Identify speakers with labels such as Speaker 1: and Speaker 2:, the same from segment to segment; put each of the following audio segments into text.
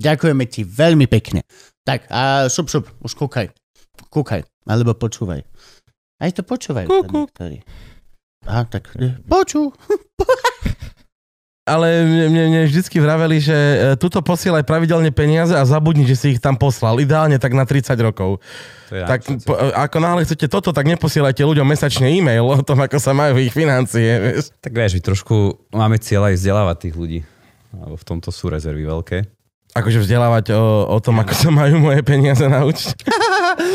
Speaker 1: Ďakujeme ti veľmi pekne. Tak a šup, šup, už kúkaj. Kúkaj, alebo počúvaj. Aj to počúvaj.
Speaker 2: Kúku.
Speaker 1: Aha, tak počú.
Speaker 3: Ale mne, mne, mne vždycky vraveli, že e, tuto posielaj pravidelne peniaze a zabudni, že si ich tam poslal. Ideálne tak na 30 rokov. tak po, e, ako náhle chcete toto, tak neposielajte ľuďom mesačne e-mail o tom, ako sa majú ich financie. Vieš.
Speaker 4: Tak vieš, my trošku máme cieľ aj vzdelávať tých ľudí. Lebo v tomto sú rezervy veľké.
Speaker 3: Akože vzdelávať o, o tom, ako sa majú moje peniaze na účte.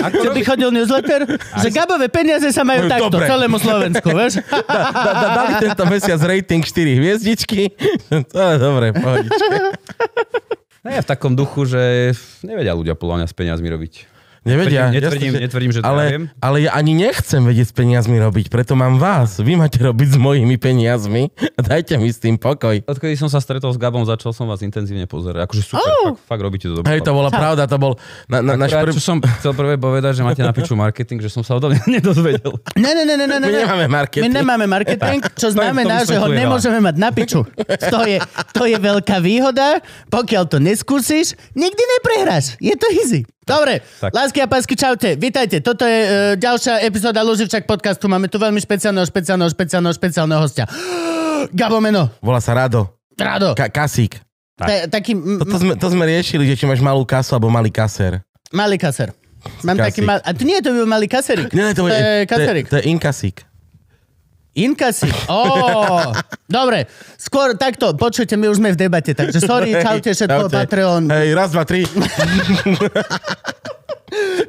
Speaker 1: Čo by chodil newsletter? Že Gabové peniaze sa majú takto,
Speaker 3: No, Dobre.
Speaker 1: celému Slovensku, vieš?
Speaker 3: Da, da, da, dali tento mesiac rating 4 hviezdičky. to je dobré, pohodičke.
Speaker 4: Ne, v takom duchu, že nevedia ľudia podľa mňa s peniazmi robiť.
Speaker 3: Nevedia.
Speaker 4: Tvrdím- netvrdím-
Speaker 3: jasne, že-
Speaker 4: netvrdím, že to
Speaker 3: ale,
Speaker 4: ja viem.
Speaker 3: ale ja ani nechcem vedieť s peniazmi robiť, preto mám vás. Vy máte robiť s mojimi peniazmi. Dajte mi s tým pokoj.
Speaker 4: Odkedy som sa stretol s Gabom, začal som vás intenzívne pozerať. Akože super, oh. fakt, fakt robíte to dobre.
Speaker 3: Hej, to bola pravda, to bol na, na, náš
Speaker 4: Akurát,
Speaker 3: prvý...
Speaker 4: čo som chcel prvé povedať, že máte na piču marketing, že som sa o tom nedozvedel.
Speaker 1: Ne, ne, ne, ne, ne.
Speaker 3: My
Speaker 1: ne.
Speaker 3: nemáme
Speaker 1: My
Speaker 3: marketing.
Speaker 1: nemáme marketing, čo
Speaker 4: to je-
Speaker 1: znamená,
Speaker 4: to by som
Speaker 1: že ho
Speaker 4: povedal.
Speaker 1: nemôžeme mať na piču. To je, to je veľká výhoda. Pokiaľ to neskúsiš, nikdy neprehráš. Je to easy. Dobre, tak.
Speaker 4: Tak.
Speaker 1: lásky a pásky, čaute, vitajte. Toto je e, ďalšia epizóda Luživčak podcastu. Máme tu veľmi špeciálneho, špeciálneho, špeciálneho, špeciálneho hostia. Gabo Meno,
Speaker 3: Volá sa Rado.
Speaker 1: Rado.
Speaker 3: Ka- kasík.
Speaker 1: Ta- taký m-
Speaker 3: To, to, sme, to sme riešili, že či máš malú kasu alebo malý kaser.
Speaker 1: malý kaser. Mám
Speaker 3: Kasík.
Speaker 1: taký mal... A to nie, to by bol malý kaserik.
Speaker 3: Nie, nie, to,
Speaker 1: to je
Speaker 3: to, je,
Speaker 1: kaserik.
Speaker 3: to je inkasík.
Speaker 1: Inkasi. Ó, dobre. Skôr takto, počujte, my už sme v debate, takže sorry, čaute všetko,
Speaker 3: Čaute.
Speaker 1: Patreon.
Speaker 3: Hej, raz, dva, tri.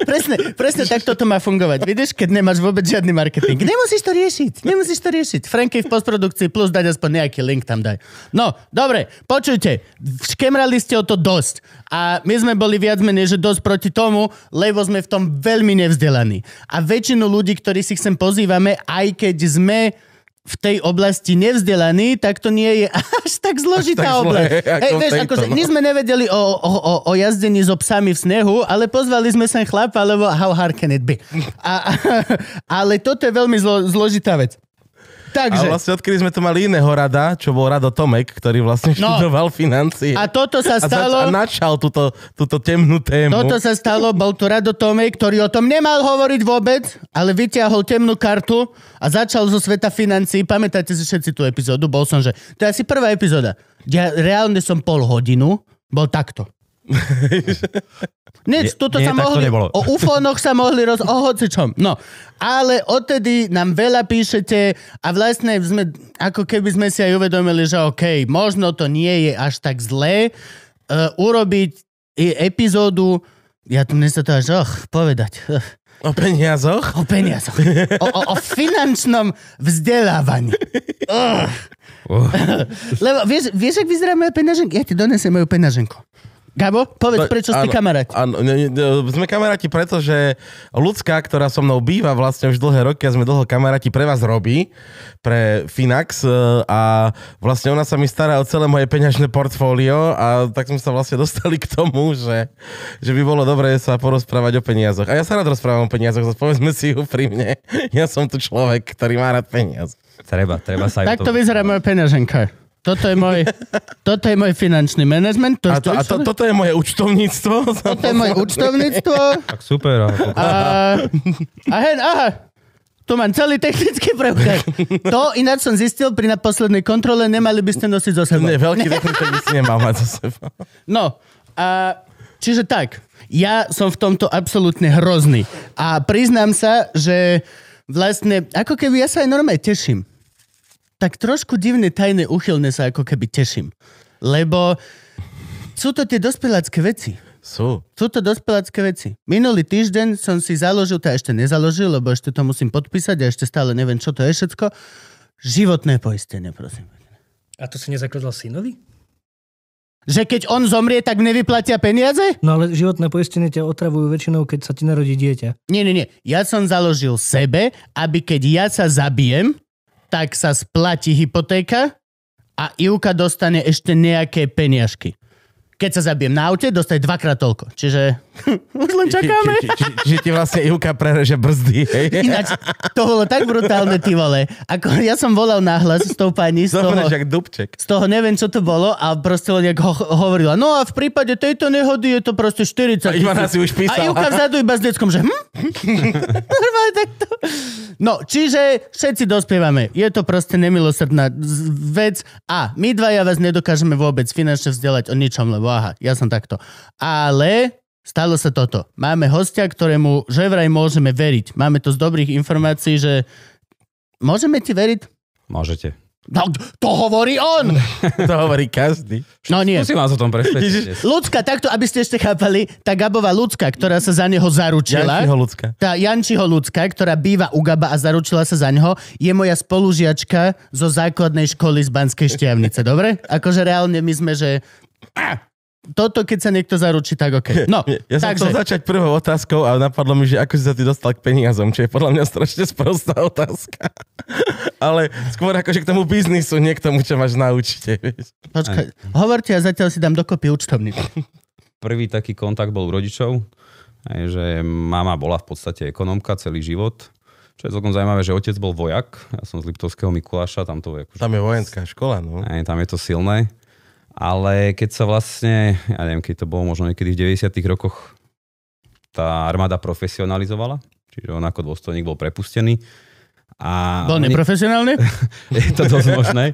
Speaker 1: Presne, presne takto to má fungovať, vidíš, keď nemáš vôbec žiadny marketing. Nemusíš to riešiť, nemusíš to riešiť. Franky v postprodukcii plus dať aspoň nejaký link tam daj. No, dobre, počujte, škemrali ste o to dosť. A my sme boli viac menej, že dosť proti tomu, lebo sme v tom veľmi nevzdelaní. A väčšinu ľudí, ktorí si sem pozývame, aj keď sme v tej oblasti nevzdelaní, tak to nie je až tak zložitá
Speaker 3: zlé,
Speaker 1: oblasť.
Speaker 3: ako
Speaker 1: Hej,
Speaker 3: v
Speaker 1: vieš,
Speaker 3: tejto,
Speaker 1: akože
Speaker 3: no.
Speaker 1: my sme nevedeli o, o, o, o jazdení so psami v snehu, ale pozvali sme sem chlapa, lebo how hard can it be? A, a, ale toto je veľmi zlo, zložitá vec.
Speaker 3: A
Speaker 1: Takže,
Speaker 3: vlastne odkedy sme tu mali iného rada, čo bol Rado Tomek, ktorý vlastne
Speaker 1: No.
Speaker 3: študoval financie.
Speaker 1: a toto sa
Speaker 3: a, zač- a
Speaker 1: stalo...
Speaker 3: načal túto, túto temnú tému.
Speaker 1: Toto sa stalo, bol tu Rado Tomej, ktorý o tom nemal hovoriť vôbec, ale vyťahol temnú kartu a začal zo sveta financií. Pamätáte si všetci tú epizódu? Bol som, že to je asi prvá epizóda. Ja reálne som pol hodinu bol takto. Nie,
Speaker 4: Nie-
Speaker 1: toto
Speaker 4: nie,
Speaker 1: sa
Speaker 4: tak to
Speaker 1: mohli,
Speaker 4: nebolo.
Speaker 1: o ufónoch sa mohli roz... o hocičom. No, ale odtedy nám veľa píšete a vlastne sme, ako keby sme si aj uvedomili, že OK, možno to nie je až tak zlé uh, urobiť i epizódu, ja tu mne sa to až, och, povedať, eh,
Speaker 3: O peniazoch?
Speaker 1: o peniazoch, o, o, o finančnom vzdelávaní. Ugh.
Speaker 4: Uh,
Speaker 1: Lebo vieš, vieš, ak vyzerá moja peňaženka? Ja ti donesem moju peňaženku. Gabo, povedz,
Speaker 4: No,
Speaker 3: To-
Speaker 1: prečo ste
Speaker 3: No, áno,
Speaker 1: kamarát.
Speaker 3: Áno, ne, ne, ne, sme kamaráti preto, že ľudská, ktorá so mnou býva vlastne už dlhé roky a sme dlho kamaráti, pre vás robí, pre Finax e, a vlastne ona sa mi stará o celé moje peňažné portfólio a tak sme sa vlastne dostali k tomu, že, že by bolo dobré sa porozprávať o peniazoch. A ja sa rád rozprávam o peniazoch, zase povedzme si úprimne, ja som tu človek, ktorý má rád peniaze.
Speaker 4: treba, treba sa
Speaker 1: Tak
Speaker 4: aj o
Speaker 1: to
Speaker 4: tom-
Speaker 1: vyzerá moja peňaženka. Toto je môj, toto je môj finančný manažment, to,
Speaker 3: A, to, a to, toto je moje účtovníctvo.
Speaker 1: toto je moje účtovníctvo
Speaker 4: Tak super. ako-
Speaker 1: a, a hen, aha, tu mám celý technický preukaz. To ináč som zistil pri na poslednej kontrole, nemali by ste nosiť zo sebou.
Speaker 3: Nie, veľký dekolte nic nemám mať za sebou.
Speaker 1: No, a čiže tak, ja som v tomto absolútne hrozný. A priznám sa, že vlastne, ako keby ja sa aj normálne teším. Tak trošku divne, tajné, uchylne sa ako keby teším. Lebo sú to tie dospelácké veci.
Speaker 3: Sú.
Speaker 1: Sú to dospelácké veci. Minulý týždeň som si založil, to ešte nezaložil, lebo ešte to musím podpísať a ešte stále neviem, čo to je všetko. Životné poistenie, prosím.
Speaker 5: A to si nezakladal synovi?
Speaker 1: Že keď on zomrie, tak mne vyplatia peniaze?
Speaker 5: No ale životné poistenie ťa otravujú väčšinou, keď sa ti narodí dieťa.
Speaker 1: Nie, nie, nie. Ja som založil sebe, aby keď ja sa zabijem, tak sa splatí hypotéka a Ivka dostane ešte nejaké peniažky. Keď sa zabijem na aute, dostane dvakrát toľko. Čiže už len čakáme.
Speaker 3: Či, či, či, či ti vlastne Ivka prereže brzdy, hej?
Speaker 1: Ináč, to bolo tak brutálne, ty vole. Ako ja som volal nahlas s tou pani z toho,
Speaker 3: Zoberieš jak dubček.
Speaker 1: z toho neviem, čo to bolo a proste len jak ho, hovorila. No a v prípade tejto nehody je to proste 40
Speaker 3: A Ivana
Speaker 1: tisíc.
Speaker 3: si už
Speaker 1: A
Speaker 3: písala.
Speaker 1: Ivka vzadu iba s deckom, že hm? Normálne takto. No, čiže všetci dospievame. Je to proste nemilosrdná z- vec a my dvaja vás nedokážeme vôbec finančne vzdelať o ničom, lebo aha, ja som takto. Ale stalo sa toto. Máme hostia, ktorému že vraj môžeme veriť. Máme to z dobrých informácií, že môžeme ti veriť?
Speaker 4: Môžete.
Speaker 1: No, to hovorí on!
Speaker 3: To hovorí každý.
Speaker 1: No nie.
Speaker 4: Musím vás o tom presvedčiť.
Speaker 1: Ľudská, takto, aby ste ešte chápali, tá Gabová ľudská, ktorá sa za neho zaručila,
Speaker 3: Jančiho ľudská.
Speaker 1: tá Jančiho ľudská, ktorá býva u Gaba a zaručila sa za neho, je moja spolužiačka zo základnej školy z Banskej Štiavnice, dobre? Akože reálne my sme, že... Ah, Toto, keď sa niekto zaručí, tak OK. No,
Speaker 3: Ja som
Speaker 1: takže...
Speaker 3: chcel začať prvou otázkou a napadlo mi, že ako si sa ty dostal k peniazom, čo je podľa mňa strašne sprostá otázka. Ale skôr akože k tomu biznisu, nie k tomu, čo máš na účte. vieš.
Speaker 1: Počkaj, hovorte a zatiaľ si dám dokopy účtovník.
Speaker 4: Prvý taký kontakt bol u rodičov, aj že mama bola v podstate ekonomka celý život. Čo je celkom zaujímavé, že otec bol vojak. Ja som z Liptovského Mikuláša, tam to je akože
Speaker 3: Tam je vojenská škola, no.
Speaker 4: Aj, tam je to silné. Ale keď sa vlastne, ja neviem, keď to bolo možno niekedy v 90 rokoch, tá armáda profesionalizovala, čiže on ako dôstojník bol prepustený. A
Speaker 1: Bol
Speaker 4: oni-
Speaker 1: neprofesionálny?
Speaker 4: je to dosť možné.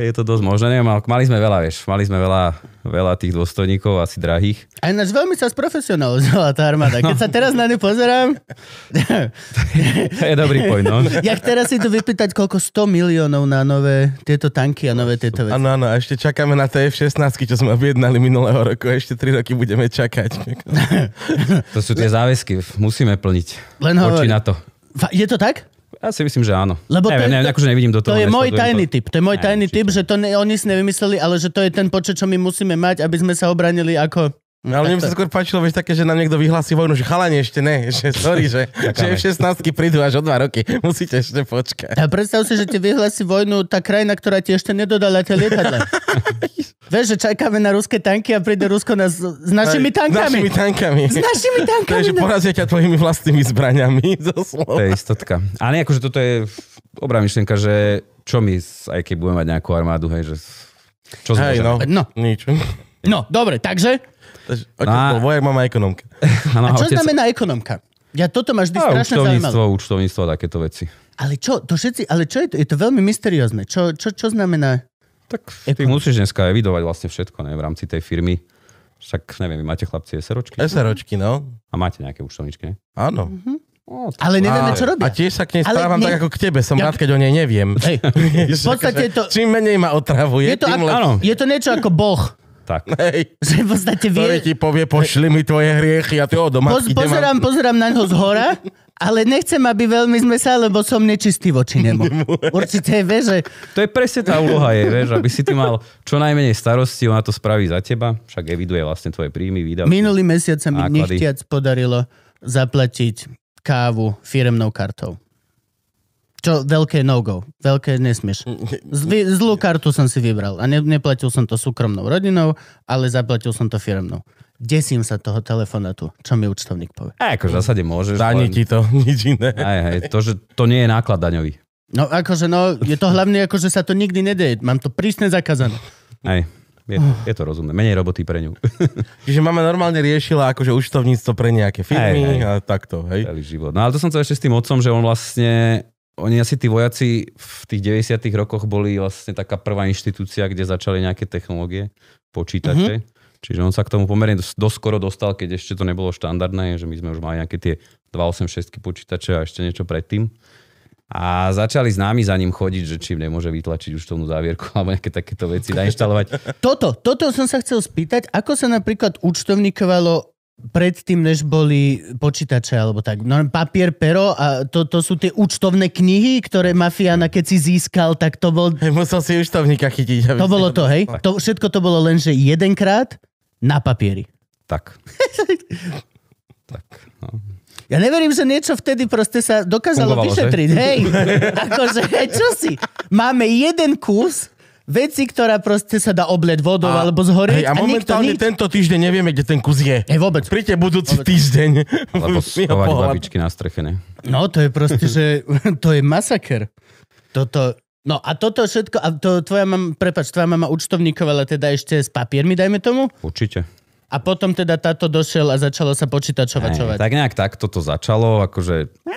Speaker 4: Je to dosť možné. Neviem, ale mali sme veľa, vieš. Mali sme veľa, veľa tých dôstojníkov, asi drahých.
Speaker 1: A ináč veľmi sa sprofesionalizovala tá armáda. Keď sa teraz na ňu pozerám,
Speaker 4: To je dobrý point, no.
Speaker 1: Jak teraz si tu vypýtať, koľko 100 miliónov na nové tieto tanky a nové tieto veci.
Speaker 3: Áno, áno, a ešte čakáme na TF-16, čo sme objednali minulého roku, ešte 3 roky budeme čakať.
Speaker 4: To sú tie záväzky. Musíme plniť.
Speaker 1: Len
Speaker 4: Oči
Speaker 1: hovorím.
Speaker 4: na to.
Speaker 1: Fa- Je to tak?
Speaker 4: Ja si myslím, že áno.
Speaker 1: Lebo to
Speaker 4: neviem,
Speaker 1: je-
Speaker 4: neviem, akože nevidím do
Speaker 1: To
Speaker 4: toho.
Speaker 1: je môj
Speaker 4: nesledujem
Speaker 1: tajný typ. To je môj
Speaker 4: Ne,
Speaker 1: tajný
Speaker 4: určite.
Speaker 1: typ, že to ne, oni si nevymysleli, ale že to je ten počet, čo my musíme mať, aby sme sa obránili ako... Hm,
Speaker 3: No, Ale mne by
Speaker 1: takto.
Speaker 3: sa skôr páčilo, vieš, také, že nám niekto vyhlási vojnu, že chalani ešte ne, že sorry, že, že F-16 prídu až o dva roky, musíte ešte počkať.
Speaker 1: A predstav si, že ti vyhlási vojnu tá krajina, ktorá ti ešte nedodala tie lietadla. Vieš, že čakáme na ruské tanky a príde Rusko na, s s našimi tankami.
Speaker 3: Našimi tankami.
Speaker 1: S našimi
Speaker 3: To je,
Speaker 1: tankami. no.
Speaker 3: že porazia ťa tvojimi vlastnými zbraňami zo
Speaker 4: To
Speaker 3: slova.
Speaker 4: je istotka. Ale nie, akože toto je dobrá myšlienka, že čo my, aj keď budeme mať nejakú armádu, hej, že čo sme
Speaker 3: Hej, no.
Speaker 1: No.
Speaker 3: Nič.
Speaker 1: No, dobre, takže...
Speaker 3: Takže Otec
Speaker 4: No A-
Speaker 3: bol vojak, mama ekonomka.
Speaker 1: A čo znamená ekonomka? Ja toto máš vždy
Speaker 4: a,
Speaker 1: strašne zaujímavé.
Speaker 4: účtovníctvo, účtovníctvo a takéto veci.
Speaker 1: Ale čo, to všetci, ale čo je to? Je to veľmi mysteriózne. Čo, čo, čo znamená?
Speaker 4: Tak ty musíš dneska evidovať vlastne všetko, ne, v rámci tej firmy. Však neviem, vy máte chlapci
Speaker 1: E-
Speaker 4: SROčky
Speaker 3: SROčky, no.
Speaker 4: a máte nejaké účtovníčky, ne?
Speaker 3: Áno.
Speaker 4: No, to-
Speaker 1: Ale Mhm. nevieme,
Speaker 3: A-
Speaker 1: čo
Speaker 3: A
Speaker 1: robia.
Speaker 3: tiež sa k nej
Speaker 1: Ale
Speaker 3: správam
Speaker 1: ne-
Speaker 3: tak ako k tebe, som
Speaker 1: Ja-
Speaker 3: rád, keď o nej neviem.
Speaker 1: Hej, v
Speaker 3: Vieš,
Speaker 1: podstate je
Speaker 3: akože
Speaker 1: to-
Speaker 3: Čím menej ma otravuje,
Speaker 1: je, to ako,
Speaker 3: tým lepšie.
Speaker 4: áno.
Speaker 1: je to niečo ako boh.
Speaker 4: tak.
Speaker 3: Hej,
Speaker 1: Že v podstate vie...
Speaker 3: ktorý ti povie, pošli mi tvoje hriechy a ty o doma.
Speaker 1: Poz, pozerám, pozerám na ňo z hora, ale nechcem, aby veľmi sme sa, lebo som nečistý voči nemu. Určite vie, že...
Speaker 4: To je presne tá úloha, je, vieš, aby si ty mal čo najmenej starosti, ona to spraví za teba, však eviduje vlastne tvoje príjmy, výdavky.
Speaker 1: Minulý mesiac sa mi
Speaker 4: Náklady.
Speaker 1: nechtiac podarilo zaplatiť kávu firemnou kartou. Čo veľké no-go. Veľké nesmieš. Zvy, zlú kartu som si vybral a ne, neplatil som to súkromnou rodinou, ale zaplatil som to firemnou. Desím sa toho telefonátu, čo mi účtovník povie.
Speaker 4: A ako v zásade môžeš.
Speaker 3: Dáni
Speaker 4: len-
Speaker 3: ti to, nič iné.
Speaker 4: Aj, aj, to, že to nie je náklad daňový.
Speaker 1: No akože no, je to hlavne ako, že sa to nikdy nedeje. Mám to prísne zakázané.
Speaker 4: Aj, je, je to rozumné. Menej roboty pre ňu.
Speaker 3: Čiže mama normálne riešila akože účtovníctvo pre nejaké firmy
Speaker 4: Hej, hej.
Speaker 3: a takto, hej.
Speaker 4: Celý život. No ale to som chcel ešte s tým otcom, že on vlastne, oni asi tí vojaci v tých 90 rokoch boli vlastne taká prvá inštitúcia, kde začali nejaké technológie, počítače.
Speaker 3: Mhm.
Speaker 4: Čiže on sa k tomu pomerne dos- doskoro dostal, keď ešte to nebolo štandardné, že my sme už mali nejaké tie 286 počítače a ešte niečo predtým. A začali s námi za ním chodiť, že čím nemôže vytlačiť už tomu závierku alebo nejaké takéto veci nainštalovať.
Speaker 1: Toto, toto som sa chcel spýtať, ako sa napríklad účtovníkovalo predtým, než boli počítače alebo tak. No, papier, pero a to, to sú tie účtovné knihy, ktoré mafiána, keď si získal, tak to bol...
Speaker 3: Hej, Musel si účtovníka chytiť. aby
Speaker 1: To
Speaker 3: si
Speaker 1: bolo to, hej?
Speaker 3: dostal.
Speaker 1: To, všetko to bolo len, že jedenkrát na papieri.
Speaker 4: Tak. tak. No.
Speaker 1: Ja neverím, že niečo vtedy proste sa dokázalo
Speaker 4: Fungovalo, že?
Speaker 1: vyšetriť. Hej, akože, čo si? Máme jeden kus veci, ktorá proste sa dá oblieť vodou a, alebo zhorieť
Speaker 3: Hej, a momentálne
Speaker 1: nikto nič.
Speaker 3: tento týždeň nevieme, kde ten kus je.
Speaker 1: Hej, vôbec.
Speaker 3: Príďte budúci týždeň.
Speaker 4: Lebo
Speaker 3: Mi ho
Speaker 4: schovať
Speaker 3: pohľad-
Speaker 4: babičky na streche, ne?
Speaker 1: No, to je proste, že to je masaker. Toto, no a toto všetko, a to tvoja mama, prepač, tvoja mama účtovníkovala teda ešte s papiermi, dajme tomu,
Speaker 4: Určite.
Speaker 1: a potom teda táto došiel a začalo sa počítačovačovať.
Speaker 4: Hej, tak nejak takto to začalo, akože...
Speaker 1: No.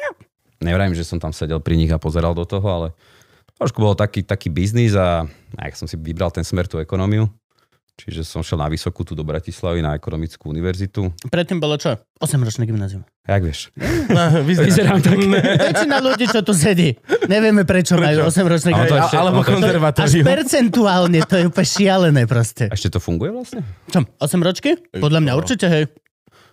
Speaker 4: Nevrajím, že som tam sedel pri nich a pozeral do toho, ale trošku bol taký, taký biznis a a ja som si vybral ten smer tú ekonómiu. Čiže som šel na vysokú tu do Bratislavy na ekonomickú univerzitu.
Speaker 1: Predtým bolo čo? 8-ročné gymnázium.
Speaker 4: Jak vieš?
Speaker 3: No, vyzerá.
Speaker 4: Vyzerám tak.
Speaker 1: Väčšina ľudí, čo tu sedí, nevieme prečo, majú 8-ročné
Speaker 4: Ale to
Speaker 1: gymnázium.
Speaker 3: A-
Speaker 4: ešte-
Speaker 3: Alebo
Speaker 4: no to-
Speaker 1: Až
Speaker 3: konzervatórium.
Speaker 1: percentuálne, to je úplne šialené proste.
Speaker 4: A ešte to funguje vlastne?
Speaker 1: Čo, 8 ročky? Podľa mňa určite, hej.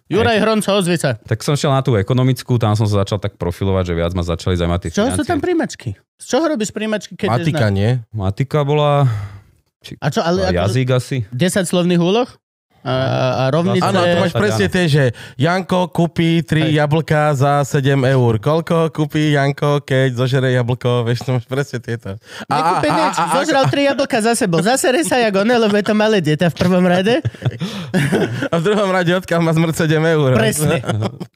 Speaker 1: Juraj Hronco, ozvi sa.
Speaker 4: Tak som šiel na tú ekonomickú, tam som sa začal tak profilovať, že viac ma začali zaujímať tie
Speaker 1: Čo sú
Speaker 4: financie.
Speaker 1: tam príjmačky? Z čoho robíš príjmačky, keď ideš
Speaker 3: Matika,
Speaker 1: na...
Speaker 3: nie?
Speaker 4: Matika bola...
Speaker 1: A čo, ale...
Speaker 4: bola
Speaker 1: ako-
Speaker 4: jazyk asi.
Speaker 1: 10 slovných úloh a, a rovnice...
Speaker 3: Áno, tu máš
Speaker 4: Áno.
Speaker 3: presne tie, že Janko kúpi 3 jablka za 7 eur. Koľko kúpi Janko, keď zožere jablko? Vieš, to máš presne tieto. A, a,
Speaker 1: Nekúpe
Speaker 3: a,
Speaker 1: nič,
Speaker 3: a, a,
Speaker 1: zožral tri jablka za sebou. Zasere sa jak one, lebo je to malé dieťa v prvom rade.
Speaker 3: a v druhom rade odkiaľ má zmrt 7 eur.
Speaker 1: Presne.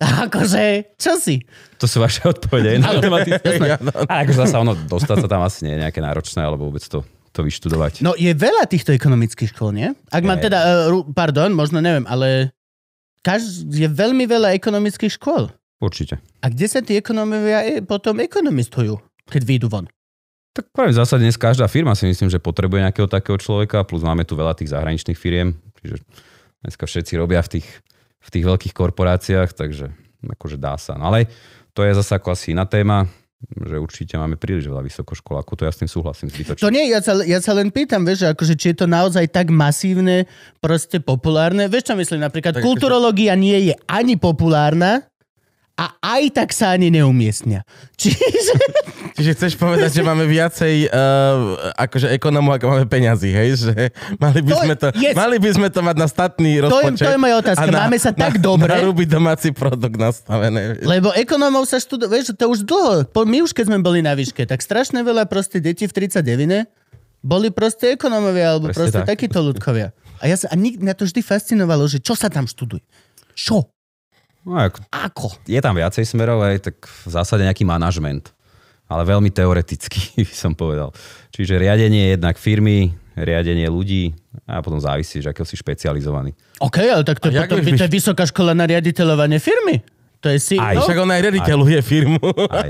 Speaker 1: A Akože, čo si?
Speaker 4: To sú vaše odpovede. na matematiku. A akože zasa ono, dostať sa tam asi nie je nejaké náročné, alebo vôbec to, to vyštudovať.
Speaker 1: No je veľa týchto ekonomických škôl, nie? Ak mám
Speaker 4: Je.
Speaker 1: teda, eh, ru- pardon, možno neviem, ale kaž, je veľmi veľa ekonomických škôl.
Speaker 4: Určite.
Speaker 1: A kde sa tí ekonomovia eh, potom ekonomistujú, keď výjdu von?
Speaker 4: Tak práve v zásade dnes každá firma si myslím, že potrebuje nejakého takého človeka, plus máme tu veľa tých zahraničných firiem, čiže dneska všetci robia v tých, v tých veľkých korporáciách, takže akože dá sa. No ale to je zase ako asi iná téma, že určite máme príliš veľa vysokoškolákov, to ja s tým súhlasím
Speaker 1: To
Speaker 4: zbytočne.
Speaker 1: nie, ja sa, ja sa len pýtam, vieš, že akože, či je to naozaj tak masívne, proste populárne. Vieš, čo myslím napríklad?
Speaker 4: akože-
Speaker 3: Tak-
Speaker 1: kulturológia nie je ani populárna a aj tak sa ani neumiestnia. Čiže
Speaker 3: Čiže chceš povedať, že máme viacej uh, akože ekonomov, ako máme peňazí, hej? Že mali by,
Speaker 1: To je-
Speaker 3: sme to,
Speaker 1: yes.
Speaker 3: mali by sme to mať na statný
Speaker 1: to je,
Speaker 3: rozpočet.
Speaker 1: to je moja otázka.
Speaker 3: a
Speaker 1: Máme sa tak
Speaker 3: na,
Speaker 1: dobre,
Speaker 3: Na ruby domáci produkt nastavené. vieš.
Speaker 1: lebo ekonomov sa študuje, vieš, to už dlho, po, my už keď sme boli na výške, tak strašne veľa proste detí v 39 boli proste ekonomovia, alebo
Speaker 4: Presne
Speaker 1: proste
Speaker 4: tak.
Speaker 1: takíto ľudkovia. A ja sa, a nik, mňa to vždy fascinovalo, že čo sa tam študuje. Čo?
Speaker 4: No, ako,
Speaker 1: Ako?
Speaker 4: je tam viacej smerov, aj tak v zásade nejaký manažment, ale veľmi teoretický by som povedal. Čiže riadenie je jednak firmy, riadenie ľudí a potom závisí, že akého si špecializovaný.
Speaker 1: OK, ale tak to je
Speaker 3: A jak
Speaker 1: potom
Speaker 3: vieš
Speaker 1: by... to je vysoká škola na riaditeľovanie firmy. To je si...
Speaker 4: Aj.
Speaker 1: no,
Speaker 3: Však on aj rediteľuje firmu.
Speaker 4: Aj.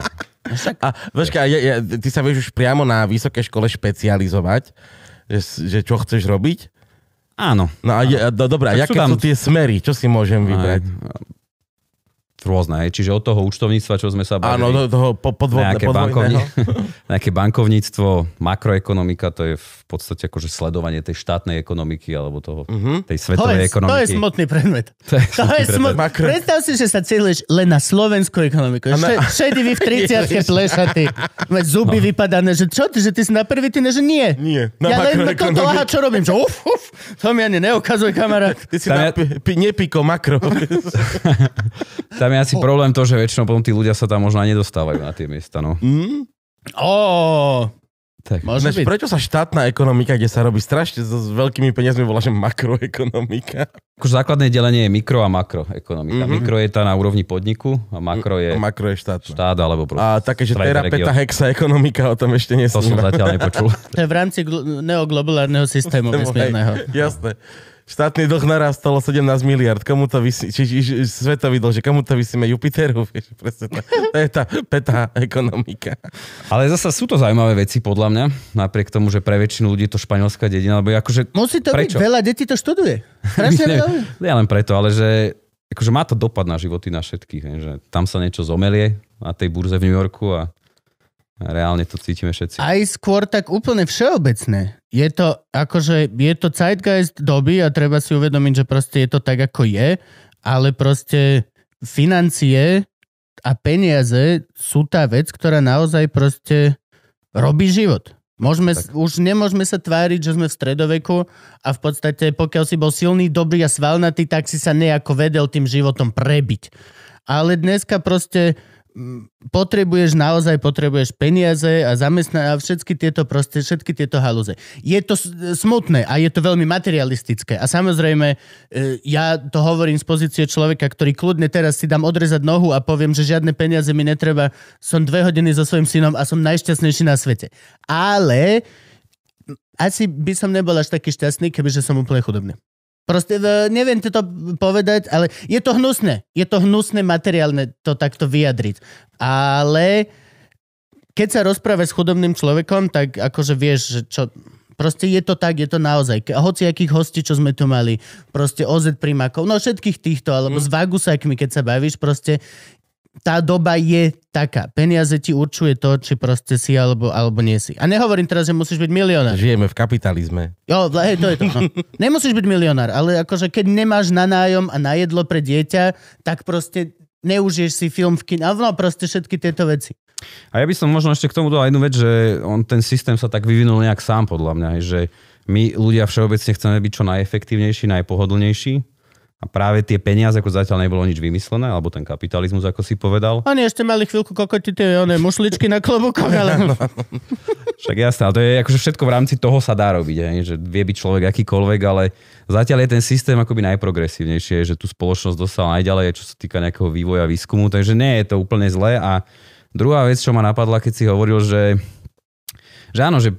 Speaker 3: A počkaj, ja, ja, ty sa vieš už priamo na vysokej škole špecializovať, že, s- že čo chceš robiť?
Speaker 4: Áno,
Speaker 3: No a, je, a do, dobré, a
Speaker 4: Tak sú
Speaker 3: jaké
Speaker 4: tam-
Speaker 3: sú tie smery? Čo si môžem vybrať?
Speaker 4: rôzne. Hej. Čiže od toho účtovníctva, čo sme sa bavili.
Speaker 3: Áno, do toho po, podvodné,
Speaker 4: nejaké, bankovni-
Speaker 3: podvojného.
Speaker 4: nejaké bankovníctvo, makroekonomika, to je v podstate akože sledovanie tej štátnej ekonomiky alebo toho, uh-huh. tej
Speaker 1: povedz,
Speaker 4: svetovej
Speaker 1: Mhm. to je
Speaker 4: ekonomiky.
Speaker 1: smutný predmet.
Speaker 4: To
Speaker 1: To je
Speaker 4: je
Speaker 1: smut...
Speaker 4: smutný
Speaker 3: predmet. Makro-
Speaker 1: Predstav si, že sa cíliš len na slovenskú ekonomiku. Še, šedivý v 30 plešatý. Mať zuby no. vypadané, že čo ty, že ty si na prvý ty, ne, že nie.
Speaker 3: Nie, na
Speaker 1: ja len toto,
Speaker 3: makroekonomiku.
Speaker 1: aha, čo robím, že uf, uf, to mi ani neukazuj, kamarát.
Speaker 3: Ty si
Speaker 4: Tam
Speaker 3: na,
Speaker 4: ja-
Speaker 3: pi, pi, nepiko makro.
Speaker 4: Tam je asi problém to, že väčšinou potom tí ľudia sa tam možno aj nedostávajú na tie miesta. No.
Speaker 1: Ó,
Speaker 4: Tak.
Speaker 1: môže
Speaker 3: Ináč,
Speaker 1: byť.
Speaker 3: Hm? prečo sa štátna ekonomika, kde sa robí strašne so, s veľkými peniazmi, volá, že makroekonomika?
Speaker 4: Akože základné delenie je mikro a makro ekonomika.
Speaker 1: Mhm.
Speaker 4: Mm-hmm. Mikro je tá na úrovni podniku a makro je
Speaker 3: A makro je štátna.
Speaker 4: štát alebo proste.
Speaker 3: A také, že
Speaker 4: Strajda
Speaker 3: terapeta,
Speaker 4: región.
Speaker 3: hexa, ekonomika, o tom ešte
Speaker 4: To som
Speaker 3: nesníva.
Speaker 4: zatiaľ nepočul.
Speaker 1: To je v rámci glo- neoglobulárneho systému vesmírneho.
Speaker 3: Jasné. Štátny dlh narastol o 17 miliard. Komu to vysí, či, či, či, svetový dlh, že komu to vysíme Jupiteru? Vieš, presne to, to je tá petá ekonomika.
Speaker 4: Ale zase sú to zaujímavé veci podľa mňa, napriek tomu, že pre väčšinu ľudí je to španielská dedina, lebo je akože...
Speaker 1: Musí to
Speaker 4: Prečo?
Speaker 1: byť, veľa detí to študuje. Strašne
Speaker 4: Ne,
Speaker 1: veľa.
Speaker 4: ja len preto, ale že akože má to dopad na životy na všetkých, hej, že tam sa niečo zomelie na tej burze v New Yorku a a reálne to cítime všetci.
Speaker 1: Aj skôr tak úplne všeobecné. Je to, akože, je to zeitgeist doby a treba si uvedomiť, že proste je to tak, ako je ale proste financie a peniaze sú tá vec, ktorá naozaj proste robí život. Môžeme, s- už nemôžeme sa tváriť, že sme v stredoveku a v podstate pokiaľ si bol silný, dobrý a svalnatý, tak si sa nejako vedel tým životom prebiť. Ale dneska proste mm, potrebuješ naozaj, potrebuješ peniaze a zamestná a všetky tieto proste, všetky tieto halúze. Je to s- smutné a je to veľmi materialistické a samozrejme e, ja to hovorím z pozície človeka, ktorý kľudne teraz si dám odrezať nohu a poviem, že žiadne peniaze mi netreba, som dve hodiny so svojím synom a som najšťastnejší na svete. Ale asi by som nebol až taký šťastný, kebyže som úplne chudobný. Proste e, neviem ti to povedať, ale je to hnusné. Je to hnusné materiálne to takto vyjadriť. Ale keď sa rozprávaš s chudobným človekom, tak akože vieš, že čo... Proste je to tak, je to naozaj. Ke- Hoci akých hostí, čo sme tu mali, proste OZ primákov, no všetkých týchto, alebo s vagusakmi, keď sa bavíš, proste tá doba je taká. Peniaze ti určuje to, či proste si alebo, alebo nie si. A nehovorím teraz, že musíš byť milionár.
Speaker 3: Žijeme v kapitalizme.
Speaker 1: Jo, vla- hej, to je to. No. Nemusíš byť milionár, ale akože keď nemáš na nájom a na jedlo pre dieťa, tak proste neužiješ si film v kine. A No proste všetky tieto veci.
Speaker 4: A ja by som možno ešte k tomu dal jednu vec, že on, ten systém sa tak vyvinul nejak sám podľa mňa, hej, že my ľudia všeobecne chceme byť čo najefektívnejší, najpohodlnejší a práve tie peniaze, ako zatiaľ nebolo nič vymyslené, alebo ten kapitalizmus, ako si povedal.
Speaker 1: Oni ešte mali chvíľku kokoti tie one, mušličky na klobúkoch, ale
Speaker 4: Však jasné, ale to je akože všetko v rámci toho sa dá robiť, hej, že vie byť človek akýkoľvek, ale zatiaľ je ten systém akoby najprogresívnejšie, že tú spoločnosť dostala najďalej, čo sa týka nejakého vývoja, výskumu, takže nie je to úplne zlé. A druhá vec, čo ma napadla, keď si hovoril, že, že áno, že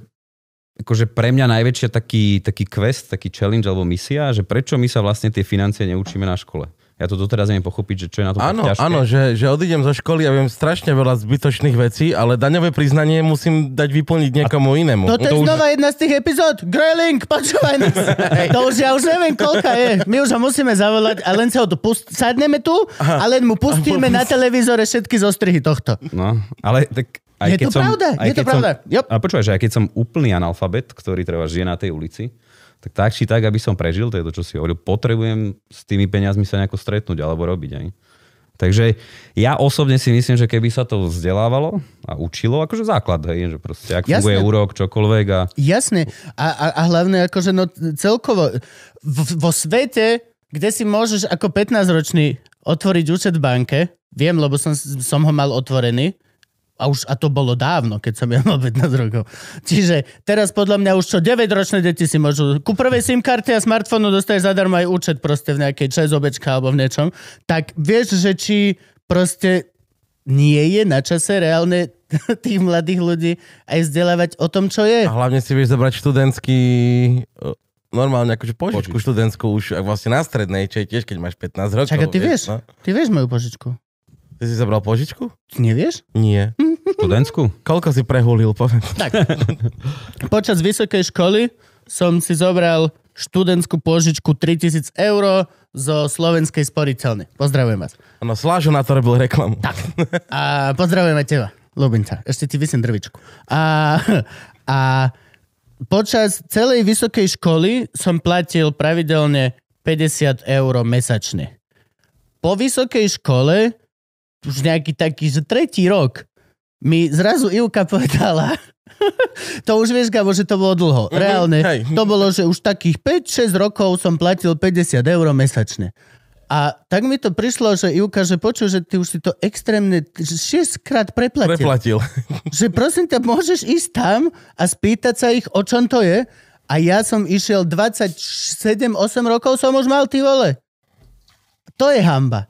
Speaker 4: akože pre mňa najväčšia taký, taký quest, taký challenge alebo misia, že prečo my sa vlastne tie financie neučíme na škole. Ja to doteraz neviem pochopiť, že čo je na to
Speaker 3: Áno,
Speaker 4: ťažké.
Speaker 3: áno, že, že odídem zo školy a viem strašne veľa zbytočných vecí, ale daňové priznanie musím dať vyplniť niekomu inému.
Speaker 1: No to je znova jedna z tých epizód. Grayling, počúvaj nás. To už ja už neviem, koľka je. My už ho musíme zavolať a len sa ho tu pust... sadneme tu a len mu pustíme na televízore všetky zostrihy tohto.
Speaker 4: No, ale tak... Aj
Speaker 1: Je
Speaker 4: keď
Speaker 1: to
Speaker 4: som,
Speaker 1: pravda,
Speaker 4: aj
Speaker 1: je to
Speaker 4: keď
Speaker 1: pravda.
Speaker 4: Som,
Speaker 1: Jop.
Speaker 4: A počúvaj, že aj keď som úplný analfabet, ktorý treba žije na tej ulici, tak tak či tak, aby som prežil, to je to, čo si hovoril, potrebujem s tými peniazmi sa nejako stretnúť alebo robiť aj. Takže ja osobne si myslím, že keby sa to vzdelávalo a učilo, akože základ, hej, že proste ak
Speaker 1: Jasné.
Speaker 4: funguje úrok, čokoľvek a
Speaker 1: Jasne. A, a, a hlavne akože no celkovo v, vo svete, kde si môžeš ako 15-ročný otvoriť účet v banke, viem, lebo som, som ho mal otvorený, a už a to bolo dávno, keď som ja mal 15 rokov. Čiže teraz podľa mňa už čo 9-ročné deti si môžu... Ku prvej SIM karte a smartfónu dostaneš zadarmo aj účet proste v nejakej ČSOBčka alebo v niečom. Tak vieš, že či proste nie je na čase reálne tých mladých ľudí aj vzdelávať o tom, čo je.
Speaker 3: A hlavne si vieš zobrať študentský e, normálne akože požičku študentskú už ak vlastne na strednej, čo je tiež, keď máš 15 rokov.
Speaker 1: Čak, a ty vieš,
Speaker 3: No.
Speaker 1: ty vieš moju požičku.
Speaker 3: Ty si zobral požičku?
Speaker 1: Ty nevieš?
Speaker 3: Nie.
Speaker 4: študentsku.
Speaker 3: Koľko si prehulil, poviem.
Speaker 1: Hm. Tak. Počas vysokej školy som si zobral študentskú požičku 3000 eur zo slovenskej sporiteľne. Pozdravujem vás.
Speaker 3: No, Slážo na to robil reklamu.
Speaker 1: Tak. A pozdravujeme teba. Ľubím ťa. Ešte ti vysím drvičku. A, a počas celej vysokej školy som platil pravidelne 50 eur mesačne. Po vysokej škole, už nejaký taký, že tretí rok, mi zrazu Ivka povedala, to už vieš, Gabo, že to bolo dlho. Reálne.
Speaker 3: hej.
Speaker 1: To bolo, že už takých 5-6 rokov som platil 50 eur mesačne. A tak mi to prišlo, že Ivka, že počuj, že ty už si to extrémne 6 krát preplatil.
Speaker 3: Preplatil.
Speaker 1: Že prosím ťa, môžeš ísť tam a spýtať sa ich, o čom to je? A ja som išiel 27-8 rokov, som už mal, ty vole. To je hamba.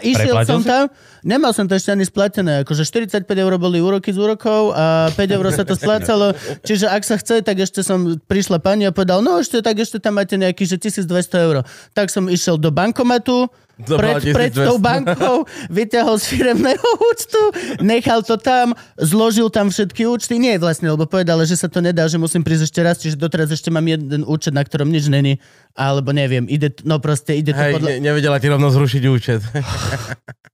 Speaker 1: A išiel
Speaker 4: preplatil
Speaker 1: som
Speaker 4: si?
Speaker 1: tam, nemal som to ešte ani splatené, akože 45 eur boli úroky z úrokov a 5 eur sa to splácalo, čiže ak sa chce, tak ešte som prišla pani a povedal, no ešte, tak ešte tam máte nejaký, že 1200 eur. Tak som išiel do bankomatu,
Speaker 3: Zobral
Speaker 1: pred, pred tou
Speaker 3: 1200.
Speaker 1: bankou, vyťahol z firemného účtu, nechal to tam, zložil tam všetky účty. Nie vlastne, lebo povedala, že sa to nedá, že musím prísť ešte raz, čiže doteraz ešte mám jeden účet, na ktorom nič není, alebo neviem, ide, t- no proste ide to
Speaker 3: Hej,
Speaker 1: podľa...
Speaker 3: ne, nevedela ti rovno zrušiť účet.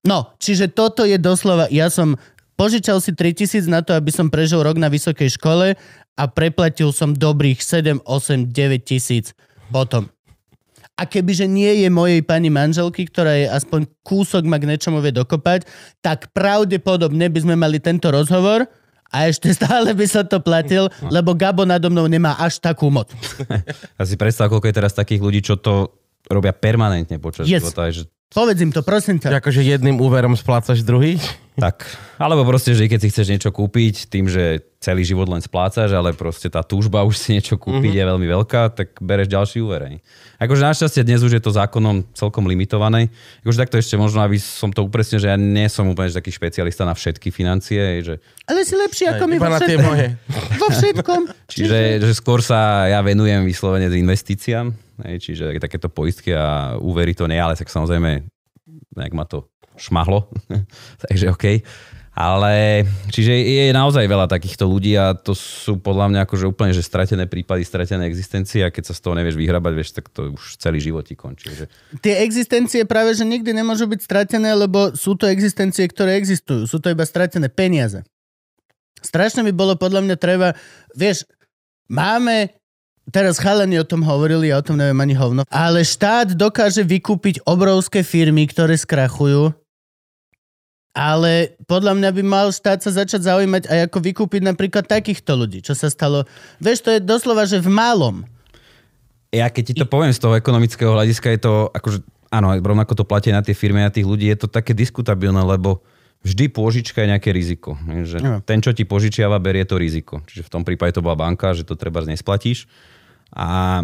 Speaker 1: No, čiže toto je doslova, ja som požičal si 3000 na to, aby som prežil rok na vysokej škole a preplatil som dobrých 7, 8, 9 tisíc potom. A kebyže nie je mojej pani manželky, ktorá je aspoň kúsok ma k niečomu vie dokopať, tak pravdepodobne by sme mali tento rozhovor a ešte stále by sa to platil, lebo Gabo nado mnou nemá až takú moc.
Speaker 4: A si predstav, koľko je teraz takých ľudí, čo to robia permanentne počas
Speaker 1: Yes.
Speaker 4: života. Že
Speaker 1: Povedz im to, prosím ťa.
Speaker 3: Akože jedným úverom splácaš druhý?
Speaker 4: tak. Alebo proste, že keď si chceš niečo kúpiť, tým, že celý život len splácaš, ale proste tá túžba už si niečo kúpiť mm-hmm. je veľmi veľká, tak bereš ďalší úver. hej. Akože našťastie dnes už je to zákonom celkom limitované. Akože takto ešte možno, aby som to upresnil, že ja nie som úplne že taký špecialista na všetky financie, hej, že
Speaker 1: Ale si lepší ako my
Speaker 3: Iba
Speaker 1: vo
Speaker 3: na tie
Speaker 1: všetkom.
Speaker 3: moje.
Speaker 1: Vo všetkom.
Speaker 4: Čiže že skôr sa ja venujem vyslovene investíciám, hej, čiže takéto poistky a úvery to nie, ale tak samozrejme nejak ma to šmahlo, takže OK. Ale čiže je naozaj veľa takýchto ľudí a to sú podľa mňa akože úplne že stratené prípady, stratené existencie a keď sa z toho nevieš vyhrabať, vieš, tak to už celý život ti končí. Že...
Speaker 1: Tie existencie práve, že nikdy nemôžu byť stratené, lebo sú to existencie, ktoré existujú. Sú to iba stratené peniaze. Strašne by bolo podľa mňa treba, vieš, máme, teraz chalani o tom hovorili, ja o tom neviem ani hovno, ale štát dokáže vykúpiť obrovské firmy, ktoré skrachujú, ale podľa mňa by mal štát sa začať zaujímať aj ako vykúpiť napríklad takýchto ľudí, čo sa stalo. Vieš, to je doslova, že v malom.
Speaker 4: Ja keď ti to poviem z toho ekonomického hľadiska, je to akože, áno, rovnako to platí na tie firmy, na tých ľudí, je to také diskutabilné, lebo vždy pôžička je nejaké riziko. Že
Speaker 1: Áno.
Speaker 4: ten, čo ti požičiava, berie to riziko. Čiže v tom prípade to bola banka, že to treba nesplatíš. A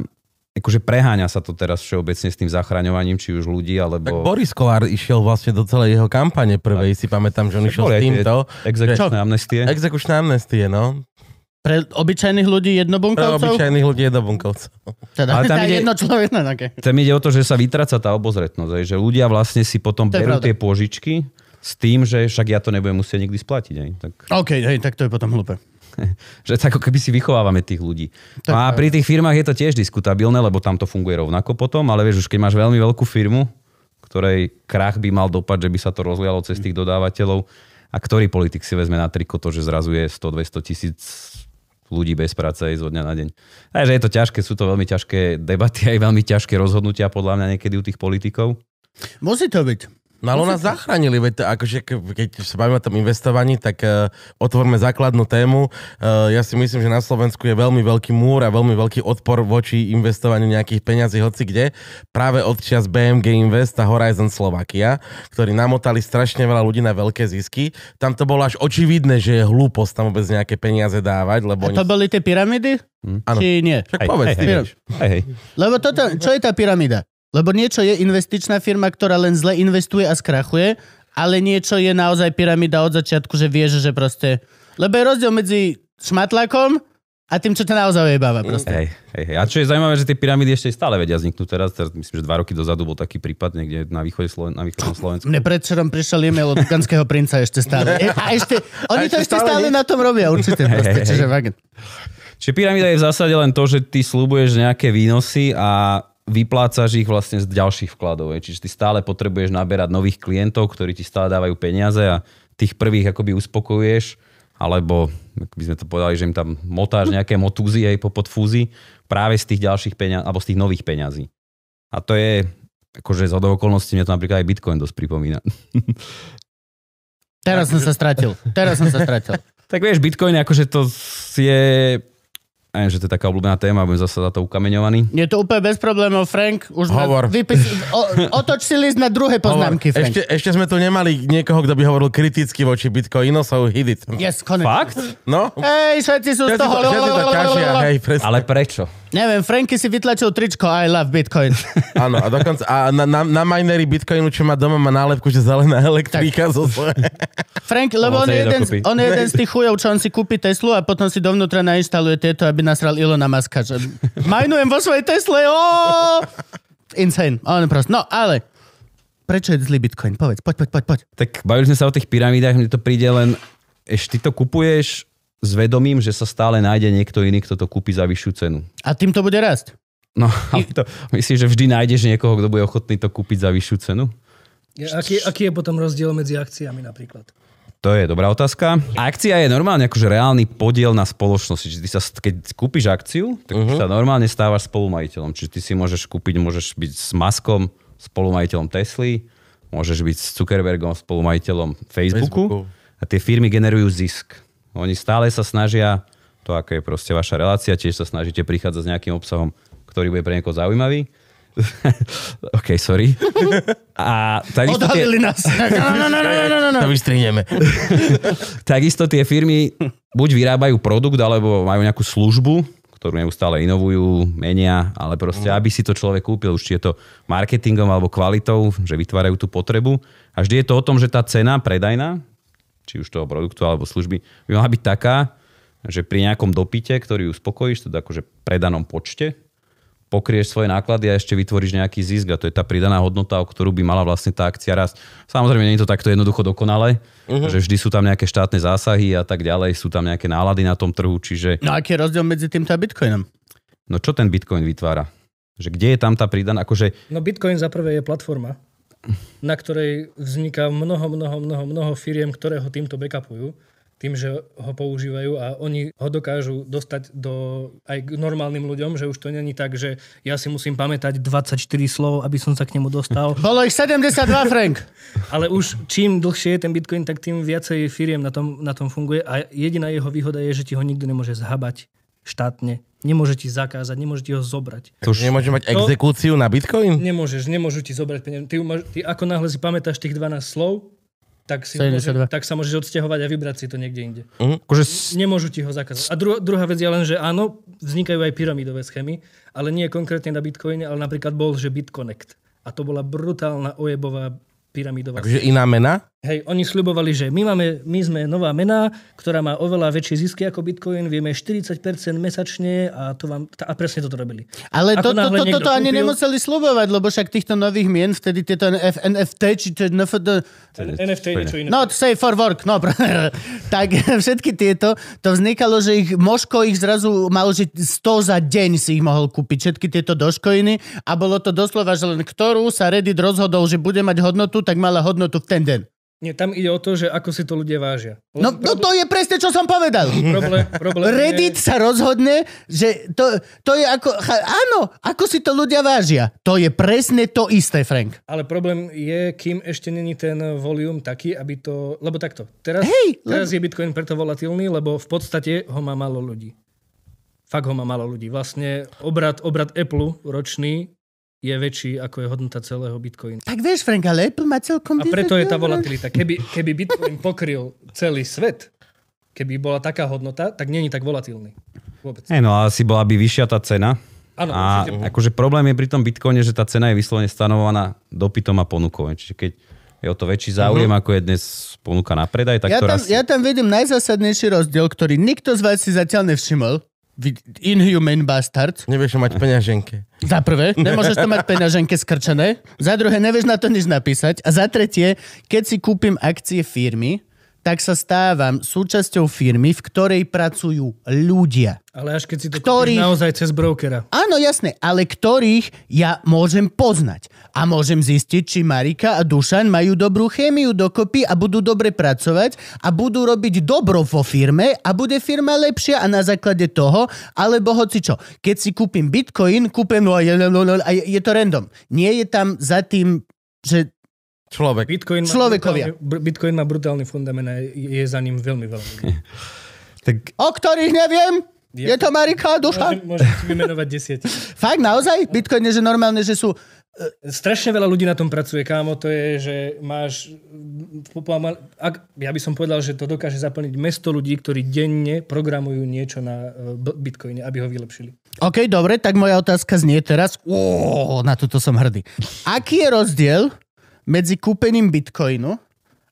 Speaker 4: akože preháňa sa to teraz všeobecne s tým zachraňovaním, či už ľudí,
Speaker 3: Tak
Speaker 4: alebo...
Speaker 3: Boris Kolár išiel vlastne do celej jeho kampane prvej, si pamätám, že on išiel s
Speaker 4: Boli aj tie
Speaker 3: týmto.
Speaker 4: Exekučné amnestie.
Speaker 3: Exekučná amnestie, no.
Speaker 1: Pre obyčajných ľudí
Speaker 3: Pre
Speaker 1: jednobunkovcov?
Speaker 3: obyčajných ľudí je do bunkovcov.
Speaker 1: Teda,
Speaker 4: Ale tam
Speaker 1: tá
Speaker 4: ide-
Speaker 1: jedno človek, no, okay.
Speaker 4: Tam ide o to, že sa vytráca tá obozretnosť, aj, že ľudia vlastne si potom
Speaker 1: To je
Speaker 4: berú
Speaker 1: pravda.
Speaker 4: tie pôžičky s tým, že však ja to nebudem musieť nikdy splatiť. Aj. Tak...
Speaker 1: OK, hej, tak to je potom hlúpe.
Speaker 4: že tak ako keby si vychovávame tých ľudí. No a pri tých firmách je to tiež diskutabilné, lebo tam to funguje rovnako potom, ale vieš, už keď máš veľmi veľkú firmu, ktorej krach by mal dopad, že by sa to rozlialo cez tých dodávateľov a ktorý politik si vezme na triko to, že zrazu je 100-200 tisíc ľudí bez práce aj zo dňa na deň. Takže je to ťažké, sú to veľmi ťažké debaty, aj veľmi ťažké rozhodnutia podľa mňa niekedy u tých politikov.
Speaker 1: Musí to byť.
Speaker 3: No ale nás zachránili, veď to, akože ke- keď sa bavíme o tom investovaní, tak uh, otvorme základnú tému. Uh, ja si myslím, že na Slovensku je veľmi veľký múr a veľmi veľký odpor voči investovaniu nejakých peňazí hoci kde. Práve od čias BMG Invest a Horizon Slovakia, ktorí namotali strašne veľa ľudí na veľké zisky. Tam to bolo až očividné, že je hlúposť tam vôbec nejaké peniaze dávať, lebo
Speaker 1: A to
Speaker 3: oni... Hm,
Speaker 1: boli tie pyramidy?
Speaker 3: Áno.
Speaker 1: Či nie?
Speaker 3: Však povedz, ty
Speaker 4: hej,
Speaker 3: vieš.
Speaker 4: hej, hej.
Speaker 1: Lebo toto, čo je tá pyramída? Lebo niečo je investičná firma, ktorá len zle investuje a skrachuje, ale niečo je naozaj pyramída od začiatku, že vieš, že proste... Lebo je rozdiel medzi šmatlakom a tým, čo ťa naozaj ojebáva proste.
Speaker 4: Hej, hej, hej. A čo je zaujímavé, že tie pyramídy ešte stále vedia vzniknúť teraz. teraz. Myslím, že dva roky dozadu bol taký prípad niekde na východe Sloven- na východnom Slovensku.
Speaker 1: Mne predčerom prišiel e-mail od Dukanského princa ešte stále. E, a ešte, oni
Speaker 3: A
Speaker 1: to
Speaker 3: ešte
Speaker 1: ešte
Speaker 3: stále
Speaker 1: stále
Speaker 3: nič?
Speaker 1: na tom robia, určite. Proste,
Speaker 4: Hej, hej.
Speaker 1: čiže fakt.
Speaker 4: Čiže pyramída je v zásade len to, že ty slúbuješ nejaké výnosy a vyplácaš ich vlastne z ďalších vkladov. hej. Čiže ty stále potrebuješ naberať nových klientov, ktorí ti stále dávajú peniaze a tých prvých akoby uspokojuješ, alebo ako by sme to povedali, že im tam motáš nejaké motúzy aj po podfúzi práve z tých ďalších peňazí, alebo z tých nových peňazí. A to je, akože z okolností mne to napríklad aj Bitcoin dosť pripomína.
Speaker 1: Teraz som sa stratil. Teraz som sa stratil.
Speaker 4: Tak vieš, Bitcoin akože to je... Aj, že to je taká obľúbená téma, budem zase za to ukameňovaný.
Speaker 1: Je to úplne bez problémov, Frank. Už na-
Speaker 3: Hovor.
Speaker 1: Vypis, o, otoč si list na druhé poznámky,
Speaker 3: Hovor.
Speaker 1: Frank.
Speaker 3: ešte, ešte sme tu nemali niekoho, kto by hovoril kriticky voči Bitcoinu, so hit it.
Speaker 1: Yes, konec.
Speaker 4: Fakt?
Speaker 3: No,
Speaker 1: Hej, všetci sú z
Speaker 3: Všetci
Speaker 1: toho...
Speaker 3: to, všetci to ťažia, hej, presne.
Speaker 4: Ale prečo?
Speaker 1: Neviem, Franky si vytlačil tričko I love Bitcoin.
Speaker 3: Áno, a dokonca a na, na, na minery Bitcoinu, čo má doma, má nálepku, že zelená elektrika zo svoje.
Speaker 1: Frank, lebo
Speaker 4: On
Speaker 1: on,
Speaker 4: sa
Speaker 1: je jeden, z,
Speaker 4: nedokupí.
Speaker 1: on je jeden z tých chujov, čo on si kúpi Teslu a potom si dovnútra nainštaluje tieto, aby nasral Ilona Maska. Že... Majnujem vo svojej Tesle, ó! Insane. On proste. No, ale... Prečo je zlý Bitcoin? Povedz, poď, poď, poď, poď.
Speaker 4: Tak bavili sme sa o tých pyramídach, mne to príde len... Ešte ty to kupuješ s vedomím, že sa stále nájde niekto iný, kto to kúpi za vyššiu cenu.
Speaker 1: A tým to bude rásť.
Speaker 4: No, ale to, myslíš, že vždy nájdeš niekoho, kto bude ochotný to kúpiť za vyššiu cenu?
Speaker 5: Aký, aký je potom rozdiel medzi akciami napríklad?
Speaker 4: To je dobrá otázka. Akcia je normálne akože reálny podiel na spoločnosti. Čiže ty sa, keď kúpiš akciu, tak uh-huh. sa normálne stávaš spolumajiteľom. Čiže ty si môžeš kúpiť, môžeš byť s Maskom spolumajiteľom Tesly, môžeš byť s Zuckerbergom spolumajiteľom Facebooku. Facebooku. A tie firmy generujú zisk. Oni stále sa snažia, to ako je proste vaša relácia, tiež sa snažíte prichádzať s nejakým obsahom, ktorý bude pre niekoho zaujímavý. OK, sorry. A takisto tie,
Speaker 1: Odhalili nás. No, no, no, no, no, no, no.
Speaker 3: To vystrihneme.
Speaker 4: takisto tie firmy buď vyrábajú produkt, alebo majú nejakú službu, ktorú neustále inovujú, menia, ale proste, aby si to človek kúpil, už či je to marketingom alebo kvalitou, že vytvárajú tú potrebu. A vždy je to o tom, že tá cena predajná, či už toho produktu alebo služby, by mala byť taká, že pri nejakom dopite, ktorý uspokojíš, teda akože predanom počte, pokrieš svoje náklady a ešte vytvoríš nejaký zisk a to je tá pridaná hodnota, o ktorú by mala vlastne tá akcia rast. Samozrejme, nie je to takto jednoducho dokonale,
Speaker 1: Mhm.
Speaker 4: uh-huh. že vždy sú tam nejaké štátne zásahy a tak ďalej, sú tam nejaké nálady na tom trhu, čiže
Speaker 1: No aký je rozdiel medzi týmto a Bitcoinom?
Speaker 4: no čo ten Bitcoin vytvára? Že kde je tam tá pridaná, akože
Speaker 5: No Bitcoin za prvé je platforma, na ktorej vzniká mnoho, mnoho, mnoho, mnoho firiem, ktoré ho týmto backupujú tým, že ho používajú a oni ho dokážu dostať do, aj k normálnym ľuďom, že už to není tak, že ja si musím pamätať 24 slov, aby som sa k nemu dostal.
Speaker 1: Bolo ich 72, Frank.
Speaker 5: Ale už čím dlhšie je ten Bitcoin, tak tým viacej firiem na tom, na tom funguje a jediná jeho výhoda je, že ti ho nikto nemôže zhabať štátne. Nemôže ti zakázať, nemôže ti ho zobrať.
Speaker 3: To už nemôže mať exekúciu na Bitcoin?
Speaker 5: Nemôžeš, nemôžu ti zobrať peniaze. Ty, ju máš- ty ako náhle si pamätáš tých 12 slov, tak, si
Speaker 1: 72.
Speaker 5: môže, tak sa môžeš odsťahovať a vybrať si to niekde inde.
Speaker 3: Hm?
Speaker 4: Akože s-
Speaker 5: Nemôžu ti ho zakázať. A dru- druhá vec je len, že áno, vznikajú aj pyramidové schémy, ale nie konkrétne na Bitcoine, ale napríklad bol, že BitConnect. A to bola brutálna ojebová pyramidová
Speaker 3: Takže iná mena?
Speaker 5: Hej, oni sľubovali, že my, máme, my sme nová mena, ktorá má oveľa väčšie zisky ako Bitcoin, vieme 40% mesačne a, to vám, a presne toto robili.
Speaker 1: Ale
Speaker 5: Ako
Speaker 1: to, to,
Speaker 5: náhle
Speaker 1: to,
Speaker 5: niekto
Speaker 1: toto ani
Speaker 5: kúpil-
Speaker 1: nemuseli slubovať, lebo však týchto nových mien, vtedy tieto NF, NFT, či to je NFD,
Speaker 5: NFT je niečo iné.
Speaker 1: not safe for work, no, pr- tak všetky tieto, to vznikalo, že ich, Moško ich zrazu mal, že 100 za deň si ich mohol kúpiť, všetky tieto doškoiny a bolo to doslova, že len ktorú sa Reddit rozhodol, že bude mať hodnotu, tak mala hodnotu v ten deň.
Speaker 5: Nie, tam ide o to, že ako si to ľudia vážia.
Speaker 1: No, no to je presne, čo som povedal.
Speaker 5: problém, problém je-
Speaker 1: Reddit sa rozhodne, že to, to je ako... cha- Áno, ako si to ľudia vážia. To je presne to isté, Frank.
Speaker 5: Ale problém je, kým ešte není ten volium taký, aby to... Lebo takto, teraz,
Speaker 1: Hej,
Speaker 5: teraz je Bitcoin preto volatilný, lebo v podstate ho má málo ľudí. Fakt ho má málo ľudí. Vlastne obrad, obrad Apple ročný je väčší ako je hodnota celého Bitcoinu.
Speaker 1: Tak vieš, Frank, ale Apple má celkom...
Speaker 5: A preto je tá volatilita. Keby, keby Bitcoin pokryl celý svet, keby bola taká hodnota, tak není tak volatilný. Vôbec.
Speaker 4: Hej, no asi bola by vyššia tá cena.
Speaker 5: Áno,
Speaker 4: a
Speaker 5: určite.
Speaker 4: akože problém je pri tom bitcoine, že tá cena je vyslovene stanovovaná dopytom a ponukou. Čiže keď je o to väčší záujem, ako je dnes ponuka na predaj, tak
Speaker 1: Mhm. Ja
Speaker 4: to
Speaker 1: tam,
Speaker 4: rastie.
Speaker 1: ja tam vidím najzásadnejší rozdiel, ktorý nikto z vás si zatiaľ nevšimol. Vy- Inhuman bastards.
Speaker 3: Nevieš čo mať v peňaženke.
Speaker 1: Za prvé, nemôžeš to mať peňaženke skrčené. Za druhé, nevieš na to nič napísať. A za tretie, keď si kúpim akcie firmy, tak sa stávam súčasťou firmy, v ktorej pracujú ľudia.
Speaker 5: Ale až keď si to
Speaker 1: Ktorý-
Speaker 5: Ktorý... naozaj cez brokera.
Speaker 1: Áno, jasné, ale ktorých ja môžem poznať. A môžem zistiť, či Marika a Dušan majú dobrú chémiu dokopy a budú dobre pracovať a budú robiť dobro vo firme a bude firma lepšia a na základe toho, alebo hoci čo. Keď si kúpim bitcoin, kúpim no, a je, no, no, a je, je to random. Nie je tam za tým, že
Speaker 3: Človek.
Speaker 5: Bitcoin má
Speaker 1: Človekovia.
Speaker 5: brutálny- br- Bitcoin má brutálny fundament a je je za ním veľmi veľa. ľudí.
Speaker 4: Tak
Speaker 1: o ktorých neviem, je to Marika a
Speaker 5: Môžem,
Speaker 1: Dušan.
Speaker 5: môžem si vymenovať desiatich.
Speaker 1: Fakt, naozaj? Bitcoin je, že normálne, že sú...
Speaker 5: Strašne veľa ľudí na tom pracuje, kámo. To je, že máš... po- pomal- Ak, ja by som povedal, že to dokáže zaplniť mesto ľudí, ktorí denne programujú niečo na eh, b- Bitcoine, aby ho vylepšili.
Speaker 1: OK, dobre, tak moja otázka znie teraz. Ó, na toto som hrdý. Aký je rozdiel medzi kúpením bitcoinu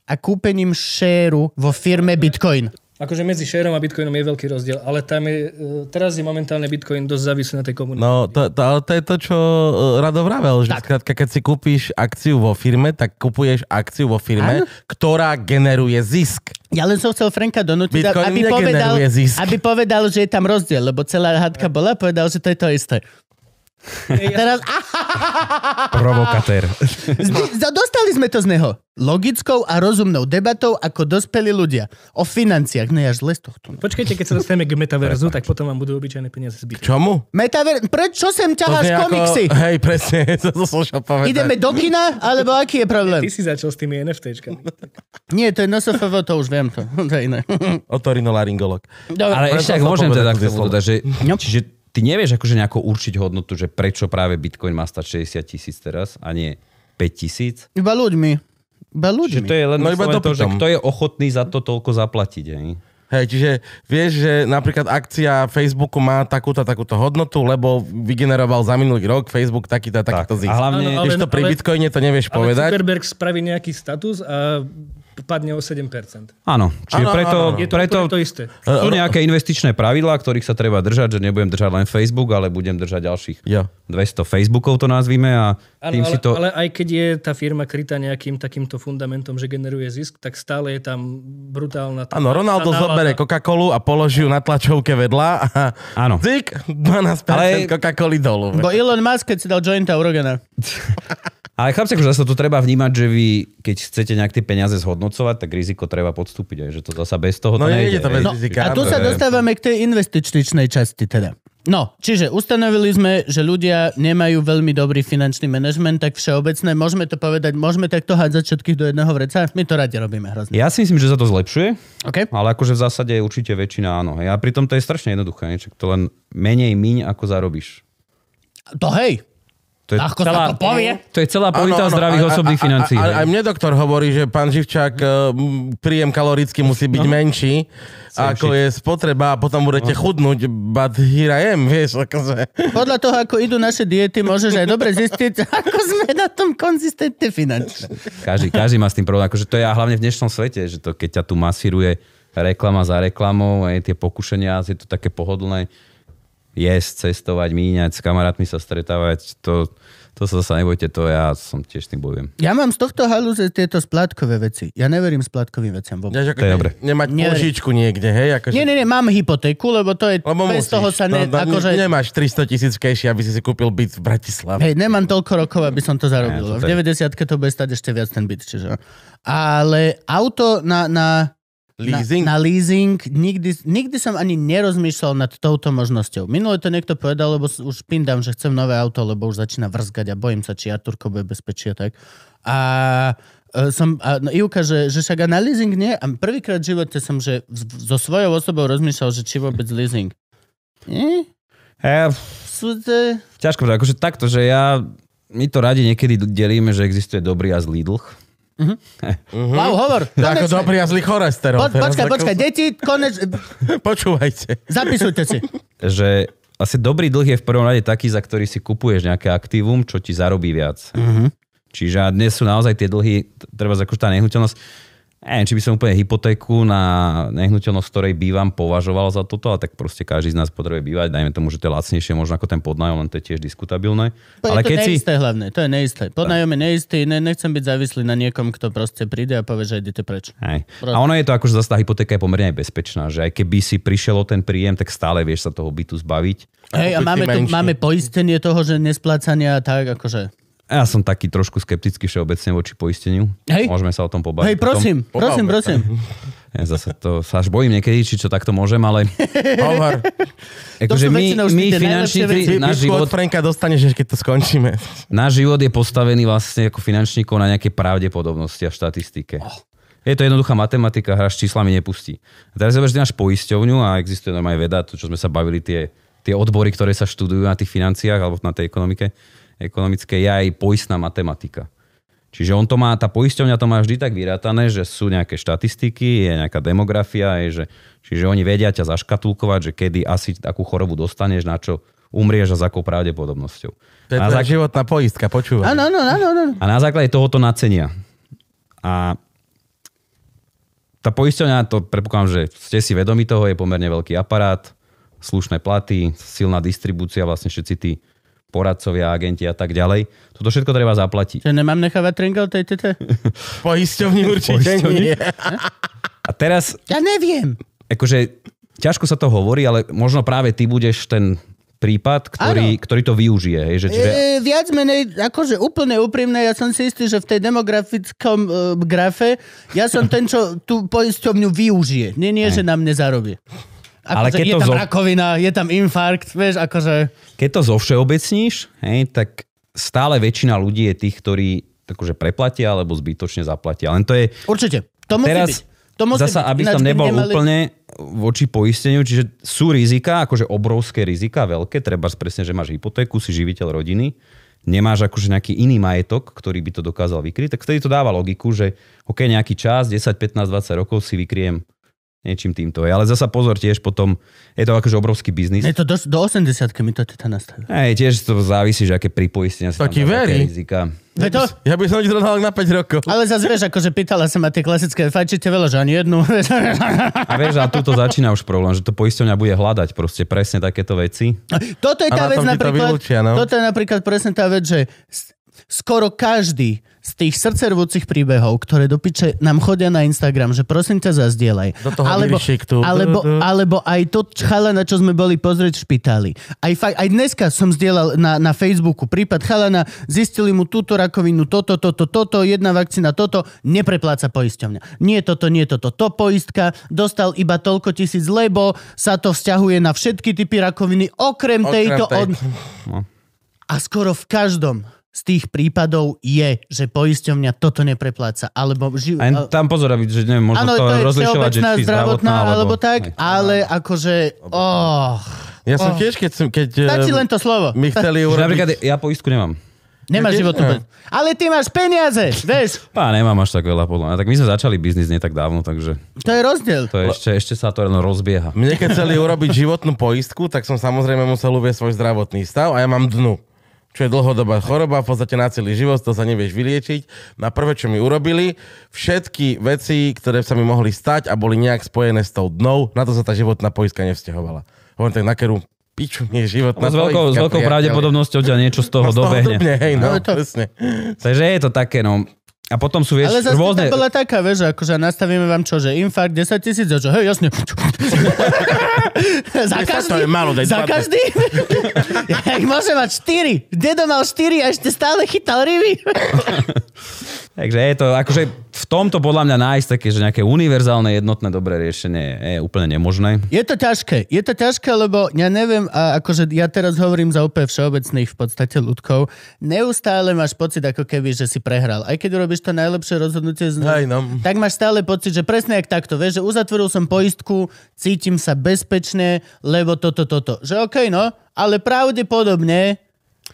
Speaker 1: a kúpením šéru vo firme Bitcoin?
Speaker 5: Akože medzi shareom a Bitcoinom je veľký rozdiel, ale tam je, eh, teraz je momentálne Bitcoin dosť závislý na tej komunite.
Speaker 3: No, to, to, ale to je to, čo e, Rado vravel, že skrátka, keď si kúpiš akciu vo firme, tak kupuješ akciu vo firme, ktorá generuje zisk.
Speaker 1: Ja len som chcel Franka donútiť,
Speaker 3: Bitcoin
Speaker 1: aby
Speaker 3: negeneruje
Speaker 1: povedal,
Speaker 3: zisk.
Speaker 1: aby povedal, že je tam rozdiel, lebo celá hádka bola, povedal, že to je to isté. Teraz, a,
Speaker 4: Provokatér.
Speaker 1: zdi- za- dostali sme to z neho. Logickou a rozumnou debatou ako dospelí ľudia. O financiách. Ne, ja zle z tohto.
Speaker 5: Počkajte, keď sa dostaneme k metaverzu, tak potom vám budú obyčajné peniaze zbyť.
Speaker 3: Čomu?
Speaker 1: Metaver... Prečo sem ťaháš komiksy?
Speaker 3: Hej, presne, to, to som šiel povedať.
Speaker 1: Ideme do kina? Alebo aký je problém?
Speaker 5: Ty si začal s tými NFTčkami.
Speaker 1: Nie, to je nosofov, to už viem to. To je iné.
Speaker 3: Otorinolaryngolog.
Speaker 1: Dobre.
Speaker 4: Ale
Speaker 3: Preto
Speaker 4: ešte ak
Speaker 3: som
Speaker 4: môžem
Speaker 3: povedal
Speaker 4: teda k
Speaker 3: tie
Speaker 4: tomu
Speaker 3: slova.
Speaker 4: dodať, že,
Speaker 1: No.
Speaker 4: čiže ty nevieš akože nejako určiť hodnotu, že prečo práve Bitcoin má stať 60 tisíc teraz a nie 5 tisíc.
Speaker 1: Iba ľuďmi. Iba
Speaker 4: Že
Speaker 1: ľuďmi.
Speaker 4: to je len
Speaker 3: No iba
Speaker 4: vyslovene to, že
Speaker 3: dopytom.
Speaker 4: kto je ochotný za to toľko zaplatiť. Hej?
Speaker 3: Hej, čiže vieš, že napríklad akcia Facebooku má takúto, takúto hodnotu, lebo vygeneroval za minulý rok Facebook takýto, takýto
Speaker 4: A
Speaker 3: zisk.
Speaker 4: hlavne,
Speaker 5: Áno,
Speaker 3: Vieš to pri
Speaker 5: ale-
Speaker 3: Bitcoine to nevieš
Speaker 5: Ale
Speaker 3: povedať.
Speaker 5: Zuckerberg spraví nejaký status a padne o 7%.
Speaker 4: áno, čiže
Speaker 3: Áno,
Speaker 4: preto,
Speaker 3: áno, áno.
Speaker 5: Je to
Speaker 4: preto,
Speaker 5: úplne to isté.
Speaker 4: sú nejaké investičné pravidlá, ktorých sa treba držať, že nebudem držať len Facebook, ale budem držať ďalších
Speaker 3: Jo.
Speaker 4: 200 Facebookov to nazvime a
Speaker 5: Áno,
Speaker 4: tým
Speaker 5: ale,
Speaker 4: si to...
Speaker 5: ale aj keď je tá firma krytá nejakým takýmto fundamentom, že generuje zisk, tak stále je tam brutálna... tá-
Speaker 3: Áno, Ronaldo
Speaker 5: tá nálada.
Speaker 3: zobere Coca-Colu a položí ju na tlačovke vedľa a
Speaker 4: Áno.
Speaker 3: Zik, 12%
Speaker 4: Ale-
Speaker 3: Coca-Coly dolu.
Speaker 1: Bo Elon Musk, keď si dal jointa u Rogana.
Speaker 4: Ale chlapci, akože zase to treba vnímať, že vy, keď chcete nejak tie peniaze zhodnocovať, tak riziko treba podstúpiť. Aj, že to zasa bez eh. toho
Speaker 3: No
Speaker 4: to
Speaker 3: nejde
Speaker 4: nejde.
Speaker 3: to bez
Speaker 4: hej.
Speaker 1: No,
Speaker 3: rizika.
Speaker 1: a tu sa
Speaker 3: áno.
Speaker 1: dostávame k tej investičnej časti teda. No, čiže ustanovili sme, že ľudia nemajú veľmi dobrý finančný manažment, tak všeobecné, môžeme to povedať, môžeme takto hádzať všetkých do jedného vreca? My to radi robíme hrozne.
Speaker 4: Ja si myslím, že sa to zlepšuje,
Speaker 1: OK?
Speaker 4: ale akože v zásade určite väčšina áno. Hej. A pritom to je strašne jednoduché. Hej. Čak to len menej miň, ako zarobíš.
Speaker 1: To hej,
Speaker 4: To je
Speaker 1: Ako sa to povie?
Speaker 4: To je celá
Speaker 3: Áno,
Speaker 4: pointa
Speaker 3: áno,
Speaker 4: zdravých
Speaker 3: a- a- a-
Speaker 4: osobných
Speaker 3: a-
Speaker 4: financií.
Speaker 3: a- Aj
Speaker 4: hej.
Speaker 3: mne doktor hovorí, že pán Živčák, eh, m, príjem kalorický musí byť
Speaker 4: No.
Speaker 3: menší, ako je spotreba a potom budete chudnúť, but here I am, vieš, akože.
Speaker 1: Podľa toho, ako idú naše diety, môžeš aj dobre zistiť, ako sme na tom konzistentne finančne.
Speaker 4: Každý, každý má s tým problém. Akože to je a hlavne v dnešnom svete, že to, keď ťa tu masíruje reklama za reklamou, aj tie pokušenia, je to také pohodlné jesť, cestovať, míňať, s kamarátmi sa stretávať, to, to sa zase nebojte, to ja som tiež s tým bojujem.
Speaker 1: Ja mám z tohto halúze tieto splátkové veci. Ja neverím splátkovým veciam vôbec.
Speaker 3: Vieš, ako
Speaker 4: To je
Speaker 3: ne-
Speaker 4: dobre.
Speaker 3: Nemať
Speaker 1: Nie.
Speaker 3: pôžičku niekde, hej, akože.
Speaker 1: Nie, nie, nie, mám hypotéku, lebo to je...
Speaker 3: Lebo
Speaker 1: bez
Speaker 3: musíš.
Speaker 1: toho sa ne...
Speaker 3: No, no,
Speaker 1: akože,
Speaker 3: Nemáš 300 tisíc keši, aby si si kúpil byt v Bratislave.
Speaker 1: Hej, nemám toľko rokov, aby som to zarobil.
Speaker 4: Ne,
Speaker 1: v
Speaker 4: to je-
Speaker 1: 90 to bude stať ešte viac ten byt, čiže... Ale auto na, na,
Speaker 3: Leasing?
Speaker 1: na, na leasing nikdy, nikdy som ani nerozmýšľal nad touto možnosťou. Minule to niekto povedal, lebo s- už pindám, že chcem nové auto, lebo už začína vrzgať a bojím sa, či Arturko bude bezpečie, tak. A e, som, a no, Ivka, že, že však a na leasing nie. A prvýkrát v živote som, že z- so svojou osobou rozmýšľal, že či vôbec leasing. Nie?
Speaker 4: E,
Speaker 1: Sú e- to...
Speaker 4: ťažko povedať, akože takto, že ja, my to radi niekedy delíme, že existuje dobrý a zlý dlh.
Speaker 1: Wow, hovor.
Speaker 3: Mhm. Ako
Speaker 1: konečne.
Speaker 3: dobrý a zlý choresterov.
Speaker 1: Po, počkaj, počkaj, deti, koneč,
Speaker 3: Počúvajte.
Speaker 1: zapisujte si.
Speaker 4: že asi dobrý dlh je v prvom rade taký, za ktorý si kupuješ nejaké aktívum, čo ti zarobí viac. Mm-hmm.
Speaker 1: Mhm.
Speaker 4: Čiže a dnes sú naozaj tie dlhy, t- treba akože tá nehnuteľnosť, neviem, či by som úplne hypotéku na nehnuteľnosť, v ktorej bývam, považoval za toto, ale tak proste každý z nás potrebuje bývať, dajme tomu, že to je lacnejšie možno ako ten podnájom, len to je tiež diskutabilné.
Speaker 1: To je
Speaker 4: ale
Speaker 1: to
Speaker 4: keď si,
Speaker 1: neisté hlavne, to je neisté. Podnájom je neistý, ne, nechcem byť závislý na niekom, kto proste príde a povie, že idete preč.
Speaker 4: Hej.
Speaker 1: Pravda.
Speaker 4: A ono je to akože zase tá hypotéka je pomerne aj bezpečná, že aj keby si prišiel o ten príjem, tak stále vieš sa toho bytu zbaviť.
Speaker 1: Hej, a
Speaker 3: Opäť
Speaker 1: máme,
Speaker 3: tí
Speaker 1: tu,
Speaker 3: menší.
Speaker 1: máme poistenie toho, že nesplácania a tak, akože...
Speaker 4: Ja som taký trošku skeptický všeobecne voči poisteniu.
Speaker 1: Hej.
Speaker 4: Môžeme sa o tom pobaviť.
Speaker 1: Hej,
Speaker 4: potom.
Speaker 1: prosím, prosím,
Speaker 3: Pobavme
Speaker 1: prosím.
Speaker 4: Ja zase to sa až bojím niekedy, či čo takto môžem, ale
Speaker 3: Hovor.
Speaker 1: sú
Speaker 4: akože my,
Speaker 1: väčšinou vždy
Speaker 4: my
Speaker 1: tie najlepšie
Speaker 4: finančníci,
Speaker 1: veci.
Speaker 4: náš
Speaker 3: Náš
Speaker 4: život,
Speaker 3: od Franka dostaneš, až keď to skončíme.
Speaker 4: náš život je postavený vlastne ako finančníkov na nejaké pravdepodobnosti a štatistike.
Speaker 3: Oh.
Speaker 4: Je to jednoduchá matematika, hra s číslami nepustí. A teraz zober, že máš poisťovňu a existuje normálne veda, to čo sme sa bavili, tie, tie odbory, ktoré sa študujú na tých financiách alebo na tej ekonomike, ekonomické, je aj poistná matematika. Čiže on to má, tá poisťovňa to má vždy tak vyrátané, že sú nejaké štatistiky, je nejaká demografia, je, že, čiže oni vedia ťa zaškatulkovať, že kedy asi akú chorobu dostaneš, na čo umrieš a s akou pravdepodobnosťou.
Speaker 3: To je tvoja
Speaker 4: Na základe-
Speaker 3: životná poistka, počúvaj.
Speaker 1: Áno, áno, áno, áno.
Speaker 4: a na základe tohoto nacenia. A tá poisťovňa, to predpokladám, že ste si vedomi toho, je pomerne veľký aparát, slušné platy, silná distribúcia, vlastne všetci tí poradcovia, agenti a tak ďalej. Toto všetko treba zaplatiť.
Speaker 1: Čo, nemám nechávať tringel tej tete?
Speaker 3: Poisťovni určite nie.
Speaker 4: A teraz,
Speaker 1: Ja neviem.
Speaker 4: akože, ťažko sa to hovorí, ale možno práve ty budeš ten prípad, ktorý, ktorý to využije. Hej, že, čiže,
Speaker 1: E, viac menej, akože úplne úprimne, ja som si istý, že v tej demografickom e, grafe ja som ten, čo tú poisťovňu využije. Nie, nie, že na mne zarobí. Ako,
Speaker 4: Ale
Speaker 1: Ale
Speaker 4: keď
Speaker 1: je
Speaker 4: to
Speaker 1: tam
Speaker 4: zo-
Speaker 1: rakovina, je tam infarkt, vieš, akože...
Speaker 4: keď to zovšeobecníš, hej, tak stále väčšina ľudí je tých, ktorí akože preplatia alebo zbytočne zaplatia. Len to je
Speaker 1: Určite, to musí
Speaker 4: teraz,
Speaker 1: byť. To musí
Speaker 4: zasa,
Speaker 1: byť.
Speaker 4: aby
Speaker 1: ináč
Speaker 4: som
Speaker 1: by
Speaker 4: nebol
Speaker 1: nemali-
Speaker 4: úplne voči poisteniu, čiže sú rizika, akože obrovské rizika, veľké, treba presne, že máš hypotéku, si živiteľ rodiny, nemáš akože nejaký iný majetok, ktorý by to dokázal vykryť, tak vtedy to dáva logiku, že ok, nejaký čas, 10, 15, 20 rokov si vykriem niečím týmto. Ale zasa pozor tiež potom, je to akože obrovský biznis.
Speaker 1: Je to do, do 80 mi to teta nastavila.
Speaker 4: Aj, tiež to závisí, že aké pripoistenia si
Speaker 3: To
Speaker 4: tam
Speaker 3: ti
Speaker 4: dá, aké
Speaker 3: verí.
Speaker 4: rizika.
Speaker 1: Ve to,
Speaker 3: Ja by som ti to dal na 5 rokov.
Speaker 1: ale zase vieš, akože pýtala sa ma tie klasické, fajčite veľa, že ani jednu. vieš.
Speaker 4: A vieš, a tu to začína už problém, že to poisťovňa bude hľadať proste presne takéto veci.
Speaker 1: Toto je
Speaker 3: A
Speaker 1: tá
Speaker 3: na
Speaker 1: vec
Speaker 3: tom ti to
Speaker 1: napríklad,
Speaker 3: vylúčia, no.
Speaker 1: toto je napríklad presne tá vec, že s- skoro každý z tých srdcervúcich príbehov, ktoré do piče nám chodia na Instagram, že prosím ťa zazdieľaj.
Speaker 3: Do toho lírišik tu.
Speaker 1: alebo,
Speaker 3: Du, du.
Speaker 1: alebo aj to chalana, čo sme boli pozrieť v špitáli. Aj, fa- aj dneska som zdieľal na, na Facebooku prípad chalana, zistili mu túto rakovinu, toto, toto, toto, jedna vakcína, toto, neprepláca poisťovňa. Nie toto, nie toto, to poistka, dostal iba toľko tisíc, lebo sa to vzťahuje na všetky typy rakoviny, okrem,
Speaker 3: Okrem
Speaker 1: tejto
Speaker 3: tej-
Speaker 1: od...
Speaker 4: No.
Speaker 1: A skoro v každom z tých prípadov je, že poisťovňa toto neprepláca, alebo živ...
Speaker 4: A jen tam pozor, aby, že neviem, možno
Speaker 1: Áno, to
Speaker 4: to,
Speaker 1: je
Speaker 4: rozlišovať, že
Speaker 1: všeobecná,
Speaker 4: či
Speaker 1: zdravotná, alebo tak,
Speaker 4: Hej.
Speaker 1: ale akože, oh,
Speaker 3: Ja som tiež, keď... som- keď
Speaker 1: stačí
Speaker 3: ehm,
Speaker 1: len to slovo.
Speaker 3: My chceli
Speaker 4: Že napríklad
Speaker 3: urobiť...
Speaker 4: ja poistku nemám.
Speaker 1: Nemáš životnú bez. Ale ty máš peniaze, vieš,
Speaker 4: Pá, nemám až tak veľa podľa mňa. Tak my sme začali biznis nie tak dávno, takže
Speaker 1: to je rozdiel.
Speaker 4: to je ešte, ešte sa to len rozbieha.
Speaker 3: Mne keď chceli urobiť životnú poistku, tak som samozrejme musel uvieť svoj zdravotný stav a ja mám dnu. Čo je dlhodobá choroba, v podstate na celý život, to sa nevieš vyliečiť. Na prvé, čo mi urobili, všetky veci, ktoré sa mi mohli stať a boli nejak spojené s tou dnou, na to sa tá životná poistka nevzťahovala. Hovorím tak na keru, piču, nie je životná
Speaker 4: No, s veľkou, s
Speaker 3: poistka,
Speaker 4: veľkou
Speaker 3: priateľ.
Speaker 4: pravdepodobnosťou ťa niečo z toho
Speaker 3: No, z toho
Speaker 4: dobehne.
Speaker 3: drbne, Hej, no,
Speaker 1: Ale to-
Speaker 3: presne.
Speaker 4: Takže je to také, no. A potom sú, vieš,
Speaker 1: Ale zase
Speaker 4: rôzne...
Speaker 1: to bola taká, vieš, že akože nastavíme vám čo, že infarkt 10 tisíc, a čo, hej, jasne. za
Speaker 3: to
Speaker 1: každý?
Speaker 3: je málo, daj
Speaker 1: za
Speaker 3: 20.
Speaker 1: každý? ja ich môžem mať 4. Dedo mal 4 a ešte stále chytal ryby.
Speaker 4: Takže je to, akože v tomto podľa mňa nájsť také, že nejaké univerzálne, jednotné, dobré riešenie je úplne nemožné.
Speaker 1: Je to ťažké, je to ťažké, lebo ja neviem, a akože ja teraz hovorím za úplne všeobecných v podstate ľudkov, neustále máš pocit ako keby, že si prehral. Aj keď urobíš to najlepšie rozhodnutie, z...
Speaker 3: Hej, no.
Speaker 1: tak máš stále pocit, že presne jak takto, vieš, že uzatvoril som poistku, cítim sa bezpečne, lebo toto, toto. Že okej, no, ale pravdepodobne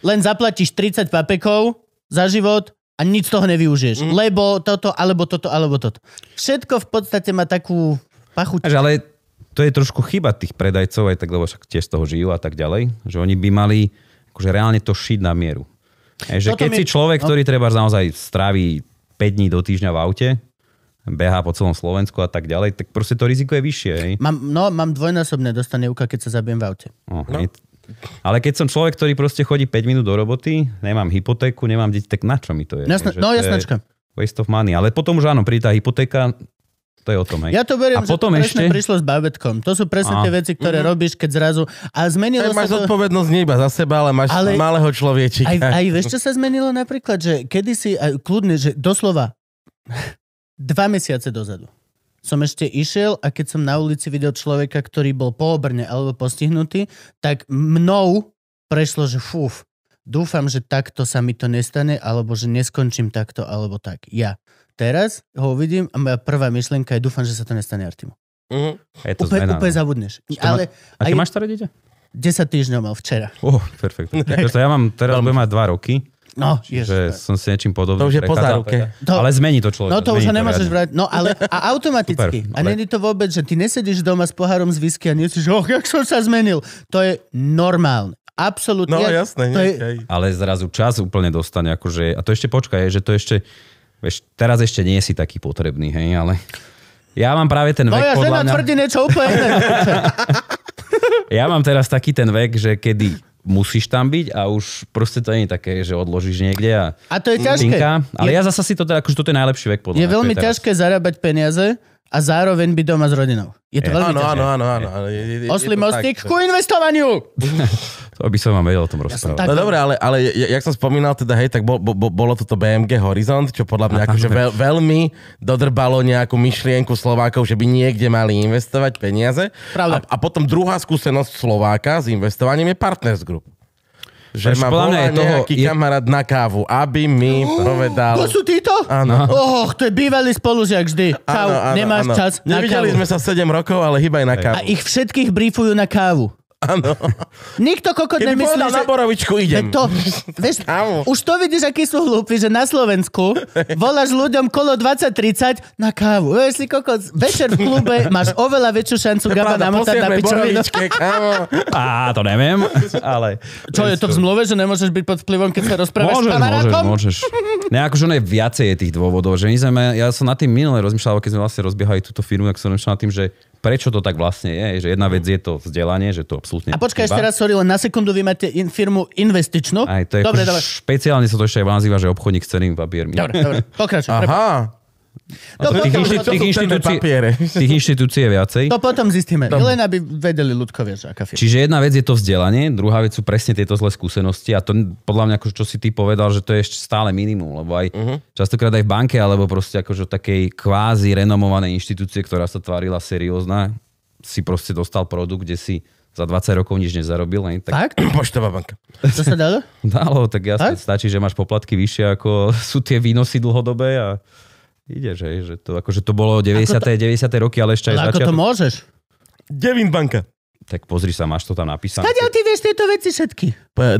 Speaker 1: len zaplatíš 30 papekov za život a nič z toho nevyužiješ.
Speaker 3: Mhm.
Speaker 1: Mm. Lebo toto, alebo toto, alebo toto. Všetko v podstate má takú pachuť.
Speaker 4: Takže ale to je trošku chyba tých predajcov aj tak, lebo však tiež z toho žijú a tak ďalej, že oni by mali akože reálne to šiť na mieru. E, že
Speaker 1: Toto
Speaker 4: keď
Speaker 1: mi- no.
Speaker 4: si človek, ktorý treba naozaj stráví 5 dní do týždňa v aute, behá po celom Slovensku a tak ďalej, tak proste to riziko je vyššie. Hej?
Speaker 1: Mám, no, mám dvojnásobné dostanevka, keď sa zabijem v aute.
Speaker 4: No, hej. Ale keď som človek, ktorý proste chodí 5 minút do roboty, nemám hypotéku, nemám deti, tak na čo mi to je?
Speaker 1: Jasne-
Speaker 4: Že
Speaker 1: no,
Speaker 4: to je
Speaker 1: jasnačka.
Speaker 4: Waste of money. Ale potom už áno, príde tá hypotéka, to je o tom, hej.
Speaker 1: Ja to beriem,
Speaker 4: A potom
Speaker 1: že to presne
Speaker 4: ešte,
Speaker 1: prišlo s babetkom. To sú presne
Speaker 4: Á. Mhm.
Speaker 1: tie veci, ktoré robíš, keď zrazu... A zmenilo no
Speaker 3: Tak
Speaker 1: sa
Speaker 3: máš
Speaker 1: to...
Speaker 3: zodpovednosť nie iba za seba, ale máš
Speaker 1: Ale-
Speaker 3: malého človečika.
Speaker 1: Aj, aj vieš, čo sa zmenilo napríklad, že kedysi, aj kľudne, že doslova dva mesiace dozadu som ešte išiel a keď som na ulici videl človeka, ktorý bol po obrne alebo postihnutý, tak mnou prešlo, že fúf, dúfam, že takto sa mi to nestane, alebo že neskončím takto, alebo tak. Ja teraz ho uvidím a moja prvá myšlienka je, dúfam, že sa to nestane Artimu.
Speaker 3: Mhm.
Speaker 4: je to
Speaker 1: Úplne,
Speaker 4: zmena.
Speaker 1: úplne
Speaker 4: no.
Speaker 1: zabudneš.
Speaker 4: ma-
Speaker 1: Ale
Speaker 4: Aké
Speaker 1: aj-
Speaker 4: máš staré dieťa?
Speaker 1: 10 týždňov mal včera.
Speaker 4: Oh, perfekt. Preto ja mám, teraz budem mať 2 roky,
Speaker 1: No,
Speaker 4: že
Speaker 1: ježiš.
Speaker 4: som si niečím podobným.
Speaker 3: To už je po
Speaker 4: prechádzal.
Speaker 3: záruke.
Speaker 1: To-
Speaker 4: Ale zmení to človek.
Speaker 1: No to už ho nemôžeš brať.
Speaker 4: vrať.
Speaker 1: No ale a automaticky.
Speaker 4: Super,
Speaker 1: a
Speaker 4: ale-
Speaker 1: není to vôbec, že ty nesedíš doma s pohárom z whisky a nie si, že oh, jak som sa zmenil. To je normálne. Absolutne.
Speaker 3: No
Speaker 1: Ja-
Speaker 3: jasné,
Speaker 1: to
Speaker 3: nie,
Speaker 1: je,
Speaker 3: hej.
Speaker 4: Ale zrazu čas úplne dostane, akože, a to ešte počkaj, že to ešte, vieš, teraz ešte nie si taký potrebný, hej, ale... Ja mám práve ten vek,
Speaker 1: Moja žena
Speaker 4: podľa mňa...
Speaker 1: tvrdí niečo úplne iné.
Speaker 4: Ja mám teraz taký ten vek, že kedy musíš tam byť a už proste to nie je také, že odložíš niekde a...
Speaker 1: A to je ťažké.
Speaker 4: Tinka. Ale ja zasa si to teda, akože toto je najlepší vek
Speaker 1: Je
Speaker 4: podľa mňa, čo
Speaker 1: veľmi
Speaker 4: teraz.
Speaker 1: ťažké zarábať peniaze a zároveň byť doma s rodinou. Je to veľmi
Speaker 3: Áno,
Speaker 1: ťažké.
Speaker 3: áno, áno, áno. áno. Je- je- je to
Speaker 1: Oslý
Speaker 3: tak,
Speaker 1: mostík
Speaker 3: že-
Speaker 1: ku investovaniu!
Speaker 4: To by som vám vedel o tom rozprávať.
Speaker 1: tak-
Speaker 3: No dobre, ale, ale ja- jak som spomínal, teda hej, tak bol, bo, bo, bolo toto BMG Horizont, čo podľa mňa akože veľ, veľmi dodrbalo nejakú myšlienku Slovákov, že by niekde mali investovať peniaze.
Speaker 1: Pravda.
Speaker 3: A, a potom druhá skúsenosť Slováka s investovaním je Partners Group. Že
Speaker 4: Takže
Speaker 3: ma
Speaker 4: podľa
Speaker 3: volá
Speaker 4: mňa je toho-
Speaker 3: nejaký
Speaker 4: je-
Speaker 3: kamarát na kávu, aby mi povedal...
Speaker 1: To sú títo?
Speaker 3: Áno.
Speaker 1: Oh, to je bývalý spolužiak vždy. Čau, nemáš čas na
Speaker 3: Nevideli
Speaker 1: kávu.
Speaker 3: sme sa 7 rokov, ale chyba aj na
Speaker 1: A
Speaker 3: kávu.
Speaker 1: ich všetkých briefujú na kávu.
Speaker 3: Áno.
Speaker 1: Nikto kokot
Speaker 3: Keby
Speaker 1: nemyslí,
Speaker 3: povedal
Speaker 1: že...
Speaker 3: na Borovičku,
Speaker 1: Veď
Speaker 3: idem.
Speaker 1: to, vieš,
Speaker 3: Kávu.
Speaker 1: už to vidíš, akí sú hlúpi, že na Slovensku voláš ľuďom kolo 20-30 na kávu. Vieš si, kokot, večer v klube máš oveľa väčšiu šancu gaba
Speaker 3: Pravda,
Speaker 1: namotať na
Speaker 3: posiedme
Speaker 1: pičovinu.
Speaker 3: Borovičke, kámo.
Speaker 4: Á, to neviem, ale...
Speaker 1: Čo, je to v zmluve, že nemôžeš byť pod vplyvom, keď sa rozprávaš s
Speaker 4: Môžeš, môžeš,
Speaker 1: kamarátom?
Speaker 4: môžeš. Ne, akože ono je viacej je tých dôvodov. Že my sme, ja som nad tým minule rozmýšľal, keď sme vlastne rozbiehali túto firmu, tak som rozmýšľal nad tým, že prečo to tak vlastne je. Že jedna vec je to vzdelanie, že to absolútne
Speaker 1: A počkaj ešte
Speaker 4: chýba.
Speaker 1: raz, sorry, len na sekundu, vy máte in, firmu investičnú.
Speaker 4: Aj to je
Speaker 1: dobre,
Speaker 4: akože
Speaker 1: dobre,
Speaker 4: špeciálne sa to ešte aj nazýva, že obchodník s cenými papiermi.
Speaker 1: dobre, dobre, pokračuj. prepa-
Speaker 3: Aha.
Speaker 1: To,
Speaker 4: Tých,
Speaker 1: potom,
Speaker 4: inštit-
Speaker 1: to,
Speaker 3: sú
Speaker 4: tých,
Speaker 3: cenné
Speaker 4: inštitúcií,
Speaker 3: papiere.
Speaker 4: tých inštitúcií je viacej.
Speaker 1: to potom zistíme. Len aby vedeli ľudkovia, že aká firma.
Speaker 4: Čiže jedna vec je to vzdelanie, druhá vec sú presne tieto zlé skúsenosti a to n- podľa mňa, akože, čo si ty povedal, že to je ešte stále minimum, lebo aj uh-huh. častokrát aj v banke alebo proste akože od takej kvázi renomovanej inštitúcie, ktorá sa tvárila seriózna, si proste dostal produkt, kde si za 20 rokov nič nezarobil, len tak
Speaker 1: Fakt?
Speaker 3: Poštová banka.
Speaker 1: To sa dalo?
Speaker 4: dalo, tak jasne,
Speaker 1: Tak?
Speaker 4: stačí, že máš poplatky vyššie ako sú tie výnosy dlhodobé a ide, že, že to, akože to bolo 90. 90. roky, ale ešte aj
Speaker 1: Ale ako to
Speaker 4: začiatok.
Speaker 1: môžeš?
Speaker 3: Devin banka.
Speaker 4: Tak pozri sa, máš to tam napísané.
Speaker 1: Kadiaľ ty vieš tieto veci všetky?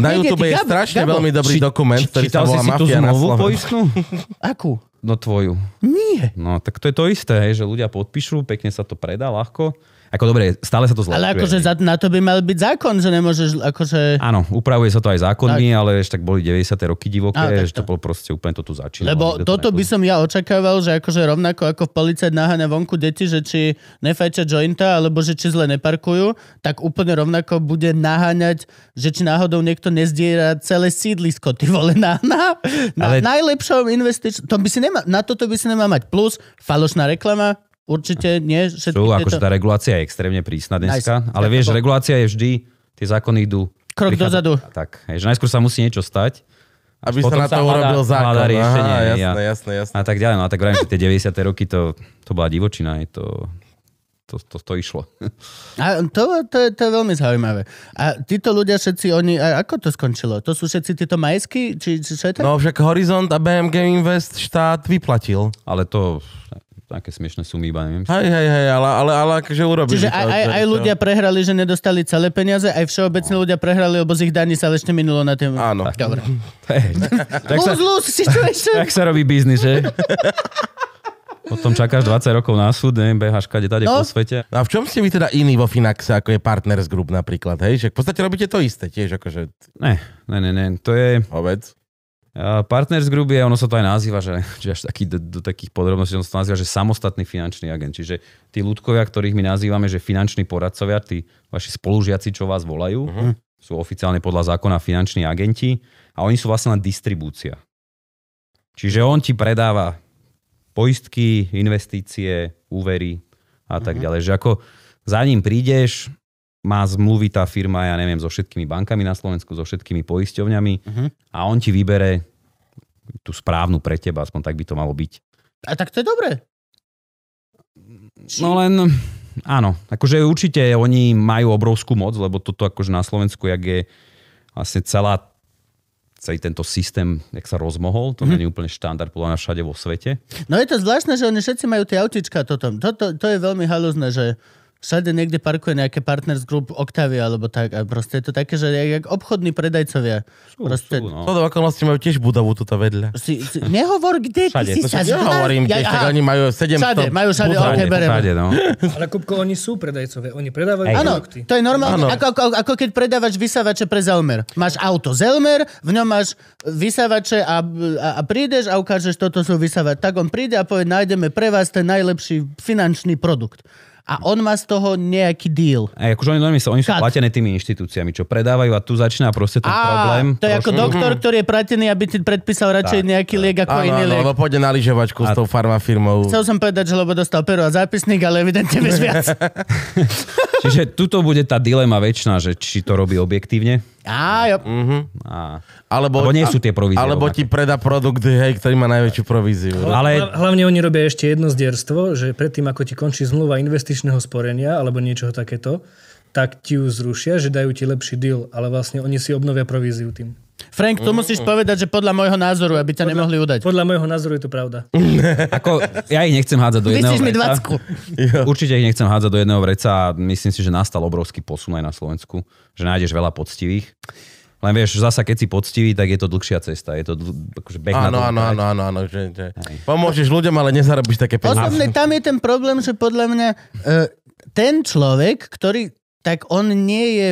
Speaker 3: Na
Speaker 1: Niekde
Speaker 3: YouTube
Speaker 1: ty,
Speaker 3: je
Speaker 1: Gabo,
Speaker 3: strašne
Speaker 1: Gabo,
Speaker 3: veľmi dobrý
Speaker 4: Či-
Speaker 3: dokument, ktorý sa
Speaker 4: čítal
Speaker 3: volá
Speaker 4: si si tú
Speaker 3: Mafia na
Speaker 4: zmluvu
Speaker 3: Slovensku.
Speaker 4: poistnú?
Speaker 1: Akú?
Speaker 4: No tvoju.
Speaker 1: Nie.
Speaker 4: No tak to je to isté, hej, že ľudia podpíšu, pekne sa to predá, ľahko. Ako dobre, stále sa to zlepšuje.
Speaker 1: Ale akože
Speaker 4: hej.
Speaker 1: za, na to by mal byť zákon, že nemôžeš akože...
Speaker 4: Áno, upravuje sa to aj zákonmi, ale ešte tak boli 90. roky divoké,
Speaker 1: Á, tak
Speaker 4: že to
Speaker 1: to.
Speaker 4: bolo proste úplne to tu začínalo.
Speaker 1: Lebo
Speaker 4: nikto to
Speaker 1: toto by
Speaker 4: nepozná.
Speaker 1: som ja očakával, že akože rovnako ako v policajt naháňa vonku deti, že či nefajčia jointa, alebo že či zle neparkujú, tak úplne rovnako bude naháňať, že či náhodou niekto nezdiera celé sídlisko, ty vole, na, na, na
Speaker 4: Ale-
Speaker 1: najlepšom investičnom... To by si nema, na toto by si nemal mať. Plus, falošná reklama, určite nie. Všetky
Speaker 4: Sú,
Speaker 1: tieto-
Speaker 4: akože tá regulácia je extrémne prísna dneska,
Speaker 1: Nice.
Speaker 4: ale
Speaker 1: Tak to
Speaker 4: vieš,
Speaker 1: bolo.
Speaker 4: regulácia je vždy, tie zákony idú...
Speaker 1: Krok dozadu.
Speaker 4: Tak, hej, že najskôr sa musí niečo stať. až
Speaker 3: Aby sa
Speaker 4: potom
Speaker 3: na to
Speaker 4: hľadá-
Speaker 3: urobil zákon.
Speaker 4: hľadá
Speaker 3: Aha,
Speaker 4: riešenie, hej, a-
Speaker 3: jasné, jasné, jasné.
Speaker 4: A tak ďalej, no a tak vravím, že tie 90. roky to, to bola divočina, je to, to, to, to išlo.
Speaker 1: A to, to, je, to je veľmi zaujímavé. A títo ľudia všetci, oni, a ako to skončilo? To sú všetci títo majsky? Či, či čo je to?
Speaker 3: No však Horizont a BMG Invest štát vyplatil.
Speaker 4: Ale to, také smiešné sumy iba, neviem.
Speaker 3: Hej, hej, hej, ale, ale, ale akože urobili.
Speaker 1: Čiže
Speaker 3: to,
Speaker 1: aj, aj,
Speaker 3: to-
Speaker 1: aj
Speaker 3: to-
Speaker 1: ľudia prehrali, že nedostali celé peniaze, aj všeobecne
Speaker 4: No.
Speaker 1: ľudia prehrali, lebo z ich daní sa ale ešte minulo na tým.
Speaker 3: Áno.
Speaker 1: Dobre.
Speaker 4: Hej, tak, sa,
Speaker 1: Lose, lose situation.
Speaker 4: tak sa robí biznis, že? Potom čakáš 20 rokov na súd, neviem, beháš kade tade
Speaker 1: No.
Speaker 4: po svete.
Speaker 3: No A v čom ste vy teda iní vo Finaxe, ako je Partners Group napríklad, hej? Že v podstate robíte to isté tiež, akože
Speaker 4: Ne, ne, ne, ne, to je...
Speaker 3: hovec.
Speaker 4: A Partners Group je, ono sa to aj nazýva, že, že až taký, do, do takých podrobností, ono sa to nazýva, že samostatný finančný agent. Čiže tí ľudkovia, ktorých my nazývame, že finanční poradcovia, tí vaši spolužiaci, čo vás volajú,
Speaker 3: Mhm.
Speaker 4: uh-huh. sú oficiálne podľa zákona finanční agenti a oni sú vlastne len distribúcia. Čiže on ti predáva poistky, investície, úvery a tak ďalej. Že ako za ním prídeš, má zmluvy tá firma, ja neviem, so všetkými bankami na Slovensku, so všetkými poisťovňami a on ti vybere tú správnu pre teba, aspoň tak by to malo byť.
Speaker 1: A tak to je dobré.
Speaker 4: No len, áno, akože určite oni majú obrovskú moc, lebo toto akože na Slovensku, jak je vlastne celá, celý tento systém, jak sa
Speaker 1: Mhm.
Speaker 4: rozmohol, to mm-hmm. nie je úplne štandard podľa mňa všade vo svete.
Speaker 1: No je to zvláštne, že oni všetci majú tie autička a toto. toto to je veľmi halúzne, že všade niekde parkuje nejaké partners group Octavia alebo tak. A proste je to také, že jak, jak obchodní predajcovia.
Speaker 4: Sú,
Speaker 1: Proste,
Speaker 4: sú, no.
Speaker 3: To do okolnosti majú tiež budovu tuto vedľa.
Speaker 1: Si, si, nehovor, kde
Speaker 4: Všade.
Speaker 1: ty si
Speaker 4: No
Speaker 1: sa
Speaker 3: Ja hovorím tiež, tak oni majú 700...
Speaker 1: Všade, majú všade,
Speaker 3: budov.
Speaker 1: ok,
Speaker 4: Všade,
Speaker 1: bereme.
Speaker 4: všade, no.
Speaker 5: Ale Kupko, oni sú predajcovia, oni predávajú
Speaker 4: Hej.
Speaker 1: Áno,
Speaker 5: produkty.
Speaker 1: to je normálne,
Speaker 3: Áno.
Speaker 1: ako, ako, ako keď predávaš vysávače pre Zelmer. Máš auto Zelmer, v ňom máš vysávače a, a, a prídeš a ukážeš, toto sú vysávače. Tak on príde a povie, nájdeme pre vás ten najlepší finančný produkt. A on má z toho nejaký deal.
Speaker 4: Aj, akože oni, normálne sa- oni sú
Speaker 1: Kat.
Speaker 4: platené tými inštitúciami, čo predávajú a tu začína proste ten problém.
Speaker 1: to je ako
Speaker 4: trošku.
Speaker 1: doktor, ktorý je pratený, aby ti predpísal radšej nejaký liek ako
Speaker 3: Mhm. Áno,
Speaker 1: iný
Speaker 3: áno,
Speaker 1: liek.
Speaker 3: lebo pôjde na lyžovačku s tou farmafirmou.
Speaker 1: Chcel som povedať, že lebo dostal pero a zápisník, ale evidentne vieš viac.
Speaker 4: Čiže tuto bude tá dilema väčšiná, že či to robí objektívne,
Speaker 1: Á, jo.
Speaker 3: Mhm.
Speaker 4: A,
Speaker 3: Alebo,
Speaker 4: Lebo nie sú tie provízie
Speaker 3: Alebo ti predá produkt, hej, ktorý má najväčšiu províziu.
Speaker 4: Ale-
Speaker 5: Hla- Hlavne oni robia ešte jedno zdierstvo, že predtým, ako ti končí zmluva investičného sporenia alebo niečo takéto, tak ti ju zrušia, že dajú ti lepší deal, ale vlastne oni si obnovia províziu tým.
Speaker 1: Frank, to musíš povedať, že podľa môjho názoru, aby ťa nemohli udať.
Speaker 5: Podľa môjho názoru je to pravda.
Speaker 4: ako, ja ich nechcem hádzať do jedného
Speaker 1: Vysíš mi
Speaker 4: vreca.
Speaker 1: 20.
Speaker 4: Určite ich nechcem hádzať do jedného vreca a myslím si, že nastal obrovský posun aj na Slovensku, že nájdeš veľa poctivých. Len vieš, zasa keď si poctivý, tak je to dlhšia cesta. Je to dl- akože beh na
Speaker 3: Áno,
Speaker 4: dlhú
Speaker 3: áno,
Speaker 4: trať.
Speaker 3: áno, áno, áno, že, že. Pomôžeš ľuďom, ale nezarobíš také peniaze.
Speaker 1: Osobne tam je ten problém, že podľa mňa eh, ten človek, ktorý, tak on nie je...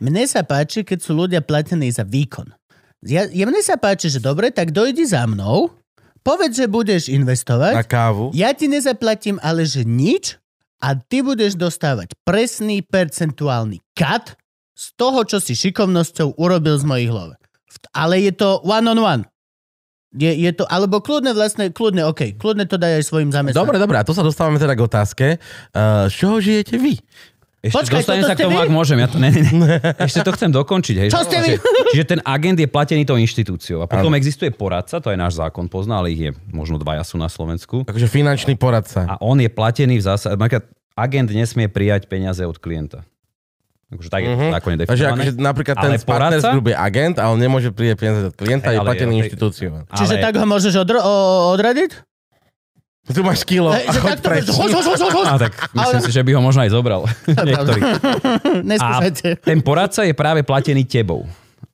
Speaker 1: Mne sa páči, keď sú ľudia platení za výkon. Ja, ja mne sa páči, že dobre, tak dojdi za mnou, povedz, že budeš
Speaker 3: Na
Speaker 1: investovať,
Speaker 3: kávu.
Speaker 1: ja ti nezaplatím ale že nič a ty budeš dostávať presný percentuálny kat z toho, čo si šikovnosťou urobil z mojich hlave. V- Ale je to one on one. Je, je to, alebo kľudne vlastne, kľudne, OK, kľudne to daj aj svojim zamestnancom.
Speaker 3: Dobre, dobre, a tu sa dostávame teda k otázke. Uh, z čoho žijete vy?
Speaker 4: Ešte
Speaker 1: Počkaj,
Speaker 4: dostanem
Speaker 1: toto
Speaker 4: sa
Speaker 1: ste
Speaker 4: k tomu,
Speaker 1: vy?
Speaker 4: ak môžem. Ja to, ne, ne, ne. Ešte to chcem dokončiť. Hej,
Speaker 1: Čo ste vy?
Speaker 4: Že- Čiže ten agent je platený tou inštitúciou. A potom existuje poradca, to aj náš zákon pozná, ale ich je možno dvaja sú na Slovensku.
Speaker 3: Akože finančný poradca.
Speaker 4: A on je platený v zásade. Napríklad agent nesmie prijať peniaze od klienta. Akože tak je to
Speaker 3: Mhm.
Speaker 4: zákonne
Speaker 3: Takže
Speaker 4: definované.
Speaker 1: no,
Speaker 3: akože napríklad ten
Speaker 4: Ale
Speaker 3: partner
Speaker 4: poradca?
Speaker 3: z gruby agent a on nemôže prijať peniaze od klienta,
Speaker 4: Hej,
Speaker 3: je
Speaker 4: ale-
Speaker 3: platený
Speaker 4: ale-
Speaker 3: inštitúciou.
Speaker 1: Čiže tak ho môžeš odr- o- odradiť?
Speaker 3: Tu máš kilo
Speaker 1: Hej,
Speaker 3: No, a
Speaker 1: že
Speaker 3: choď
Speaker 1: takto
Speaker 3: preč.
Speaker 1: môžeš, hoď, hoď, hoď, hoď, hoď.
Speaker 4: A tak myslím
Speaker 1: Ale-
Speaker 4: si, že by ho možno aj zobral. Niektorý. A
Speaker 1: Neskúšajte.
Speaker 4: ten poradca je práve platený tebou.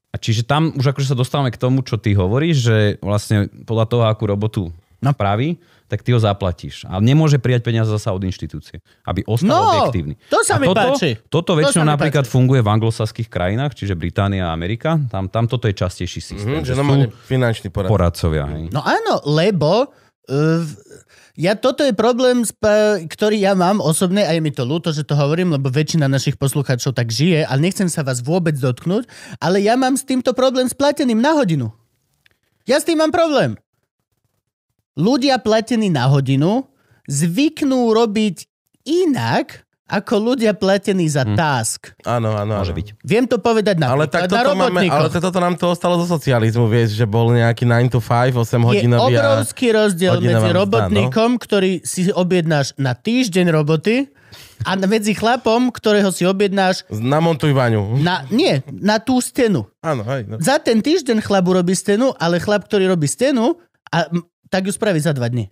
Speaker 4: A čiže tam už akože sa dostávame k tomu, čo ty hovoríš, že vlastne podľa toho, akú robotu
Speaker 1: No.
Speaker 4: praví, tak ty ho zaplatíš. A nemôže prijať peniaze zasa od inštitúcie, aby ostal
Speaker 1: No,
Speaker 4: objektívny.
Speaker 1: to sa
Speaker 4: A
Speaker 1: mi
Speaker 4: toto,
Speaker 1: páči.
Speaker 4: Toto
Speaker 1: To
Speaker 4: väčšinou
Speaker 1: sa mi
Speaker 4: napríklad
Speaker 1: páči.
Speaker 4: funguje v anglosaských krajinách, čiže Británia a Amerika. Tam, tam toto je častejší
Speaker 3: Hm,
Speaker 4: systém. Mm,
Speaker 3: Že
Speaker 4: že sú
Speaker 3: normálne finančný poradca.
Speaker 4: poradcovia. Hej.
Speaker 1: No áno, lebo uh, ja toto je problém, sp- ktorý ja mám osobne a je mi to ľúto, že to hovorím, lebo väčšina našich poslucháčov tak žije a nechcem sa vás vôbec dotknúť, ale ja mám s týmto problém s plateným na hodinu. Ja s tým mám problém. Ľudia platení na hodinu zvyknú robiť inak ako ľudia platení za task.
Speaker 3: Áno, áno.
Speaker 4: Môže
Speaker 3: áno.
Speaker 4: byť.
Speaker 1: Viem to povedať
Speaker 3: Hm. Ale
Speaker 1: napríklad
Speaker 3: tak
Speaker 1: na
Speaker 3: toto, máme,
Speaker 1: robotníkoch.
Speaker 3: ale toto nám to ostalo zo socializmu, vieš, že bol nejaký 9 to 5, 8
Speaker 1: je
Speaker 3: hodinový a... no.
Speaker 1: obrovský rozdiel
Speaker 3: hodina
Speaker 1: medzi
Speaker 3: vám zdá,
Speaker 1: robotníkom, ktorý si objednáš na týždeň roboty a medzi chlapom, ktorého si objednáš
Speaker 3: Namontuj vaňu.
Speaker 1: na, nie, na tú stenu.
Speaker 3: Áno, hej. No.
Speaker 1: Za ten týždeň chlap urobí stenu, ale chlap, ktorý robí stenu, a, m, tak ju spraví za dva dní.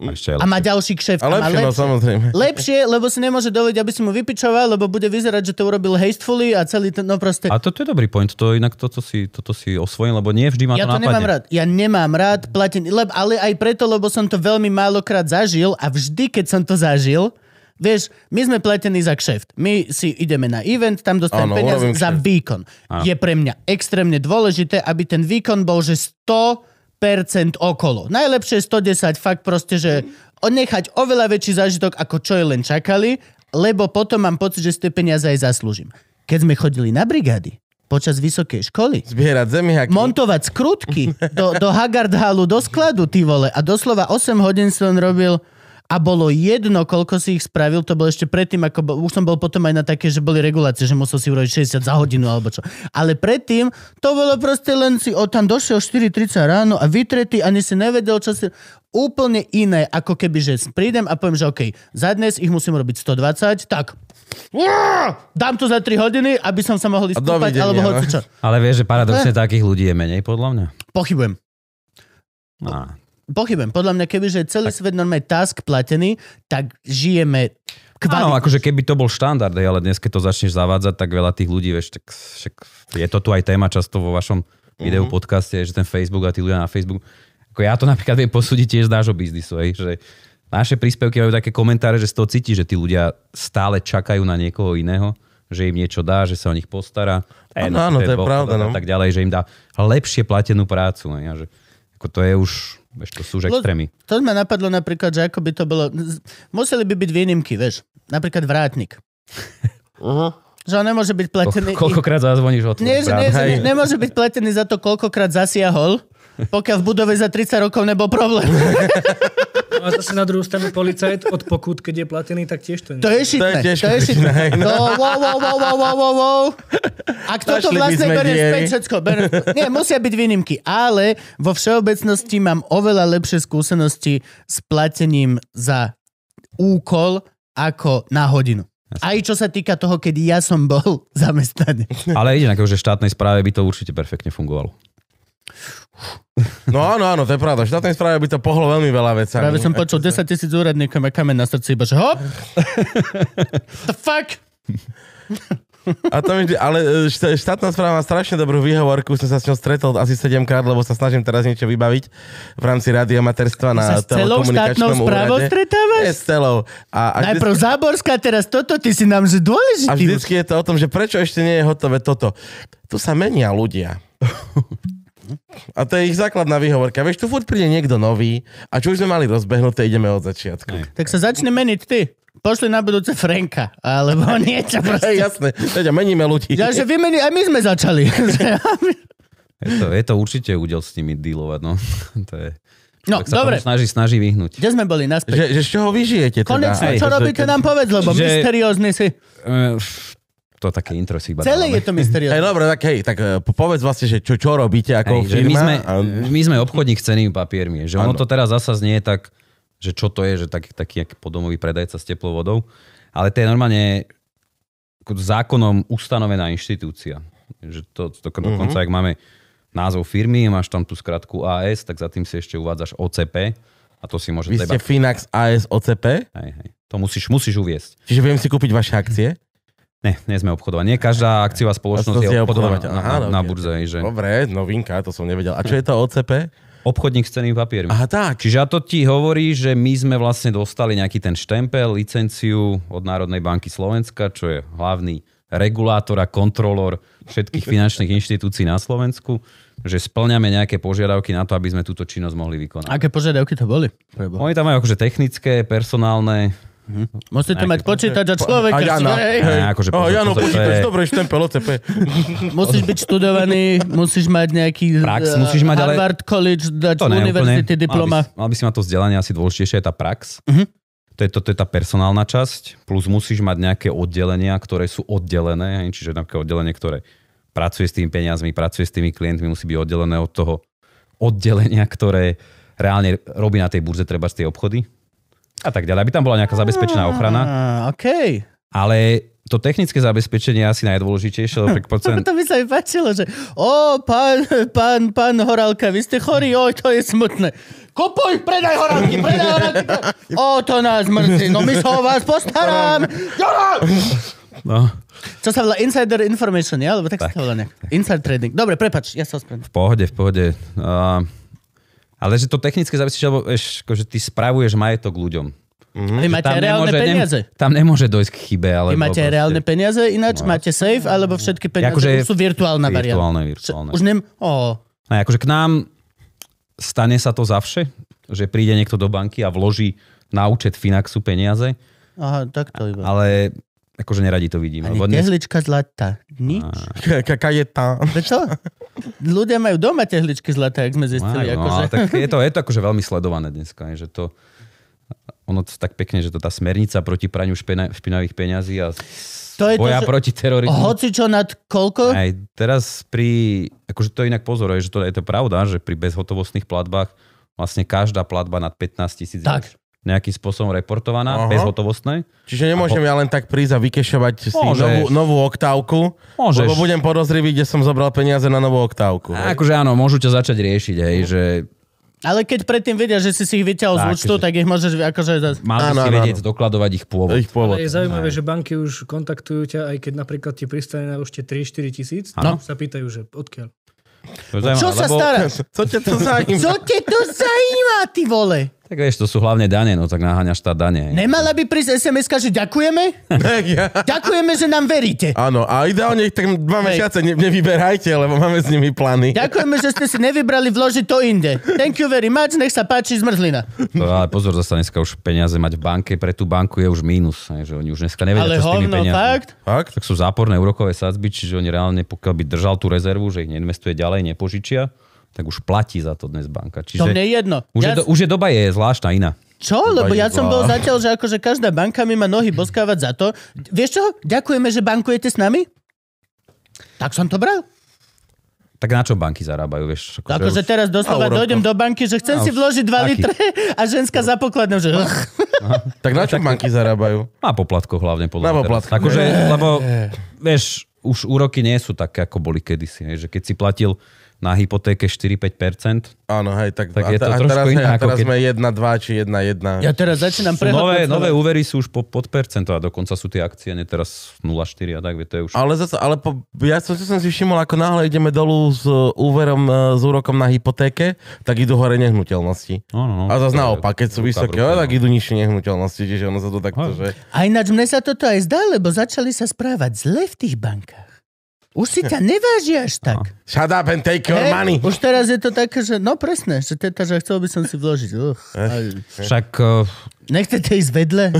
Speaker 4: A ešte aj
Speaker 1: A má ďalší kšeft.
Speaker 3: A lepšie,
Speaker 1: má
Speaker 3: no samozrejme.
Speaker 1: lepšie, lebo si nemôže dovoliť, aby si mu vypičoval, lebo bude vyzerať, že to urobil hastefully a celý ten, no proste...
Speaker 4: A toto je dobrý point, to inak toto si, toto si osvojím, lebo nie vždy ma
Speaker 1: ja
Speaker 4: to
Speaker 1: to
Speaker 4: napadne.
Speaker 1: nemám rád. Ja nemám rád platený, lebo, ale aj preto, lebo som to veľmi málokrát zažil a vždy, keď som to zažil, vieš, my sme platení za kšeft. My si ideme na event, tam dostanem
Speaker 3: Áno,
Speaker 1: peniaze
Speaker 3: urobím
Speaker 1: za
Speaker 3: kšeft.
Speaker 1: výkon. Je pre mňa extrémne dôležité, aby ten výkon bol, že 100% okolo. Najlepšie 110, fakt proste, že nechať oveľa väčší zážitok, ako čo je len čakali, lebo potom mám pocit, že si tie peniaze aj zaslúžim. Keď sme chodili na brigády počas vysokej školy,
Speaker 3: Zbierať zemiaky.
Speaker 1: montovať skrutky do, do Haggard Hallu, do skladu, ty vole. A doslova 8 hodín som robil a bolo jedno, koľko si ich spravil, to bolo ešte predtým, ako bol, už som bol potom aj na také, že boli regulácie, že musel si urobiť 60 za hodinu alebo čo. Ale predtým to bolo proste len si o tam došiel 4.30 ráno a vytretý, ani si nevedel, čo si... Úplne iné, ako keby, že prídem a poviem, že OK, za dnes ich musím robiť 120, tak Uá! dám to za 3 hodiny, aby som sa mohol ísť
Speaker 3: A
Speaker 1: kúpať,
Speaker 3: dovidenia,
Speaker 1: alebo
Speaker 3: no.
Speaker 1: hoci čo.
Speaker 4: Ale vieš, že paradoxne takých ľudí je menej, podľa mňa.
Speaker 1: Pochybujem.
Speaker 4: Á.
Speaker 1: Pochybujem. Podľa mňa, kebyže je celý svet normálne task platený, tak žijeme
Speaker 4: Áno,
Speaker 1: kvalitne.
Speaker 4: akože keby to bol štandard, hej, ale dnes, keď to začneš zavádzať, tak veľa tých ľudí, vieš, tak však je to tu aj téma často vo vašom
Speaker 3: Mhm.
Speaker 4: videu podcaste, že ten Facebook a tí ľudia na Facebook. Ako ja to napríklad viem posúdiť tiež z nášho biznisu, hej, že naše príspevky majú také komentáre, že z toho cíti, že tí ľudia stále čakajú na niekoho iného, že im niečo dá, že sa o nich postará.
Speaker 3: Áno, áno, to je pravda, no.
Speaker 4: A tak ďalej, že im dá lepšie platenú prácu. Hej, a že, ako to je už, vieš, to sú už extrémy.
Speaker 1: To ma napadlo napríklad, že ako by to bolo... Museli by byť výnimky, vieš. Napríklad vrátnik. Že on nemôže byť platený...
Speaker 4: Koľkokrát zazvoníš od
Speaker 1: Nie, že, nie, že
Speaker 4: hej.
Speaker 1: ne, nemôže byť platený za to, koľkokrát zasiahol, pokiaľ v budove za 30 rokov nebol problém.
Speaker 5: No a zase na druhú stranu policajt od pokut, keď je platený, tak tiež to nie.
Speaker 1: To je šitné,
Speaker 3: tiež
Speaker 1: to je šitné.
Speaker 3: šitné,
Speaker 1: To, wow, wow, wow, wow, wow, wow, wow. A kto to
Speaker 3: Našli by
Speaker 1: vlastne
Speaker 3: sme
Speaker 1: berie
Speaker 3: diery.
Speaker 1: späť všetko? Berie... Nie, musia byť výnimky, ale vo všeobecnosti mám oveľa lepšie skúsenosti s platením za úkol ako na hodinu. Aj čo sa týka toho, kedy ja som bol zamestnaný.
Speaker 4: Ale ide na to, že v štátnej správe by to určite perfektne fungovalo.
Speaker 3: No áno, áno, to je pravda. V štátnej správe by to pohlo veľmi veľa vecami.
Speaker 1: Práve som počul 10 tisíc úradníkov a kamen na srdci, iba že hop! The fuck?
Speaker 3: A to mi, vždy- ale e, št- štátna správa má strašne dobrú výhovorku, som sa s ňou stretol asi 7 krát, lebo sa snažím teraz niečo vybaviť v rámci radiomaterstva na
Speaker 1: Sa s celou štátnou
Speaker 3: telekomunikačnou
Speaker 1: správou
Speaker 3: úrade. Je
Speaker 1: stretávaš?
Speaker 3: s celou. A, a
Speaker 1: Najprv Záborská, teraz toto, ty si nám že
Speaker 3: A
Speaker 1: dôležitý.
Speaker 3: vždycky je to o tom, že prečo ešte nie je hotové toto. Tu sa menia ľudia. A to je ich základná výhovorka. Vieš, tu furt príde niekto nový a čo už sme mali rozbehnuté, ideme od začiatku.
Speaker 1: Tak sa začne meniť ty. Pošli na budúce Franka, alebo niečo
Speaker 3: Hej,
Speaker 1: proste.
Speaker 3: jasné. Veď, a meníme ľudí.
Speaker 1: Ja, že vymeni, aj my sme začali.
Speaker 4: Je to, je to určite údel s nimi dealovať, no. to je,
Speaker 1: No,
Speaker 4: tak sa
Speaker 1: dobre.
Speaker 4: tomu snaží, snaží vyhnúť. E,
Speaker 1: Kde sme boli naspäť?
Speaker 3: Že, že z čoho vyžijete teda?
Speaker 1: Konečne, čo
Speaker 3: Že-
Speaker 1: robíte nám povedz, lebo
Speaker 4: Že-
Speaker 1: mysteriózny si.
Speaker 4: E, f- to také intro si iba
Speaker 1: Celé je to
Speaker 3: Hej,
Speaker 1: mysteriózne.
Speaker 3: dobre, tak hej, tak eh, po- povedz vlastne, že čo, čo robíte ako
Speaker 4: Hej, že my,
Speaker 3: firma.
Speaker 4: sme,
Speaker 3: a...
Speaker 4: my sme obchodník s cenými papiermi. Že ono to teraz zasa znie tak, že čo to je, že tak, taký jak podomový predajca s teplou vodou. Ale to je normálne ako zákonom ustanovená inštitúcia. Že to, to dokonca,
Speaker 3: Mhm.
Speaker 4: mm-hmm. ak máme názov firmy, máš tam tú skratku AS, tak za tým si ešte uvádzaš OCP a to si môže
Speaker 3: Vy ste
Speaker 4: teba...
Speaker 3: Finax ASOCP,
Speaker 4: Hej, hej. To musíš, musíš uviesť.
Speaker 3: čiže viem si kúpiť vaše akcie.
Speaker 4: Ne, nie sme obchodovať. Nie každá akciová
Speaker 3: A to
Speaker 4: spoločnosť
Speaker 3: je
Speaker 4: je obchodovať na,
Speaker 3: obchodovať.
Speaker 4: na,
Speaker 3: Áno,
Speaker 4: na
Speaker 3: ok,
Speaker 4: burze. hej, Že
Speaker 3: Dobre, novinka, to som nevedel. A čo je to OCP?
Speaker 4: obchodník s cenými papiermi.
Speaker 3: Aha, tak.
Speaker 4: Čiže a to ti hovorí, že my sme vlastne dostali nejaký ten štempel, licenciu od Národnej banky Slovenska, čo je hlavný regulátor a kontrolór všetkých finančných inštitúcií na Slovensku, že splňame nejaké požiadavky na to, aby sme túto činnosť mohli vykonať.
Speaker 1: Aké požiadavky to boli? Preboha.
Speaker 4: Oni tam majú akože technické, personálne,
Speaker 1: Musíte mať počítač a človeka.
Speaker 3: A Jana.
Speaker 1: hej.
Speaker 4: Ne, akože
Speaker 3: oh,
Speaker 4: pozor,
Speaker 3: Jano,
Speaker 4: pozor, to
Speaker 3: počítač,
Speaker 4: je-
Speaker 3: dobre, štempel OCP.
Speaker 1: Musíš byť študovaný, musíš mať nejaký
Speaker 4: Prax
Speaker 1: eh,
Speaker 4: musíš mať, ale-
Speaker 1: Harvard College, dať
Speaker 4: to ne,
Speaker 1: univerzity,
Speaker 4: úplne.
Speaker 1: diploma.
Speaker 4: Mal by, si- mal by si mať to vzdelanie asi dôležitejšie, je tá prax. To je, to, to je tá personálna časť, plus musíš mať nejaké oddelenia, ktoré sú oddelené, hej, čiže napríklad oddelenie, ktoré pracuje s tými peniazmi, pracuje s tými klientmi, musí byť oddelené od toho oddelenia, ktoré reálne robí na tej burze treba z tej obchody a tak ďalej, aby tam bola nejaká zabezpečená ochrana.
Speaker 1: Á, OK.
Speaker 4: Ale to technické zabezpečenie je asi najdôležitejšie, lebo tak procent-
Speaker 1: No To by sa mi páčilo, že o, pán, pán, pán Horálka, vy ste chorí, oj, to je smutné. Kupuj, predaj Horálky, predaj Horálky. predaj. O, to nás mrzí, no my sa o vás postaráme.
Speaker 4: no,
Speaker 1: Čo sa volá insider information, ja? Lebo tak, sa to volá nejak. Insider trading. Dobre, prepač, ja sa ospravedlňujem.
Speaker 4: V pohode, v pohode. Uh, ale že to technické zabezpečenie, lebo vieš, akože ty spravuješ majetok ľuďom. Mhm.
Speaker 1: Vy máte reálne
Speaker 4: nem-
Speaker 1: peniaze.
Speaker 4: tam nemôže dojsť k chybe. Ale
Speaker 1: Vy máte reálne peniaze, ináč máte safe, alebo všetky peniaze
Speaker 4: Akože-
Speaker 1: sú virtuálna varianta.
Speaker 4: No. Virtuálne, virtuálne.
Speaker 1: Už nem... O,
Speaker 4: A akože k nám stane sa to zavše, že príde niekto do banky a vloží na účet Finaxu peniaze,
Speaker 1: aha, takto iba.
Speaker 4: ale akože neradi to vidíme.
Speaker 1: Ani
Speaker 4: lebo dnes-
Speaker 1: tehlička zlata. Nič.
Speaker 3: Kaká je tá?
Speaker 1: Prečo? Ľudia majú doma tehličky zlaté, ak sme zistili.
Speaker 4: Majú, no,
Speaker 1: akože.
Speaker 4: ale tak je, to, je to akože veľmi sledované dneska, je, že to ono to tak pekne, že to tá smernica proti praniu špina, špinavých peňazí a
Speaker 1: To je to,
Speaker 4: boja
Speaker 1: že-
Speaker 4: proti terorizmu.
Speaker 1: Hoci čo nad koľko?
Speaker 4: Aj teraz pri, akože to inak pozor, je, že to je to pravda, že pri bezhotovostných platbách vlastne každá platba nad 15 tisíc
Speaker 1: Tak.
Speaker 4: je nejakým spôsobom reportovaná,
Speaker 3: Aha.
Speaker 4: bezhotovostné.
Speaker 3: Čiže nemôžem ja len tak prísť a vykešovať si
Speaker 4: Môžeš.
Speaker 3: novú, novú oktávku,
Speaker 4: Môžeš.
Speaker 3: lebo budem podozrivý, kde som zobral peniaze na novú oktávku.
Speaker 4: A akože áno, môžu ťa začať riešiť, hej,
Speaker 3: No.
Speaker 4: že
Speaker 1: Ale keď predtým vedia, že si si ich vyťahol z
Speaker 4: Tak,
Speaker 1: účtu,
Speaker 4: že- No,
Speaker 1: tak ich môžeš akože... zas-
Speaker 4: mali
Speaker 3: Áno,
Speaker 4: si
Speaker 3: áno,
Speaker 4: vedieť dokladovať ich pôvod.
Speaker 3: Ich pôvod.
Speaker 5: Ale je zaujímavé, že banky už kontaktujú ťa, aj keď napríklad ti pristane na účte 3-4 tisíc,
Speaker 4: Áno.
Speaker 5: sa pýtajú, že odkiaľ.
Speaker 4: To je zaujímavé,
Speaker 1: Čo sa
Speaker 4: lebo-
Speaker 1: stará?
Speaker 3: Co ťa to
Speaker 1: Čo
Speaker 3: zaujíma?
Speaker 1: te to zajíma, ty vole?
Speaker 4: Tak vieš, to sú hlavne dane, no tak naháňaš tá dane. hej.
Speaker 1: Nemala by prísť sms že ďakujeme?
Speaker 3: Tak ja-
Speaker 1: Ďakujeme, že nám veríte.
Speaker 3: Áno, a ideálne ich tak dva mesiace ne- nevyberajte, lebo máme s nimi plány.
Speaker 1: Ďakujeme, že ste si nevybrali vložiť to inde. Thank you very much, nech sa páči zmrzlina.
Speaker 4: To, ale pozor, zase dneska už peniaze mať v banke, pre tú banku je už mínus, hej, že oni už dneska nevedia,
Speaker 1: Ale no
Speaker 4: čo s tými
Speaker 1: hovno,
Speaker 4: peniazmi.
Speaker 1: fakt?
Speaker 3: Fakt?
Speaker 4: Tak sú záporné úrokové sadzby, čiže oni reálne, pokiaľ by držal tú rezervu, že ich neinvestuje ďalej, nepožičia, tak už platí za to dnes banka.
Speaker 1: To
Speaker 4: Čiže
Speaker 1: mne je jedno.
Speaker 4: už, je
Speaker 1: Ja
Speaker 4: do, už je doba je zvláštna iná.
Speaker 1: Čo? Lebo ja som
Speaker 3: Iba.
Speaker 1: bol zatiaľ, že akože každá banka mi má nohy boskávať za to. Vieš čo? Ďakujeme, že bankujete s nami. Tak som to bral.
Speaker 4: Tak na čo banky zarábajú, vieš? Akože
Speaker 1: Akože
Speaker 4: už-
Speaker 1: teraz doslova
Speaker 3: Euro to.
Speaker 1: dojdem do banky, že chcem
Speaker 4: A
Speaker 1: si
Speaker 4: už
Speaker 1: vložiť 2
Speaker 4: aký?
Speaker 1: litre a ženská za pokladňou, že...
Speaker 3: Tak na čo banky zarábajú?
Speaker 4: Na poplatkoch hlavne. Podľa
Speaker 3: Na
Speaker 4: mňa teraz.
Speaker 3: poplatkoch.
Speaker 4: Akože, lebo, vieš, už úroky nie sú také, ako boli kedysi. hej, Že keď si platil na hypotéke 4-5%,
Speaker 3: Áno, hej, tak, a,
Speaker 4: Tak je to
Speaker 3: a
Speaker 4: trošku
Speaker 3: teraz, hej,
Speaker 4: iné,
Speaker 3: a
Speaker 4: ako
Speaker 3: teraz
Speaker 4: keď-
Speaker 3: sme 1,2 či 1,1.
Speaker 1: Ja teraz začínam
Speaker 4: sú nové,
Speaker 1: prehodnúť.
Speaker 4: nové úvery sú už po, pod percento a dokonca sú tie akcie, nie teraz 0,4 a tak, vie, to je už...
Speaker 3: Ale, zase, ale po, ja som, čo som si všimol, ako náhle ideme dolu s e, úverom, e, s úrokom na hypotéke, tak idú hore nehnuteľnosti.
Speaker 4: No, no, no.
Speaker 3: A zase
Speaker 4: To je
Speaker 3: naopak, keď sú
Speaker 4: ruka v
Speaker 3: vysoké,
Speaker 4: ruke,
Speaker 3: ale
Speaker 4: no.
Speaker 3: tak idú nižšie nehnuteľnosti, čiže ono sa to takto, že...
Speaker 1: A ináč mne sa toto aj zdá, lebo začali sa správať zle v tých bankách. Už si
Speaker 4: Hm.
Speaker 1: ťa nevážia až tak.
Speaker 3: Shut up and take your
Speaker 1: Hej,
Speaker 3: money!
Speaker 1: Už teraz je to také, že no presne, že teda, že chcel by som si vložiť. Uch,
Speaker 4: Hm.
Speaker 1: ale-
Speaker 4: Však, eh,
Speaker 1: Nechcete ísť vedle?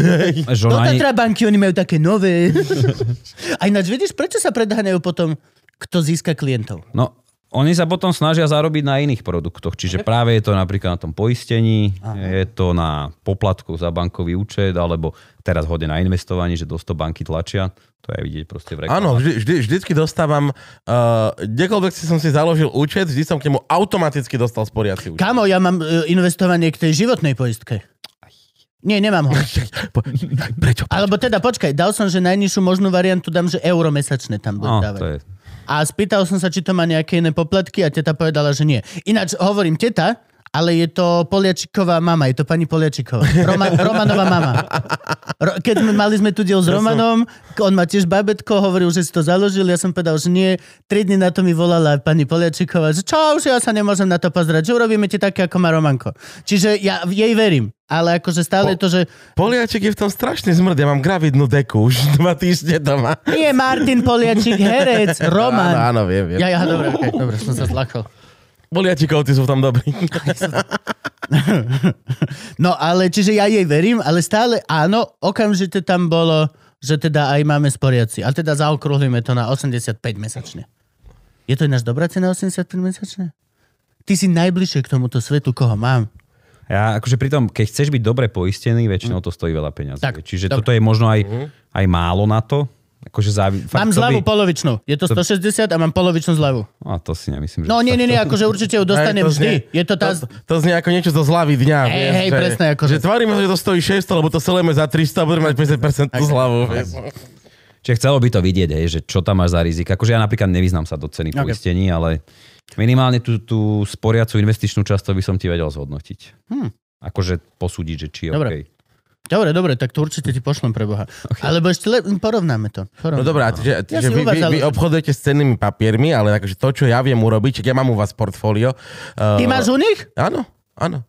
Speaker 4: že
Speaker 1: Do
Speaker 4: on No ani...
Speaker 1: Tatra No, teda banky, oni majú také nové. A ináč, vidíš, prečo sa predháňajú potom, kto získa klientov?
Speaker 4: No, oni sa potom snažia zarobiť na iných produktoch. Čiže práve je to napríklad na tom poistení, je to na poplatku za bankový účet, alebo teraz hodne na investovaní, že dosť to banky tlačia. To je vidieť proste v reklamách.
Speaker 3: Áno, vždy, vždy, vždycky dostávam, uh, kdekoľvek si som si založil účet, vždy som k nemu automaticky dostal sporiaci účet.
Speaker 1: Kamo, ja mám e, investovanie k tej životnej poistke. Nie, nemám ho.
Speaker 3: Po- Prečo?
Speaker 1: Alebo teda, počkaj, dal som, že najnižšiu možnú variantu dám, že euro mesačne tam budem
Speaker 4: No,
Speaker 1: dávať.
Speaker 4: to je...
Speaker 1: A spýtal som sa, či to má nejaké iné poplatky a teta povedala, že nie. Ináč hovorím teta, ale je to Poliačiková mama, je to pani Poliačiková. Roma, Romanová mama. Ro, keď sme, mali sme tu diel s Romanom, on má tiež babetko, hovoril, že si to založil, ja som povedal, že nie. Tri dny na to mi volala pani Poliačiková, že čo, už ja sa nemôžem na to pozerať, že urobíme ti také, ako má Romanko. Čiže ja jej verím, ale akože stále je to, že
Speaker 3: Poliaček je v tom strašný zmrd, ja mám gravidnú deku už dva týždne doma.
Speaker 1: nie Martin Poliačik, herec, Roman.
Speaker 3: Áno, áno, viem, viem.
Speaker 1: Ja, ja, dobre, okay, dobre, som sa zlakol.
Speaker 3: Poliačikov, ty sú tam dobrí.
Speaker 1: No ale, čiže ja jej verím, ale stále áno, okamžite tam bolo, že teda aj máme sporiaci. Ale teda zaokrúhlime to na 85 mesačne. Je to ináč dobrá cena 85 mesačne? Ty si najbližšie k tomuto svetu, koho mám.
Speaker 4: Ja akože pritom, keď chceš byť dobre poistený, väčšinou to stojí veľa peňazí.
Speaker 1: Hm. Tak,
Speaker 4: Čiže
Speaker 1: dobre.
Speaker 4: toto je možno aj, aj málo na to. Akože závi...
Speaker 1: Fakt, mám
Speaker 4: to
Speaker 1: zľavu
Speaker 4: by-
Speaker 1: polovičnú. Je to 160 a mám polovičnú zľavu.
Speaker 4: No, to si nemyslím, že...
Speaker 1: No nie, nie, nie, akože určite ju dostanem
Speaker 3: Hej, znie-
Speaker 1: vždy. Je to tá...
Speaker 3: To, to znie ako niečo zo zľavy dňa.
Speaker 1: Hej,
Speaker 3: vieš,
Speaker 1: hej,
Speaker 3: že,
Speaker 1: presne akože.
Speaker 3: Že tvárime, sa, že to stojí 600, lebo to selujeme za 300 a budeme mať 50% tú zľavu. vieš.
Speaker 1: No.
Speaker 4: Čiže chcelo by to vidieť, hej, že čo tam máš za rizika. Akože ja napríklad nevyznám sa do ceny
Speaker 1: Ok.
Speaker 4: okay. poistení, ale minimálne tú, tú sporiacu investičnú časť to by som ti vedel zhodnotiť.
Speaker 1: Hm.
Speaker 4: Akože posúdiť, že či je
Speaker 1: Dobre.
Speaker 4: Dobre. OK.
Speaker 1: Dobre, dobre, tak to určite ti pošlem pre Boha. Alebo ešte le... porovnáme to.
Speaker 3: No
Speaker 1: Porovnáme.
Speaker 3: dobrá, že,
Speaker 1: Ja
Speaker 3: že
Speaker 1: si
Speaker 3: vy, vy,
Speaker 1: uvádzam,
Speaker 3: vy
Speaker 1: že-
Speaker 3: obchodujete s cennými papiermi, ale akože to, čo ja viem urobiť, že ja mám u vás portfólio. eh,
Speaker 1: Ty máš u nich?
Speaker 3: Áno, áno.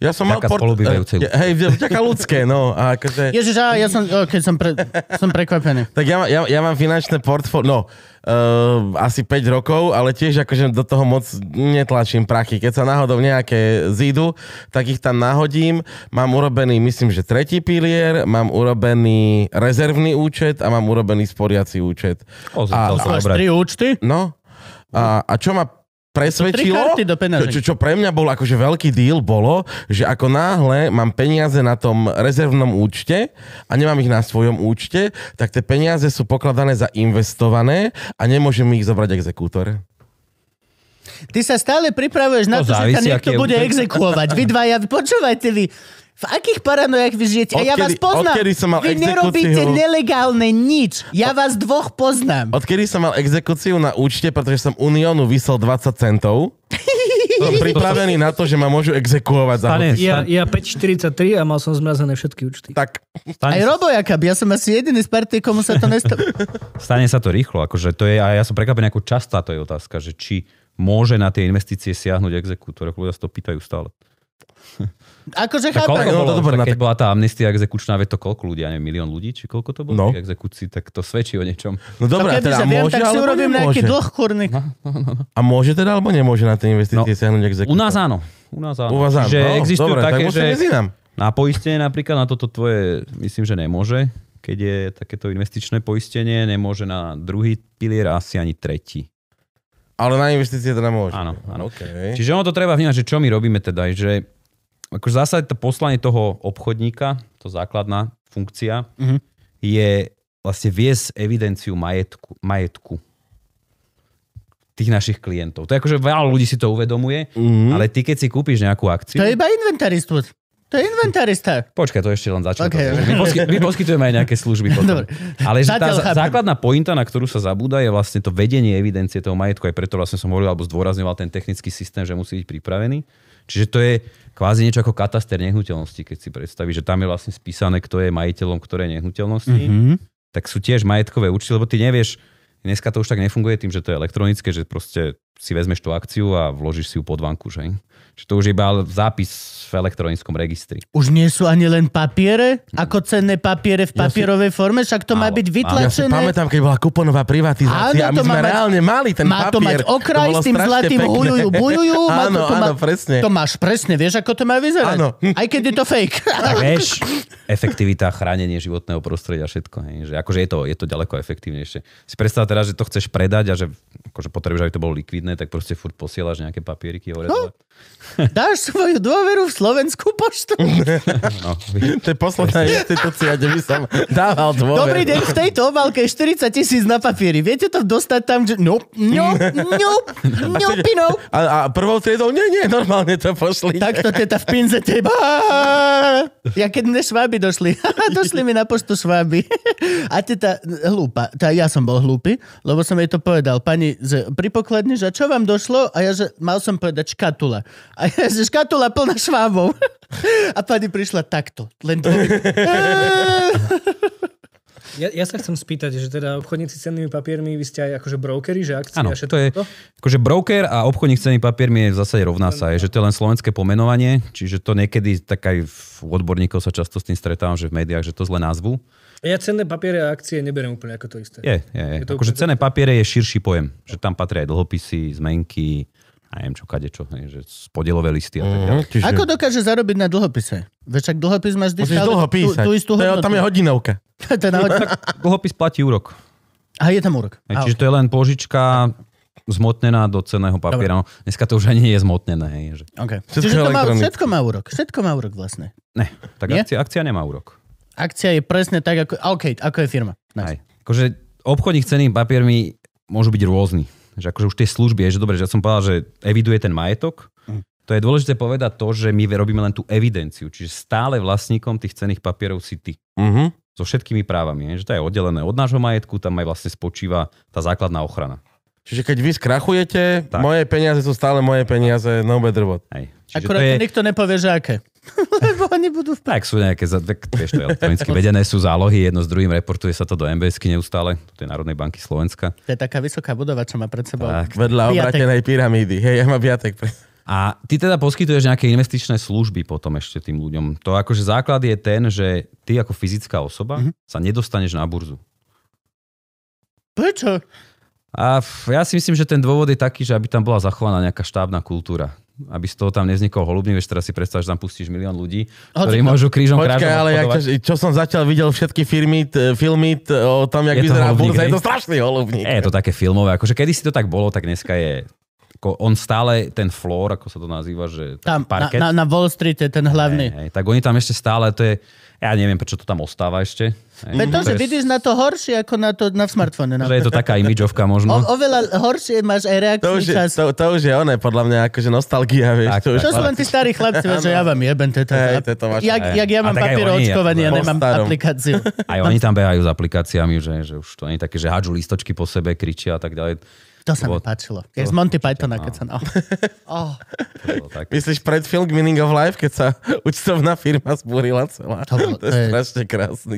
Speaker 3: Ja som mal
Speaker 4: Vďaka spolubývajúcej
Speaker 3: eh, Hej, vďaka ľudské, no. A akože,
Speaker 1: Ježiš, á, ja som, o, keď som, pre... som prekvapený.
Speaker 3: tak ja, ja, ja mám finančné portfólio, no, uh, asi 5 rokov, ale tiež akože do toho moc netlačím prachy. Keď sa náhodou nejaké zídu, tak ich tam nahodím. Mám urobený, myslím, že tretí pilier, mám urobený rezervný účet a mám urobený sporiaci účet.
Speaker 4: O,
Speaker 3: A-
Speaker 4: zatiaľ
Speaker 1: To
Speaker 4: sa
Speaker 1: máš
Speaker 4: obrať.
Speaker 1: tri účty?
Speaker 3: No. A, a čo ma presvedčilo,
Speaker 1: karty do peňaženky.
Speaker 3: čo, čo pre mňa bol akože veľký deal, bolo, že ako náhle mám peniaze na tom rezervnom účte a nemám ich na svojom účte, tak tie peniaze sú pokladané za investované a nemôžem ich zobrať exekútor.
Speaker 1: Ty sa stále pripravuješ na to, že
Speaker 4: To
Speaker 1: ťa
Speaker 4: závisí,
Speaker 1: niekto
Speaker 4: aký je
Speaker 1: bude
Speaker 4: účet.
Speaker 1: exekuovať. Vy dvaja, počúvajte vy. V akých paranojách vy žijete? A ja vás
Speaker 3: Odkedy-
Speaker 1: poznám.
Speaker 3: odkedy som mal
Speaker 1: vy
Speaker 3: exekúciu?
Speaker 1: nerobíte nelegálne nič. Ja vás dvoch poznám.
Speaker 3: Odkedy som mal exekúciu na účte, pretože som Uniónu vysel 20 centov, som pripravený na to, že ma môžu exekuovať za
Speaker 4: Stane,
Speaker 3: hodinu.
Speaker 5: Ja, ja 5,43 a mal som zmrazené všetky účty.
Speaker 3: Tak,
Speaker 4: stane,
Speaker 1: Aj Robo Jakab, ja som asi jediný z partie, komu sa to nestalo.
Speaker 4: stane sa to rýchlo. Akože to je, a ja som prekvapený, ako častá to je otázka, že či môže na tie investície siahnuť exekútor. Ako Ľudia sa to pýtajú stále.
Speaker 1: Akože
Speaker 4: Tak koľko
Speaker 1: chápem.
Speaker 3: no,
Speaker 4: bolo,
Speaker 3: to dobré,
Speaker 4: tak
Speaker 3: na
Speaker 4: keď bola tá amnestia exekučná, veď to koľko ľudí, ja neviem, milión ľudí, či koľko to bolo
Speaker 3: No.
Speaker 4: no. exekúcií, tak to svedčí o niečom.
Speaker 3: no
Speaker 1: To
Speaker 3: dobré,
Speaker 1: keby
Speaker 3: teda
Speaker 1: sa viem,
Speaker 3: môže,
Speaker 1: tak si
Speaker 3: alebo
Speaker 1: urobím nejaký
Speaker 3: nemôže.
Speaker 1: dlh, kurník.
Speaker 3: A môže teda, alebo nemôže na tie investície
Speaker 4: No,
Speaker 3: siahnuť
Speaker 4: U
Speaker 3: exekútor?
Speaker 4: nás áno. U nás áno.
Speaker 3: U vás áno.
Speaker 4: Že
Speaker 3: no,
Speaker 4: existujú
Speaker 3: dobre,
Speaker 4: také,
Speaker 3: tak
Speaker 4: že
Speaker 3: musím ísť inám.
Speaker 4: na poistenie napríklad, na toto tvoje, myslím, že nemôže, keď je takéto investičné poistenie, nemôže na druhý pilier a asi ani tretí.
Speaker 3: Ale na investície teda môže.
Speaker 4: Áno, áno.
Speaker 3: Okay.
Speaker 4: Čiže ono to treba vnímať, že čo my robíme teda, že akože zásade to poslanie toho obchodníka, to základná funkcia,
Speaker 1: Mhm.
Speaker 4: mm-hmm. je vlastne viesť evidenciu majetku, majetku tých našich klientov. To je akože veľa ľudí si to uvedomuje, mm-hmm. ale ty keď si kúpiš nejakú akciu...
Speaker 1: Mhm. To je iba inventaristvood. To je inventarista.
Speaker 4: Počkaj, to ešte len začiatok.
Speaker 1: Okay.
Speaker 4: My, posky, my poskytujeme aj nejaké služby potom.
Speaker 1: Dobre.
Speaker 4: Ale že tá
Speaker 1: Zatiaľ
Speaker 4: zá-
Speaker 1: chápem.
Speaker 4: základná pointa, na ktorú sa zabúda, je vlastne to vedenie evidencie toho majetku. Aj preto vlastne som hovoril, alebo zdôrazňoval ten technický systém, že musí byť pripravený. Čiže to je kvázi niečo ako kataster nehnuteľností, keď si predstavíš, že tam je vlastne spísané, kto je majiteľom ktorej nehnuteľnosti.
Speaker 1: Mhm.
Speaker 4: Mm-hmm. Tak sú tiež majetkové účty, lebo ty nevieš, dneska to už tak nefunguje tým, že to je elektronické, že proste si vezmeš tú akciu a vložíš si ju pod vanku, že? Čiže to už je iba zápis v elektronickom registri.
Speaker 1: Už nie sú ani len papiere, ako cenné papiere v papierovej forme, však to má
Speaker 4: Áno,
Speaker 1: byť
Speaker 4: áno.
Speaker 3: Ja si
Speaker 1: vytlačené.
Speaker 3: pamätám, keď bola kuponová privatizácia
Speaker 1: Áno,
Speaker 3: a my
Speaker 1: to má
Speaker 3: sme
Speaker 1: mať-
Speaker 3: reálne mali ten
Speaker 1: má to mať
Speaker 3: papier.
Speaker 1: okraj
Speaker 3: bolo
Speaker 1: s tým
Speaker 3: strašne
Speaker 1: zlatým
Speaker 3: pekné.
Speaker 1: hujujú, bujujú. má
Speaker 3: Áno,
Speaker 1: to, to má,
Speaker 3: áno, presne.
Speaker 1: To máš presne, vieš, ako to má vyzerať. Hm.
Speaker 3: Áno.
Speaker 1: Aj keď je to fake.
Speaker 4: Tak vieš, efektivita, chránenie životného prostredia, všetko. Hej. Že akože je to, je to ďaleko efektívnejšie. Si predstav teraz, že to chceš predať a že akože potrebuješ, aby to bolo likvidné, tak proste furt posielaš nejaké papieriky
Speaker 5: No,
Speaker 4: hore. dole.
Speaker 1: Dáš svoju dôveru v slovenskú poštu.
Speaker 4: No, vy-
Speaker 3: To je posledná inštitúcia, kde by som dával dôver.
Speaker 1: Dobrý deň, v tejto obálke je 40 tisíc na papieri. Viete to dostať tam, že... No, no, no, no, pino.
Speaker 3: A, a prvou triedou, nie, nie, normálne to pošli.
Speaker 1: Takto teta teda v pinzete. Bá! Ja keď mne šváby došli. došli mi na poštu šváby. A teta hlúpa. Tá, ja som bol hlúpy, lebo som jej to povedal. Pani, že pri pokladni, že čo vám došlo? A ja, že mal som povedať škatula. A ja, že škatula plná švábov. A pani prišla takto. Len dvomi.
Speaker 5: Ja, ja sa chcem spýtať, že teda obchodníci s cennými papiermi, vy ste aj akože brokery, že akcie
Speaker 4: Áno,
Speaker 5: a všetko
Speaker 4: to je,
Speaker 5: to?
Speaker 4: akože broker a obchodník s cennými papiermi je v zásade rovná sa, je, že to je len slovenské pomenovanie, čiže to niekedy tak aj v- u odborníkov sa často s tým stretávam, že v médiách, že to zle názvu.
Speaker 5: Ja cenné papiere a akcie neberiem úplne ako to isté.
Speaker 4: Je, je, je.
Speaker 5: Je to
Speaker 4: Akože
Speaker 5: úplne
Speaker 4: cenné papiere je širší pojem, že tam patria aj dlhopisy, zmenky, a neviem čo, kade čo, hej, že podielové listy a tak ďalej.
Speaker 3: Mhm, Čiže...
Speaker 1: Ako dokáže zarobiť na dlhopise? Veď však dlhopis máš vždy
Speaker 3: Musíš dlho písať.
Speaker 1: tú, tú istú
Speaker 3: to je,
Speaker 1: hodnotu.
Speaker 3: tam je hodinovka.
Speaker 1: To je na hodinu.
Speaker 4: Dlhopis platí úrok.
Speaker 1: A je tam úrok.
Speaker 4: Hej, čiže to je len požička zmotnená do cenného papiera. No, dneska to už ani nie je zmotnené. Hej, že...
Speaker 1: Okay.
Speaker 3: Všetko
Speaker 1: Čiže to má,
Speaker 3: elektronické.
Speaker 1: všetko má úrok. Všetko má úrok vlastne.
Speaker 4: Ne, tak
Speaker 1: Nie?
Speaker 4: akcia, akcia nemá úrok.
Speaker 1: Akcia je presne tak, ako, OK, ako je firma. Nice.
Speaker 4: Hej. Akože obchodník s cennými papiermi môžu byť rôzni. Že akože už tie služby, je, že dobre, že ja som povedal, že eviduje ten majetok,
Speaker 1: Hm.
Speaker 4: to je dôležité povedať to, že my robíme len tú evidenciu, čiže stále vlastníkom tých cenných papierov si ty.
Speaker 3: Mhm.
Speaker 4: so všetkými právami. je, Že to je oddelené od nášho majetku, tam aj vlastne spočíva tá základná ochrana.
Speaker 3: Čiže keď vy skrachujete,
Speaker 4: Tak.
Speaker 3: moje peniaze sú stále moje peniaze, no better what.
Speaker 4: Hej. Čiže
Speaker 1: Akurát
Speaker 4: to
Speaker 1: je...
Speaker 4: je,
Speaker 1: nikto nepovie, že aké. Lebo oni budú... v-
Speaker 4: tak sú nejaké, za- tak, vieš, to je elektronicky vedené sú zálohy, jedno s druhým, reportuje sa to do MBSky neustále, to je Národnej banky Slovenska.
Speaker 1: To je taká vysoká budova, čo má pred sebou.
Speaker 4: Tak.
Speaker 3: Vedľa
Speaker 1: Piatek.
Speaker 3: obratenej pyramídy. Hej, ja mám viatek.
Speaker 4: A ty teda poskytuješ nejaké investičné služby potom ešte tým ľuďom. To akože základ je ten, že ty ako fyzická osoba
Speaker 3: Mhm.
Speaker 4: mm-hmm. sa nedostaneš na burzu.
Speaker 1: Prečo?
Speaker 4: A f- ja si myslím, že ten dôvod je taký, že aby tam bola zachovaná nejaká štábna kultúra. Aby z toho tam nevznikol holubný, vieš, teraz si predstav, že tam pustíš milión ľudí,
Speaker 1: Hoci
Speaker 4: ktorí
Speaker 1: to.
Speaker 4: môžu krížom
Speaker 3: Počkaj,
Speaker 4: krážom
Speaker 3: ale jak to,
Speaker 4: obchodovať.
Speaker 3: že- čo som zatiaľ videl všetky firmy, t- filmy t- o tom, jak
Speaker 4: Je to
Speaker 3: vyzerá
Speaker 4: holubník,
Speaker 3: burza,
Speaker 4: hej? E,
Speaker 3: je to strašný holubník.
Speaker 4: Je to také filmové, akože kedy si to tak bolo, tak dneska je ako on stále, ten floor, ako sa to nazýva, že taký
Speaker 1: Tam, na,
Speaker 4: parket,
Speaker 1: na, na Wall Street je ten hlavný.
Speaker 4: hej, tak oni tam ešte stále, to je, ja neviem, prečo to tam ostáva ešte. Hej,
Speaker 1: Pretože
Speaker 4: je-
Speaker 1: vidíš na to horšie, ako na to na smartfóne. Na...
Speaker 4: že je to taká imidžovka
Speaker 1: O,
Speaker 4: možno.
Speaker 1: oveľa horšie máš aj
Speaker 3: To
Speaker 1: reakčný
Speaker 3: už, je,
Speaker 1: čas.
Speaker 3: to, to už je oné, podľa mňa, akože nostalgia, vieš.
Speaker 4: Tak,
Speaker 3: to už
Speaker 1: To sú len tí starí chlapci, vieš, že ja vám jebem teta.
Speaker 3: Hej, to je to vaše.
Speaker 1: jak, jak ja
Speaker 4: A
Speaker 1: mám
Speaker 4: tak aj
Speaker 1: papier
Speaker 4: oni,
Speaker 1: očkovanie, ja
Speaker 4: ako-
Speaker 1: nemám
Speaker 3: Po starom.
Speaker 1: aplikáciu.
Speaker 4: Aj oni tam behajú s aplikáciami, že, že už to nie je také, že hádžu listočky po sebe, kričia a tak ďalej.
Speaker 1: To sa mi
Speaker 4: Bo-
Speaker 1: páčilo. Je z Monty Pythona, keď sa... no. Oh,
Speaker 4: To bolo tak.
Speaker 3: Myslíš pred film Meaning of Life, keď sa účtovná firma zbúrila celá?
Speaker 1: To bol- to
Speaker 3: to je
Speaker 1: je-
Speaker 3: strašne krásny.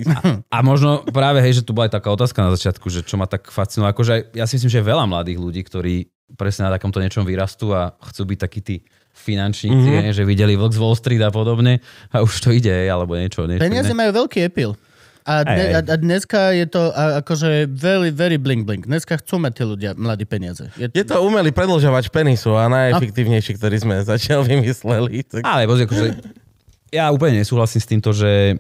Speaker 4: A možno práve, hej, že tu bola aj taká otázka na začiatku, že čo ma tak fascinovalo. Akože aj- ja si myslím, že je veľa mladých ľudí, ktorí presne na takomto niečom vyrastú a chcú byť takí tí finančníci, mm-hmm. že videli vlk z Wall Street a podobne a už to ide, hej, alebo niečo. niečo
Speaker 1: Peniaze
Speaker 4: iné.
Speaker 1: majú veľký epil. A, dne,
Speaker 4: Hej,
Speaker 1: a,
Speaker 4: hej.
Speaker 1: a dneska je to a, akože very, very bling bling. Dneska chcú mať tí ľudia mladí peniaze. Je,
Speaker 3: Je to umelý predlžovač penisu a najefektívnejší, ktorý sme zatiaľ vymysleli. Tak...
Speaker 4: Ale pozri, akože, ja úplne nesúhlasím s týmto, že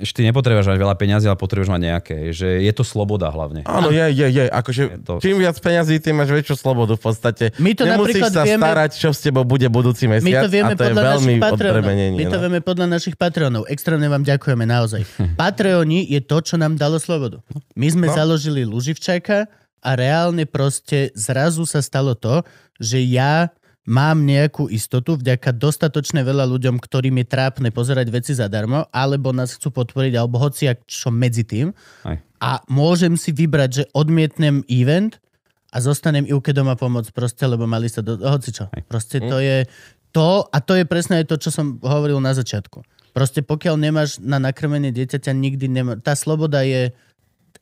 Speaker 4: ešte nepotrebuješ mať veľa peňazí, ale potrebuješ mať nejaké. Že je to sloboda hlavne.
Speaker 3: Áno, je, je, je. Akože
Speaker 4: Je to-
Speaker 3: čím viac peňazí, tým máš väčšiu slobodu v podstate.
Speaker 1: My to
Speaker 3: Nemusíš
Speaker 1: napríklad
Speaker 3: sa
Speaker 1: vieme-
Speaker 3: starať, čo s tebou bude budúci
Speaker 1: My to
Speaker 3: mesiac
Speaker 1: vieme
Speaker 3: a to je
Speaker 1: podľa
Speaker 3: veľmi
Speaker 1: našich patronov.
Speaker 3: odbremenenie.
Speaker 1: My to
Speaker 3: no.
Speaker 1: vieme podľa našich patronov. Extrémne vám ďakujeme naozaj. Patreoni je to, čo nám dalo slobodu. My sme
Speaker 3: No.
Speaker 1: založili Luživčaka a reálne proste zrazu sa stalo to, že ja mám nejakú istotu vďaka dostatočne veľa ľuďom, ktorým je trápne pozerať veci zadarmo, alebo nás chcú podporiť, alebo hociak čo medzi tým.
Speaker 4: Aj.
Speaker 1: A môžem si vybrať, že odmietnem event a zostanem Ivke doma pomôcť proste, lebo mali sa do... Hocičo.
Speaker 4: Hm?
Speaker 1: Proste to je to a to je presne aj to, čo som hovoril na začiatku. Proste pokiaľ nemáš na nakrmenie dieťaťa, nikdy nemá... Tá sloboda je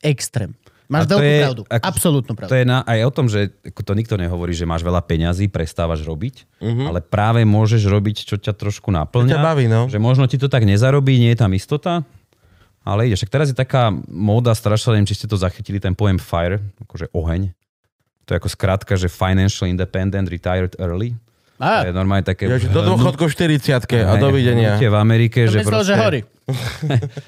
Speaker 1: extrém. Máš
Speaker 4: A to
Speaker 1: veľkú
Speaker 4: je-
Speaker 1: pravdu.
Speaker 4: ako-
Speaker 1: Absolútnu pravdu.
Speaker 4: To je na, aj o tom, že ako to nikto nehovorí, že máš veľa peňazí, prestávaš robiť, ale práve môžeš robiť, čo ťa trošku
Speaker 3: Čo
Speaker 4: naplňa.
Speaker 3: ťa baví, no.
Speaker 4: Že možno ti to tak nezarobí, nie je tam istota, ale ideš. Tak teraz je taká móda, strašne neviem, či ste to zachytili, ten pojem FIRE, akože oheň. To je ako skratka, že Financial Independent Retired Early.
Speaker 1: Á,
Speaker 4: To je normálne také...
Speaker 3: Ja, že do dôchodku v 40 a
Speaker 4: Hej,
Speaker 3: dovidenia.
Speaker 4: hnutie V Amerike,
Speaker 1: to
Speaker 4: že
Speaker 1: myslel, že
Speaker 4: proste
Speaker 1: horí.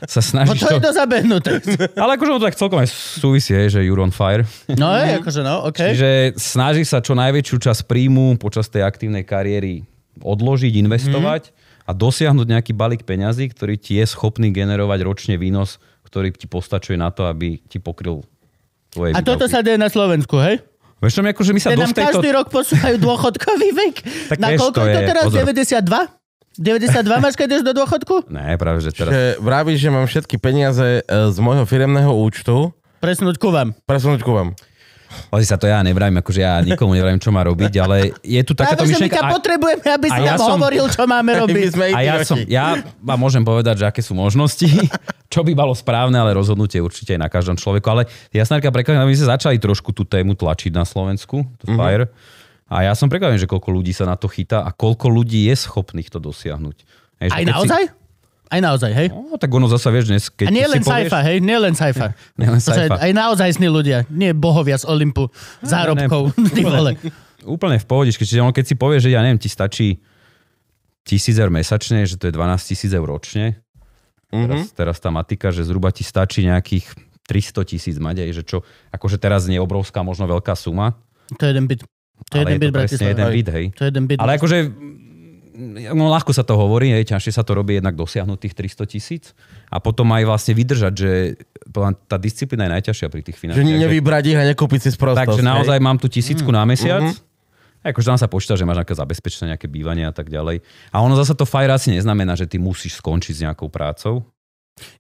Speaker 4: sa
Speaker 1: No
Speaker 4: snažíš
Speaker 1: to je
Speaker 4: to...
Speaker 1: to zabehnuté.
Speaker 4: Ale akože ono to tak celkom aj súvisí, hej, že you're on fire.
Speaker 1: No je, akože no, OK.
Speaker 4: Čiže snaží sa čo najväčšiu časť príjmu počas tej aktívnej kariéry odložiť, investovať
Speaker 1: Mhm.
Speaker 4: a dosiahnuť nejaký balík peňazí, ktorý ti je schopný generovať ročne výnos, ktorý ti postačuje na to, aby ti pokryl tvoje
Speaker 1: A toto sa
Speaker 4: výdavky.
Speaker 1: deje na Slovensku, hej?
Speaker 4: Vieš čo, my akože my sa
Speaker 1: Ten
Speaker 4: do
Speaker 1: nám
Speaker 4: tejto...
Speaker 1: každý rok posúvajú dôchodkový vek.
Speaker 4: Tak
Speaker 1: na
Speaker 4: vieš,
Speaker 1: koľko
Speaker 4: to
Speaker 1: je to
Speaker 4: je-
Speaker 1: teraz?
Speaker 4: pozor.
Speaker 1: 92? 92 máš, keď ideš do dôchodku?
Speaker 4: Ne, práve, že teraz...
Speaker 3: Že vravíš, že mám všetky peniaze e, z môjho firemného účtu
Speaker 1: Presnúť ku vám.
Speaker 3: presunúť ku vám.
Speaker 4: Ozri sa, to ja nevravím, akože ja nikomu nevravím, čo má robiť, ale je tu takáto
Speaker 1: Práve, že my
Speaker 4: myšlienka...
Speaker 1: ťa
Speaker 4: a-
Speaker 1: potrebujeme, aby si
Speaker 4: a ja
Speaker 1: nám
Speaker 4: som-
Speaker 1: hovoril, čo máme
Speaker 3: My
Speaker 1: robiť.
Speaker 3: sme
Speaker 4: A ja,
Speaker 3: idioti.
Speaker 4: som, ja vám môžem povedať, že aké sú možnosti, čo by bolo správne, ale rozhodnutie je určite aj na každom človeku. Ale ja som napríklad prekvapený, aby sme sa začali trošku tú tému tlačiť na Slovensku, to
Speaker 1: Mhm.
Speaker 4: Fire. A ja som prekvapený, že koľko ľudí sa na to chytá a koľko ľudí je schopných to dosiahnuť. Hej, že
Speaker 1: Aj
Speaker 4: keď si-
Speaker 1: naozaj? Aj naozaj, hej?
Speaker 4: No, tak ono zasa vieš dnes,
Speaker 1: A
Speaker 4: keď
Speaker 1: nie
Speaker 4: si
Speaker 1: len
Speaker 4: povieš-
Speaker 1: sajfa, hej? Nie len sajfa.
Speaker 4: Nie len
Speaker 1: To sú aj-
Speaker 4: sajfa.
Speaker 1: Aj naozaj sní ľudia. Nie bohovia z Olympu, zárobkov. Ty vole.
Speaker 4: Úplne v pohode, čiže ono, keď si povieš, že ja neviem, ti stačí tisíc eur mesačne, že to je 12 tisíc eur ročne. Teraz,
Speaker 1: Mhm.
Speaker 4: teraz tá matika, že zhruba ti stačí nejakých 300 tisíc mať aj, že čo, akože teraz nie je obrovská, možno veľká suma,
Speaker 1: To je jeden byt. To je jeden
Speaker 4: ale je
Speaker 1: byt,
Speaker 4: to presne jeden
Speaker 1: Bratislava.
Speaker 4: byt, hej.
Speaker 1: To je jeden byt.
Speaker 4: Ale akože, mm, no ľahko sa to hovorí, hej, ťažšie sa to robí jednak dosiahnuť tých 300 tisíc a potom aj vlastne vydržať, že podľa mňa tá disciplína je najťažšia pri tých
Speaker 3: Že
Speaker 4: financiách. že-
Speaker 3: nevybrať ich a nekúpiť si sprostosť.
Speaker 4: Takže
Speaker 3: hej. Mhm.
Speaker 4: naozaj mám tu tisícku na mesiac. Akože tam sa počíta, že máš nejaké zabezpečené nejaké bývanie a tak ďalej. A ono zasa to fajra asi neznamená, že ty musíš skončiť s nejakou prácou.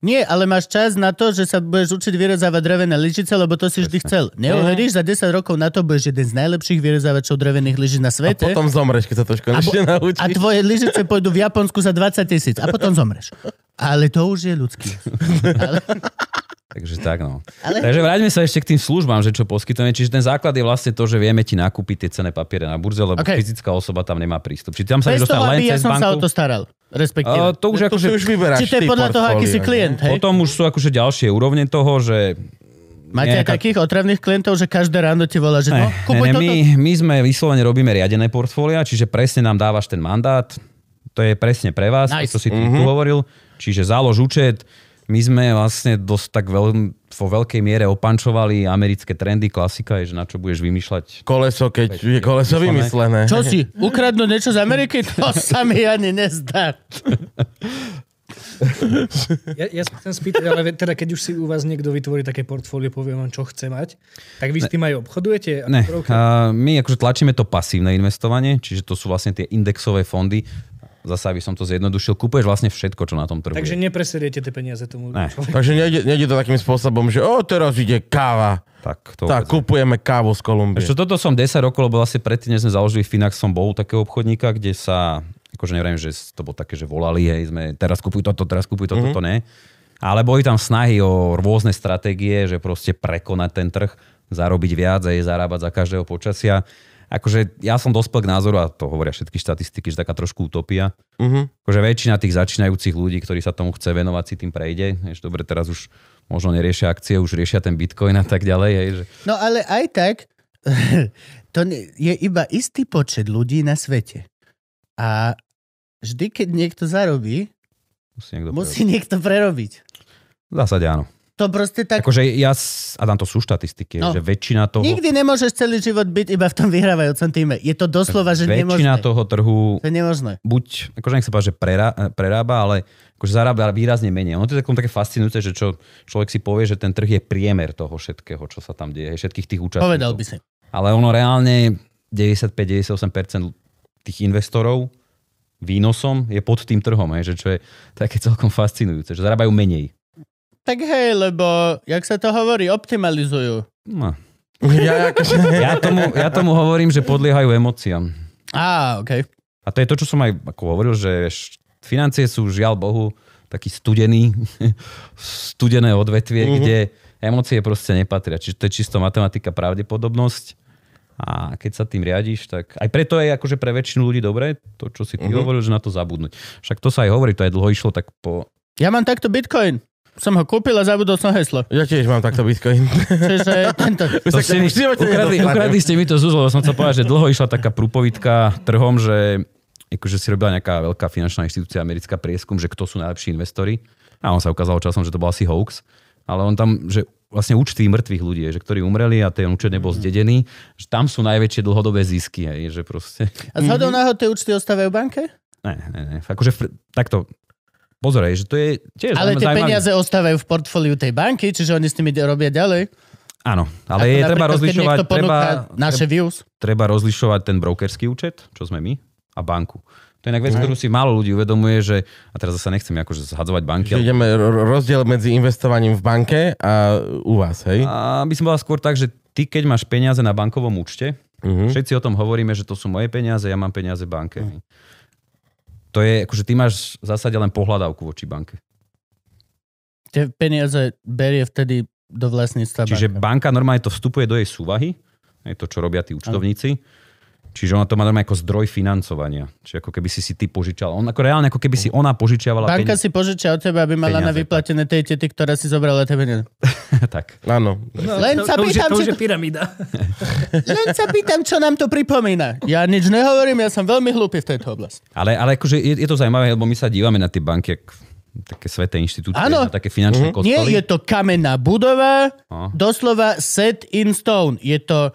Speaker 1: Nie, ale máš čas na to, že sa budeš učiť vyrezávať drevené lyžice, lebo to si vždy chcel. Neuveríš, za 10 rokov na to budeš jeden z najlepších vyrezávačov drevených lyží na
Speaker 3: A
Speaker 1: svete.
Speaker 3: potom zomreš, keď sa to už konečne naučíš.
Speaker 1: A tvoje lyžice pôjdu v Japonsku za 20 tisíc a potom zomreš. Ale to už je ľudský. Ale,
Speaker 4: Takže tak no.
Speaker 1: Ale-
Speaker 4: Takže vráťme sa ešte k tým službám, že čo poskytujeme. Čiže ten základ je vlastne to, že vieme ti nakúpiť tie cenné papiere na burze, lebo
Speaker 1: Ok.
Speaker 4: fyzická osoba tam nemá prístup. Čiže tam sa
Speaker 1: bez toho,
Speaker 4: nedostane len
Speaker 1: aby ja
Speaker 4: cez
Speaker 1: som sa o
Speaker 4: banku.
Speaker 1: to staral.
Speaker 4: A
Speaker 1: Respektíve.
Speaker 4: to už
Speaker 3: to
Speaker 4: akože,
Speaker 3: si už vyberáš.
Speaker 1: Či to je
Speaker 3: ty
Speaker 1: podľa toho, aký si
Speaker 3: portfólio,
Speaker 1: klient, hej?
Speaker 4: potom už sú akože ďalšie úrovne toho, že
Speaker 1: Máte aj
Speaker 4: nejaká-
Speaker 1: takých otravných klientov, že každé ráno ti volá, že no,
Speaker 4: Ne, ne,
Speaker 1: kúpuj
Speaker 4: ne,
Speaker 1: toto.
Speaker 4: my, my sme vyslovene robíme riadené portfólia, čiže presne nám dávaš ten mandát, to je presne pre vás,
Speaker 1: Nice.
Speaker 4: nice. to si ty mm-hmm. tu hovoril, čiže zálož účet, my sme vlastne dosť tak veľ, vo veľkej miere opančovali americké trendy, klasika je, že na čo budeš vymýšľať.
Speaker 3: Koleso, keď je koleso vymyslené.
Speaker 1: Čo si, ukradnú niečo z Ameriky? To sa mi ani nezdá.
Speaker 5: Ja, ja sa chcem spýtať, ale ve- teda keď už si u vás niekto vytvorí také portfólio, povie vám, čo chce mať, tak vy s tým aj obchodujete?
Speaker 4: Ne,
Speaker 5: Ako broker?
Speaker 4: a my akože tlačíme to pasívne investovanie, čiže to sú vlastne tie indexové fondy, zase aby som to zjednodušil, kupuješ vlastne všetko, čo na tom trhu
Speaker 5: Takže
Speaker 4: je.
Speaker 5: nepresediete tie peniaze tomu
Speaker 4: Ne.
Speaker 5: človeku.
Speaker 3: Takže nejde, nejde to takým spôsobom, že o, teraz ide káva.
Speaker 4: Tak, to
Speaker 3: Tak,
Speaker 4: vôbec
Speaker 3: kupujeme kávu z Kolumbie.
Speaker 4: Ešte toto som 10 rokov, lebo vlastne predtým, než sme založili Finax, som bol u takého obchodníka, kde sa, akože neviem, že to bolo také, že volali, hej, sme teraz kúpuj toto, teraz kúpuj toto, mm-hmm. to ne. Ale boli tam snahy o rôzne stratégie, že proste prekonať ten trh, zarobiť viac a je zarábať za každého počasia. Akože ja som dospel k názoru, a to hovoria všetky štatistiky, že taká trošku utopia,
Speaker 3: Mhm.
Speaker 4: akože väčšina tých začínajúcich ľudí, ktorí sa tomu chce venovať, si tým prejde. Ešte dobre, teraz už možno neriešia akcie, už riešia ten bitcoin a tak ďalej. Hej, že...
Speaker 1: No ale aj tak, to ne- je iba istý počet ľudí na svete. A vždy, keď niekto zarobí,
Speaker 4: Musí niekto
Speaker 1: musí niekto prerobiť.
Speaker 4: V zásade áno.
Speaker 1: To proste tak...
Speaker 4: Akože ja, s- a tam to sú štatistiky,
Speaker 1: No.
Speaker 4: no. že väčšina toho,
Speaker 1: Nikdy nemôžeš celý život byť iba v tom vyhrávajúcom týme. Je to doslova, že nemožné.
Speaker 4: väčšina toho trhu
Speaker 1: To je nemožné.
Speaker 4: buď, akože nech sa páči, že prerá, prerába, ale akože zarába výrazne menej. Ono to je takom také fascinujúce, že čo človek si povie, že ten trh je priemer toho všetkého, čo sa tam deje, všetkých tých účastníkov.
Speaker 1: Povedal by si.
Speaker 4: Ale ono reálne 95-98% tých investorov výnosom je pod tým trhom, hej, že čo je také celkom fascinujúce, že zarábajú menej.
Speaker 1: Tak hej, lebo, jak sa to hovorí, optimalizujú.
Speaker 4: No.
Speaker 3: Ja, akože,
Speaker 4: Ja, tomu, ja tomu hovorím, že podliehajú emóciám.
Speaker 1: Á, okej.
Speaker 4: A to je to, čo som aj ako hovoril, že š- financie sú žiaľ Bohu taký studený, studené odvetvie, mm-hmm. kde emócie proste nepatria. Čiže to je čisto matematika, pravdepodobnosť. A keď sa tým riadiš, tak aj preto je akože pre väčšinu ľudí dobré to, čo si ty mm-hmm. hovoril, že na to zabudnúť. Však to sa aj hovorí, to aj dlho išlo tak po...
Speaker 1: Ja mám takto bitcoin. Som ho kúpil a zabudol som heslo.
Speaker 3: ja tiež mám takto bitcoin.
Speaker 1: Čiže tento...
Speaker 3: Už sa
Speaker 4: To
Speaker 3: k tomu
Speaker 4: ste mi,
Speaker 3: v živote
Speaker 4: ukradli,
Speaker 3: nedostanem.
Speaker 4: ukradli ste mi to z úst, lebo som chcel povedať, že dlho išla taká prúpovitka trhom, že akože si robila nejaká veľká finančná inštitúcia americká prieskum, že kto sú najlepší investori. A on sa ukázalo časom, že to bol asi hoax. Ale on tam, že vlastne účty mŕtvych ľudí, že ktorí umreli a ten účet
Speaker 3: Mhm.
Speaker 4: nebol zdedený, že tam sú najväčšie dlhodobé zisky. Hej, že proste...
Speaker 1: A
Speaker 4: Mhm.
Speaker 1: zhodou náhod tie účty ostávajú v banke?
Speaker 4: Ne, ne, ne. Akože fr- takto Pozor, hej, že to je tiež
Speaker 1: Ale tie
Speaker 4: zaujímavý-
Speaker 1: peniaze ostávajú v portfóliu tej banky, čiže oni s nimi de- robia ďalej.
Speaker 4: Áno, ale
Speaker 1: Ako
Speaker 4: je treba
Speaker 1: napríklad, keď
Speaker 4: rozlišovať,
Speaker 1: niekto
Speaker 4: treba,
Speaker 1: ponúka naše views.
Speaker 4: treba rozlišovať ten brokerský účet, čo sme my, a banku. To je inak
Speaker 3: Mhm.
Speaker 4: vec, ktorú si málo ľudí uvedomuje, že, a teraz zase nechcem akože zhadzovať
Speaker 3: Že
Speaker 4: banky, ale
Speaker 3: ideme ro- rozdiel medzi investovaním v banke a u vás, hej?
Speaker 4: a by som bola skôr tak, že ty, keď máš peniaze na bankovom účte,
Speaker 3: Mhm.
Speaker 4: všetci o tom hovoríme, že to sú moje peniaze, ja mám peniaze banke. To je, akože ty máš v zásade len pohľadávku voči banke.
Speaker 1: Tie peniaze berie vtedy do vlastníctva
Speaker 4: Čiže
Speaker 1: banka.
Speaker 4: banka normálne to vstupuje do jej súvahy, je to, čo robia tí účtovníci. Čiže ona to má normálne ako zdroj financovania. Čiže ako keby si si ty požičal. On, ako reálne, ako keby si ona požičiavala
Speaker 1: Banka si
Speaker 4: peniaze.
Speaker 1: požičia od teba, aby mala
Speaker 4: Peniaze,
Speaker 1: na vyplatené tej tety, ktorá si zobrala tie peniaze.
Speaker 4: tak.
Speaker 3: Áno.
Speaker 1: Len sa
Speaker 5: to, už je,
Speaker 1: pýtam,
Speaker 5: to už
Speaker 1: či-
Speaker 5: je pyramída.
Speaker 1: Len sa pýtam, čo nám to pripomína. Ja nič nehovorím, ja som veľmi hlúpy v tejto oblasti.
Speaker 4: Ale, ale akože je, je to zaujímavé, lebo my sa dívame na tie banky, ak také sveté inštitúcie,
Speaker 1: Áno. Mhm.
Speaker 4: na také finančné kostoly.
Speaker 1: Nie, je to kamenná budova,
Speaker 4: No.
Speaker 1: doslova set in stone. Je to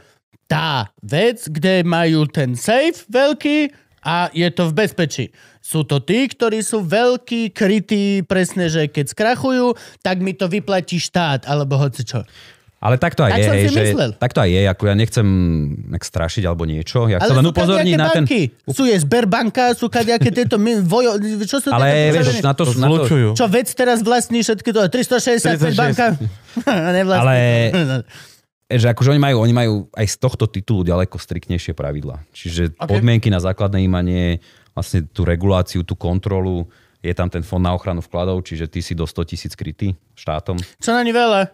Speaker 1: tá vec, kde majú ten safe veľký a je to v bezpečí. Sú to tí, ktorí sú veľkí, krytí, presne, že keď skrachujú, tak mi to vyplatí štát, alebo hoci čo.
Speaker 4: Ale takto aj
Speaker 1: Tak
Speaker 4: je,
Speaker 1: som
Speaker 4: hej,
Speaker 1: si
Speaker 4: že,
Speaker 1: myslel.
Speaker 4: takto aj je, ako ja nechcem nejak strašiť alebo niečo. Ja
Speaker 1: Ale
Speaker 4: chcem len
Speaker 1: sú
Speaker 4: upozorniť
Speaker 1: kadejaké
Speaker 4: na ten...
Speaker 1: banky. Sú je Sberbanka, sú kadejaké tieto mi- vojo... Čo sú
Speaker 4: Ale
Speaker 1: tieto
Speaker 4: vieš, na to,
Speaker 3: To
Speaker 4: na to,
Speaker 3: zlučujú.
Speaker 1: Čo vec teraz vlastní všetky to? 365
Speaker 3: 365.
Speaker 1: banka? Nevlastní.
Speaker 4: Ale- že akože oni majú, oni majú aj z tohto titulu ďaleko striktnejšie pravidla.
Speaker 1: Ok.
Speaker 4: Čiže okay. podmienky na základné imanie, vlastne tú reguláciu, tú kontrolu, je tam ten fond na ochranu vkladov, čiže ty si do 100 tisíc krytý štátom.
Speaker 1: Čo na ni veľa?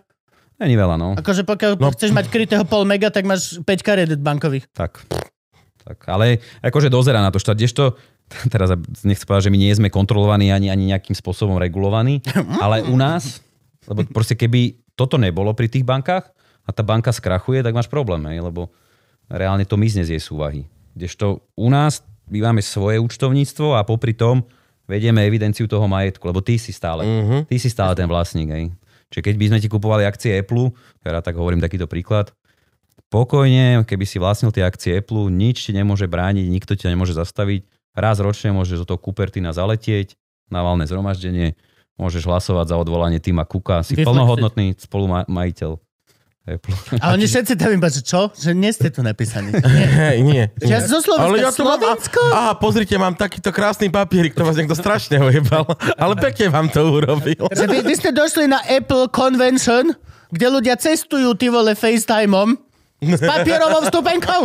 Speaker 4: Není veľa, no.
Speaker 1: Akože pokiaľ no. chceš mať krytého pol mega, tak máš 5 kariet bankových.
Speaker 4: Tak. tak. Ale akože dozera na to štát. Kdežto, teraz nechcem povedať, že my nie sme kontrolovaní ani, ani nejakým spôsobom regulovaní, ale u nás, lebo proste keby toto nebolo pri tých bankách a tá banka skrachuje, tak máš problém, hej, lebo reálne to mizne z jej súvahy. Kdežto u nás my máme svoje účtovníctvo a popri tom vedieme evidenciu toho majetku, lebo ty si stále, uh-huh. ty si stále ten vlastník. Hej. Čiže keď by sme ti kupovali akcie Apple, ja rád tak hovorím takýto príklad, pokojne, keby si vlastnil tie akcie Apple, nič ti nemôže brániť, nikto ti nemôže zastaviť. Raz ročne môžeš do toho Cupertina zaletieť, na valné zhromaždenie, môžeš hlasovať za odvolanie Tima Cooka, si
Speaker 1: Vyflexiť.
Speaker 4: plnohodnotný spolumajiteľ Apple.
Speaker 1: A oni všetci tam iba, že čo? Že nie ste tu napísaní. Nie.
Speaker 3: Hej, nie.
Speaker 1: Že ja zo Slovenska,
Speaker 3: Ale ja tu mám...
Speaker 1: Slovensko?
Speaker 3: Aha, pozrite, mám takýto krásny papierik, to vás niekto strašne ojebal. Ale pekne vám to urobil.
Speaker 1: Že vy, vy ste došli na Apple Convention, kde ľudia cestujú ty vole FaceTimeom s papierovou vstupenkou.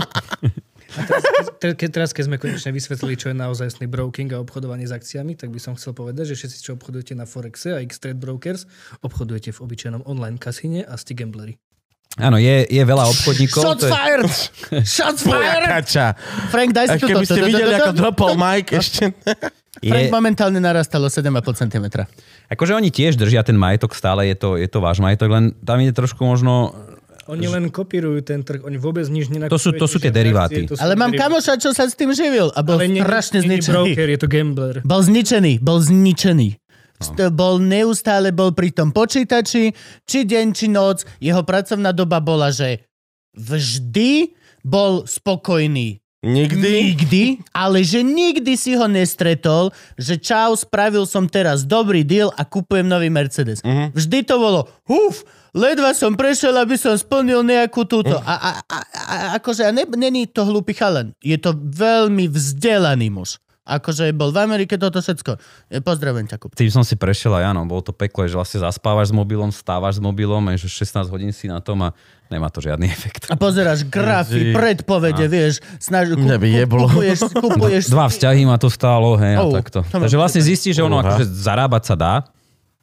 Speaker 5: Te- Keď, teraz, keď sme konečne vysvetlili, čo je naozaj broking a obchodovanie s akciami, tak by som chcel povedať, že všetci, čo obchodujete na Forexe a X Trade Brokers, obchodujete v obyčajnom online kasíne a ste gamblery.
Speaker 4: Áno, je, je veľa obchodníkov.
Speaker 1: Shots
Speaker 4: to je-
Speaker 1: fired! Shots fired!
Speaker 3: Kača.
Speaker 1: Frank, daj si
Speaker 3: Až
Speaker 1: tu
Speaker 3: keby
Speaker 1: toto.
Speaker 3: ste
Speaker 1: To- to-
Speaker 3: videli,
Speaker 1: to-
Speaker 3: ako
Speaker 1: to-
Speaker 3: dropol Mike ešte.
Speaker 1: Frank
Speaker 4: je,
Speaker 1: momentálne narastalo 7,5 cm.
Speaker 4: akože oni tiež držia ten majetok stále, je to, je to váš majetok, len tam je trošku možno...
Speaker 5: Oni len kopírujú ten trh, oni vôbec nič nenakupujú.
Speaker 4: To sú- to sú tie deriváty.
Speaker 1: Ale mám kamoša, čo sa s tým živil a bol strašne
Speaker 5: nie je
Speaker 1: zničený.
Speaker 5: broker, je to gambler.
Speaker 1: Bol zničený, bol zničený. St- Bol neustále bol pri tom počítači, či deň, či noc. Jeho pracovná doba bola, že vždy bol spokojný.
Speaker 3: Nikdy?
Speaker 1: Nikdy, ale že nikdy si ho nestretol, že čau, spravil som teraz dobrý deal a kupujem nový Mercedes.
Speaker 3: Mhm.
Speaker 1: Mm-hmm. Vždy to bolo, huf, ledva som prešiel, aby som splnil nejakú túto.
Speaker 3: Mhm.
Speaker 1: A, a, a, a akože, a ne, není to hlúpy chalan. Je to veľmi vzdelaný muž. Akože bol v Amerike toto všetko. E, Pozdravujem ťa, Kup.
Speaker 4: Tým som si prešiel aj áno, bolo to peklo, že vlastne zaspávaš s mobilom, stávaš s mobilom, a že 16 hodín si na tom a nemá to žiadny efekt.
Speaker 1: A pozeráš grafy,
Speaker 3: Ježi.
Speaker 1: predpovede, vieš, snaž, ku,
Speaker 3: Mňa by jeblo.
Speaker 1: kupuješ, kupuješ
Speaker 4: Dva vzťahy ma to stálo, hej,
Speaker 1: Au,
Speaker 4: a takto.
Speaker 1: to ma-
Speaker 4: Takže vlastne zistíš, že
Speaker 3: Uha.
Speaker 4: ono akože zarábať sa dá,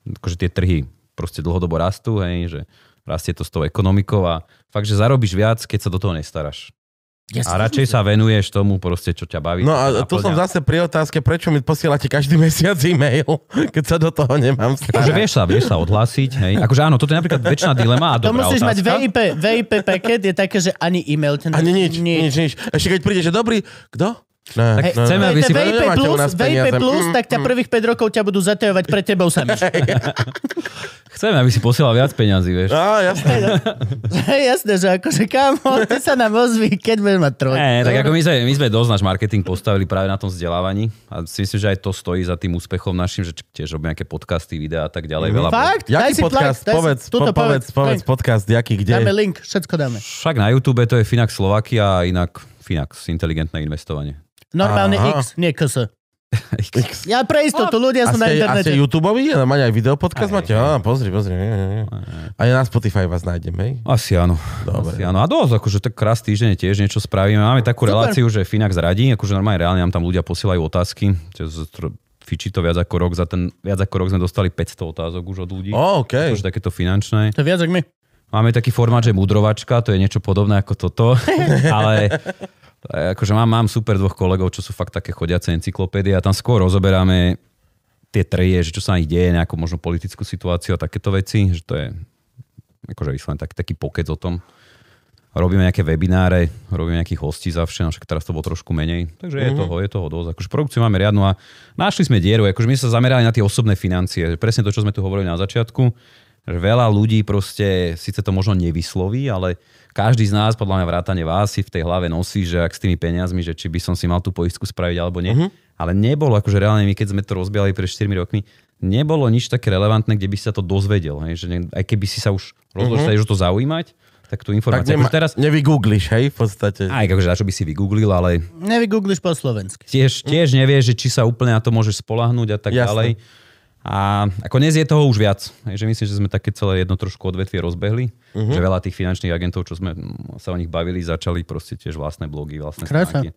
Speaker 4: akože tie trhy proste dlhodobo rastú, hej, že rastie to s tou ekonomikou a fakt, že zarobíš viac, keď sa do toho nestaráš.
Speaker 1: Ja
Speaker 4: A radšej sa venuješ tomu proste, čo ťa baví.
Speaker 3: No
Speaker 4: čo ťa
Speaker 3: a tu som
Speaker 4: naplňa.
Speaker 3: zase pri otázke, prečo mi posielate každý mesiac e-mail, keď sa do toho nemám
Speaker 4: Akože
Speaker 3: starať.
Speaker 4: vieš sa, vieš sa odhlásiť, hej. Akože áno, toto je napríklad väčšiná dilema a
Speaker 1: To
Speaker 4: dobrá
Speaker 1: musíš
Speaker 4: otázka.
Speaker 1: mať VIP, VIP paket je také, že ani e-mail. Ten
Speaker 3: Ani nič, nič, nič. Ešte keď príde, že dobrý, kto? Ne,
Speaker 4: Tak
Speaker 3: ne, ne.
Speaker 4: chceme,
Speaker 1: Hej,
Speaker 4: aby
Speaker 1: to
Speaker 4: si-
Speaker 1: VIP
Speaker 3: Nemáte u
Speaker 1: plus,
Speaker 3: nás
Speaker 1: VIP
Speaker 3: peniaze.
Speaker 1: plus,
Speaker 3: Mm,
Speaker 1: tak ťa prvých 5 rokov ťa budú zatajovať pred tebou samým.
Speaker 4: Chceme, aby si posielal viac peňazí, vieš.
Speaker 3: Á, jasné.
Speaker 1: Jasné, že akože kámo, ty sa nám ozví, keď budeš mať troj.
Speaker 4: Nie, tak ako my sme, my sme dosť náš marketing postavili práve na tom vzdelávaní a si myslím, že aj to stojí za tým úspechom našim, že tiež robíme nejaké podcasty, videá a tak ďalej. Veľa
Speaker 1: Mhm. Fakt? Daj
Speaker 3: Jaký
Speaker 1: si
Speaker 3: podcast?
Speaker 1: tlak, daj si-
Speaker 3: povedz,
Speaker 1: tuto
Speaker 3: po, povedz, povedz,
Speaker 1: Hej,
Speaker 3: podcast, jaký, kde?
Speaker 1: Dáme link, všetko dáme.
Speaker 4: Však na YouTube to je Finax Slovakia a inak Finax, inteligentné investovanie.
Speaker 1: Normálne
Speaker 3: Aha.
Speaker 1: X, nie KS. Ja pre istotu, ľudia
Speaker 3: A
Speaker 1: sú na
Speaker 3: ste, a
Speaker 1: internete.
Speaker 3: ste YouTube-ovi? Ja máte aj videopodcast? Máte? Á, pozri, pozri. je, je, je. A ja na Spotify vás nájdem, hej?
Speaker 4: Asi áno.
Speaker 3: Dobre.
Speaker 4: Asi áno. A dosť, akože tak raz týždeň tiež niečo spravíme. Máme takú
Speaker 1: Super.
Speaker 4: reláciu, že Finax radí, akože normálne reálne nám tam ľudia posielajú otázky. čo z- tro- Fičí to viac ako rok, za ten viac ako rok sme dostali 500 otázok už od ľudí.
Speaker 3: Ó, OK.
Speaker 4: Akože takéto finančné.
Speaker 1: To je viac, ako my.
Speaker 4: Máme taký formát, že mudrovačka, to je niečo podobné ako toto, ale e, akože mám, mám super dvoch kolegov, čo sú fakt také chodiace encyklopédie a tam skôr rozoberáme tie treje, že čo sa na nich deje, nejakú možno politickú situáciu a takéto veci, že to je akože vyslovene tak, taký pokec o tom. Robíme nejaké webináre, robíme nejakých hostí zavšia, no však teraz to bolo trošku menej. Takže mm-hmm. je toho, je toho dosť. Akože produkciu máme riadnu a našli sme dieru. Akože my sa zamerali na tie osobné financie. Že Presne to, čo sme tu hovorili na začiatku. Že veľa ľudí proste, síce to možno nevysloví, ale každý z nás, podľa mňa vrátane vás, si v tej hlave nosí, že ak s tými peniazmi, že či by som si mal tú poistku spraviť alebo nie. Mm-hmm. Ale nebolo, akože reálne my, keď sme to rozbiali pred 4 rokmi, nebolo nič také relevantné, kde by si sa to dozvedel. Hej? Že ne, aj keby si sa už rozhodol, mm-hmm. že to zaujímať, tak tú
Speaker 3: Tak
Speaker 4: informáciu.
Speaker 3: nema,
Speaker 4: akože teraz,
Speaker 3: nevygoogliš, hej, v podstate.
Speaker 4: aj akože na čo by si vygooglil, ale
Speaker 1: Nevygoogliš po slovensky.
Speaker 4: tiež, tiež nevieš, že či sa úplne na to môžeš spolahnuť a tak
Speaker 3: Hm. Jasné.
Speaker 4: ďalej. A ako dnes je toho už viac. Hej, Že myslím, že sme také celé jedno trošku odvetvie rozbehli.
Speaker 3: Mhm.
Speaker 4: Uh-huh. Že veľa tých finančných agentov, čo sme mm, sa o nich bavili, začali proste tiež vlastné blogy, vlastné
Speaker 1: Krása.
Speaker 4: stránky.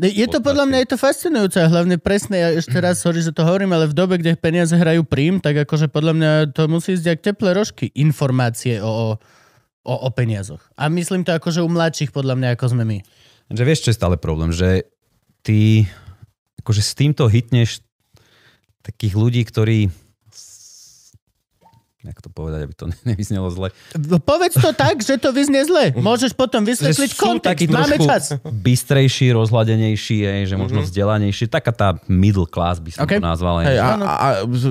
Speaker 1: Je to podľa mňa je to fascinujúce a hlavne presne, ja ešte raz, sorry, že to hovorím, ale v dobe, kde peniaze hrajú prím, tak akože podľa mňa to musí ísť jak teplé rožky, informácie o, o, o, o peniazoch. A myslím to akože u mladších podľa mňa, ako sme my.
Speaker 4: Že vieš, čo je stále problém, že ty akože s týmto hitneš takých ľudí, ktorí s- jak to povedať, aby to ne- nevyznelo zle.
Speaker 1: No Povedz to tak, že to vyznie zle. Môžeš potom vysvetliť kontext. Máme čas.
Speaker 4: bystrejší, rozhladenejší, hej, že možno mm-hmm. vzdelanejší. Taká tá middle class by som
Speaker 1: OK.
Speaker 4: okay. to nazval.
Speaker 3: Mhm.
Speaker 4: Hej.
Speaker 3: Hej, a, a, a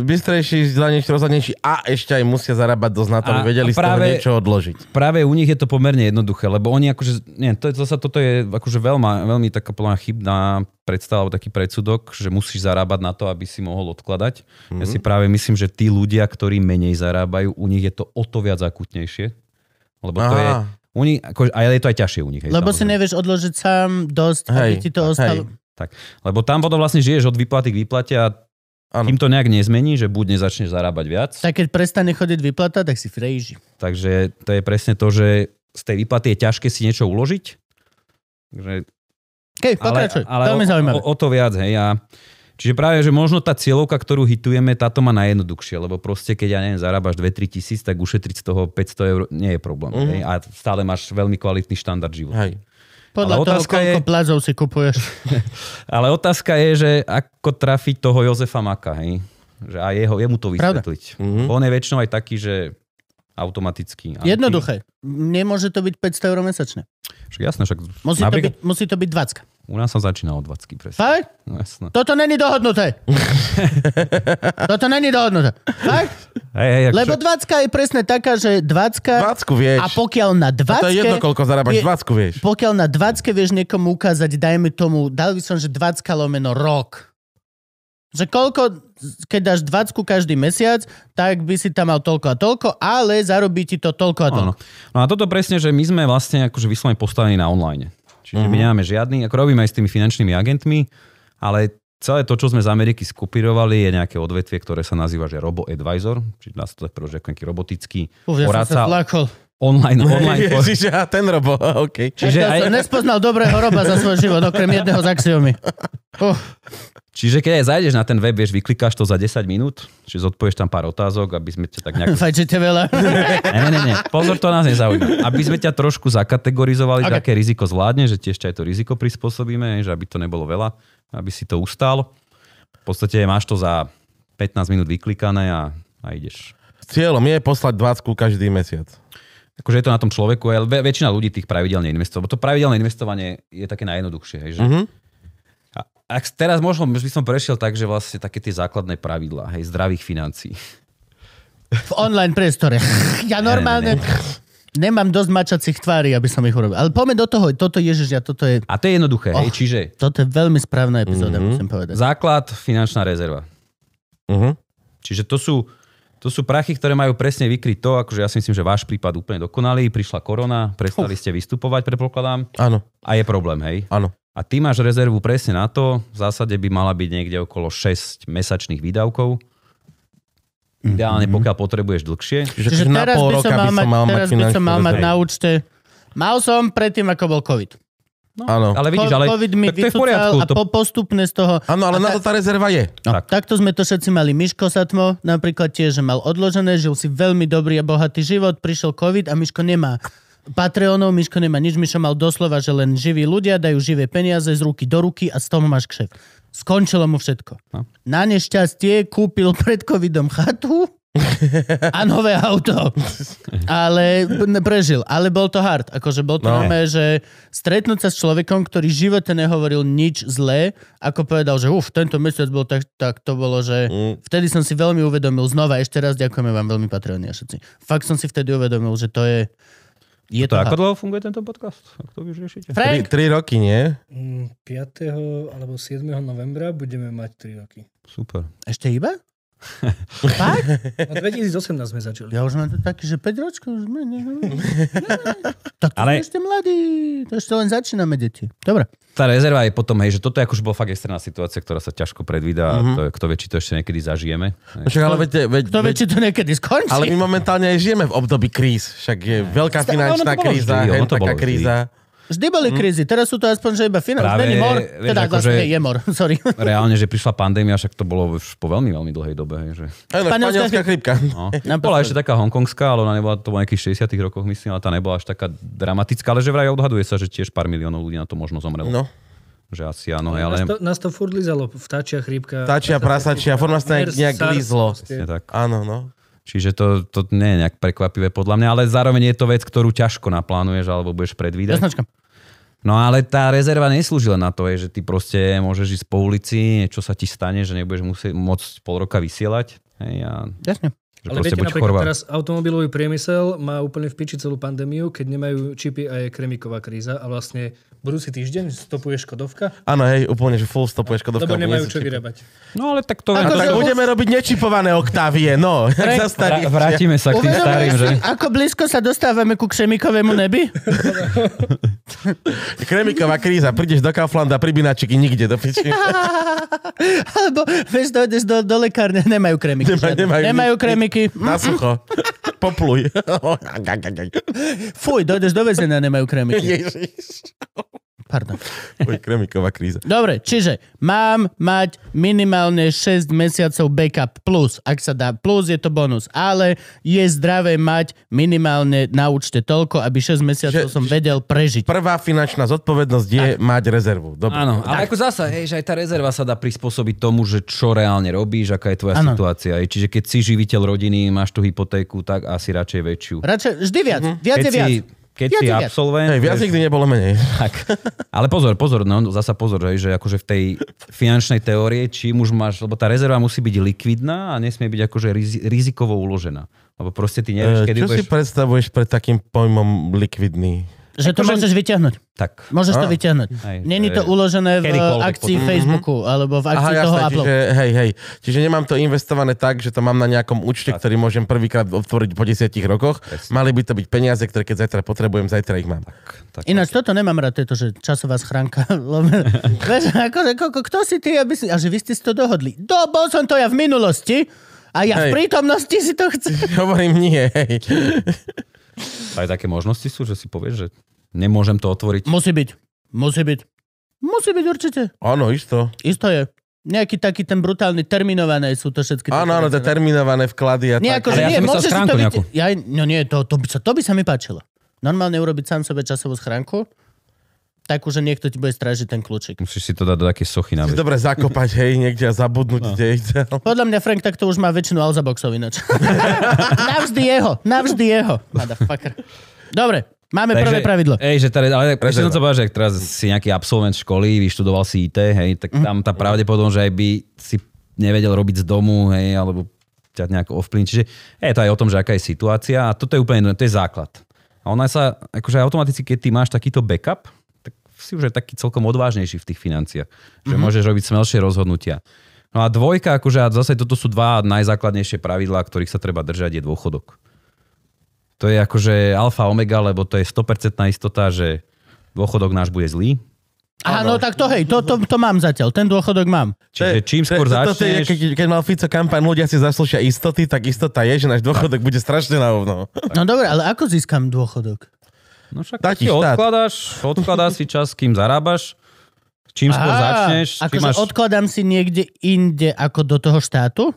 Speaker 3: bystrejší, zdanejší, rozhodnejší a ešte aj musia zarábať dosť na to, aby
Speaker 4: A-
Speaker 3: vedeli
Speaker 4: a
Speaker 3: z
Speaker 4: práve-
Speaker 3: toho niečo odložiť.
Speaker 4: Práve u nich je to pomerne jednoduché, lebo oni akože, nie, to je, zasa toto je akože veľma, veľmi taká plná chybná predstava, alebo taký predsudok, že musíš zarábať na to, aby si mohol odkladať. Mm-hmm.
Speaker 3: Mhm.
Speaker 4: Ja si práve myslím, že tí ľudia, ktorí menej zarábajú, u nich je to o to viac akutnejšie. Lebo to je,
Speaker 3: Aha.
Speaker 4: u nich, akože, a je to aj ťažšie u nich. Hej,
Speaker 1: Lebo si
Speaker 4: samozrejme.
Speaker 1: nevieš odložiť sám dosť, aby
Speaker 3: Hej,
Speaker 1: ti to ostalo.
Speaker 4: Tak. Lebo tam potom vlastne žiješ od výplaty k výplate a
Speaker 3: Áno.
Speaker 4: ano. kým to nejak nezmení, že buď nezačneš zarábať viac, tak.
Speaker 1: Tak keď prestane chodiť vyplata, tak si frejži.
Speaker 4: takže to je presne to, že z tej výplaty je ťažké si niečo uložiť. Takže,
Speaker 1: Kej, pokračuj.
Speaker 4: ale
Speaker 1: Veľmi
Speaker 4: o,
Speaker 1: zaujímavé.
Speaker 4: o, o to viac, hej. A, čiže práve, že možno tá cieľovka, ktorú hitujeme, táto má najjednoduchšie, lebo proste, keď ja neviem, zarábaš 2-3 tisíc, tak ušetriť z toho 500 eur nie je problém.
Speaker 3: Mhm.
Speaker 4: Mm. Hej, a stále máš veľmi kvalitný štandard života.
Speaker 3: Hej.
Speaker 1: Podľa
Speaker 4: ale
Speaker 1: toho,
Speaker 4: otázka
Speaker 1: koľko
Speaker 4: je-
Speaker 1: plazov si kupuješ.
Speaker 4: Ale otázka je, že ako trafiť toho Jozefa Maka, hej? Že a jeho, jemu to
Speaker 1: Pravda.
Speaker 4: vysvetliť. Mm-hmm. On je väčšinou aj taký, že Automaticky. A
Speaker 1: Jednoduché. Nemôže to byť 500 eur mesačne.
Speaker 4: Však jasné, však
Speaker 1: Musí, to byť,
Speaker 4: napríklad,
Speaker 1: musí to byť 20.
Speaker 4: u nás sa začína od 20 presne.
Speaker 1: Fakt?
Speaker 4: No jasné.
Speaker 1: Toto není dohodnuté. Toto není dohodnuté. Fakt?
Speaker 4: Hej, hej, akože-
Speaker 1: Lebo 20 je presne taká, že 20
Speaker 3: Vácku vieš.
Speaker 1: a pokiaľ na
Speaker 3: A
Speaker 1: 20...
Speaker 3: to je jedno, koľko zarábaš,
Speaker 1: je-
Speaker 3: vácku vieš.
Speaker 1: Pokiaľ na 20 vieš niekomu ukázať, dajme tomu, dal by som, že 20 lomeno rok. Že koľko, keď dáš 20 každý mesiac, tak by si tam mal toľko a toľko, ale zarobí ti to toľko a toľko.
Speaker 4: Áno. No a toto presne, že my sme vlastne akože vyslovene postavení na online. Čiže
Speaker 1: Mhm.
Speaker 4: my nemáme žiadny, ako robíme aj s tými finančnými agentmi, ale celé to, čo sme z Ameriky skopírovali, je nejaké odvetvie, ktoré sa nazýva že robo-advisor, čiže nás to tak prvo, že ako nejaký robotický
Speaker 1: Uf, ja som sa
Speaker 4: poradca
Speaker 1: zlakol.
Speaker 4: online, online, po-
Speaker 3: Ježiš, a ten robo, OK.
Speaker 4: Čiže
Speaker 1: ja
Speaker 4: aj-
Speaker 1: som nespoznal dobrého roba za svoj život, okrem jedného z axiomy. Uh,
Speaker 4: Čiže keď aj zajdeš na ten web, vieš, vyklikáš to za 10 minút, čiže zodpovieš tam pár otázok, aby sme ťa tak nejako...
Speaker 1: fajčite veľa.
Speaker 4: Ne, ne, ne, ne, pozor, to nás nezaujíma. Aby sme ťa trošku zakategorizovali,
Speaker 1: Ok.
Speaker 4: okay. aké riziko zvládne, že tiež aj to riziko prispôsobíme, že aby to nebolo veľa, aby si to ustal. V podstate máš to za 15 minút vyklikané a, a ideš.
Speaker 3: Cieľom je poslať vácku každý mesiac.
Speaker 4: Akože je to na tom človeku, ale ve- väčšina ľudí tých pravidelne investuje, lebo to pravidelné investovanie je také najjednoduchšie. Hej, že
Speaker 3: Mhm.
Speaker 4: A ak teraz možno by som prešiel tak, že vlastne také tie základné pravidlá, hej, zdravých financií.
Speaker 1: V online priestore. Ja normálne... Nemám dosť mačacích tvári, aby som ich urobil. Ale poďme do toho, toto Ježiš, ja, toto je,
Speaker 4: A to je jednoduché,
Speaker 1: Och.
Speaker 4: hej, čiže
Speaker 1: toto je veľmi správna epizóda,
Speaker 4: Mhm.
Speaker 1: mm-hmm. musím povedať.
Speaker 4: základ, finančná rezerva.
Speaker 3: Uh-huh.
Speaker 4: Čiže to sú, to sú prachy, ktoré majú presne vykryť to, akože ja si myslím, že váš prípad úplne dokonalý, prišla korona, prestali ste vystupovať, predpokladám,
Speaker 3: Áno,
Speaker 4: a je problém, hej.
Speaker 3: áno.
Speaker 4: A ty máš rezervu presne na to, v zásade by mala byť niekde okolo 6 mesačných výdavkov,
Speaker 1: Mhm.
Speaker 4: ideálne pokiaľ potrebuješ dlhšie.
Speaker 3: Čiže,
Speaker 1: Čiže
Speaker 3: na
Speaker 1: teraz
Speaker 3: pol
Speaker 1: by som
Speaker 3: roka
Speaker 1: mal mať, teraz by som
Speaker 3: finančnú
Speaker 1: mal mať
Speaker 3: rezervu.
Speaker 1: na účte. Mal som predtým, ako bol COVID.
Speaker 3: Áno.
Speaker 4: Ale vidíš,
Speaker 1: Co-
Speaker 4: ale
Speaker 1: No. COVID mi
Speaker 4: tak to je v
Speaker 1: vycúcal
Speaker 4: poriadku.
Speaker 1: a
Speaker 4: To,
Speaker 1: po, postupne z toho...
Speaker 3: Áno, ale na to tá rezerva je.
Speaker 1: No,
Speaker 4: Tak.
Speaker 1: tak. Takto sme to všetci mali. Miško Satmo napríklad tiež, že mal odložené, žil si veľmi dobrý a bohatý život, prišiel COVID a Miško nemá Patreonov, Miško nemá nič, Mišo mal doslova, že len živí ľudia dajú živé peniaze z ruky do ruky a z toho máš kšef. Skončilo mu všetko.
Speaker 4: No.
Speaker 1: Na nešťastie kúpil pred covidom chatu a nové auto. Ale p- prežil. Ale bol to hard. Akože bol to
Speaker 3: No.
Speaker 1: no. že stretnúť sa s človekom, ktorý v živote nehovoril nič zlé, ako povedal, že uf, tento mesiac bol tak, tak to bolo, že
Speaker 4: Mm.
Speaker 1: vtedy som si veľmi uvedomil, znova ešte raz ďakujeme vám veľmi Patreonia všetci. Fakt som si vtedy uvedomil, že to je... Je to,
Speaker 4: to ako
Speaker 1: hard.
Speaker 4: dlho funguje tento podcast? Ak to vy už
Speaker 3: Tri,
Speaker 4: riešite?
Speaker 1: Frank,
Speaker 3: tri roky, nie?
Speaker 5: Mm, 5. alebo 7. novembra budeme mať 3 roky.
Speaker 4: Super.
Speaker 1: ešte iba? Fakt?
Speaker 5: No 2018 sme začali.
Speaker 1: Ja už mám to taký, že 5 ročkov. Už ne, ne, ne. Tak to
Speaker 4: Ale-
Speaker 1: Ale... ešte mladý. To ešte len začíname, deti. Dobre.
Speaker 4: Tá rezerva je potom, hej, že toto je akože bola fakt extrémna situácia, ktorá sa ťažko predvída
Speaker 1: Mhm.
Speaker 4: a to, je- kto vie, či to ešte niekedy zažijeme. Hej.
Speaker 3: Však, ale veď, veď,
Speaker 1: Kto vie,
Speaker 3: veď,
Speaker 1: či to niekedy skončí.
Speaker 3: ale my momentálne aj žijeme v období kríz. Však je veľká
Speaker 1: no,
Speaker 4: Stále,
Speaker 3: finančná
Speaker 4: ono to bolo
Speaker 3: kríza,
Speaker 4: vždy, ono
Speaker 3: hen
Speaker 4: to bolo
Speaker 3: taká
Speaker 4: vždy.
Speaker 3: kríza.
Speaker 1: Vždy boli krízy, teraz sú to aspoň, že iba finál.
Speaker 4: Mm. Práve,
Speaker 1: Není mor,
Speaker 4: vieš,
Speaker 1: teda
Speaker 4: akože-
Speaker 1: vlastne je mor, sorry.
Speaker 4: Reálne, že prišla pandémia, však to bolo už po veľmi, veľmi dlhej dobe. Hej, že...
Speaker 1: Španielská
Speaker 3: Áno, španielská chrypka.
Speaker 4: No.
Speaker 1: Naposledy.
Speaker 4: Bola ešte taká hongkongská, ale ona nebola, to bola nejakých 60 rokoch, myslím, ale tá nebola až taká dramatická, ale že vraj odhaduje sa, že tiež pár miliónov ľudí na to možno zomrelo.
Speaker 3: No.
Speaker 4: Že asi áno, hej, ale
Speaker 5: Nás No, to, nás to furt lizalo, vtáčia chrípka.
Speaker 3: Táčia, prasačia, forma sa nejak,
Speaker 5: MERS,
Speaker 3: nejak
Speaker 5: SARS,
Speaker 3: lízlo.
Speaker 5: proste.
Speaker 4: Je tak.
Speaker 3: Áno, no.
Speaker 4: Čiže to, to nie je nejak prekvapivé podľa mňa, ale zároveň je to vec, ktorú ťažko naplánuješ alebo budeš predvídať.
Speaker 1: Jasnačka.
Speaker 4: No ale tá rezerva neslúži len na to, je, že ty proste môžeš ísť po ulici, niečo sa ti stane, že nebudeš musieť, môcť pol roka vysielať. Hej, a,
Speaker 1: Jasne.
Speaker 4: že
Speaker 5: Ale
Speaker 4: proste
Speaker 5: viete,
Speaker 4: buď
Speaker 5: napríklad
Speaker 4: chorvá.
Speaker 5: teraz automobilový priemysel má úplne v piči celú pandémiu, keď nemajú čipy a je kremiková kríza a vlastne budúci týždeň stopuje Škodovka,
Speaker 3: Áno, hej, úplne, že full stopuješ kodovka.
Speaker 5: lebo nemajú čo vyrábať.
Speaker 4: No ale tak to...
Speaker 1: Ako že-
Speaker 4: Ako...
Speaker 3: Tak budeme robiť nečipované oktávie, no. Jak sa starí.
Speaker 4: Vrátime sa k tým
Speaker 1: Uvedomuješ
Speaker 4: starým, že?
Speaker 1: si, ako blízko sa dostávame ku kšemikovému nebi?
Speaker 3: Kremiková kríza, prídeš do Kauflanda, pribinačiky nikde do piči.
Speaker 1: Alebo, vieš, dojdeš do, do lekárne, nemajú kremiky.
Speaker 3: Nema-
Speaker 1: žiadne.
Speaker 3: nemajú
Speaker 1: nemajú
Speaker 3: nič.
Speaker 1: kremiky.
Speaker 3: Na sucho. Popluj.
Speaker 1: Fuj, dojdeš do väzenia, nemajú kremiky.
Speaker 3: Ježiš.
Speaker 1: Pardon.
Speaker 3: Uj, kremiková kríza.
Speaker 1: Dobre, čiže mám mať minimálne 6 mesiacov backup plus. Ak sa dá plus, je to bonus. Ale je zdravé mať minimálne na účte toľko, aby 6 mesiacov
Speaker 3: Že-
Speaker 1: som vedel prežiť.
Speaker 3: Prvá finančná zodpovednosť je mať rezervu. Dobre.
Speaker 4: Áno, ale ako zasa, hej, že aj tá rezerva sa dá prispôsobiť tomu, že čo reálne robíš, aká je tvoja
Speaker 1: Áno.
Speaker 4: ano. situácia. hej. Čiže keď si živiteľ rodiny, máš tú hypotéku, tak asi radšej väčšiu.
Speaker 1: Radšej, vždy viac. Viac
Speaker 4: Mhm. Keď
Speaker 1: je viac.
Speaker 4: si, keď
Speaker 1: Viac
Speaker 4: si
Speaker 1: je viac.
Speaker 4: absolvent,
Speaker 3: Hej, viac nikdy nebolo menej.
Speaker 4: tak. Ale pozor, pozor, no zasa pozor, hej, že akože v tej finančnej teórie, čím už máš, lebo tá rezerva musí byť likvidná a nesmie byť akože rizi- rizikovo uložená. Lebo proste ty nevieš,
Speaker 3: E,
Speaker 4: kedy
Speaker 3: Čo si
Speaker 4: budeš...
Speaker 3: predstavuješ pred takým pojmom likvidný?
Speaker 1: Že to môžeš vyťahnuť.
Speaker 4: Tak.
Speaker 1: Môžeš to vyťahnuť.
Speaker 4: Aj,
Speaker 1: Není to
Speaker 4: to je-
Speaker 1: uložené v
Speaker 4: kedykoľvek
Speaker 1: akcii
Speaker 4: potom. Mhm.
Speaker 1: Facebooku alebo v akcii toho Apple.
Speaker 3: čiže, hej, hej. Čiže nemám to investované tak, že to mám na nejakom účte, ktorý môžem prvýkrát otvoriť po desiatich rokoch. Mali by to byť peniaze, ktoré keď zajtra potrebujem, zajtra ich mám.
Speaker 4: tak
Speaker 1: Ináč toto nemám rád, tieto, že časová schránka. lebo- Vieš, akože, koko, kto si ty, aby si... A že vy ste si to dohodli. Do, bol som to ja v minulosti a ja
Speaker 3: Hej.
Speaker 1: v prítomnosti si to chcem.
Speaker 3: Hovorím nie, hej.
Speaker 4: Aj také možnosti sú, že si povieš, že nemôžem to otvoriť.
Speaker 1: Musí byť. Musí byť. Musí byť určite.
Speaker 3: Áno, isto.
Speaker 1: Isto je. Nejaký taký ten brutálny, terminované sú to všetky.
Speaker 3: Áno, áno, to je terminované vklady a
Speaker 1: Nie,
Speaker 3: tak.
Speaker 1: akože,
Speaker 4: Ale ja
Speaker 1: nie,
Speaker 4: som myslel
Speaker 1: môžeš si
Speaker 4: schránku
Speaker 1: to
Speaker 4: nejakú.
Speaker 1: vyťa- ja, no nie, to, to, by sa, to by sa mi páčilo. Normálne urobiť sám sebe časovú schránku, takú, že niekto ti bude strážiť ten kľúčik.
Speaker 4: Musíš si to dať do také sochy na
Speaker 3: Si
Speaker 4: väž.
Speaker 3: dobre zakopať, hej, niekde a zabudnúť, kde ich dal.
Speaker 1: Podľa mňa Frank takto už má väčšinu Alzaboxov ináč. navždy jeho, navždy jeho. Motherfucker. Dobre, máme Takže, prvé pravidlo.
Speaker 4: Ej, že tady, ale ešte som sa povedal, že ak teraz si nejaký absolvent školy, vyštudoval si IT, hej, tak tam tá pravdepodobnosť, že aj by si nevedel robiť z domu, hej, alebo ťa nejako ovplyvní. Čiže je to aj o tom, že aká je situácia a toto je úplne, to je základ. A ona sa, akože automaticky, keď ty máš takýto backup, tak si už aj taký celkom odvážnejší v tých financiách. Že môžeš robiť smelšie rozhodnutia. No a dvojka, akože a zase toto sú dva najzákladnejšie pravidlá, ktorých sa treba držať, je dôchodok. To je akože alfa omega, lebo to je 100% istota, že dôchodok náš bude zlý.
Speaker 1: Aha, no tak to hej, to, to, to mám zatiaľ, ten dôchodok mám.
Speaker 4: Čiže čím
Speaker 3: To je-
Speaker 4: skôr
Speaker 3: to- toto je,
Speaker 4: začneš...
Speaker 3: Keď, keď mal Fico kampaň, ľudia si zaslúžia istoty, tak istota je, že náš dôchodok bude strašne na hovno.
Speaker 1: No dobre, ale ako získam dôchodok?
Speaker 4: No však
Speaker 3: Taký
Speaker 4: si
Speaker 3: štát.
Speaker 4: odkladáš, odkladáš si čas, kým zarábaš. Čím skôr
Speaker 1: Á,
Speaker 4: začneš, čím
Speaker 1: akože
Speaker 4: máš...
Speaker 1: odkladám si niekde inde ako do toho štátu?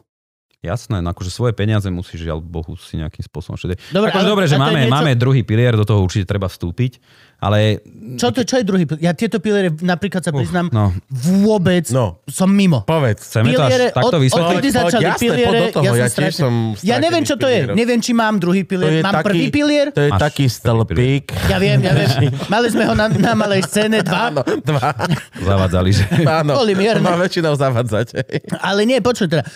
Speaker 4: Jasné, no akože svoje peniaze musíš, žiaľ Bohu, si nejakým spôsobom všetko.
Speaker 1: Dobre,
Speaker 4: Dobre, akože
Speaker 1: ale-
Speaker 4: dobre, že
Speaker 1: a to je
Speaker 4: máme,
Speaker 1: niečo-
Speaker 4: niečo... máme druhý pilier, do toho určite treba vstúpiť, ale...
Speaker 1: Čo, to, čo je druhý? pil- Ja tieto piliere napríklad sa priznám,
Speaker 4: No,
Speaker 1: vôbec
Speaker 3: No.
Speaker 1: som mimo.
Speaker 3: Povedz.
Speaker 4: chceme to až takto vysvetliť?
Speaker 1: odkedy
Speaker 3: Poď,
Speaker 1: začali
Speaker 3: jasné, poď
Speaker 1: piliere,
Speaker 3: do toho,
Speaker 1: ja som,
Speaker 3: ja
Speaker 1: ja,
Speaker 3: tiež som
Speaker 1: ja neviem, čo to je.
Speaker 3: stratený
Speaker 1: Neviem, či mám druhý pilier. Mám prvý pilier?
Speaker 3: To je
Speaker 4: Máš
Speaker 3: taký stelpík.
Speaker 1: Ja viem, ja viem. Mali sme ho na, na malej scéne, dva.
Speaker 3: Áno, dva.
Speaker 4: Zavadzali, že...
Speaker 3: Áno,
Speaker 1: Boli mierne.
Speaker 3: to má väčšinou zavadzať. hej.
Speaker 1: Ale nie, počuj teda.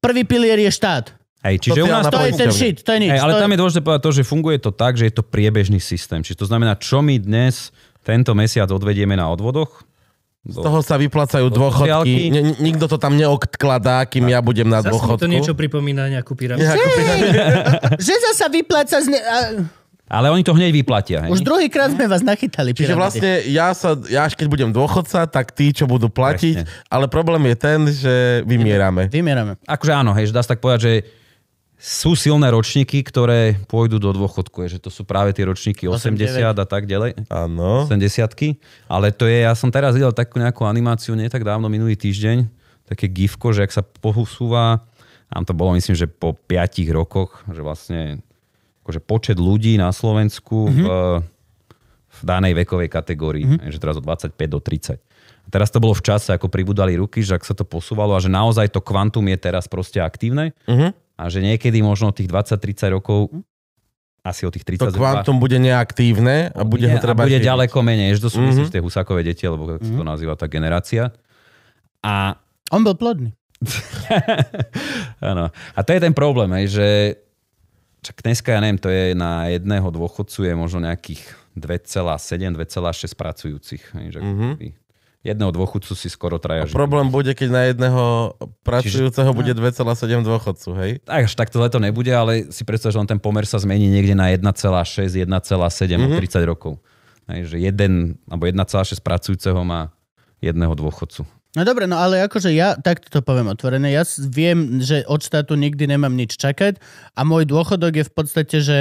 Speaker 1: Prvý pilier je štát.
Speaker 4: Hej, čiže u nás
Speaker 1: To je
Speaker 3: Poisťovne.
Speaker 1: ten shit, to je nič.
Speaker 4: Hej, ale
Speaker 1: to je-
Speaker 4: tam je dôležité povedať to, že funguje to tak, že je to priebežný systém. Čiže to znamená, čo my dnes tento mesiac odvedieme na odvodoch,
Speaker 3: Z toho sa vyplácajú
Speaker 4: sociálky.
Speaker 3: dôchodky. Ni- ni- Nikto to tam neodkladá, kým ja budem na
Speaker 5: Zase mi
Speaker 3: dôchodku.
Speaker 5: to niečo pripomína nejakú pyramidu.
Speaker 3: Nejakú pýtanie.
Speaker 1: Že zasa vypláca... Z ne... a...
Speaker 4: ale oni to hneď vyplatia.
Speaker 1: Už
Speaker 4: Hej.
Speaker 1: druhýkrát sme vás nachytali.
Speaker 3: Čiže
Speaker 1: pyramidy.
Speaker 3: vlastne ja, sa, ja až keď budem dôchodca, tak tí, čo budú platiť, ale problém je ten, že vymierame.
Speaker 1: Vymierame.
Speaker 4: Akože áno, hej, že dá sa tak povedať, že sú silné ročníky, ktoré pôjdu do dôchodku. Hej, že to sú práve tie ročníky 80 a tak ďalej.
Speaker 3: Áno.
Speaker 4: 80 ale to je, ja som teraz videl takú nejakú animáciu, nie tak dávno, minulý týždeň, také gifko, že ak sa posúva, tam to bolo myslím, že po 5 rokoch, že vlastne akože počet ľudí na Slovensku
Speaker 3: Mhm.
Speaker 4: mm-hmm. v, v danej vekovej kategórii, mm-hmm. že teraz od 25 do 30. A teraz to bolo v čase, ako pribudali ruky, že ak sa to posúvalo a že naozaj to kvantum je teraz proste aktívne
Speaker 3: Mhm.
Speaker 4: a že niekedy možno tých 20-30 rokov, asi o tých
Speaker 3: To
Speaker 4: 30 zhruba,
Speaker 3: kvantum bude neaktívne a bude ho treba...
Speaker 4: a bude
Speaker 3: živiť.
Speaker 4: ďaleko menej, že to sú
Speaker 3: Mhm.
Speaker 4: mm-hmm. tie husákové deti, alebo ako sa to nazýva tá generácia. A
Speaker 1: On bol plodný.
Speaker 4: Áno. A to je ten problém, hej, že čak dneska, ja neviem, to je na jedného dôchodcu je možno nejakých 2,7-2,6 pracujúcich. Hej, že mm-hmm. Jedného dôchodcu si skoro traja žijú.
Speaker 3: Mhm. Problém bude, keď na jedného pracujúceho bude 2,7 dôchodcu, hej?
Speaker 4: Tak až takto leto nebude, ale si predstav, že on ten pomer sa zmení niekde na 1,6,
Speaker 3: Mhm.
Speaker 4: 1,7 mm-hmm. 30 rokov. Hej, že jeden, alebo 1,6 pracujúceho má jedného dôchodcu.
Speaker 1: No dobre, no ale akože ja, takto to poviem otvorene, ja s- viem, že od štátu nikdy nemám nič čakať a môj dôchodok je v podstate, že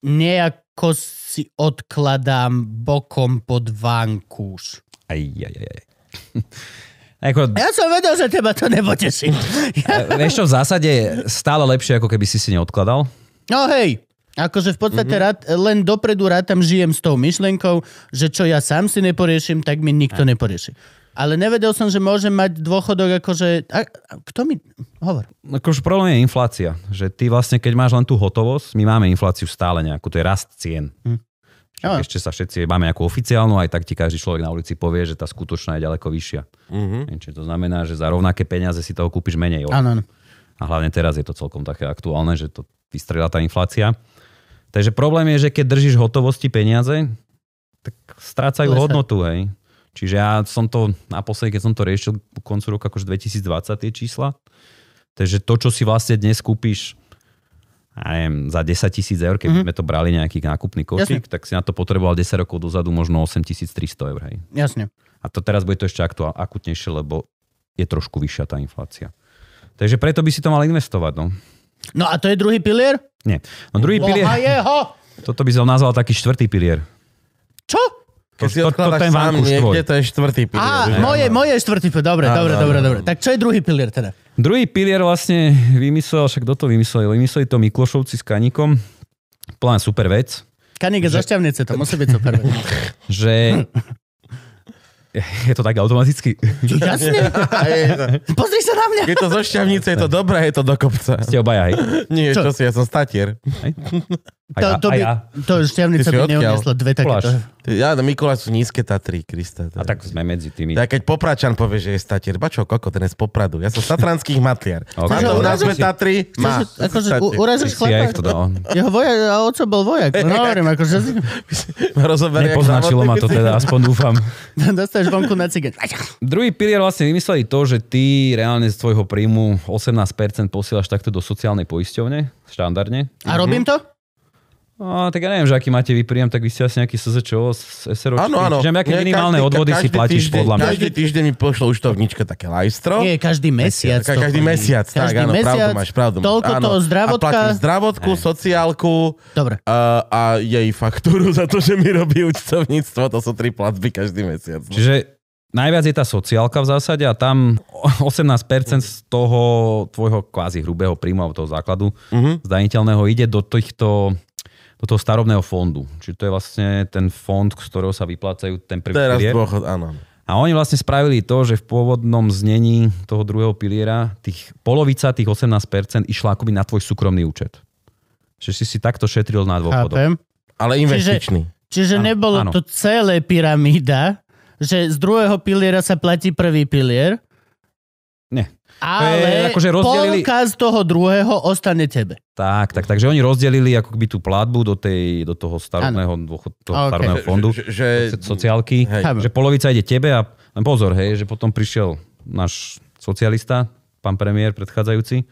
Speaker 1: nejako si odkladám bokom pod vankúš.
Speaker 4: Aj, aj, aj, aj. Ako,
Speaker 1: Ja som vedel, že teba to nepoteší.
Speaker 4: vieš čo, v zásade stále lepšie, ako keby si si neodkladal.
Speaker 1: No hej, akože v podstate mm-hmm. rád, len dopredu rád tam žijem s tou myšlienkou, že čo ja sám si neporiešim, tak mi nikto neporieši. Ale nevedel som, že môžem mať dôchodok akože... A, a, kto mi... Hovor.
Speaker 4: Akože problém je inflácia, že ty vlastne, keď máš len tú hotovosť, my máme infláciu stále nejakú, to je rast cien. Hm.
Speaker 1: Áno.
Speaker 4: Ešte sa všetci máme nejakú oficiálnu, aj tak ti každý človek na ulici povie, že tá skutočná je ďaleko vyššia.
Speaker 3: Mhm.
Speaker 4: Neviem, Čiže to znamená, že za rovnaké peniaze si toho kúpiš menej.
Speaker 1: Áno, áno.
Speaker 4: A hlavne teraz je to celkom také aktuálne, že to vystrelila tá inflácia. Takže problém je, že keď držíš hotovosti peniaze, tak strácajú
Speaker 1: Klesajú.
Speaker 4: hodnotu, hej. Čiže ja som to, naposledy, keď som to riešil po koncu roka, akože 2020 tie čísla, takže to, čo si vlastne dnes kúpiš, ja neviem, za 10 tisíc eur, keby sme to brali nejaký nákupný košík, tak si na to potreboval 10 rokov dozadu možno 8300 eur, hej.
Speaker 1: Jasne.
Speaker 4: A to teraz bude to ešte aktuál, akutnejšie, lebo je trošku vyššia tá inflácia. Takže preto by si to mal investovať, no.
Speaker 1: No a to je druhý pilier?
Speaker 4: Nie. No druhý pilier,
Speaker 1: Boha jeho!
Speaker 4: toto by som nazval taký štvrtý pilier.
Speaker 1: Čo?
Speaker 3: Keď si
Speaker 4: To- to-
Speaker 3: odkladáš
Speaker 4: to je
Speaker 3: sám
Speaker 4: vankúš
Speaker 3: niekde,
Speaker 4: tvoj.
Speaker 3: to je štvrtý pilier.
Speaker 1: Á,
Speaker 3: že?
Speaker 1: moje, moje je štvrtý pilier. Dobre, dobre, dobre, dobre. Tak čo je druhý pilier teda?
Speaker 4: Druhý pilier vlastne vymyslel, však kto to vymyslel? Vymysleli to Miklošovci s Kanikom. Plán super vec,
Speaker 1: Kanik je zo šťavnice, to musí byť super.
Speaker 4: že je to tak automaticky.
Speaker 1: Jasne?
Speaker 3: A je to-
Speaker 1: Pozri sa na mňa!
Speaker 3: Keď to zo šťavnice, je to dobré, je to do kopca.
Speaker 4: Ste obaja, hej?
Speaker 3: Nie,
Speaker 1: Čo?
Speaker 3: čo, si, ja som statier.
Speaker 1: To,
Speaker 4: A ja,
Speaker 1: to,
Speaker 4: a
Speaker 1: by,
Speaker 4: ja.
Speaker 1: to šťavnica
Speaker 3: Ty si
Speaker 1: by
Speaker 3: odkiaľ?
Speaker 1: neuniesla dve
Speaker 4: Poláš.
Speaker 1: takéto.
Speaker 3: Ja, no Mikuláš sú nízke Tatry, Krista.
Speaker 4: A tak sme medzi tými.
Speaker 3: Ja keď Popračan povie, že je statier, bačo, koko, ten je z Popradu. Ja som z Tatranských matliar.
Speaker 4: Ok.
Speaker 3: Má to v názve
Speaker 4: Chceš-
Speaker 3: Tatry? Má.
Speaker 1: Chceš, akože, u-
Speaker 3: Statier.
Speaker 1: uražeš
Speaker 4: Si aj no.
Speaker 1: chlapa?
Speaker 4: to dal.
Speaker 1: Jeho vojak, a oco bol vojak.
Speaker 3: E,
Speaker 1: No, hovorím, akože
Speaker 3: Rozoberie, jak
Speaker 4: Nepoznačilo ma
Speaker 3: závodný
Speaker 4: to teda, aspoň dúfam.
Speaker 1: dostaneš vonku na cigaň.
Speaker 4: Druhý pilier vlastne vymysleli to, že ty reálne z tvojho príjmu 18% posielaš takto do sociálnej poisťovne, štandardne.
Speaker 3: Mhm.
Speaker 1: A robím to?
Speaker 3: No.
Speaker 4: A, tak ja neviem, že aký máte vy príjem, tak vy ste asi nejaký SZČO, s- SROčky.
Speaker 3: Áno, áno.
Speaker 4: Čiže nejaké
Speaker 3: Nie,
Speaker 4: minimálne
Speaker 3: každý-
Speaker 4: odvody si
Speaker 3: každý
Speaker 4: platíš
Speaker 3: týždeň,
Speaker 4: podľa mňa.
Speaker 3: Každý týždeň mi pošlo už to vnička také lajstro.
Speaker 1: Nie, každý mesiac.
Speaker 3: Ka-
Speaker 1: to
Speaker 3: každý
Speaker 1: chodí.
Speaker 3: mesiac, tak
Speaker 1: Každý
Speaker 3: áno, pravdu
Speaker 1: mesiac,
Speaker 3: máš, pravdu máš.
Speaker 1: Toľko
Speaker 3: áno.
Speaker 1: toho
Speaker 3: A
Speaker 1: zdravotka.
Speaker 3: platím zdravotku, sociálku
Speaker 1: Dobre.
Speaker 3: a, a jej faktúru za to, že mi robí účtovníctvo. To sú tri platby každý mesiac. no.
Speaker 4: Čiže najviac je tá sociálka v zásade a tam 18% z toho tvojho kvázi hrubého príjmu alebo toho základu
Speaker 3: Mhm.
Speaker 4: zdaniteľného ide do týchto do toho starobného fondu. Čiže to je vlastne ten fond, z ktorého sa vyplácajú ten prvý
Speaker 3: Teraz
Speaker 4: pilier.
Speaker 3: dôchod, áno. áno.
Speaker 4: A oni vlastne spravili to, že v pôvodnom znení toho druhého piliera tých, polovica tých 18% išla akoby na tvoj súkromný účet. Že si si takto šetril na dôchodok.
Speaker 1: Chápem.
Speaker 3: Ale investičný.
Speaker 1: Čiže
Speaker 4: Áno,
Speaker 1: nebolo
Speaker 4: áno.
Speaker 1: to celé pyramída, že z druhého piliera sa platí prvý pilier,
Speaker 4: Nie.
Speaker 1: ale
Speaker 4: akože rozdelili-
Speaker 1: polka z toho druhého ostane tebe.
Speaker 4: Tak, tak, takže oni rozdelili akoby tú platbu do, tej, do toho starobného, dôchod, toho
Speaker 1: A, ok.
Speaker 4: starobného fondu,
Speaker 3: Že, že,
Speaker 4: sociálky,
Speaker 3: Hej.
Speaker 1: Chápem.
Speaker 4: že polovica ide tebe a len pozor, hej, že potom prišiel náš socialista, pán premiér predchádzajúci.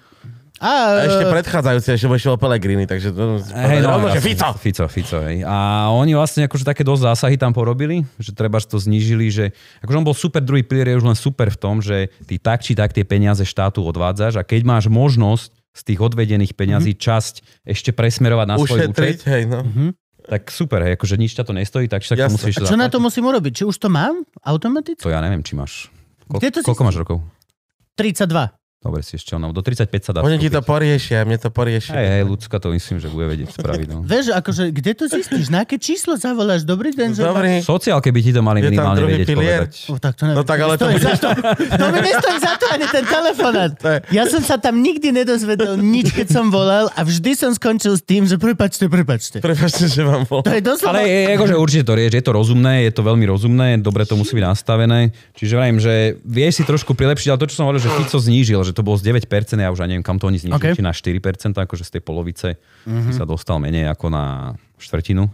Speaker 1: A,
Speaker 3: a ešte predchádzajúci, ešte bol Pelegrini, takže to...
Speaker 4: e, Hej, no,
Speaker 3: rovno, že
Speaker 4: jasne,
Speaker 3: Fico!
Speaker 4: Fico, Fico, hej. A oni vlastne akože také dosť zásahy tam porobili, že treba to znížili, že akože on bol super druhý pilier, je už len super v tom, že ty tak či tak tie peniaze štátu odvádzaš a keď máš možnosť z tých odvedených peňazí mm-hmm. časť ešte presmerovať na svoj
Speaker 3: Mhm. Ušetriť,
Speaker 4: účet, Mhm.
Speaker 3: hej, no.
Speaker 4: tak super, hej, akože nič ťa to nestojí, tak či tak to
Speaker 3: Jasné.
Speaker 4: musíš
Speaker 1: a čo na to musím urobiť? Či už to mám automaticky?
Speaker 4: To ja neviem, či máš. Koľ,
Speaker 1: Kde to
Speaker 4: koľko máš rokov?
Speaker 1: 32.
Speaker 4: Dobre si ešte, no, do 35 sa dá.
Speaker 3: Oni ti to
Speaker 4: vstúpiť.
Speaker 3: poriešia, mne to
Speaker 4: Hej,
Speaker 3: poriešia.
Speaker 4: hej, ľudská to myslím, že bude vedieť spraviť. No.
Speaker 1: Vieš, akože, kde to zistíš? Na aké číslo zavoláš? Dobrý deň, že...
Speaker 3: No Dobrý.
Speaker 4: Sociálke by ti to mali
Speaker 3: Je tam
Speaker 4: minimálne
Speaker 3: druhý
Speaker 4: vedieť
Speaker 3: pilier.
Speaker 4: povedať.
Speaker 1: O, tak to neviem.
Speaker 3: No tak ale to
Speaker 1: Stojí
Speaker 3: bude-
Speaker 1: za to. to mi nestojí za to ani ten telefonát.
Speaker 3: To je-
Speaker 1: Ja som sa tam nikdy nedozvedel nič, keď som volal a vždy som skončil s tým, že prepačte, prepačte.
Speaker 3: Prepačte, že vám bol.
Speaker 1: To je doslova...
Speaker 4: Ale je, akože určite to rieš, je to rozumné, je to veľmi rozumné, dobre to musí byť nastavené. Čiže vrajím, že vieš si trošku prilepšiť, ale to, čo som hovoril, že Fico znížil, že to bolo z 9%, ja už aj neviem, kam to oni
Speaker 1: OK.
Speaker 4: znížili, či na 4%, akože z tej polovice
Speaker 3: Mhm.
Speaker 4: mm-hmm. sa dostal menej ako na štvrtinu.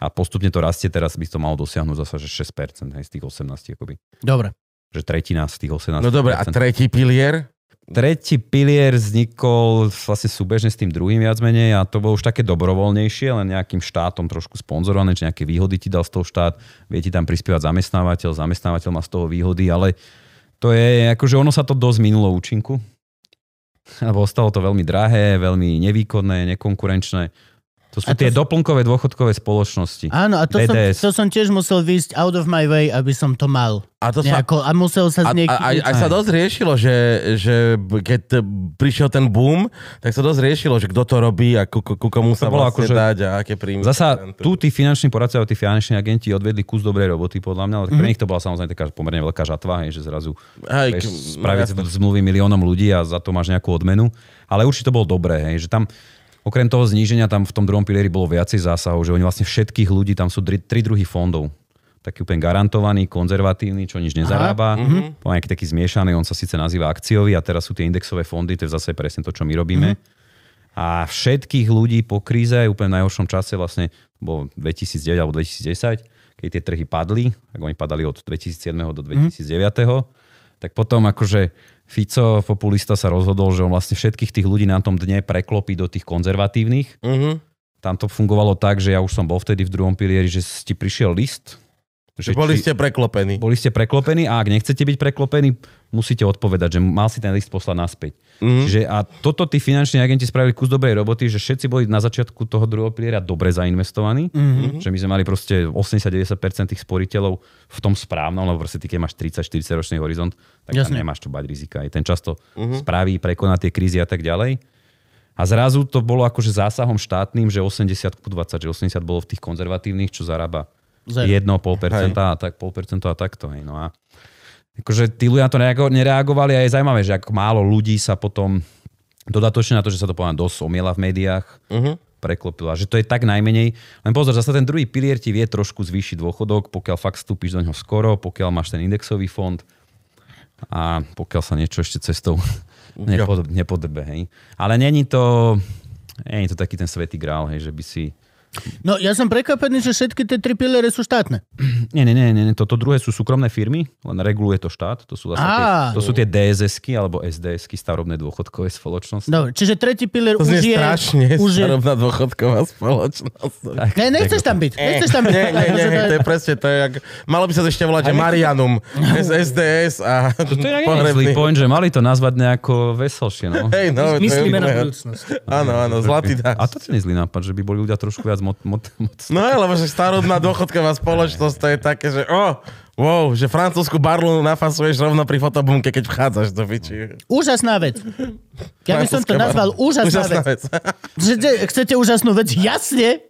Speaker 4: A postupne to rastie, teraz by to malo dosiahnuť zasa, že 6%, hej, z tých 18, akoby.
Speaker 1: Dobre.
Speaker 4: Že tretina z tých 18.
Speaker 3: No dobre, a tretí pilier?
Speaker 4: Tretí pilier vznikol vlastne súbežne s tým druhým viac menej a to bolo už také dobrovoľnejšie, len nejakým štátom trošku sponzorované, či nejaké výhody ti dal z toho štát, vie ti tam prispievať zamestnávateľ, zamestnávateľ má z toho výhody, ale to je, akože ono sa to dosť minulo účinku, lebo ostalo to veľmi drahé, veľmi nevýkonné, nekonkurenčné. To sú
Speaker 1: A to
Speaker 4: tie
Speaker 1: sú-
Speaker 4: doplnkové dôchodkové spoločnosti.
Speaker 1: Áno, a to som,
Speaker 4: BDS.
Speaker 1: to som tiež musel výjsť out of my way, aby som to mal.
Speaker 3: A to sa,
Speaker 1: Nejako, a musel sa z
Speaker 3: A, a, aj,
Speaker 1: niekým...
Speaker 3: aj sa dosť riešilo, že, že b- keď e, prišiel ten boom, tak sa dosť riešilo, že kto to robí a ku, ku, ku komu sa
Speaker 4: bolo
Speaker 3: vlastne
Speaker 4: akože-
Speaker 3: dať a aké príjmy.
Speaker 4: Zasa tu tí finanční poradcovia, tí finanční agenti odvedli kus dobrej roboty, podľa mňa, ale pre nich to bola samozrejme taká pomerne veľká žatva, hej, že zrazu
Speaker 3: Aj,
Speaker 4: vieš,
Speaker 3: k-
Speaker 4: spraviť
Speaker 3: no, jasne.
Speaker 4: zmluvy miliónom ľudí a za to máš nejakú odmenu. Ale určite to bolo dobré, hej, že tam okrem toho zníženia tam v tom druhom pilieri bolo viacej zásahov, že oni vlastne všetkých ľudí, tam sú tri, tri druhy fondov. Taký úplne garantovaný, konzervatívny, čo nič nezarába. Mm-hmm. Nejaký taký zmiešaný, on sa síce nazýva akciový a teraz sú tie indexové fondy, to je zase presne to, čo my robíme. A všetkých ľudí po kríze, aj úplne v najhoršom čase vlastne, bol 2009 alebo 2010, keď tie trhy padli, tak oni padali od 2007 do 2009, tak potom akože Fico, populista, sa rozhodol, že on vlastne všetkých tých ľudí na tom dne preklopí do tých konzervatívnych.
Speaker 3: Uh-huh.
Speaker 4: Tam to fungovalo tak, že ja už som bol vtedy v druhom pilieri, že ti prišiel list, že
Speaker 3: Boli
Speaker 4: či-
Speaker 3: ste preklopení.
Speaker 4: boli ste preklopení a ak nechcete byť preklopení, musíte odpovedať, že mal si ten list poslať naspäť. Mm. Čiže a toto tí finanční agenti spravili kus dobrej roboty, že všetci boli na začiatku toho druhého piliera dobre zainvestovaní, mm-hmm. že my sme mali proste 80-90% tých sporiteľov v tom správnom, lebo proste ty, keď máš 30-40 ročný horizont, tak tam
Speaker 1: Jasne.
Speaker 4: nemáš čo bať rizika. Aj ten často mm-hmm. spraví, prekoná tie krízy a tak ďalej. A zrazu to bolo akože zásahom štátnym, že 80 ku 20, že 80 bolo v tých konzervatívnych, čo zarába
Speaker 1: Zero.
Speaker 4: 1,5% a tak, 0,5% a takto. Hej. No a akože tí ľudia na to nereago- nereagovali a je zaujímavé, že ako málo ľudí sa potom dodatočne na to, že sa to povedám dosť omiela v médiách, uh-huh. preklopila. Že to je tak najmenej. Len pozor, zase ten druhý pilier ti vie trošku zvýšiť dôchodok, pokiaľ fakt vstúpiš do neho skoro, pokiaľ máš ten indexový fond a pokiaľ sa niečo ešte cestou nepod, nepodrbe. Hej. Ale není to, není to taký ten svetý grál, hej, že by si...
Speaker 1: No ja som prekvapený, že všetky tie tri piliere sú štátne.
Speaker 4: Nie, nie, nie, nie, nie. Toto druhé sú súkromné firmy, len reguluje to štát. To sú, zase tie,
Speaker 1: Á.
Speaker 4: to sú tie DSS-ky alebo SDS-ky, starobné dôchodkové spoločnosti.
Speaker 1: Dobre, čiže tretí pilier
Speaker 3: To
Speaker 1: už
Speaker 3: znie
Speaker 1: je...
Speaker 3: strašne,
Speaker 1: už je...
Speaker 3: starobná dôchodková spoločnosť.
Speaker 1: Ne, nechceš tam byť. Nechceš tam byť.
Speaker 3: Nie, nie, nie, nie, to je presne, to je jak, malo by sa to ešte volať, že Marianum,
Speaker 1: No.
Speaker 3: S- SDS a
Speaker 4: To je nejaký zlý point, že mali to nazvať nejako veselšie. No.
Speaker 3: Hej, no, to je
Speaker 5: Myslíme na
Speaker 3: úplne-
Speaker 5: budúcnosť.
Speaker 3: Áno, áno, zlatý dáš.
Speaker 4: A to nie je zlý nápad, že by boli ľudia trošku viac mot... mot, mot.
Speaker 3: No je, lebo že starodná dôchodková spoločnosť to je také, že oh, wow, že francúzsku barlu nafasuješ rovno pri fotobunke, keď vchádzaš do piči.
Speaker 1: Úžasná vec. Ja by som to nazval úžasná vec. Že, že chcete úžasnú vec? Jasne!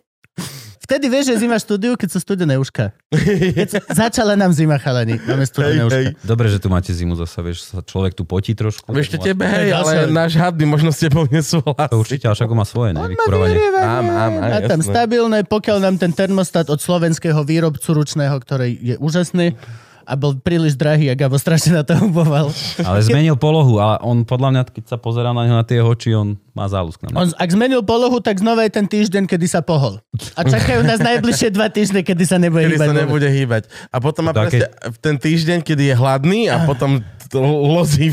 Speaker 1: Vtedy vieš, že zima štúdiu, keď sú studené uška. Keď sa- začala nám zima, chalani. Máme studené
Speaker 3: Hej,
Speaker 1: uška.
Speaker 3: hej.
Speaker 4: Dobre, že tu máte zimu zasa, vieš, sa človek tu potí trošku.
Speaker 3: Vieš, to
Speaker 1: To
Speaker 3: tebe,
Speaker 1: je
Speaker 3: hej,
Speaker 1: ďalšia vec.
Speaker 3: ale náš hadný možno s tebou nesúhlasí.
Speaker 4: To určite, až ako má svoje, ne?
Speaker 1: On má
Speaker 4: vykurovanie.
Speaker 1: vyrievanie.
Speaker 3: Mám, mám, aj,
Speaker 1: Má tam
Speaker 3: jasné.
Speaker 1: stabilné, pokiaľ nám ten termostat od slovenského výrobcu ručného, ktorý je úžasný a bol príliš drahý a Gabo strašne na to huboval.
Speaker 4: Ale zmenil polohu a on podľa mňa, keď sa pozerá na neho na tie oči, on má záľusk na mňa.
Speaker 1: On, ak zmenil polohu, tak znova je ten týždeň, kedy sa pohol. A čakajú nás najbližšie dva týždne, kedy sa nebude
Speaker 3: Kedy
Speaker 1: hýbať.
Speaker 3: sa
Speaker 1: vôbec.
Speaker 3: nebude hýbať. A potom má presne
Speaker 4: Také-
Speaker 3: ten týždeň, kedy je hladný a potom to lozí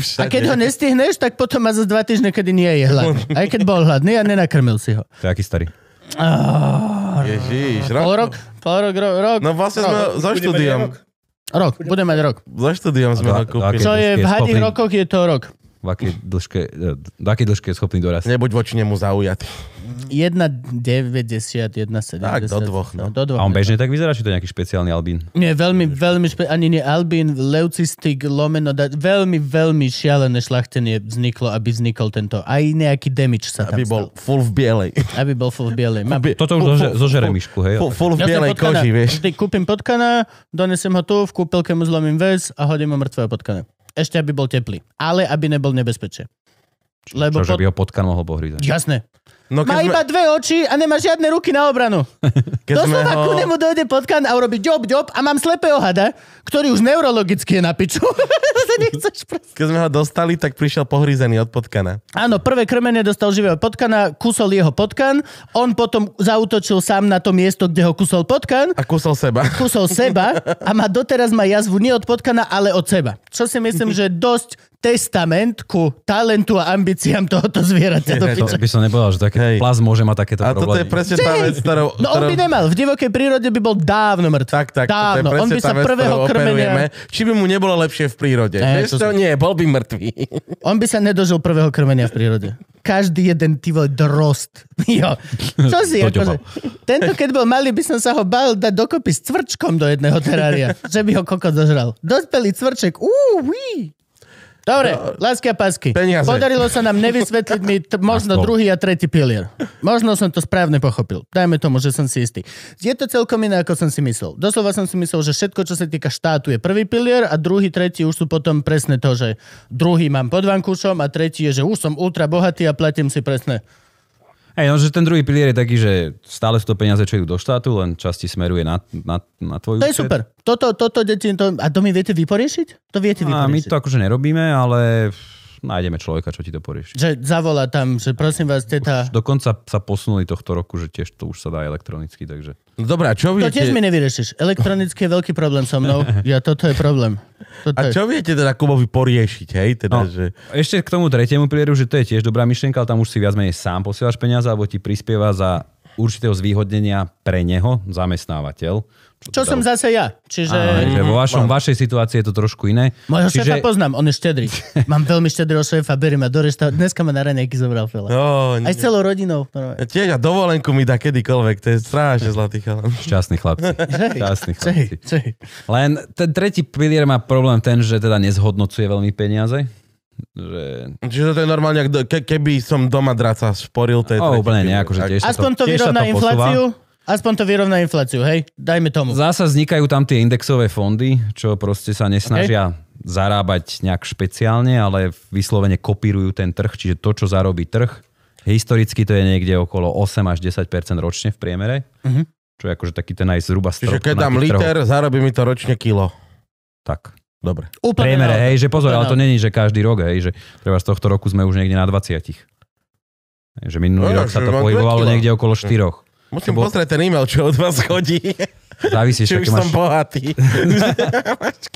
Speaker 1: A
Speaker 3: všade.
Speaker 1: keď ho nestihneš, tak potom má za dva týždne, kedy nie je hladný. Aj keď bol hladný a nenakrmil si ho.
Speaker 4: To je aký starý.
Speaker 3: Ježiš,
Speaker 1: Pol
Speaker 3: rok.
Speaker 1: rok? Pol rok, ro, rok,
Speaker 3: No vlastne sme so štúdiom,
Speaker 1: rok. Bude mať rok.
Speaker 3: so štúdiom sme
Speaker 4: A to-
Speaker 3: ho
Speaker 4: to-
Speaker 3: kúpili.
Speaker 4: to-
Speaker 1: Čo je v
Speaker 4: Keď
Speaker 1: hadých
Speaker 4: schopný-
Speaker 1: rokoch, je to rok.
Speaker 4: V akej dĺžke, eh, do akej dĺžke je schopný dorásť?
Speaker 3: Nebuď voči nemu zaujatý.
Speaker 1: 1,90, 1,70.
Speaker 3: Tak, do dvoch, no.
Speaker 1: do dvoch.
Speaker 4: A on bežne tak vyzerá, či to je nejaký špeciálny albín?
Speaker 1: Nie, veľmi, veľmi, špe- ani nie Albin, leucistik, lomeno, da- veľmi, veľmi šialené šlachtenie vzniklo, aby vznikol tento, aj nejaký damage sa tam
Speaker 3: Aby bol full v bielej.
Speaker 1: stal. Aby bol full bielej. Mám,
Speaker 3: Aby-
Speaker 4: Toto už
Speaker 3: full-
Speaker 4: zože-
Speaker 3: full-
Speaker 4: zožere
Speaker 3: full-
Speaker 4: myšku, hej?
Speaker 3: full- Full v
Speaker 1: Ja si
Speaker 3: bielej
Speaker 1: potkana-
Speaker 3: koži, vieš.
Speaker 1: Vždy kúpim potkana, donesem ho tu, v kúpelke mu zlomím väz a hodím ho mŕtvého potkana. Ešte, aby bol teplý. Ale aby nebol nebezpečie. Lebo
Speaker 4: Čo, že
Speaker 1: pod...
Speaker 4: by ho potkan mohol pohryzať.
Speaker 1: Jasné.
Speaker 3: No
Speaker 1: Má iba dve oči a nemá žiadne ruky na obranu.
Speaker 3: keď
Speaker 1: Doslova ho... ku nemu dojde potkan a urobí ďob, ďob a mám slepého hada, ktorý už neurologicky je na piču. Sa nechceš pres-
Speaker 3: keď sme ho dostali, tak prišiel pohrízený od potkana.
Speaker 1: Áno, prvé krmenie dostal živého potkana, kusol jeho potkan, on potom zautočil sám na to miesto, kde ho kusol potkan,
Speaker 3: A kusol seba.
Speaker 1: kusol seba a má doteraz má jazvu nie od potkana, ale od seba. Čo si myslím, že je dosť testament ku talentu a ambíciám tohoto zvieraťa. do
Speaker 4: To
Speaker 1: piče.
Speaker 4: by som nepovedal, že také
Speaker 3: Hej.
Speaker 4: plaz môže mať takéto
Speaker 3: A toto je
Speaker 4: problémy.
Speaker 3: presne tá vec, ktorou...
Speaker 1: No on
Speaker 3: ktorou-
Speaker 1: by nemal. V divokej prírode by bol dávno mŕtvy.
Speaker 3: Tak, tak,
Speaker 1: dávno.
Speaker 3: to je
Speaker 1: On by
Speaker 3: presne
Speaker 1: sa
Speaker 3: tá vec,
Speaker 1: prvého
Speaker 3: ktorou operujeme.
Speaker 1: krmenia...
Speaker 3: Či by mu nebolo lepšie v prírode?
Speaker 1: Ne,
Speaker 3: Ne, Vieš
Speaker 1: to
Speaker 3: to?
Speaker 1: si-
Speaker 3: Nie, bol by mŕtvý.
Speaker 1: On by sa nedožil prvého krmenia v prírode. Každý jeden ty vole drost. Jo. Čo si?
Speaker 4: To ťa
Speaker 1: Akože, tento keď bol malý, by som sa ho bal dať dokopy s cvrčkom do jedného terária. že by ho koko zožral. Dospelý cvrček. Uú, uí. Dobre,
Speaker 4: No,
Speaker 1: lásky a pásky.
Speaker 3: Peniaze.
Speaker 1: Podarilo sa nám nevysvetliť mi t- možno
Speaker 2: Aspoň.
Speaker 1: druhý a tretí pilier. Možno som to správne pochopil. Dajme tomu, že som si istý. Je to celkom iné, ako som si myslel. Doslova som si myslel, že všetko, čo sa týka štátu, je prvý pilier a druhý, tretí už sú potom presne to, že druhý mám pod vankúšom a tretí je, že už som ultra bohatý a platím si presne.
Speaker 4: Hej, no, že ten druhý pilier je taký, že stále sú to peniaze, čo idú do štátu, len časti smeruje na, na, na tvoju
Speaker 1: To je super. Toto, toto, deti, to, a to mi viete vyporiešiť? To viete
Speaker 4: A my
Speaker 1: vyporiešiť.
Speaker 4: to akože nerobíme, ale nájdeme človeka, čo ti to porieši.
Speaker 1: Že zavolá tam, že prosím vás, teta...
Speaker 4: Dokonca sa posunuli tohto roku, že tiež to už sa dá elektronicky, takže...
Speaker 3: No dobré, a čo
Speaker 1: To tiež mi
Speaker 3: viete?
Speaker 1: nevyriešiš. Elektronicky je veľký problém so mnou. Ja, toto je problém. Toto je.
Speaker 3: A čo viete teda Kubovi poriešiť, hej? Teda, že...
Speaker 4: No, Ešte k tomu tretiemu pilieru, že to je tiež dobrá myšlienka, ale tam už si viac menej sám posielaš peniaze, alebo ti prispieva za určitého zvýhodnenia pre neho zamestnávateľ.
Speaker 1: Čo som zase ja. Čiže...
Speaker 4: Áno, že vo vašom, vašej situácii je to trošku iné.
Speaker 1: Mojho šéfa
Speaker 4: Čiže
Speaker 1: poznám, on je štedrý. Mám veľmi štedrého šéfa, berie ma do rešta. Dneska ma na raňajky zobral veľa.
Speaker 3: No,
Speaker 4: mm.
Speaker 1: Aj s celou rodinou. No, normálne.
Speaker 3: Tiež a dovolenku mi dá kedykoľvek, to je strašne zlatý chalan.
Speaker 4: šťastný chlapci. Šťastný
Speaker 1: Čej,
Speaker 4: chlapci.
Speaker 1: čej.
Speaker 4: Len ten tretí pilier má problém ten, že teda nezhodnocuje veľmi peniaze. Že...
Speaker 3: Čiže to je normálne, ak do- ke, keby som doma draca sporil, to je
Speaker 4: O,
Speaker 3: tretí
Speaker 4: úplne
Speaker 3: pilier.
Speaker 4: nejako, že
Speaker 3: Tak.
Speaker 4: tiež sa
Speaker 1: Aspoň to
Speaker 4: tiež sa
Speaker 1: vyrovná
Speaker 4: posúva.
Speaker 1: infláciu. Aspoň to vyrovná infláciu, hej? Dajme tomu.
Speaker 4: Zasa vznikajú tam tie indexové fondy, čo proste sa nesnažia zarábať nejak špeciálne, ale vyslovene kopírujú ten trh, čiže to, čo zarobí trh, historicky to je niekde okolo 8 až 10 ročne v priemere,
Speaker 1: Mhm.
Speaker 4: čo je akože taký ten aj zhruba
Speaker 3: Čiže
Speaker 4: strop.
Speaker 3: keď
Speaker 4: na
Speaker 3: dám
Speaker 4: tých
Speaker 3: liter,
Speaker 4: trhoch.
Speaker 3: zarobí mi to ročne kilo.
Speaker 4: Tak.
Speaker 3: Dobre.
Speaker 4: V priemere,
Speaker 1: naopak.
Speaker 4: hej, že pozor,
Speaker 1: Úplne no.
Speaker 4: ale to není, že každý rok, hej, že treba z tohto roku sme už niekde na 20. Hej, že minulý
Speaker 3: No,
Speaker 4: rok sa
Speaker 3: že
Speaker 4: to
Speaker 3: mám dve
Speaker 4: pohybovalo
Speaker 3: kila.
Speaker 4: niekde okolo 4.
Speaker 3: Musím
Speaker 4: Lebo-
Speaker 3: pozrieť ten e-mail, čo od vás chodí.
Speaker 4: Závisí,
Speaker 3: Či
Speaker 4: že
Speaker 3: už som
Speaker 4: máš...
Speaker 3: bohatý.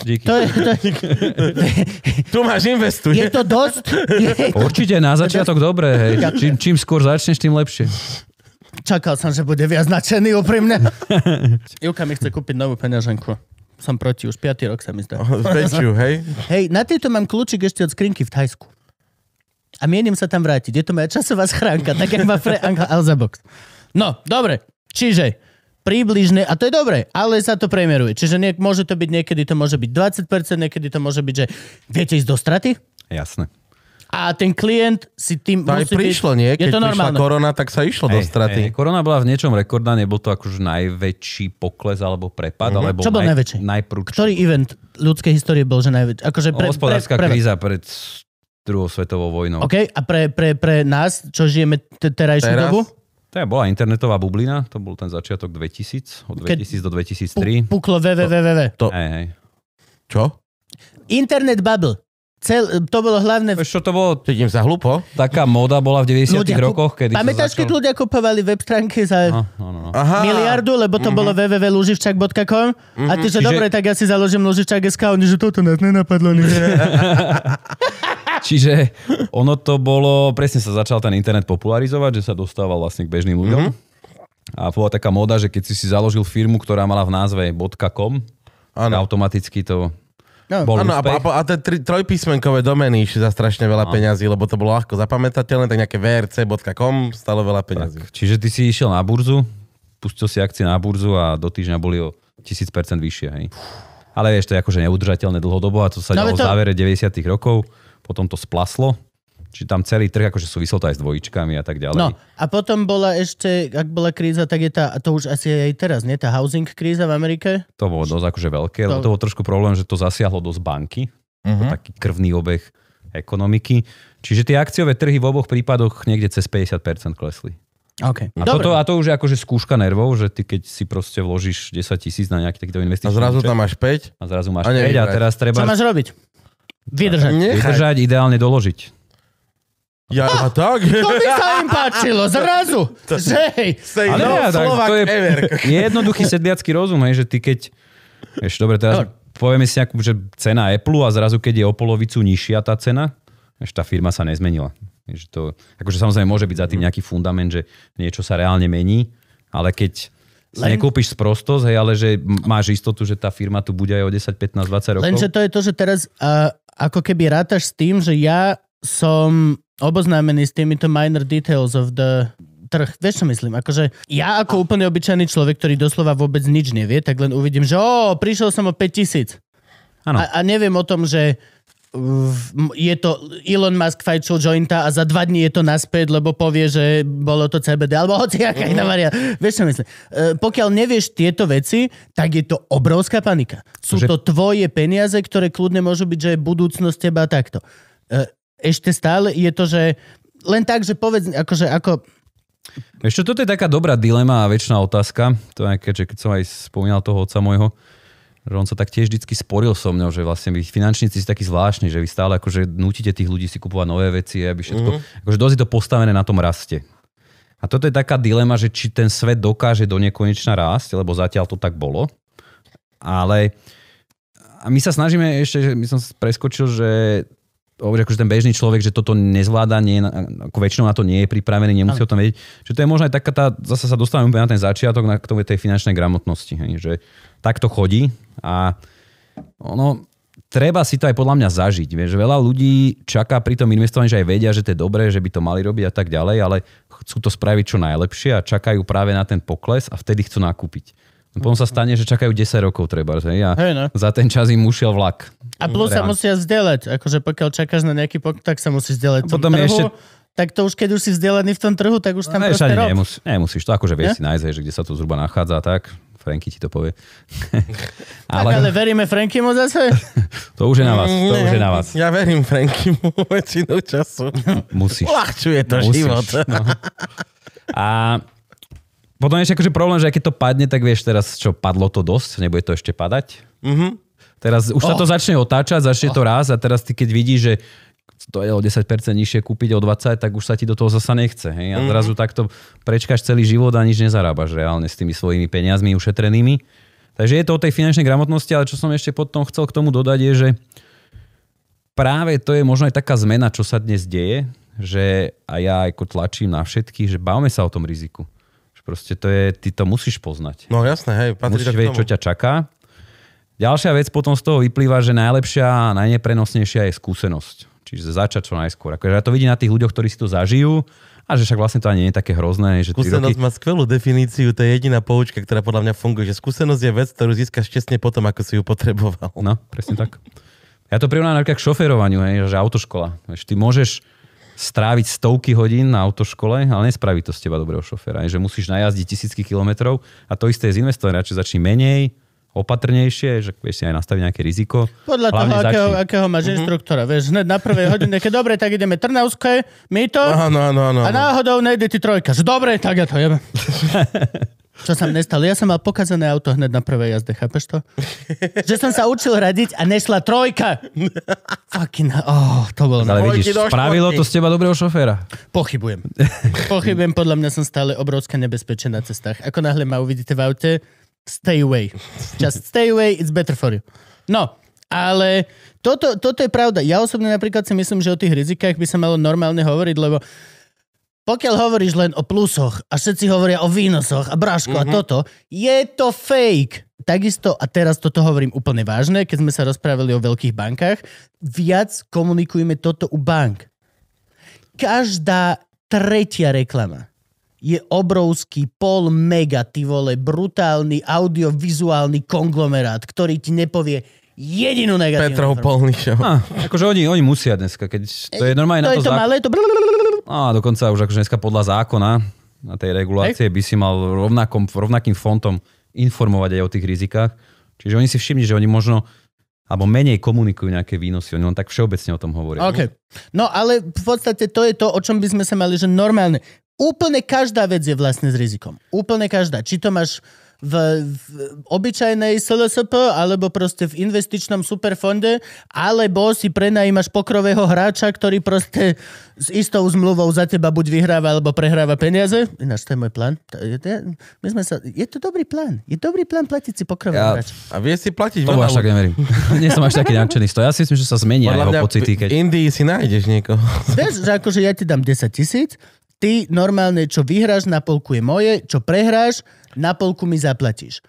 Speaker 4: Díky.
Speaker 1: To je, to je,
Speaker 3: Tu máš
Speaker 1: je
Speaker 3: investuje.
Speaker 1: to dosť? Je,
Speaker 4: Určite na začiatok dobre, hej. Čím, čím skôr začneš, tým lepšie.
Speaker 1: čakal som, že bude viac nadšený úprimne. Juka mi chce kúpiť novú peňaženku. Som proti, už 5. rok sa mi zdá.
Speaker 3: Väčšiu, hej?
Speaker 1: Hej, na tejto mám kľúčik ešte od skrinky v Thajsku. A mienim sa tam vrátiť. Je to moja časová schránka, tak jak má Fre Angel Alzabox. No, dobre. Čiže približne, a to je dobre, ale sa to premeruje. Čiže niek- môže to byť, niekedy to môže byť 20%, niekedy to môže byť, že viete ísť do straty
Speaker 4: Jasné.
Speaker 1: a ten klient si tým
Speaker 4: No,
Speaker 3: To aj
Speaker 1: musí
Speaker 3: prišlo,
Speaker 1: byť,
Speaker 3: nie?
Speaker 1: Je
Speaker 3: Keď
Speaker 1: to
Speaker 3: prišla
Speaker 1: normálne.
Speaker 3: korona, tak sa išlo do
Speaker 4: Hej,
Speaker 3: straty.
Speaker 4: hej, korona bola v niečom rekordná, nebol to akože najväčší pokles alebo prepad,
Speaker 3: Mhm.
Speaker 4: mm-hmm. alebo
Speaker 1: Čo bol najväčší?
Speaker 4: Najprúč.
Speaker 1: Ktorý event ľudskej histórie bol, že najväčší? Akože pre,
Speaker 4: Hospodárska
Speaker 1: pre, pre,
Speaker 4: kríza pred druhou svetovou
Speaker 3: no.
Speaker 4: vojnou.
Speaker 1: OK, a pre, pre, pre nás, čo žijeme te- terajšiu
Speaker 3: Teraz?
Speaker 1: dobu?
Speaker 4: To je bola internetová bublina, to bol ten začiatok 2000, od
Speaker 1: Keď-
Speaker 4: 2000 do
Speaker 1: Pu-
Speaker 4: 2003.
Speaker 1: Puklo www.
Speaker 3: To-
Speaker 4: Hej, hej.
Speaker 3: Čo?
Speaker 1: Internet bubble. Cel, to bolo hlavné...
Speaker 4: Vieš, čo to bolo?
Speaker 3: Cítim sa hlupo?
Speaker 4: Taká moda bola v 90
Speaker 1: Ľudia,
Speaker 4: rokoch, kedy
Speaker 1: Pamätáš,
Speaker 4: sa
Speaker 1: keď
Speaker 4: začal...
Speaker 1: ľudia kupovali web stránky za
Speaker 4: No, no, no, no.
Speaker 3: Aha.
Speaker 1: miliardu, lebo to bolo www.luživčak.com a ty, že
Speaker 4: Mhm. Čiže-
Speaker 1: dobre, tak ja si založím luživčak.sk a oni, že toto nás nenapadlo. Nie.
Speaker 4: Čiže ono to bolo, presne sa začal ten internet popularizovať, že sa dostával vlastne k bežným
Speaker 3: Mhm.
Speaker 4: ľuďom. A bola taká moda, že keď si si založil firmu, ktorá mala v názve .com,
Speaker 3: Áno.
Speaker 4: automaticky to
Speaker 1: No,
Speaker 4: bol
Speaker 3: Áno, a,
Speaker 4: úspech.
Speaker 3: a, a tie tri, trojpísmenkové domény išli za strašne
Speaker 4: No.
Speaker 3: veľa peňazí, lebo to bolo ľahko zapamätateľné, tak nejaké vrc.com stalo veľa peňazí.
Speaker 4: Čiže ty si išiel na burzu, pustil si akcie na burzu a do týždňa boli o 1000% vyššie. Hej. Ale vieš, to je akože neudržateľné dlhodobo a to sa
Speaker 1: No,
Speaker 4: no,
Speaker 1: ale
Speaker 4: dalo v
Speaker 1: to-
Speaker 4: závere 90 rokov, potom to splaslo. Čiže tam celý trh akože súvislo to aj s dvojičkami a tak ďalej.
Speaker 1: No, a potom bola ešte, ak bola kríza, tak je tá, a to už asi je aj teraz, nie? Tá housing kríza v Amerike?
Speaker 4: To bolo dosť akože veľké,
Speaker 1: To-
Speaker 4: lebo
Speaker 1: Mhm.
Speaker 4: to bol trošku problém, že to zasiahlo dosť banky, uh-huh. taký krvný obeh ekonomiky. Čiže tie akciové trhy v oboch prípadoch niekde cez 50% klesli.
Speaker 1: OK.
Speaker 4: A, toto, a to už je akože skúška nervov, že ty keď si proste vložíš 10 tisíc na nejaký
Speaker 3: A
Speaker 4: takýto investičný
Speaker 3: zrazu
Speaker 4: účet
Speaker 3: tam máš 5.
Speaker 4: a zrazu máš
Speaker 3: a
Speaker 4: 5 a
Speaker 3: nevyhrať.
Speaker 4: teraz treba
Speaker 1: Čo máš robiť? Vydržať.
Speaker 3: Nechaj.
Speaker 4: vydržať, ideálne doložiť.
Speaker 3: Ja, a tak?
Speaker 1: To by sa im páčilo, zrazu. Že, hej.
Speaker 3: Say
Speaker 4: Ale
Speaker 3: no,
Speaker 4: ja, tak
Speaker 3: Slovak
Speaker 4: to je-
Speaker 3: ever.
Speaker 4: Je jednoduchý sedliacký rozum, hej, že ty keď... Vieš, dobre, teraz
Speaker 3: No.
Speaker 1: Dobre.
Speaker 4: povieme si nejakú, že cena Apple a zrazu, keď je o polovicu nižšia tá cena, vieš, tá firma sa nezmenila. Vieš,
Speaker 3: Mhm.
Speaker 4: to, akože samozrejme môže byť za tým nejaký fundament, že niečo sa reálne mení, ale keď Len... Nekúpiš sprostosť, hej, ale že m- máš istotu, že tá firma tu bude aj o 10, 15, 20 rokov.
Speaker 1: Lenže to je to, že teraz a, ako keby rátaš s tým, že ja som oboznámený s týmito minor details of the trh. Vieš, čo myslím? Akože ja ako úplne obyčajný človek, ktorý doslova vôbec nič nevie, tak len uvidím, že o, prišiel som o 5000.
Speaker 4: Áno.
Speaker 1: A, a neviem o tom, že v- m- je to Elon Musk fajčil jointa a za dva dní je to naspäť, lebo povie, že bolo to CBD, alebo hoci aká iná varia. Vieš, čo myslím? E, pokiaľ nevieš tieto veci, tak je to obrovská panika. Sú
Speaker 4: Že-
Speaker 1: že... to tvoje peniaze, ktoré kľudne môžu byť, že je budúcnosť teba a takto. E, ešte stále je to, že len tak, že povedz, akože ako...
Speaker 4: Ešte toto je taká dobrá dilema a väčšiná otázka. To je, keďže keď som aj spomínal toho otca môjho, že on sa tak tiež vždy sporil so mnou, že vlastne vy finančníci ste takí zvláštni, že vy stále akože nutíte tých ľudí si kupovať nové veci, aby všetko, mm-hmm. akože dosť je to postavené na tom raste. A toto je taká dilema, že či ten svet dokáže do nekonečna rásť, lebo zatiaľ to tak bolo. Ale a my sa snažíme ešte, že my som preskočil, že hovorí, akože ten bežný človek, že toto nezvláda, nie, ako väčšinou na to nie je pripravený, nemusí o tom vedieť. Že to je možno aj taká tá, zase sa dostávame úplne na ten začiatok, na k tomu tej finančnej gramotnosti, hej, že takto chodí a ono, treba si to aj podľa mňa zažiť. Vieš, veľa ľudí čaká pri tom investovaní, že aj vedia, že to je dobré, že by to mali robiť a tak ďalej, ale chcú to spraviť čo najlepšie a čakajú práve na ten pokles a vtedy chcú nakúpiť. Potom sa stane, že čakajú 10 rokov treba. Hej, a
Speaker 1: Hej, no.
Speaker 4: za ten čas im ušiel vlak.
Speaker 1: A plus sa
Speaker 4: Reálne.
Speaker 1: musia vzdelať. Akože pokiaľ čakáš na nejaký pok, tak sa musíš vzdelať v tom
Speaker 4: Potom
Speaker 1: trhu.
Speaker 4: je
Speaker 1: Ešte...
Speaker 4: ešte- No,
Speaker 1: Tak to už, keď už si vzdelaný v tom trhu, tak už tam
Speaker 4: Ne,
Speaker 1: proste
Speaker 4: všade
Speaker 1: rob.
Speaker 4: nemus, nemusíš to, akože
Speaker 1: Ne?
Speaker 4: vieš si nájsť, hej, že kde sa to zhruba nachádza a tak. Franky ti to povie.
Speaker 1: Ale... Tak, ale Mm,
Speaker 4: ale
Speaker 1: veríme Frankymu zase?
Speaker 4: to už je na vás, to už je na vás.
Speaker 3: Ja verím Frankymu väčšinu času.
Speaker 4: Musíš.
Speaker 3: Uľahčuje to
Speaker 4: Musíš,
Speaker 3: život.
Speaker 4: No. A potom ešte akože problém, že aj keď to padne, tak vieš teraz, čo padlo to dosť, nebude to ešte padať.
Speaker 3: Mhm.
Speaker 4: Teraz už oh. sa to začne otáčať, začne oh. to raz a teraz ty keď vidíš, že to je o 10% nižšie kúpiť o 20, tak už sa ti do toho zasa nechce. Hej? A zrazu takto prečkáš celý život a nič nezarábaš reálne s tými svojimi peniazmi ušetrenými. Takže je to o tej finančnej gramotnosti, ale čo som ešte potom chcel k tomu dodať je, že práve to je možno aj taká zmena, čo sa dnes deje, že a ja ako tlačím na všetkých, že bavme sa o tom riziku. Že proste to je, ty to musíš poznať.
Speaker 3: No jasné, hej, patrí
Speaker 4: Musíš
Speaker 3: to k
Speaker 4: vedieť,
Speaker 3: tomu.
Speaker 4: čo ťa čaká. Ďalšia vec potom z toho vyplýva, že najlepšia a najneprenosnejšia je skúsenosť. Čiže začať čo najskôr. Akože ja to vidím na tých ľuďoch, ktorí si to zažijú a že však vlastne to ani nie je také hrozné, že tri roky...
Speaker 3: Skúsenosť má skvelú definíciu, to je jediná poučka, ktorá podľa mňa funguje, že skúsenosť je vec, ktorú získaš tesne potom, ako si ju potreboval.
Speaker 4: No, presne tak. Ja to prirovnám napríklad k šoferovaniu, hej, že autoškola. Vieš, ty môžeš stráviť stovky hodín na autoškole, ale nespraví to z teba dobrého šoféra. Hej, že musíš najazdiť tisícky kilometrov a to isté je z investovania. Radšej začni menej, opatrnejšie, že vieš si aj nastaviť nejaké riziko.
Speaker 1: Podľa toho,
Speaker 4: Hlavne
Speaker 1: akého,
Speaker 4: začni.
Speaker 1: akého máš inštruktora. Vieš, hneď na prvej hodine, keď dobre, tak ideme Trnavské, my to,
Speaker 3: Áno, áno, áno.
Speaker 1: a
Speaker 3: áno.
Speaker 1: náhodou nejde ti trojka. Že dobre, tak ja to jebe. Čo sa mi nestalo? Ja som mal pokazané auto hneď na prvej jazde, chápeš to? Že som sa učil radiť a nešla trojka. Fucking, oh, to bolo... na-
Speaker 4: Ale
Speaker 3: Dvojky
Speaker 4: vidíš,
Speaker 3: do
Speaker 4: spravilo
Speaker 3: štvorky.
Speaker 4: to z teba dobrého šoféra.
Speaker 1: Pochybujem. Pochybujem, podľa mňa som stále obrovské nebezpečie na cestách. Ako náhle ma uvidíte v aute, stay away. Just stay away, it's better for you. No, ale toto, toto je pravda. Ja osobne napríklad si myslím, že o tých rizikách by sa malo normálne hovoriť, lebo pokiaľ hovoríš len o plusoch a všetci hovoria o výnosoch a bráško mm-hmm. a toto, je to fake. Takisto, a teraz toto hovorím úplne vážne, keď sme sa rozprávali o veľkých bankách, viac komunikujme toto u bank každá tretia reklama je obrovský pol mega, ty vole, brutálny audiovizuálny konglomerát, ktorý ti nepovie jedinú negatívnu
Speaker 3: Petrov
Speaker 1: informáciu.
Speaker 3: Polnišov.
Speaker 4: Á, akože oni, oni musia dneska, keď to je normálne
Speaker 1: To
Speaker 4: na
Speaker 1: je to
Speaker 4: to, zákon.
Speaker 1: malé, to... blablabla.
Speaker 4: Á, dokonca už akože dneska podľa zákona na tej regulácie by si mal rovnakom, rovnakým fontom informovať aj o tých rizikách. Čiže oni si všimni, že oni možno alebo menej komunikujú nejaké výnosy. Oni len tak všeobecne o tom hovoria.
Speaker 1: OK. No ale v podstate to je to, o čom by sme sa mali, že normálne. Úplne každá vec je vlastne s rizikom. Úplne každá. Či to máš v, v obyčajnej SLSP, alebo proste v investičnom superfonde, alebo si prenajímaš pokrového hráča, ktorý proste s istou zmluvou za teba buď vyhráva, alebo prehráva peniaze. Ináč, to je môj plán. To je, to je, my sme sa, je to dobrý plán. Je dobrý plán platiť si pokrového
Speaker 4: Ja-
Speaker 1: hráča.
Speaker 3: A vie si platiť
Speaker 4: To
Speaker 3: veľa
Speaker 4: až tak
Speaker 3: ľudí.
Speaker 4: neverím. Nie som až taký nadšený z toho. Ja si myslím, že sa zmenia
Speaker 3: Podľa
Speaker 4: jeho
Speaker 3: mňa
Speaker 4: pocity,
Speaker 3: v
Speaker 4: keď...
Speaker 3: Indii si nájdeš niekoho.
Speaker 1: Vieš, že akože ja ti dám 10 tisíc, ty normálne, čo vyhráš na polku je moje, čo prehráš, na polku mi zaplatíš.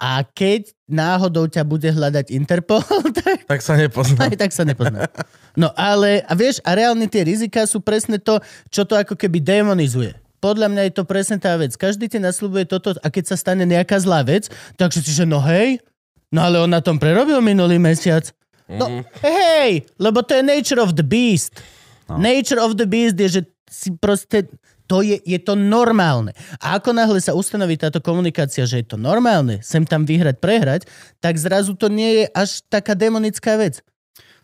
Speaker 1: A keď náhodou ťa bude hľadať Interpol, tak,
Speaker 3: Tak sa nepoznám.
Speaker 1: aj tak sa nepozná. No ale, a vieš, a reálne tie rizika sú presne to, čo to ako keby demonizuje. Podľa mňa je to presne tá vec. Každý ti nasľubuje toto a keď sa stane nejaká zlá vec, tak si že no hej, no ale on na tom prerobil minulý mesiac. No hej, lebo to je nature of the beast. Nature of the beast je, že si proste... To je, je to normálne. A ako náhle sa ustanoví táto komunikácia, že je to normálne, sem tam vyhrať, prehrať, tak zrazu to nie je až taká demonická vec.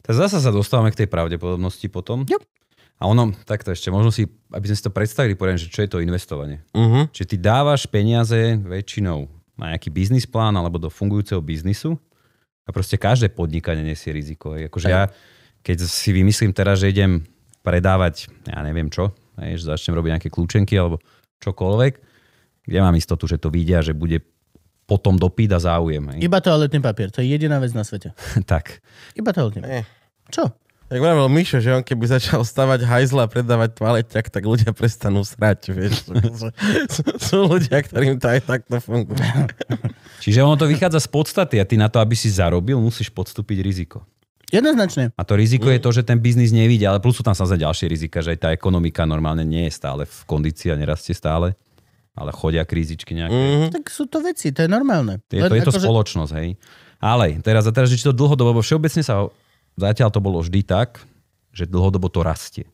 Speaker 4: Tak zase sa dostávame k tej pravdepodobnosti potom.
Speaker 1: Yep.
Speaker 4: A ono, takto ešte, možno si, aby sme si to predstavili, poviem, že čo je to investovanie.
Speaker 3: Uh-huh.
Speaker 4: Čiže ty dávaš peniaze väčšinou na nejaký biznis plán alebo do fungujúceho biznisu a proste každé podnikanie nesie riziko. hej. Akože ja, keď si vymyslím teraz, že idem predávať, ja neviem čo, hej, že začnem robiť nejaké kľúčenky alebo čokoľvek, kde mám istotu, že to vidia, že bude potom dopyt a záujem. Hej.
Speaker 1: Iba toaletný papier, to je jediná vec na svete.
Speaker 4: tak.
Speaker 1: Iba toaletný papier.
Speaker 3: Eh.
Speaker 1: Čo?
Speaker 3: Jak vravel Mišo, že on keby začal stavať hajzla a predávať toaleťak, tak ľudia prestanú srať, vieš. sú, sú, sú ľudia, ktorým to aj takto funguje.
Speaker 4: Čiže ono to vychádza z podstaty a ty na to, aby si zarobil, musíš podstúpiť riziko.
Speaker 1: Jednoznačne.
Speaker 4: A to riziko
Speaker 3: Mm.
Speaker 4: je to, že ten biznis nevidia, ale plus sú tam samozrejme ďalšie rizika, že aj tá ekonomika normálne nie je stále v kondícii a nerastie stále, ale chodia krízičky nejaké.
Speaker 3: Mhm.
Speaker 1: Tak sú to veci, to je normálne.
Speaker 4: Je to, je to
Speaker 1: akože-
Speaker 4: spoločnosť, hej. Ale teraz, a teraz, že či to dlhodobo, lebo všeobecne sa zatiaľ to bolo vždy tak, že dlhodobo to rastie.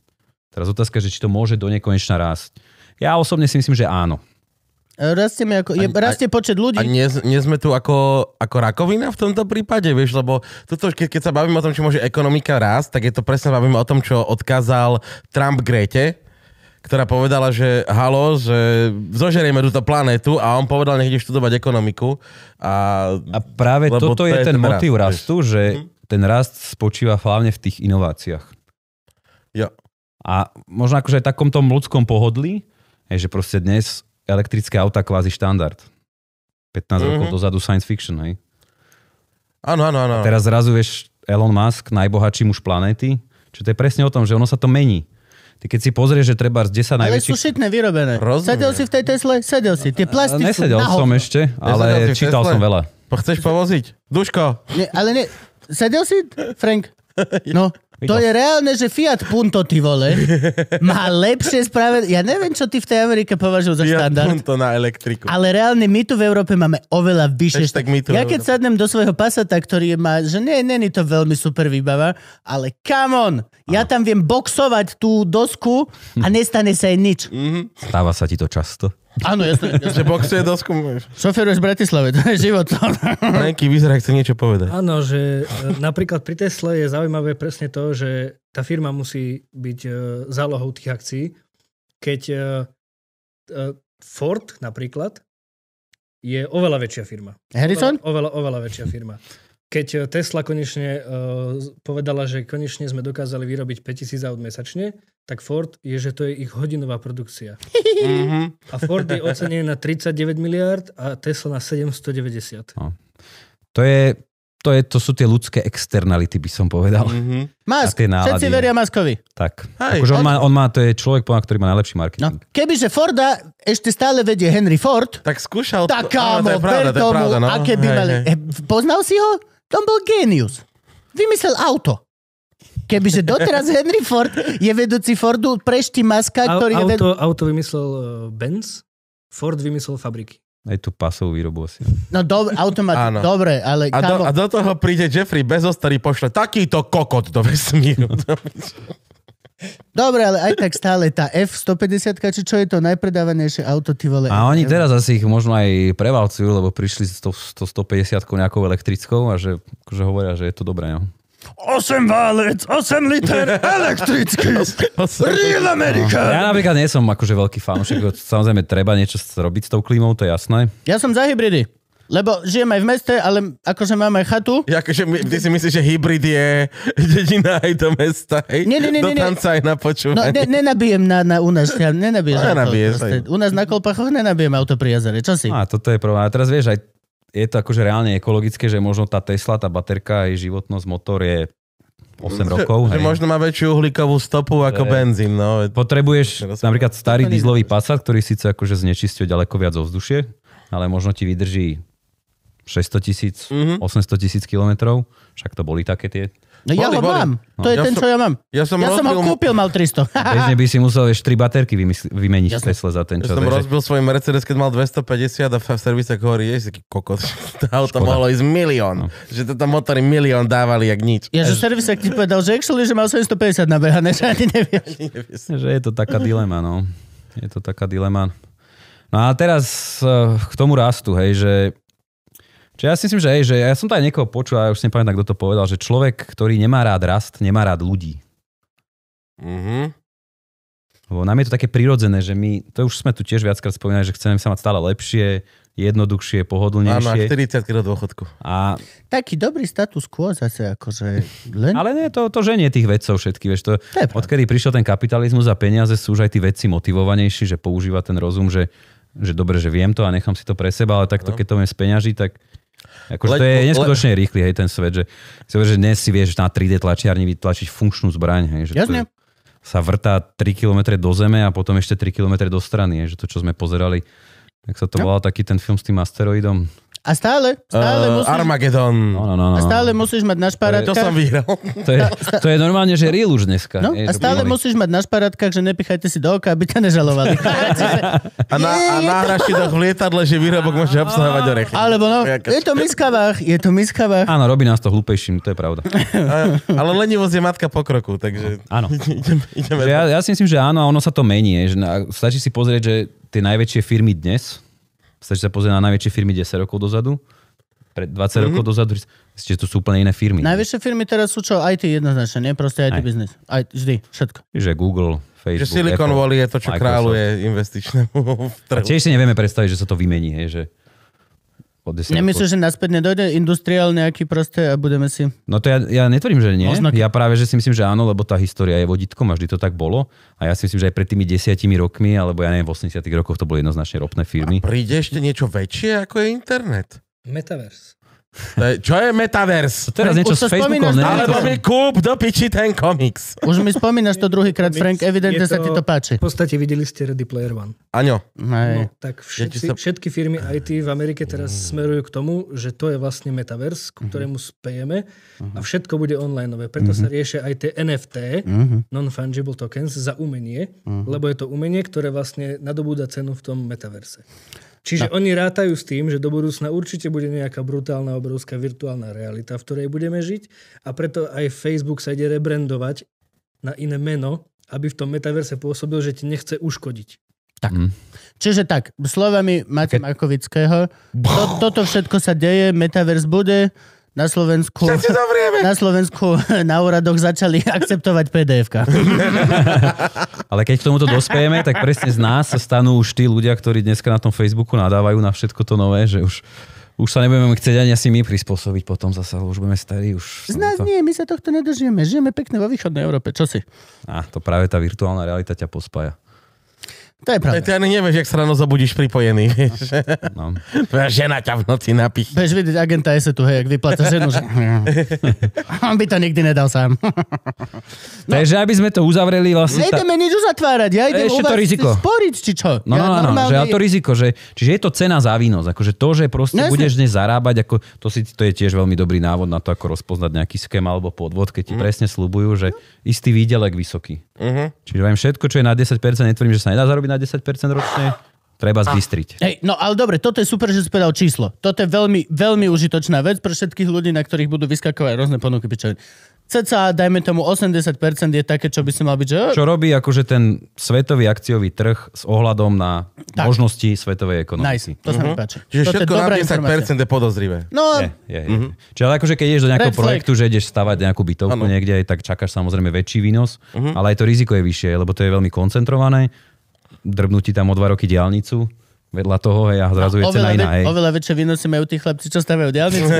Speaker 4: Teraz otázka, že či to môže do nekonečna rásť. Ja osobne si myslím, že áno.
Speaker 1: Rastie, mi ako, je,
Speaker 3: A- a-
Speaker 1: rastie počet ľudí.
Speaker 3: A nie, nie sme tu ako, ako rakovina v tomto prípade, vieš, lebo toto, keď, keď sa bavíme o tom, či môže ekonomika rásť, tak je to presne bavíme o tom, čo odkázal Trump Grete, ktorá povedala, že halo, že zožerieme túto planetu a on povedal, nech ide študovať ekonomiku. A,
Speaker 4: A práve
Speaker 3: Lebo to
Speaker 4: toto je,
Speaker 3: je
Speaker 4: ten
Speaker 3: ten rast,
Speaker 4: motív
Speaker 3: vieš. Mhm.
Speaker 4: rastu, že ten rast spočíva hlavne v tých inováciách.
Speaker 3: jo,
Speaker 4: A možno akože aj takom tom ľudskom pohodlí, je, že proste dnes elektrické auta kvázi štandard. 15 mm-hmm. rokov
Speaker 3: Mhm.
Speaker 4: dozadu science fiction, hej.
Speaker 3: áno, áno, áno.
Speaker 4: Teraz zrazu vieš Elon Musk, najbohatší muž planéty, čo to je presne o tom, že ono sa to mení. Ty keď si pozrieš, že treba z 10
Speaker 1: Ale sú
Speaker 4: najväčších...
Speaker 1: šitné vyrobené.
Speaker 3: Rozumiem.
Speaker 1: Sedel si v tej Tesle? Sedel si. Tie
Speaker 4: A
Speaker 1: plasty sú
Speaker 4: Nesedel
Speaker 1: na
Speaker 4: som
Speaker 1: hovno.
Speaker 4: ešte,
Speaker 3: Nesedel
Speaker 4: ale
Speaker 3: si v
Speaker 4: čítal
Speaker 3: Tesle?
Speaker 4: som veľa.
Speaker 3: Po- Chceš povoziť? Duško,
Speaker 1: Nie, ale nie. Sedel si, Frank? No. To je
Speaker 4: Videl
Speaker 1: reálne, že Fiat Punto, ty vole, má lepšie spraven... Ja neviem, čo ty v tej Amerike považujú za
Speaker 3: ja
Speaker 1: štandard.
Speaker 3: to na elektriku.
Speaker 1: Ale reálne my tu v Európe máme oveľa vyššie.
Speaker 3: Hashtag
Speaker 1: št-
Speaker 3: my tu v
Speaker 1: ja keď
Speaker 3: Európe.
Speaker 1: sadnem do svojho pasata, ktorý je má, že nie, není to veľmi super výbava, ale come on, ja tam viem boxovať tú dosku a nestane sa jej nič.
Speaker 4: Stáva sa ti to často.
Speaker 1: Áno, jasne. jasne.
Speaker 3: Že boxuje dosku, môžeš.
Speaker 1: Šoferuješ v Bratislave, to je život. Mhm.
Speaker 3: Franky vyzerá, chce niečo povedať.
Speaker 5: Áno, že e, napríklad pri Tesle je zaujímavé presne to, že tá firma musí byť e, zálohou tých akcií. Keď e, e, Ford napríklad je oveľa väčšia firma.
Speaker 1: Harrison?
Speaker 5: Oveľa, oveľa, oveľa väčšia firma. Keď e, Tesla konečne e, z- povedala, že konečne sme dokázali vyrobiť 5000 aut mesačne, tak Ford je, že to je ich hodinová produkcia.
Speaker 3: Mhm.
Speaker 5: A Ford je ocenený na 39 miliard a Tesla na 790.
Speaker 4: To, je, to, je, to sú tie ľudské externality, by som povedal.
Speaker 3: Mhm.
Speaker 1: Musk,
Speaker 4: Také nálady,
Speaker 1: všetci
Speaker 4: no.
Speaker 1: veria Maskovi.
Speaker 4: Tak.
Speaker 3: Hej,
Speaker 4: akože on, má, on má, to je človek, podľa mňa, ktorý má najlepší
Speaker 1: No.
Speaker 4: marketing.
Speaker 1: Kebyže Forda ešte stále vedie Henry Ford,
Speaker 3: Tak skúšal...
Speaker 1: tak kámo,
Speaker 3: áno,
Speaker 1: ver tomu, aké by
Speaker 3: no. Hej,
Speaker 1: mali...
Speaker 3: hej.
Speaker 1: E, Poznal si ho? To bol genius. Vymyslel auto. Kebyže doteraz Henry Ford je vedúci Fordu prešti maska,
Speaker 5: Au-
Speaker 1: ktorý je vedú...
Speaker 5: auto, auto vymyslel eh, Benz, Ford vymyslel fabriky.
Speaker 4: Aj tú pasovú výrobu asi.
Speaker 1: No dobre, automat,
Speaker 3: Áno.
Speaker 1: dobre, ale
Speaker 3: A do,
Speaker 1: kámo,
Speaker 3: a do toho príde Jeffrey Bezos, ktorý pošle takýto kokot do vesmíru.
Speaker 1: dobre, ale aj tak stále tá F-150, či čo je to najpredávanejšie auto, ty vole.
Speaker 4: A oni teraz asi ich možno aj prevalcujú, lebo prišli s tou, s tou 150 nejakou elektrickou a že akože hovoria, že je to dobré. No.
Speaker 1: 8 válec, 8 liter elektrický, real America.
Speaker 4: Ja napríklad nie som akože veľký fanúšik, samozrejme treba niečo s- robiť s tou klímou, to je jasné.
Speaker 1: Ja som za hybridy, lebo žijem aj v meste, ale akože mám aj chatu.
Speaker 3: akože my- ty si myslíš, že hybrid je dedina aj do mesta, hej?
Speaker 1: Nie, nie, nie, nie,
Speaker 3: do
Speaker 1: nie.
Speaker 3: tanca aj na
Speaker 1: No,
Speaker 3: počúvanie.
Speaker 1: ne, nenabijem na, na, u nás, ja nenabijem
Speaker 3: No, nenabiješ,
Speaker 1: proste.
Speaker 3: hej.
Speaker 1: U nás na Kolpachoch nenabijem auto pri jazere, čo si?
Speaker 4: A toto je problém. A teraz vieš, aj je to akože reálne ekologické, že možno tá Tesla, tá baterka, jej životnosť, motor je 8 rokov.
Speaker 3: Že
Speaker 4: hej.
Speaker 3: možno má väčšiu uhlíkovú stopu ako
Speaker 4: To je-
Speaker 3: benzín, no.
Speaker 4: Potrebuješ
Speaker 3: Teraz-
Speaker 4: napríklad starý
Speaker 1: To nie-
Speaker 4: dízlový Passat, ktorý síce akože znečisťuje ďaleko viac ovzdušie, ale možno ti vydrží 600 tisíc,
Speaker 1: Mhm.
Speaker 4: 800 tisíc kilometrov. Však to boli také tie.
Speaker 1: No ja
Speaker 3: Boli,
Speaker 1: ho
Speaker 3: boli.
Speaker 1: mám. To je
Speaker 3: Ja
Speaker 1: ten,
Speaker 3: som-
Speaker 1: čo ja mám.
Speaker 3: Ja som,
Speaker 1: Ja som ho
Speaker 3: rozbil,
Speaker 1: kúpil, mal 300.
Speaker 4: Bežne by si musel ešte 3 baterky vymysl- vymeniť v
Speaker 1: Jasné.
Speaker 4: Tesle za ten
Speaker 3: Ja
Speaker 4: čas.
Speaker 3: som
Speaker 4: takže-
Speaker 3: rozbil svoj Mercedes, keď mal 250 a v servise hovorí, je taký kokot. To auto mohlo ísť
Speaker 4: No.
Speaker 3: milión. Že toto motory milión dávali, jak nič.
Speaker 1: Ja, že servisák ti povedal, že actually, že mal 750 nabehané, že ani nevieš.
Speaker 4: Že je to taká dilema, no. Je to taká dilema. No a teraz eh, k tomu rastu, hej, že Čiže ja si myslím, že, hej, že ja som to aj niekoho počul, a ja už si nepamätám, kto to povedal, že človek, ktorý nemá rád rast, nemá rád ľudí.
Speaker 3: Mhm.
Speaker 4: Lebo nám je to také prirodzené, že my, to už sme tu tiež viackrát spomínali, že chceme sa mať stále lepšie, jednoduchšie,
Speaker 3: Áno, a
Speaker 4: pohodlnejšie.
Speaker 3: 40 do dôchodku.
Speaker 4: A,
Speaker 1: Taký dobrý status quo zase, akože len...
Speaker 4: ale nie, to, to ženie tých vedcov všetky, vieš, to,
Speaker 1: To je pravda.
Speaker 4: odkedy prišiel ten kapitalizmus a peniaze, sú už aj tí vedci motivovanejší, že používa ten rozum, že, že dobre, že viem to a nechám si to pre seba, ale
Speaker 1: No.
Speaker 4: takto, keď to viem speňažiť, tak akože to
Speaker 3: Le-
Speaker 4: je
Speaker 3: le-
Speaker 4: neskutočne rýchly, hej, ten svet, že si hovoríš, že dnes si vieš na 3D tlačiarni vytlačiť funkčnú zbraň, hej, že to
Speaker 1: Jasne.
Speaker 4: je- sa vrtá 3 km do zeme a potom ešte 3 km do strany, hej, že to, čo sme pozerali, tak sa to
Speaker 1: No.
Speaker 4: volal taký ten film s tým asteroidom.
Speaker 1: A stále, stále,
Speaker 3: Uh,
Speaker 1: musíš,
Speaker 4: No,
Speaker 3: Armagedon.
Speaker 4: no,
Speaker 1: a
Speaker 4: no, no.
Speaker 1: stále musíš mať na
Speaker 3: To
Speaker 1: šparátkach...
Speaker 3: som vyhral.
Speaker 4: To, je, to je normálne, že real už dneska.
Speaker 1: No,
Speaker 4: hej,
Speaker 1: a
Speaker 4: že
Speaker 1: stále
Speaker 4: pomaly.
Speaker 1: musíš mať na šparátkach, že nepichajte si do oka, aby ťa nežalovali. Čiže-
Speaker 3: A, na, a náhraš si to v lietadle, že výrobok môže obsahovať orechy.
Speaker 1: Alebo no,
Speaker 3: Jaká-
Speaker 1: je to v miskavách, je to v miskavách.
Speaker 4: Áno, robí nás to hlúpejším, to je pravda.
Speaker 3: A- Ale lenivosť je matka pokroku, takže
Speaker 4: Áno.
Speaker 3: ideme, ideme
Speaker 4: Že ja, ja si myslím, že áno, a ono sa to mení. je, Že na, stačí si pozrieť, že tie najväčšie firmy dnes, stačí sa pozrieť na najväčšie firmy 10 rokov dozadu, pred 20
Speaker 3: Mhm.
Speaker 4: mm-hmm. rokov dozadu, že to sú úplne iné firmy.
Speaker 1: Najväčšie firmy teraz sú čo? IT jednoznačne, nie? Proste IT
Speaker 4: Aj.
Speaker 1: biznis. Aj, vždy, všetko.
Speaker 4: Že Google, Facebook,
Speaker 3: Že Silicon
Speaker 4: Apple,
Speaker 3: Valley je to, čo
Speaker 4: Microsoft.
Speaker 3: kráľuje investičnému
Speaker 4: A
Speaker 3: trhu.
Speaker 4: tiež si nevieme predstaviť, že sa to vymení. Hej, že od 10 rokov.
Speaker 1: Nemyslíš, že naspäť nedojde industriál nejaký proste a budeme si...
Speaker 4: No to ja, ja netvrdím, že nie.
Speaker 1: Oznaky.
Speaker 4: Ja práve, že si myslím, že áno, lebo tá história je vodítkom a vždy to tak bolo. A ja si myslím, že aj pred tými desiatimi rokmi, alebo ja neviem, v 80 rokoch to boli jednoznačne ropné firmy.
Speaker 3: Príde ešte niečo väčšie, ako je internet.
Speaker 5: Metaverse.
Speaker 3: To je, čo je metaverse?
Speaker 4: Teraz niečo
Speaker 1: Už sa
Speaker 4: s Facebookom,
Speaker 1: spomínaš
Speaker 4: ne?
Speaker 1: na-
Speaker 3: Alebo mi kúp do piči ten komiks.
Speaker 1: Už mi spomínaš to druhýkrát, Frank,
Speaker 5: Je
Speaker 1: evidentne sa ti to páči.
Speaker 5: V podstate videli ste Ready Player One.
Speaker 3: Áno,
Speaker 1: Hej.
Speaker 5: No, tak
Speaker 3: ti
Speaker 5: všetci,
Speaker 3: sa- Mm.
Speaker 5: všetky firmy IT v Amerike teraz smerujú k tomu, že to je vlastne
Speaker 3: Mhm.
Speaker 5: metaverse, ku ktorému spejeme a všetko bude onlineové. Preto
Speaker 3: Mhm.
Speaker 5: sa riešia aj tie NFT,
Speaker 1: Mhm.
Speaker 5: non-fungible tokens, za umenie,
Speaker 3: Mhm.
Speaker 5: lebo je to umenie, ktoré vlastne nadobúda cenu v tom metaverse. Čiže
Speaker 3: No.
Speaker 5: oni rátajú s tým, že do budúcna určite bude nejaká brutálna, obrovská virtuálna realita, v ktorej budeme žiť a preto aj Facebook sa ide rebrandovať na iné meno, aby v tom metaverse pôsobil, že ti nechce uškodiť.
Speaker 2: Mhm.
Speaker 1: Čiže tak, slovami Matia
Speaker 4: Keď-
Speaker 1: Markovického, to, toto všetko sa deje, Metaverse bude, na Slovensku...
Speaker 3: Všetci zomrieme.
Speaker 1: Na Slovensku na úradoch začali akceptovať PDF-ka.
Speaker 4: No. Ale keď k tomuto dospejeme, tak presne z nás sa stanú už tí ľudia, ktorí dneska na tom Facebooku nadávajú na všetko to nové, že už, už sa nebudeme chcieť ani asi my prispôsobiť potom zase, lebo už budeme starí. Už
Speaker 1: Z
Speaker 4: sa
Speaker 1: nás
Speaker 4: to...
Speaker 1: nie, my sa tohto nedožijeme. Žijeme pekne vo východnej Európe, čo si?
Speaker 4: Á, to práve tá virtuálna realita ťa pospája.
Speaker 1: To je
Speaker 3: aj
Speaker 1: pravda.
Speaker 3: ty ani nevieš, jak sa ráno zobudíš pripojený. vieš.
Speaker 4: No.
Speaker 3: Tvoja žena ťa v noci napichne.
Speaker 1: Budeš vidieť agenta ESE tu, hej, ak vypláca ženu, že... On by to nikdy nedal sám. No.
Speaker 4: Takže aby sme to uzavreli vlastne... tá-
Speaker 1: Nejdeme nič uzatvárať, ja idem u
Speaker 4: Ešte
Speaker 1: vás
Speaker 4: to riziko.
Speaker 1: sporiť, či čo?
Speaker 4: No,
Speaker 1: ja
Speaker 4: no, áno, že a to riziko, že, čiže je to cena za výnos, akože to, že proste
Speaker 1: No, jasne.
Speaker 4: budeš dnes zarábať, ako, to, si, to je tiež veľmi dobrý návod na to, ako rozpoznať nejaký skem alebo podvod, keď ti presne slúbujú, že istý výdelek vysoký.
Speaker 3: Mhm.
Speaker 4: Čiže viem všetko, čo je na 10%, netvrdím, že sa nedá zarobiť na 10% ročne, treba zbystriť.
Speaker 1: Hej, no ale dobre, toto je super, že si povedal číslo. Toto je veľmi, veľmi užitočná vec pre všetkých ľudí, na ktorých budú vyskakovať rôzne ponuky pičovin. Ceca, dajme tomu 80% je také, čo by si mal byť, že... Čo?
Speaker 4: Čo robí akože ten svetový akciový trh s ohľadom na
Speaker 1: Tak.
Speaker 4: možnosti
Speaker 1: Nice,
Speaker 4: svetovej ekonomiky.
Speaker 1: to sa mi páči.
Speaker 3: Čiže
Speaker 1: Toto je
Speaker 3: všetko na
Speaker 1: dobrá
Speaker 3: 10% je podozrivé.
Speaker 1: No,
Speaker 4: Je, je, je. Mm-hmm. Čiže ale akože keď ideš do nejakého
Speaker 1: Red flag.
Speaker 4: projektu, že ideš stavať nejakú bytovku
Speaker 3: Áno.
Speaker 4: niekde, aj tak čakáš samozrejme väčší výnos, mm-hmm. ale aj to riziko je vyššie, lebo to je veľmi koncentrované. Drobnú ti tam o dva roky diálnicu, vedľa toho hej, a zrazu je
Speaker 1: oveľa,
Speaker 4: cena iná. Hej.
Speaker 1: ve- oveľa väčšie výnosy majú tí chlapci, čo stavajú diálnice.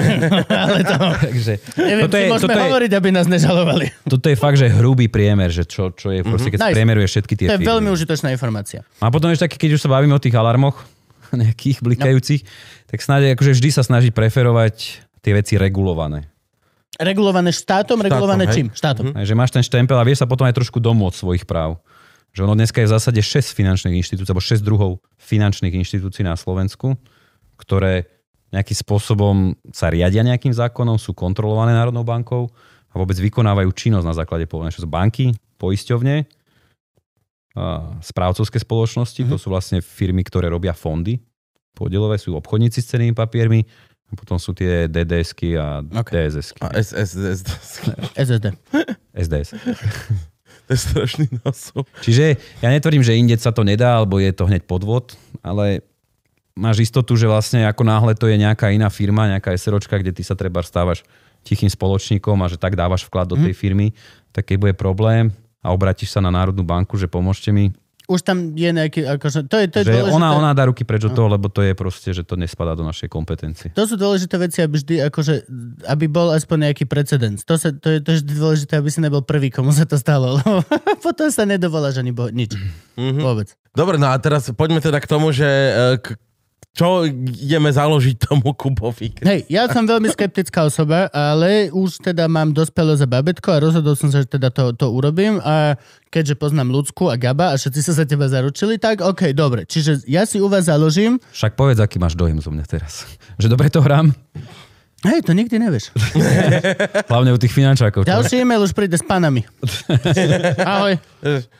Speaker 1: ale to...
Speaker 4: Takže,
Speaker 1: Neviem,
Speaker 4: toto,
Speaker 1: či
Speaker 4: je,
Speaker 1: môžeme
Speaker 4: toto, je,
Speaker 1: hovoriť, aby nás nežalovali.
Speaker 4: toto je fakt, že hrubý priemer, že čo, čo je, proste, keď
Speaker 1: Nice.
Speaker 4: nice. priemeruje všetky tie
Speaker 1: To je
Speaker 4: firmy.
Speaker 1: veľmi užitočná informácia.
Speaker 4: A potom ešte taký, keď už sa bavíme o tých alarmoch nejakých blikajúcich, no. tak snáď akože vždy sa snaží preferovať tie veci regulované.
Speaker 1: Regulované štátom, regulované
Speaker 3: hej.
Speaker 1: čím? Štátom.
Speaker 4: Hej, Mhm. že máš ten štempel a vieš sa potom aj trošku domôcť svojich práv. Že ono dneska je v zásade 6 finančných inštitúcií, alebo 6 druhov finančných inštitúcií na Slovensku, ktoré nejakým spôsobom sa riadia nejakým zákonom, sú kontrolované Národnou bankou a vôbec vykonávajú činnosť na základe povolenia. Čo sú banky, poisťovne, a správcovské spoločnosti, to sú vlastne firmy, ktoré robia fondy podielové, sú obchodníci s cenými papiermi, a potom sú tie DDSky a
Speaker 1: Okay.
Speaker 4: DSSky,
Speaker 3: A SSS,
Speaker 1: SSD.
Speaker 4: SDS.
Speaker 3: to je strašný názov.
Speaker 4: Čiže ja netvrdím, že inde sa to nedá, alebo je to hneď podvod, ale máš istotu, že vlastne ako náhle to je nejaká iná firma, nejaká SROčka, kde ty sa treba stávaš tichým spoločníkom a že tak dávaš vklad
Speaker 1: Mhm.
Speaker 4: do tej firmy, tak keď bude problém a obratíš sa na Národnú banku, že pomôžte mi,
Speaker 1: Už tam je nejaký... Akože, to je, to je
Speaker 4: že
Speaker 1: dôležité. No.
Speaker 4: ona, ona dá ruky preč od toho, lebo to je proste, že to nespadá do našej kompetencie.
Speaker 1: To sú dôležité veci, aby vždy, akože, aby bol aspoň nejaký precedens. To, sa, to, je, to je vždy dôležité, aby si nebol prvý, komu sa to stalo, lebo potom sa nedovoláš ani bo- nič. Mm-hmm. Vôbec.
Speaker 3: Dobre, no a teraz poďme teda k tomu, že e, k, čo ideme založiť tomu Kubovi.
Speaker 1: Hej, ja som veľmi skeptická osoba, ale už teda mám dospelo za babetko a rozhodol som sa, že teda to, to urobím a keďže poznám ľudskú a Gaba a všetci sa za teba zaručili, tak OK, dobre. Čiže ja si u vás založím.
Speaker 4: Však povedz, aký máš dojem zo mňa teraz. Že dobre to hrám?
Speaker 1: Hej, to nikdy nevieš.
Speaker 4: Hlavne u tých finančákov. čo?
Speaker 1: Ďalší e-mail už príde s panami. Ahoj.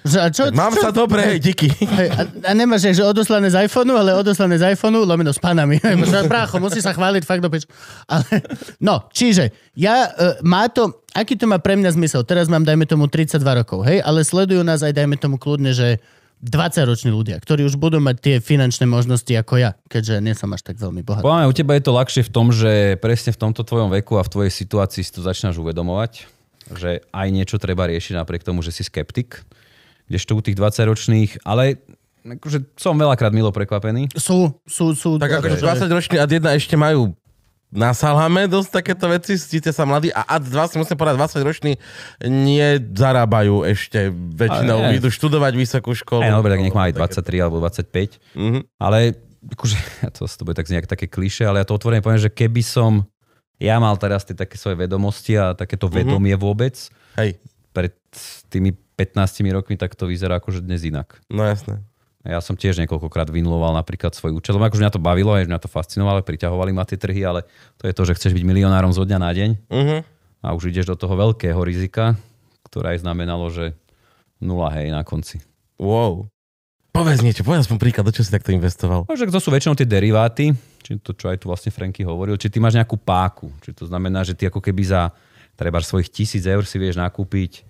Speaker 1: Že, a čo,
Speaker 3: Mám
Speaker 1: čo,
Speaker 3: sa dobre, díky.
Speaker 1: Hej, a, a nemáš, že odoslané z iPhoneu, ale odoslané z iPhoneu, lomeno s panami. Hej, možno, Brácho, musí sa chváliť, fakt do pič. Ale, no, čiže, ja, e, má to, aký to má pre mňa zmysel? Teraz mám, dajme tomu, 32 rokov, hej, ale sledujú nás aj, dajme tomu, kľudne, že 20-roční ľudia, ktorí už budú mať tie finančné možnosti ako ja, keďže nie som až tak veľmi bohatý.
Speaker 4: Podľa mňa u teba je to ľahšie v tom, že presne v tomto tvojom veku a v tvojej situácii si to začínaš uvedomovať, že aj niečo treba riešiť napriek tomu, že si skeptik, kdežto u tých 20-ročných, ale akože som veľakrát milo prekvapený.
Speaker 1: Sú, sú, sú.
Speaker 3: Tak akože 20 roční ad 1 ešte majú na salame dosť takéto veci, cítia sa mladí a ad 20, musím povedať, 20 roční nezarábajú ešte
Speaker 4: Ale
Speaker 3: väčšinou,
Speaker 4: nie.
Speaker 3: idú študovať vysokú školu.
Speaker 4: Aj, no, dobre, tak nech má aj 23 alebo 25.
Speaker 3: Mhm.
Speaker 4: Ale akože, ja to, to bude tak nejak také kliše, ale ja to otvorene poviem, že keby som ja mal teraz tie také svoje vedomosti a takéto vedomie vôbec
Speaker 3: Hej,
Speaker 4: pred tými 15 rokmi, tak to vyzerá akože dnes inak.
Speaker 3: no jasné.
Speaker 4: Ja som tiež niekoľkokrát vynuloval napríklad svoj účel. Lebo Akože mňa to bavilo, aj mňa to fascinovalo, priťahovali ma tie trhy, ale to je to, že chceš byť milionárom zo dňa na deň
Speaker 3: Mhm.
Speaker 4: a už ideš do toho veľkého rizika, ktoré aj znamenalo, že nula hej na konci.
Speaker 3: Wow. Povedz niečo, povedz aspoň príklad, do čo si takto investoval.
Speaker 4: Takže to sú väčšinou tie deriváty, či to, čo aj tu vlastne Franky hovoril, či ty máš nejakú páku, či to znamená, že ty ako keby za treba svojich tisíc eur si vieš nakúpiť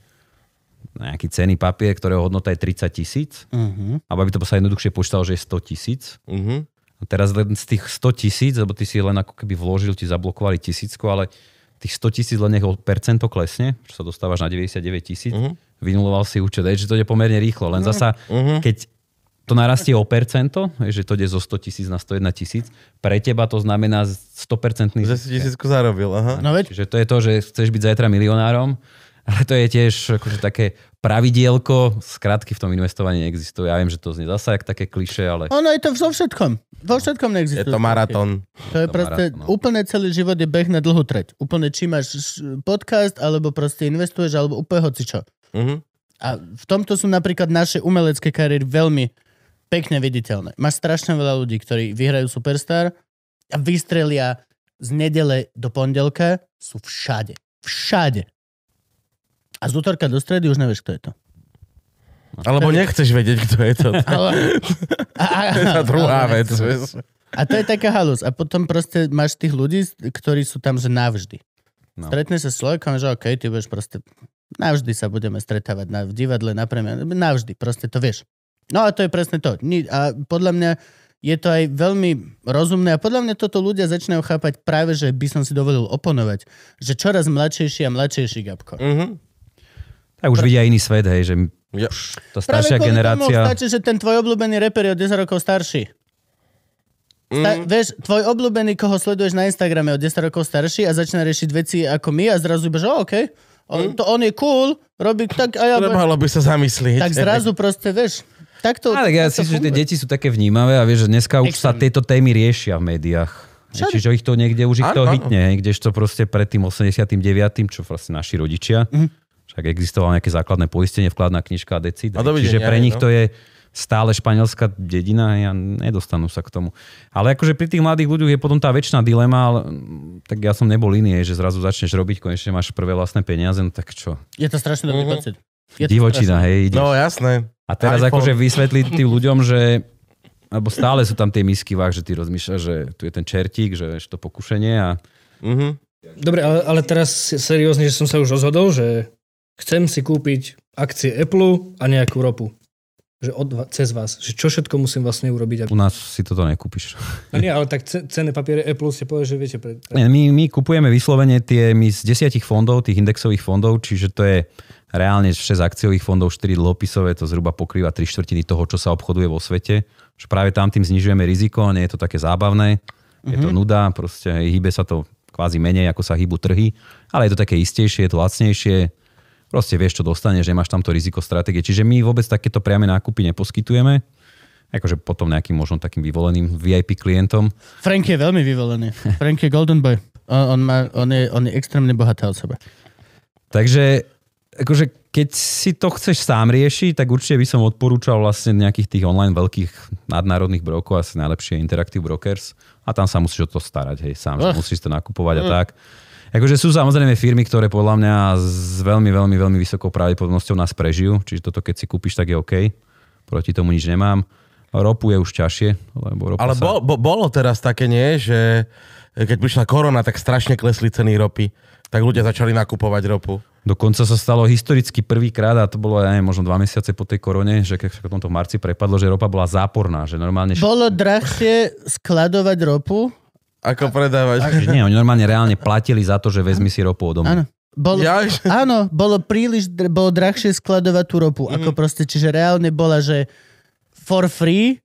Speaker 4: nejaký cenný papier, ktorého hodnota je 30 tisíc,
Speaker 1: Uh-huh.
Speaker 4: alebo by to sa jednoduchšie počítalo, že je 100 tisíc,
Speaker 3: Mhm.
Speaker 4: A teraz len z tých 100 tisíc, lebo ty si len ako keby vložil, ti zablokovali tisícku, ale tých 100 tisíc len nech o percento klesne, čo sa dostávaš na 99 tisíc, uh-huh. vynuloval si účet, hej, že to ide pomerne rýchlo, len zasa, uh-huh. keď to narastie o percento, hej, že to ide zo 100 tisíc na 101 tisíc, pre teba to znamená 100%
Speaker 3: Že si tisícku zarobil, aha.
Speaker 1: No veď,
Speaker 4: Čiže to je to, že chceš byť zajtra milionárom, ale to je tiež akože také pravidielko, skratky v tom investovaní neexistuje. Ja viem, že to znie zase jak také kliše, ale...
Speaker 1: ono je to vo všetkom. Vo všetkom
Speaker 3: Je
Speaker 1: neexistuje.
Speaker 3: to maratón.
Speaker 1: To je
Speaker 4: To
Speaker 1: proste,
Speaker 4: maratón, no.
Speaker 1: úplne celý život je beh na dlhú trať. Úplne či máš š- podcast, alebo proste investuješ, alebo úplne hocičo.
Speaker 3: Mhm.
Speaker 1: A v tomto sú napríklad naše umelecké kariéry veľmi pekne viditeľné. Máš strašne veľa ľudí, ktorí vyhrajú Superstar a vystrelia z nedele do pondelka, sú všade. Všade. A z útorka do stredy už nevieš, kto je to. No.
Speaker 3: Alebo nechceš vedieť, kto je to.
Speaker 1: Ale... A, a,
Speaker 3: To je tá druhá
Speaker 1: ale-
Speaker 3: vec. vieš.
Speaker 1: A to je taká halus. A potom proste máš tých ľudí, ktorí sú tam, že navždy. No.
Speaker 4: No.
Speaker 1: Stretneš sa s človekom, že OK, ty budeš proste... Navždy sa budeme stretávať na, v divadle, na premiére. Navždy, proste to vieš. No a to je presne to. Ni- A podľa mňa je to aj veľmi rozumné a podľa mňa toto ľudia začínajú chápať práve, že by som si dovolil oponovať, že čoraz mladšejší a mladšejší Gabko.
Speaker 3: Mhm.
Speaker 4: Tak už vidia iný svet, hej, že
Speaker 3: Ja.
Speaker 4: tá staršia
Speaker 1: kvôli
Speaker 4: generácia...
Speaker 1: Tomu stačí, že ten tvoj obľúbený reper je o 10 rokov starší. Sta-
Speaker 3: Mm.
Speaker 1: Vieš, tvoj obľúbený, koho sleduješ na Instagrame je o 10 rokov starší a začína riešiť veci ako my a zrazu iba, že oh, OK,
Speaker 3: Mm.
Speaker 1: on, to, on je cool, robí tak a ja... budem-
Speaker 3: Trebalo by sa zamyslieť.
Speaker 1: Tak zrazu proste, vieš, takto...
Speaker 4: Ale ja
Speaker 1: takto
Speaker 4: si myslím, že tie
Speaker 1: funguje.
Speaker 4: deti sú také vnímavé a vieš, že dneska už sa
Speaker 1: Extrémne.
Speaker 4: tieto témy riešia v médiách.
Speaker 1: Čo?
Speaker 4: Čiže ich to niekde už ich to
Speaker 3: Áno, áno.
Speaker 4: hitne, kdežto proste pred tým 89., čo vlastne naši rodičia,
Speaker 1: Mhm.
Speaker 4: však existovalo nejaké základné poistenie, vkladná knižka a
Speaker 3: A
Speaker 4: decida.
Speaker 3: dovidenia,
Speaker 4: Čiže pre
Speaker 3: hej,
Speaker 4: nich
Speaker 3: no.
Speaker 4: to je stále španielská dedina hej, a nedostanú sa k tomu. Ale akože pri tých mladých ľuďoch je potom tá väčšiná dilema, ale mm, tak ja som nebol iný, hej, že zrazu začneš robiť, konečne máš prvé vlastné peniaze, no tak čo?
Speaker 1: Je to strašne dobrý
Speaker 3: Mhm.
Speaker 1: pocit. Je to strašne-
Speaker 4: Divočina, hej, ideš.
Speaker 3: No jasné.
Speaker 4: A teraz
Speaker 3: iPhone.
Speaker 4: akože vysvetliť tým ľuďom, že lebo stále sú tam tie misky váh, že ty rozmýšľaš, že tu je ten čertík, že vieš, to pokušenie a
Speaker 3: Mhm.
Speaker 5: Dobre, ale, ale teraz seriózne, že som sa už rozhodol, že chcem si kúpiť akcie Apple a nejakú ropu. Že od, va- cez vás. Že čo všetko musím vlastne urobiť.
Speaker 4: u nás si toto nekúpiš.
Speaker 5: A No nie, ale tak ce- cenné papiere Apple ste povedali, že viete. Pre...
Speaker 4: Nie, my, my kupujeme vyslovene tie my z desiatich fondov, tých indexových fondov, čiže to je reálne 6 akciových fondov, 4 dlhopisové, to zhruba pokrýva 3 štvrtiny toho, čo sa obchoduje vo svete. Že práve tam tým znižujeme riziko, nie je to také zábavné, je to nuda, proste hej, hýbe sa to kvázi menej, ako sa hýbu trhy, ale je to také istejšie, je to lacnejšie, proste vieš, čo dostaneš, nemáš tam to riziko stratégie. Čiže my vôbec takéto priame nákupy neposkytujeme, akože potom nejakým možno takým vyvoleným VIP klientom,
Speaker 1: Frank je veľmi vyvolený. Frank je golden boy. On, on, má, on, je, on je extrémne bohatá osoba.
Speaker 4: Takže akože keď si to chceš sám riešiť, tak určite by som odporúčal vlastne nejakých tých online veľkých nadnárodných brokov, asi najlepšie Interactive Brokers a tam sa musíš o to starať, hej, sám, že
Speaker 1: Ach.
Speaker 4: musíš to nakupovať a
Speaker 3: Hm.
Speaker 4: tak. Akože sú samozrejme firmy, ktoré podľa mňa s veľmi, veľmi, veľmi vysokou pravdepodobnosťou nás prežijú, čiže toto keď si kúpiš, tak je OK. Proti tomu nič nemám. Ropu je už ťažšie, lebo ropa
Speaker 3: Ale
Speaker 4: sa...
Speaker 3: bol, bo, bolo teraz také, nie, že keď prišla korona, tak strašne klesli ceny ropy. Tak ľudia začali nakupovať ropu.
Speaker 4: Dokonca sa stalo historicky prvýkrát, a to bolo ja neviem, možno dva mesiace po tej korone, že keď v tomto marci prepadlo, že ropa bola záporná, že normálne... Bol...
Speaker 1: Bolo drahšie skladovať ropu.
Speaker 3: Ako predávať.
Speaker 4: Že nie, oni normálne reálne platili za to, že vezmi si ropu odo mňa.
Speaker 1: Áno. Bolo,
Speaker 3: Ja, že-
Speaker 1: Áno, bolo príliš, dr- bolo drahšie skladovať tú ropu, mm. ako
Speaker 4: Mhm.
Speaker 1: proste, čiže reálne bola, že for free,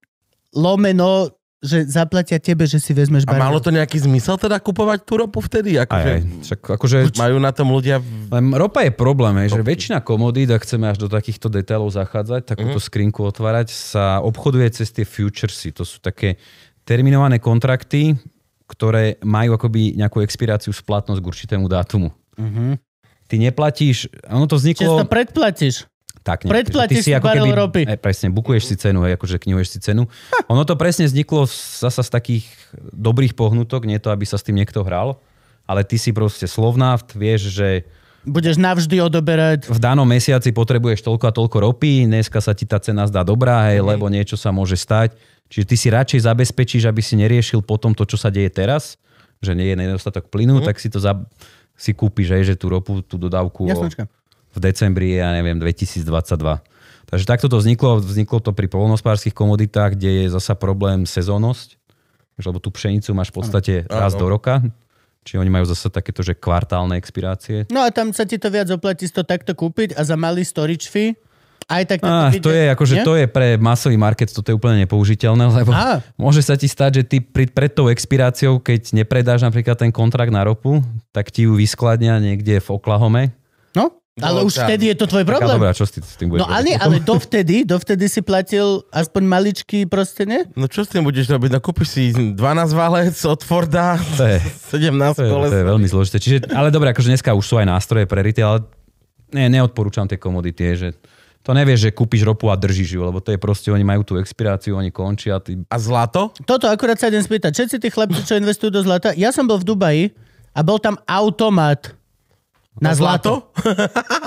Speaker 1: lomeno, že zaplatia tebe, že si vezmeš
Speaker 3: a malo
Speaker 1: barel.
Speaker 3: to nejaký zmysel teda kupovať tú ropu vtedy?
Speaker 4: Aj,
Speaker 3: Akože
Speaker 4: aj. Však, akože,
Speaker 3: majú na tom ľudia...
Speaker 4: len ropa je problém, hej, že väčšina komodít, ak chceme až do takýchto detailov zachádzať, takúto skrinku otvárať, sa obchoduje cez tie futuresy. To sú také terminované kontrakty, ktoré majú akoby nejakú expiráciu splatnosť k určitému dátumu. Ty neplatíš, ono to
Speaker 1: Mhm. Čiže
Speaker 4: vzniklo...
Speaker 1: to predplatíš.
Speaker 4: Tak, nie,
Speaker 1: Predplatíš
Speaker 4: že ty
Speaker 1: si barel ropy.
Speaker 4: Aj, E, presne, bukuješ si cenu, hej, akože knihuješ si cenu. Ono to presne vzniklo z- zasa z takých dobrých pohnutok, nie to, aby sa s tým niekto hral, ale ty si proste slovnáft, vieš, že
Speaker 1: Budeš navždy odoberať.
Speaker 4: v danom mesiaci potrebuješ toľko a toľko ropy, dneska sa ti tá cena zdá dobrá, hej, lebo niečo sa môže stať. Čiže ty si radšej zabezpečíš, aby si neriešil potom to, čo sa deje teraz, že nie je nedostatok plynu, tak si to za, si kúpiš, hej, že tú ropu, tú dodávku o,
Speaker 1: Jasnočka.
Speaker 4: v decembri, ja neviem, 2022. Takže takto to vzniklo, vzniklo to pri polnospárských komoditách, kde je zasa problém sezónnosť, že lebo tú pšenicu máš v podstate raz do roka, či oni majú zase takéto, že kvartálne expirácie.
Speaker 1: No a tam sa ti to viac oplatí si to takto kúpiť a za malý storage fee aj tak na
Speaker 4: Á,
Speaker 1: vyjde-
Speaker 4: to je akože,
Speaker 1: nie?
Speaker 4: to je pre masový market, toto je úplne nepoužiteľné, lebo
Speaker 1: Á.
Speaker 4: môže sa ti stať, že ty pri, pred tou expiráciou, keď nepredáš napríklad ten kontrakt na ropu, tak ti ju vyskladnia niekde v Oklahome.
Speaker 1: No, ale
Speaker 3: No,
Speaker 1: už
Speaker 3: tak.
Speaker 1: vtedy je to tvoj
Speaker 4: Taká
Speaker 1: problém.
Speaker 4: dobrá, čo s tým, s tým budeš
Speaker 1: No ale,
Speaker 4: robiť?
Speaker 1: ale dovtedy, dovtedy si platil aspoň maličký proste, nie?
Speaker 3: No čo s tým budeš robiť? No kúpiš si 12 válec od Forda,
Speaker 4: To je,
Speaker 3: 17
Speaker 4: To je, to
Speaker 3: koles.
Speaker 4: je veľmi zložité. Čiže, ale dobre, akože dneska už sú aj nástroje pre retail, ale nie, neodporúčam tie komodity, je, že to nevieš, že kúpiš ropu a držíš ju, lebo to je proste, oni majú tú expiráciu, oni končia. Ty...
Speaker 3: A zlato?
Speaker 1: Toto akurát sa idem spýtať. Všetci tí chlapci, čo investujú do zlata, ja som bol v Dubaji a bol tam automat na zlato.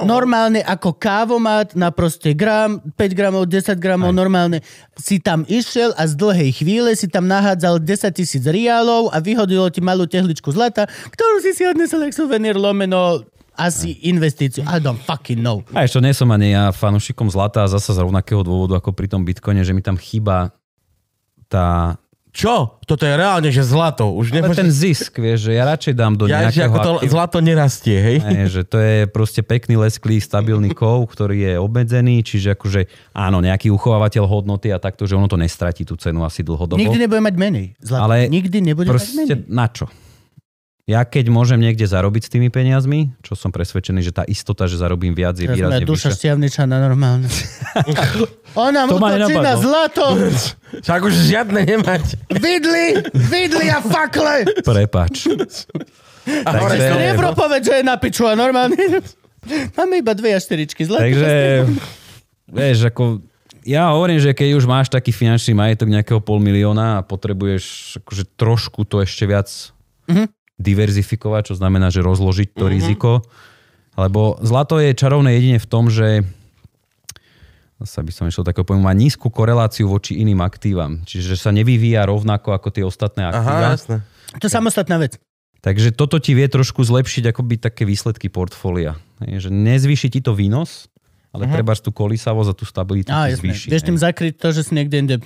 Speaker 1: Normálne ako kávomat na proste gram, 5 gramov, 10 gramov, normálne si tam išiel a z dlhej chvíle si tam nahádzal 10 tisíc riálov a vyhodilo ti malú tehličku zlata, ktorú si si odnesel ako suvenír lomeno asi investíciu. I don't fucking know.
Speaker 4: A ešte nie som ani ja fanúšikom zlata a zasa z rovnakého dôvodu ako pri tom bitcoine, že mi tam chýba tá,
Speaker 3: Čo? Toto je reálne, že zlato. Už
Speaker 4: ale
Speaker 3: nemôžeš...
Speaker 4: ten zisk, vieš, že ja radšej dám do
Speaker 3: Ja, že
Speaker 4: nejakého...
Speaker 3: ako to
Speaker 4: aktívu.
Speaker 3: zlato nerastie, hej?
Speaker 4: Nie, že to je proste pekný, lesklý, stabilný kov, ktorý je obmedzený, čiže akože áno, nejaký uchovávateľ hodnoty a takto, že ono to nestratí tú cenu asi dlhodobo.
Speaker 1: Nikdy nebude mať menej. Zlato.
Speaker 4: Ale
Speaker 1: Nikdy nebude mať menej.
Speaker 4: Proste na čo? Ja keď môžem niekde zarobiť s tými peniazmi, čo som presvedčený, že tá istota, že zarobím viac, je
Speaker 1: Teraz moja
Speaker 4: výrazne
Speaker 1: duša
Speaker 4: vyššia.
Speaker 1: šťavničana normálne. Ona mu
Speaker 4: To ma
Speaker 1: točí
Speaker 4: nenapadlo.
Speaker 1: na zlato.
Speaker 3: Však už žiadne nemať.
Speaker 1: Vidli, vidli a fakle!
Speaker 4: Prepač.
Speaker 1: Že
Speaker 4: takže,
Speaker 1: Striebro povedz, že je na piču a normálne... Máme iba dve a štyričky. Zlaté
Speaker 4: takže,
Speaker 1: a striebro.
Speaker 4: vieš, ako ja hovorím, že keď už máš taký finančný majetok nejakého pol milióna a potrebuješ akože trošku to ešte viac diverzifikovať, čo znamená, že rozložiť to riziko. Lebo zlato je čarovné jedine v tom, že sa by som išiel takého pojmu, má nízku koreláciu voči iným aktívam. Čiže sa nevyvíja rovnako ako tie ostatné aktíva.
Speaker 3: Aha, jasné.
Speaker 1: To je samostatná vec.
Speaker 4: Takže toto ti vie trošku zlepšiť akoby také výsledky portfólia. Hej, Že nezvýši ti to výnos, ale uh-huh. trebárs tú kolisavosť a tú stabilitu
Speaker 1: Mhm. Á,
Speaker 4: ti
Speaker 1: jasné.
Speaker 4: zvýši.
Speaker 1: Vieš
Speaker 4: hej.
Speaker 1: tým zakryť to, že si niekde inde...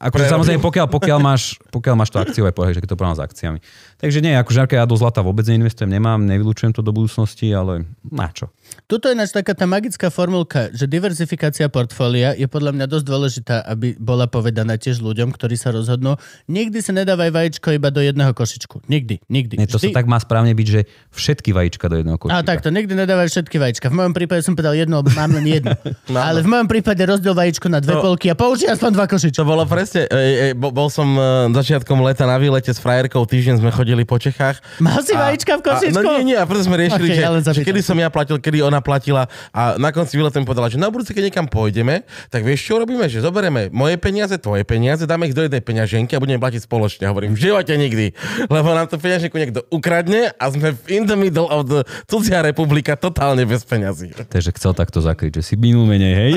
Speaker 4: Akože
Speaker 3: Prerobil.
Speaker 4: samozrejme, pokiaľ, pokiaľ, máš, pokiaľ máš to akciové pohľad, že keď to porovnám s akciami. Takže nie, akože aké ja do zlata vôbec neinvestujem, nemám, nevylučujem to do budúcnosti, ale na čo?
Speaker 1: Tuto je ináč taká tá magická formulka, že diverzifikácia portfólia je podľa mňa dosť dôležitá, aby bola povedaná tiež ľuďom, ktorí sa rozhodnú. Nikdy sa nedávaj vajíčko iba do jedného košičku. Nikdy, nikdy.
Speaker 4: Nie, to
Speaker 1: Vždy-
Speaker 4: sa tak má správne byť, že všetky vajíčka do jedného košíka.
Speaker 1: A takto, nikdy nedávajú všetky vajíčka. V mojom prípade som povedal jedno, lebo mám len No. jedno. Ale v mojom prípade rozdiel vajíčko na dve
Speaker 3: To-
Speaker 1: polky a použij aspoň dva košičky.
Speaker 3: To bolo presne, e, e, bo- bol som e, začiatkom leta na výlete s frajerkou, týždeň sme chodili po Čechách.
Speaker 1: Mal si vajíčka v košičku?
Speaker 3: A, no nie, nie, a preto sme riešili,
Speaker 1: Ok,
Speaker 3: okay, že,
Speaker 1: ja len
Speaker 3: že
Speaker 1: zapýtam.
Speaker 3: kedy som ja platil, kedy ona platila a na konci výletu mi povedala, že na budúce, keď niekam pôjdeme, tak vieš, čo robíme, že zoberieme moje peniaze, tvoje peniaze, dáme ich do jednej peňaženky a budeme platiť spoločne. Hovorím, v živote nikdy, lebo nám to peňaženku niekto ukradne a sme v in the middle of the cudzia republika totálne bez peňazí.
Speaker 4: Takže chcel takto zakryť, že si minul menej, hej?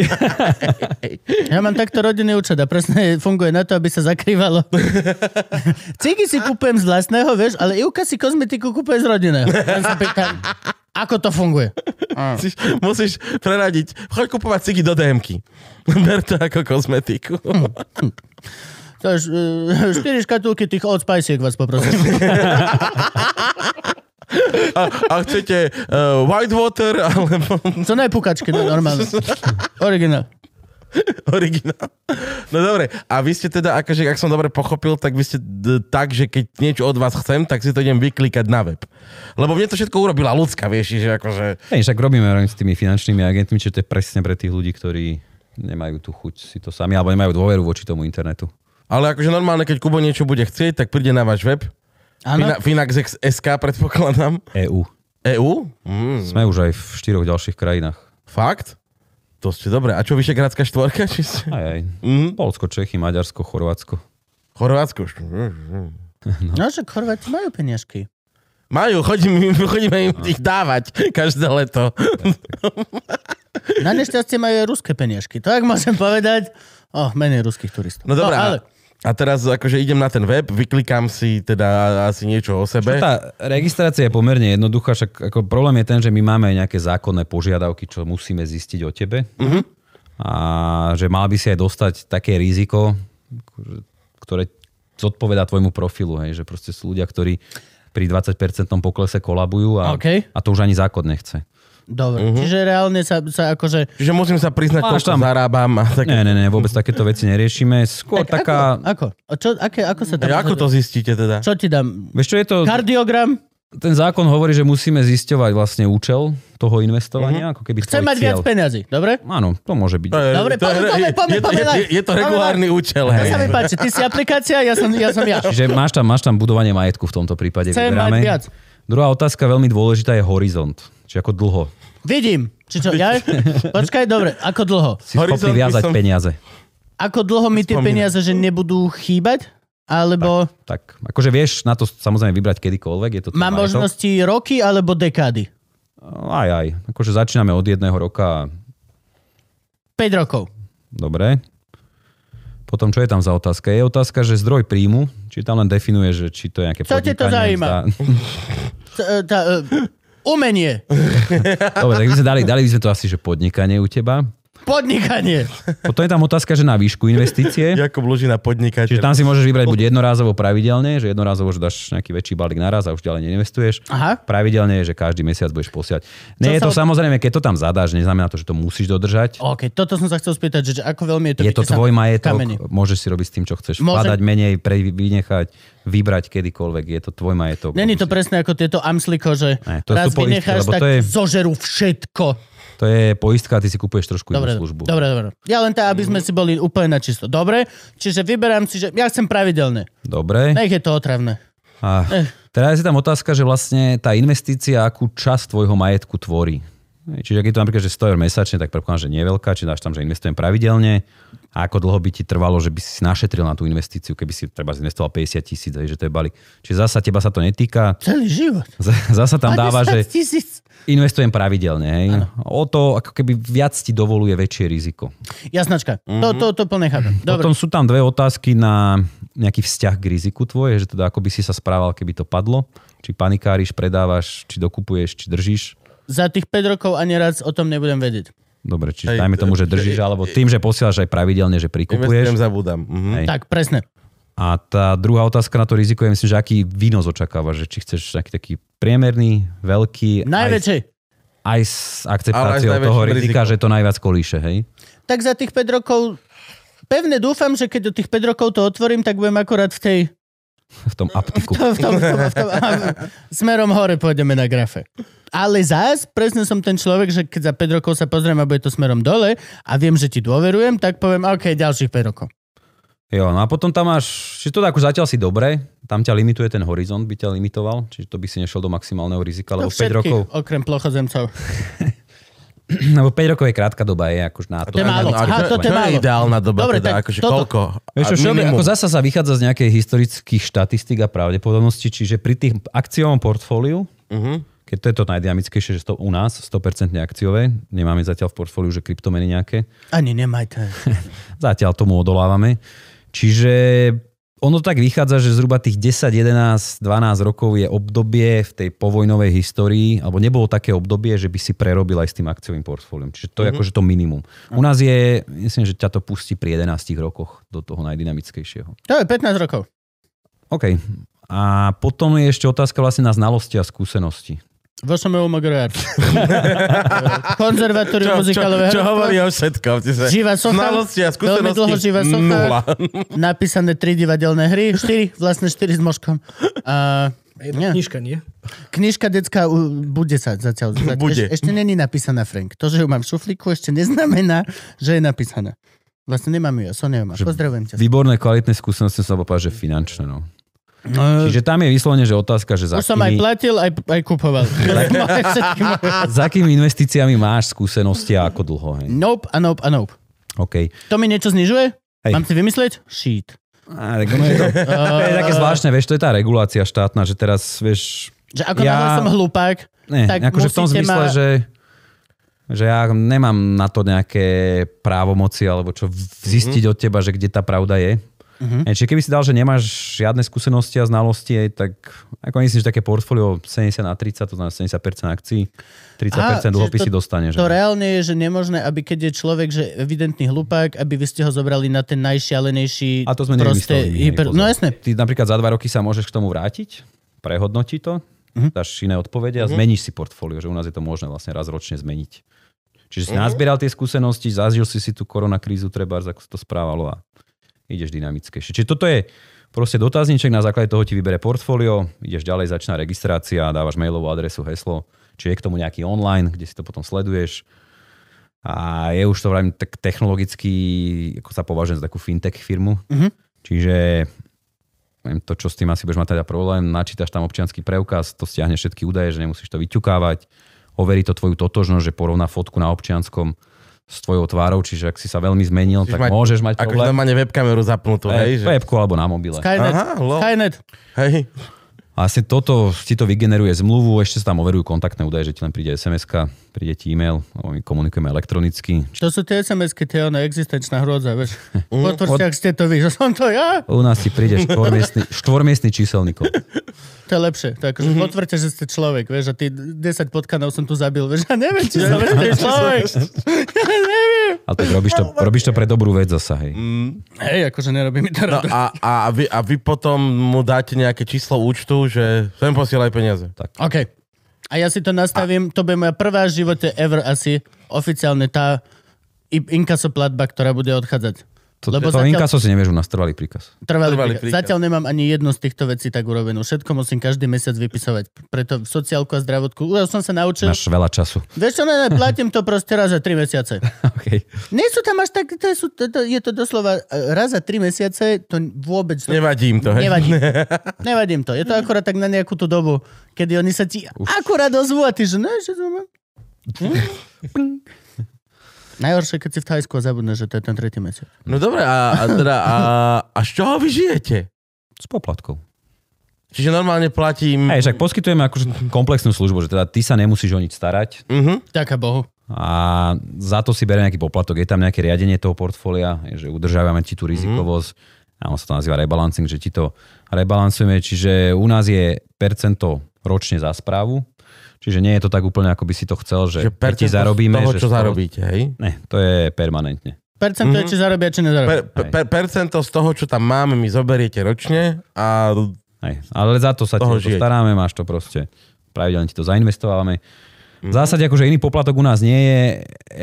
Speaker 1: Ja mám takto rodinný účet a presne funguje na to, aby sa zakrývalo. Cigy si kúpujem z vlastného, vieš, ale Ivka si kozmetiku kúpuje z rodinného. Len sa pýtam, ako to funguje?
Speaker 3: Musíš, musíš preradiť, choď kupovať cigy do DM-ky. Ber to ako kozmetiku.
Speaker 1: To je, e, štyri škatulky tých Old Spicek vás poprosím.
Speaker 3: A, a chcete uh, Whitewater alebo
Speaker 1: Čo najpukačky, no, normálne. Originál.
Speaker 3: originál? No dobre, a vy ste teda, akože, ak som dobre pochopil, tak vy ste d- tak, že keď niečo od vás chcem, tak si to idem vyklikať na web. Lebo mne to všetko urobila ľudská, vieš, že akože...
Speaker 4: Hej, však robíme aj s tými finančnými agentmi, čiže to je presne pre tých ľudí, ktorí nemajú tú chuť si to sami, alebo nemajú dôveru voči tomu internetu.
Speaker 3: Ale akože normálne, keď Kubo niečo bude chcieť, tak príde na váš web.
Speaker 1: Áno.
Speaker 3: Fina- Finax.sk predpokladám.
Speaker 4: EU.
Speaker 3: EU? Mm,
Speaker 4: E Sme už aj v štyroch ďalších krajinách.
Speaker 3: fakt? To ste dobre. A čo, Vyšegrádska štvorka? Či ste...
Speaker 4: Aj, aj.
Speaker 3: Mm,
Speaker 4: Polsko, Čechy, Maďarsko, Chorvátsko.
Speaker 3: Chorvátsko.
Speaker 1: No, však Chorváti majú peniažky.
Speaker 3: Majú, chodíme, im- chodíme im
Speaker 1: No.
Speaker 3: ich dávať každé leto.
Speaker 1: Na nešťastie majú aj ruské peniažky. To, ak môžem povedať, oh, menej ruských turistov.
Speaker 3: No dobrá.
Speaker 1: No, ale
Speaker 3: A teraz akože idem na ten web, vyklikám si teda asi niečo o
Speaker 4: Čo
Speaker 3: sebe.
Speaker 4: Tá registrácia je pomerne jednoduchá, však ako problém je ten, že my máme aj nejaké zákonné požiadavky, čo musíme zistiť o tebe. Uh-huh. A že mal by si aj dostať také riziko, akože, ktoré zodpoveda tvojmu profilu. Hej, že proste sú ľudia, ktorí pri 20-percentnom poklese kolabujú a,
Speaker 1: OK.
Speaker 4: a to už ani zákon nechce.
Speaker 1: dobre.
Speaker 3: Mhm.
Speaker 1: Čiže reálne sa, sa akože...
Speaker 3: Čiže musím sa priznať,
Speaker 4: Máš
Speaker 3: koľko
Speaker 4: tam-
Speaker 3: zarábam. A tak...
Speaker 4: Nie, nie, nie, vôbec takéto veci neriešime. Skôr tak, taká... Ako?
Speaker 1: Ako? ako? A Čo, aké, ako sa tam...
Speaker 3: Takže ako to zistíte teda?
Speaker 1: Čo ti dám?
Speaker 4: Vieš čo je to?
Speaker 1: Kardiogram?
Speaker 4: Ten zákon hovorí, že musíme zisťovať vlastne účel toho investovania, ako keby
Speaker 1: Chcem
Speaker 4: tvoj
Speaker 1: mať viac
Speaker 4: cieľ.
Speaker 1: peniazy, dobre?
Speaker 4: Áno, to môže byť.
Speaker 3: Mhm. To je-
Speaker 1: Dobre,
Speaker 3: to je-
Speaker 1: poďme, poďme,
Speaker 3: je-
Speaker 1: poďme,
Speaker 3: je to-
Speaker 1: poďme,
Speaker 3: je- Je to
Speaker 1: poďme.
Speaker 3: regulárny účel.
Speaker 1: To
Speaker 3: hej.
Speaker 1: sa mi páči. Ty si aplikácia, ja som ja. Som ja.
Speaker 4: Čiže máš tam, máš tam budovanie majetku v tomto prípade.
Speaker 1: Chcem mať
Speaker 4: vyberáme.
Speaker 1: viac.
Speaker 4: Druhá otázka, veľmi dôležitá, je horizont. Čiže ako dlho
Speaker 1: Vidím. Či čo, ja? Počkaj, dobre. Ako dlho?
Speaker 4: si
Speaker 3: Horizont by
Speaker 4: schopný viazať
Speaker 3: som-
Speaker 4: peniaze.
Speaker 1: Ako dlho mi tie
Speaker 3: Spomínam.
Speaker 1: peniaze, že nebudú chýbať? Alebo
Speaker 4: Tak, akože vieš na to samozrejme vybrať kedykoľvek. Je to tvoj
Speaker 1: mám
Speaker 4: majetok.
Speaker 1: možnosti roky alebo dekády?
Speaker 4: Aj, aj. Akože začíname od jedného roka.
Speaker 1: 5 rokov.
Speaker 4: Dobre. Potom, čo je tam za otázka? Je otázka, že zdroj príjmu, či tam len definuje, že či to je nejaké
Speaker 1: Čo ťa to
Speaker 4: podnikanie,
Speaker 1: zaujíma?
Speaker 4: mzda.
Speaker 1: T- e, tá, e, Umenie.
Speaker 4: Dobre, tak by sme dali, dali by sme to asi, že podnikanie u teba.
Speaker 1: Podnikanie.
Speaker 4: Potom je tam otázka, že na výšku investície.
Speaker 3: Jakub Lužina podnikateľ.
Speaker 4: Čiže tam si môžeš vybrať buď jednorázovo pravidelne, že jednorázovo že dáš nejaký väčší balík naraz a už ďalej neinvestuješ.
Speaker 1: Aha.
Speaker 4: Pravidelne je, že každý mesiac budeš posiať.
Speaker 1: Čo
Speaker 4: Nie je
Speaker 1: sa
Speaker 4: to
Speaker 1: od-
Speaker 4: samozrejme, keď to tam zadáš, neznamená to, že to musíš dodržať.
Speaker 1: OK, toto som sa chcel spýtať, že, že ako veľmi je to...
Speaker 4: je to
Speaker 1: vytesané
Speaker 4: tvoj
Speaker 1: v
Speaker 4: majetok,
Speaker 1: kameni.
Speaker 4: môžeš si robiť s tým, čo chceš.
Speaker 1: Môžem-
Speaker 4: Vkladať menej, pre, vynechať, vybrať kedykoľvek, je to tvoj majetok.
Speaker 1: Není to
Speaker 4: Musíš-
Speaker 1: presne ako tieto amsliko, že ne,
Speaker 4: Ne,
Speaker 1: to
Speaker 4: to
Speaker 1: raz
Speaker 4: sú poistky,
Speaker 1: vynecháš,
Speaker 4: lebo
Speaker 1: tak
Speaker 4: to
Speaker 1: je...
Speaker 4: je-
Speaker 1: zožerú všetko.
Speaker 4: To je poistka a ty si kúpuješ trošku
Speaker 1: Dobre,
Speaker 4: inú službu. Mhm.
Speaker 1: dobre, dobre. Ja len tak, aby sme si boli úplne na čisto. Dobre, čiže vyberám si, že ja chcem pravidelné.
Speaker 4: Dobre.
Speaker 1: Nech je to otravné.
Speaker 4: A teraz je tam otázka, že vlastne tá investícia, akú časť tvojho majetku tvorí. Hej, Čiže ak je to napríklad, že 100 eur mesačne, tak predpokladám, že nie je veľká, či dáš tam, že investujem pravidelne. A ako dlho by ti trvalo, že by si si našetril na tú investíciu, keby si treba investoval 50 tisíc, hej, že to je balík. Čiže zasa teba sa to netýka,
Speaker 1: Celý život.
Speaker 4: Z- zasa tam dáva,
Speaker 1: 50
Speaker 4: že
Speaker 1: Tisíc.
Speaker 4: investujem pravidelne. Hej. O to ako keby viac ti dovoluje väčšie riziko.
Speaker 1: Jasnačka, to, to, to plne chápem. Dobre.
Speaker 4: Mhm. Potom sú tam dve otázky na nejaký vzťah k riziku tvoje, že teda ako by si sa správal, keby to padlo. Či panikáriš, predávaš, či dokupuješ, či držíš.
Speaker 1: Za tých 5 rokov ani raz o tom nebudem vedieť.
Speaker 4: Dobre, čiže
Speaker 3: Hej,
Speaker 4: dajme tomu, že
Speaker 3: to-
Speaker 4: držíš, alebo tým, že posielaš aj pravidelne, že
Speaker 3: Investujem,
Speaker 4: prikupuješ.
Speaker 3: zabudám. Mhm.
Speaker 4: Hej.
Speaker 1: Tak, presne.
Speaker 4: A tá druhá otázka na to riziko je, myslím, že aký výnos očakávaš, že či chceš nejaký taký priemerný, veľký, aj,
Speaker 1: Najväčšej.
Speaker 4: aj s akceptáciou
Speaker 3: Ale aj s
Speaker 4: toho
Speaker 3: najväčším
Speaker 4: rizika,
Speaker 3: rizikom.
Speaker 4: že to najviac kolíše, hej?
Speaker 1: Tak za tých 5 rokov, pevne dúfam, že keď do tých 5 rokov to otvorím, tak budem akorát v tej,
Speaker 4: V tom aptiku.
Speaker 1: to, v tom, v tom, v tom, smerom hore pôjdeme na grafe. Ale zás, presne som ten človek, že keď za 5 rokov sa pozriem a bude to smerom dole a viem, že ti dôverujem, tak poviem, OK, ďalších 5 rokov.
Speaker 4: Jo, no a potom tam máš, či to tak už zatiaľ si dobre, tam ťa limituje ten horizont, by ťa limitoval, čiže to by si nešiel do maximálneho rizika, lebo
Speaker 1: To
Speaker 4: 5
Speaker 1: všetkých,
Speaker 4: rokov,
Speaker 1: okrem plochozemcov.
Speaker 4: lebo 5 rokov je krátka doba, je akož na to.
Speaker 1: To je málo.
Speaker 3: A
Speaker 1: Aha,
Speaker 3: čo,
Speaker 1: toto je
Speaker 3: čo je
Speaker 1: málo.
Speaker 3: ideálna doba
Speaker 1: Dobre,
Speaker 3: Dobre, teda?
Speaker 1: tak
Speaker 3: akože
Speaker 1: toto-
Speaker 3: koľko?
Speaker 4: Vieš čo,
Speaker 3: A
Speaker 4: všeobe-
Speaker 3: minimum?
Speaker 4: ako zasa sa vychádza z nejakej historických štatistík a pravdepodobnosti, čiže pri tých akciovom portfóliu,
Speaker 3: Mhm.
Speaker 4: keď to je to najdynamickejšie, že to u nás 100% akciové, nemáme zatiaľ v portfóliu, že kryptomeny nejaké,
Speaker 1: Ani nemajte.
Speaker 4: zatiaľ tomu odolávame. Čiže ono tak vychádza, že zhruba tých 10, 11, 12 rokov je obdobie v tej povojnovej histórii, alebo nebolo také obdobie, že by si prerobil aj s tým akciovým portfóliom. Čiže
Speaker 1: Mhm.
Speaker 4: to je akože to minimum. U nás je, myslím, že ťa to pustí pri 11 rokoch do toho najdynamickejšieho.
Speaker 1: To je 15 rokov.
Speaker 4: OK. A potom je ešte otázka vlastne na znalosti a skúsenosti.
Speaker 1: Vo som je umagrojar. Konzervatórium
Speaker 3: Čo, čo,
Speaker 1: muzikálového
Speaker 3: čo
Speaker 1: herectva.
Speaker 3: hovorí o všetkom? Ty sa...
Speaker 1: Živa socha.
Speaker 3: Znalosti a
Speaker 1: Veľmi dlho
Speaker 3: skúsenosti
Speaker 1: živa socha.
Speaker 3: nula.
Speaker 1: Napísané tri divadelné hry. Štyri, vlastne štyri s moškom. A,
Speaker 5: Jedna
Speaker 1: nie.
Speaker 5: knižka, nie?
Speaker 1: Knižka detská u- bude sa zatiaľ. zatiaľ
Speaker 3: Bude.
Speaker 1: Ešte, ešte není napísaná, Frank. To, že ju mám v šuflíku, ešte neznamená, že je napísaná. Vlastne nemám ju, ja Sonia ju má.
Speaker 4: Že
Speaker 1: Pozdravujem ťa.
Speaker 4: Výborné, kvalitné skúsenosti som sa povedať, že finančné. No.
Speaker 1: No,
Speaker 4: Čiže vlastne tam je vyslovene, že otázka, že za
Speaker 1: už som aj
Speaker 4: akými,
Speaker 1: platil, aj, aj kupoval. Moje všetky moje-
Speaker 4: za akými investíciami máš skúsenosti a ako dlho. Hej.
Speaker 1: nope a nope a nope.
Speaker 4: OK.
Speaker 1: To mi niečo znižuje?
Speaker 4: Hej.
Speaker 1: Mám si vymyslieť? Shit. Eh,
Speaker 4: A, tak ono je to, to je také zvláštne, vieš, to je tá regulácia štátna, že teraz, vieš,
Speaker 1: Že ako
Speaker 4: Ja-
Speaker 1: ja... som hlupák,
Speaker 4: ne,
Speaker 1: Tak
Speaker 4: akože v tom
Speaker 1: musíte
Speaker 4: zmysle,
Speaker 1: ma-
Speaker 4: že že ja nemám na to nejaké právomoci alebo čo v- zistiť od teba, že kde tá pravda je.
Speaker 1: Mhm.
Speaker 4: Uh-huh. Čiže keby si dal, že nemáš žiadne skúsenosti a znalosti, aj tak ako myslím, že také portfólio 70 na 30, to znamená 70% akcií, 30%
Speaker 1: Á, čiže
Speaker 4: dlhopisy
Speaker 1: to-
Speaker 4: dostane. Že?
Speaker 1: To reálne je, že nemožné, aby keď je človek, že evidentný hlupák, aby vy ste ho zobrali na ten najšialenejší...
Speaker 4: A to sme nevymysleli. my, hej,
Speaker 1: hyper...
Speaker 4: pozor.
Speaker 1: No jasne.
Speaker 4: Ty napríklad za dva roky sa môžeš k tomu vrátiť, prehodnotí to, dáš iné odpovede a zmeníš si portfólio, že u nás je to možné vlastne raz ročne zmeniť. Čiže si nazbieral tie skúsenosti, zažil si si tú koronakrízu, treba, ako sa to správalo a ideš dynamickejšie. Čiže toto je proste dotazníček, na základe toho ti vybere portfólio, ideš ďalej, začína registrácia, dávaš mailovú adresu, heslo, či je k tomu nejaký online, kde si to potom sleduješ. A je už to vrajím tak technologicky, ako sa považujem za takú fintech firmu.
Speaker 3: Mhm.
Speaker 4: Mm-hmm. Čiže neviem, to, čo s tým asi budeš mať teda problém, načítaš tam občianský preukaz, to stiahne všetky údaje, že nemusíš to vyťukávať, overí to tvoju totožnosť, že porovná fotku na občianskom s tvojou tvárou, čiže ak si sa veľmi zmenil, tak môžeš mať
Speaker 3: Akože
Speaker 4: problém.
Speaker 3: normálne webkameru zapnutú, hej?
Speaker 4: Hej,
Speaker 3: Že...
Speaker 4: webku alebo na mobile.
Speaker 1: Skynet.
Speaker 3: Aha, lol.
Speaker 1: Skynet.
Speaker 3: Hej.
Speaker 4: A asi toto ti to vygeneruje zmluvu, ešte sa tam overujú kontaktné údaje, že ti len príde sms príde ti e-mail, alebo my komunikujeme elektronicky.
Speaker 1: To sú tie SMS-ky, tie ona existenčná hrôza, vieš.
Speaker 3: Mm.
Speaker 1: Po tvrstiach ste to vy, že som to ja.
Speaker 4: U nás ti príde štvormiestný, štvormiestný číselný kód.
Speaker 1: To je lepšie. To je akože
Speaker 3: Mhm.
Speaker 1: potvrďte, že ste človek, vieš. A ty 10 potkanov som tu zabil, vieš. Ja neviem, či som ešte človek. Ja neviem.
Speaker 4: Ale tak robíš
Speaker 1: No,
Speaker 4: to, robíš to pre dobrú vec zasa, hej.
Speaker 1: Hej, akože nerobí mi to
Speaker 3: No
Speaker 1: rado.
Speaker 3: a, a, a, vy, a vy potom mu dáte nejaké číslo účtu, že sem posielaj peniaze.
Speaker 1: OK. A ja si to nastavím, to bude moja prvá v živote ever asi oficiálne tá i- inkaso platba, ktorá bude odchádzať.
Speaker 4: To,
Speaker 1: Lebo
Speaker 4: to
Speaker 1: zatiaľ-
Speaker 4: inkaso si nevieš u nás, trvalý príkaz.
Speaker 1: Trvalý
Speaker 3: Trvalý
Speaker 1: príkaz.
Speaker 3: príkaz.
Speaker 1: Zatiaľ nemám ani jednu z týchto vecí tak urobenú. Všetko musím každý mesiac vypisovať. Preto v sociálku a zdravotku. Už som sa naučil.
Speaker 4: Máš veľa času.
Speaker 1: Vieš čo, ne, ne, platím to proste raz za tri mesiace.
Speaker 4: okay.
Speaker 1: Nie sú tam až tak, to sú, to, to, je to doslova e, raz za tri mesiace, to vôbec...
Speaker 3: Nevadím to, hej?
Speaker 1: Nevadím. Nevadím to. Je to akorát tak na nejakú tú dobu, kedy oni sa ti Už. akorát ozvú a ty, že ne, že to mám. Hm? Najhoršie, keď si v Thajsku a zabudneš, že to je ten tretí mesiac.
Speaker 3: No dobre, a, a, teda, a, a z čoho vy žijete?
Speaker 4: S poplatkou.
Speaker 3: Čiže normálne platím...
Speaker 4: Hej, však poskytujeme akože komplexnú službu, že teda ty sa nemusíš o nič starať
Speaker 3: Mhm.
Speaker 1: Ďaká Bohu.
Speaker 4: a za to si bere nejaký poplatok. Je tam nejaké riadenie toho portfólia, že udržiavame
Speaker 1: Mhm.
Speaker 4: ti tú rizikovosť a on sa to nazýva rebalancing, že ti to rebalancujeme, čiže u nás je percento ročne za správu, čiže nie je to tak úplne, ako by si to chcel, že,
Speaker 3: Že
Speaker 4: keď ti
Speaker 3: percento z
Speaker 4: zarobíme.
Speaker 3: toho,
Speaker 4: že
Speaker 3: čo
Speaker 4: sto-
Speaker 3: zarobíte, hej?
Speaker 4: Ne, to je permanentne.
Speaker 1: Percento je, či zarobia, či nezarobia.
Speaker 3: Mhm. Per, per, percento z toho, čo tam máme, mi zoberiete ročne a
Speaker 4: Hej, ale za to sa ti
Speaker 3: Toho
Speaker 4: o to
Speaker 3: žijete.
Speaker 4: staráme, máš to proste, pravidelne ti to zainvestovávame. V zásade akože iný poplatok u nás nie je,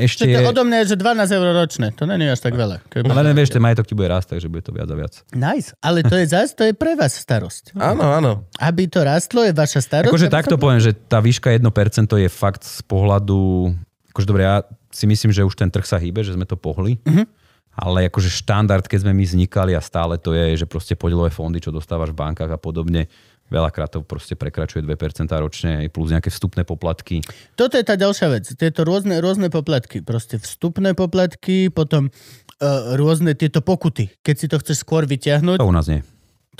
Speaker 4: ešte
Speaker 1: Čiže
Speaker 4: je,
Speaker 1: odo mňa je, že 12 eur ročne. To není až tak veľa. Keby...
Speaker 4: ale len vieš, ten majetok ti bude rásť, takže bude to viac a viac.
Speaker 1: Nice, ale to je zás, to je pre vás starosť.
Speaker 3: áno, áno.
Speaker 1: Aby to rastlo, je vaša starosť.
Speaker 4: Akože
Speaker 1: aby
Speaker 4: takto
Speaker 1: som-
Speaker 4: poviem, že tá výška 1% je fakt z pohľadu, akože dobre, ja si myslím, že už ten trh sa hýbe, že sme to pohli, ale akože štandard, keď sme my vznikali a stále to je, že proste podielové fondy, čo dostávaš v bankách a podobne, veľakrát to proste prekračuje 2% ročne, aj plus nejaké vstupné poplatky.
Speaker 1: Toto je tá ďalšia vec. Tieto rôzne, rôzne poplatky. Proste vstupné poplatky, potom e, rôzne tieto pokuty. Keď si to chceš skôr vyťahnuť,
Speaker 4: To u nás nie.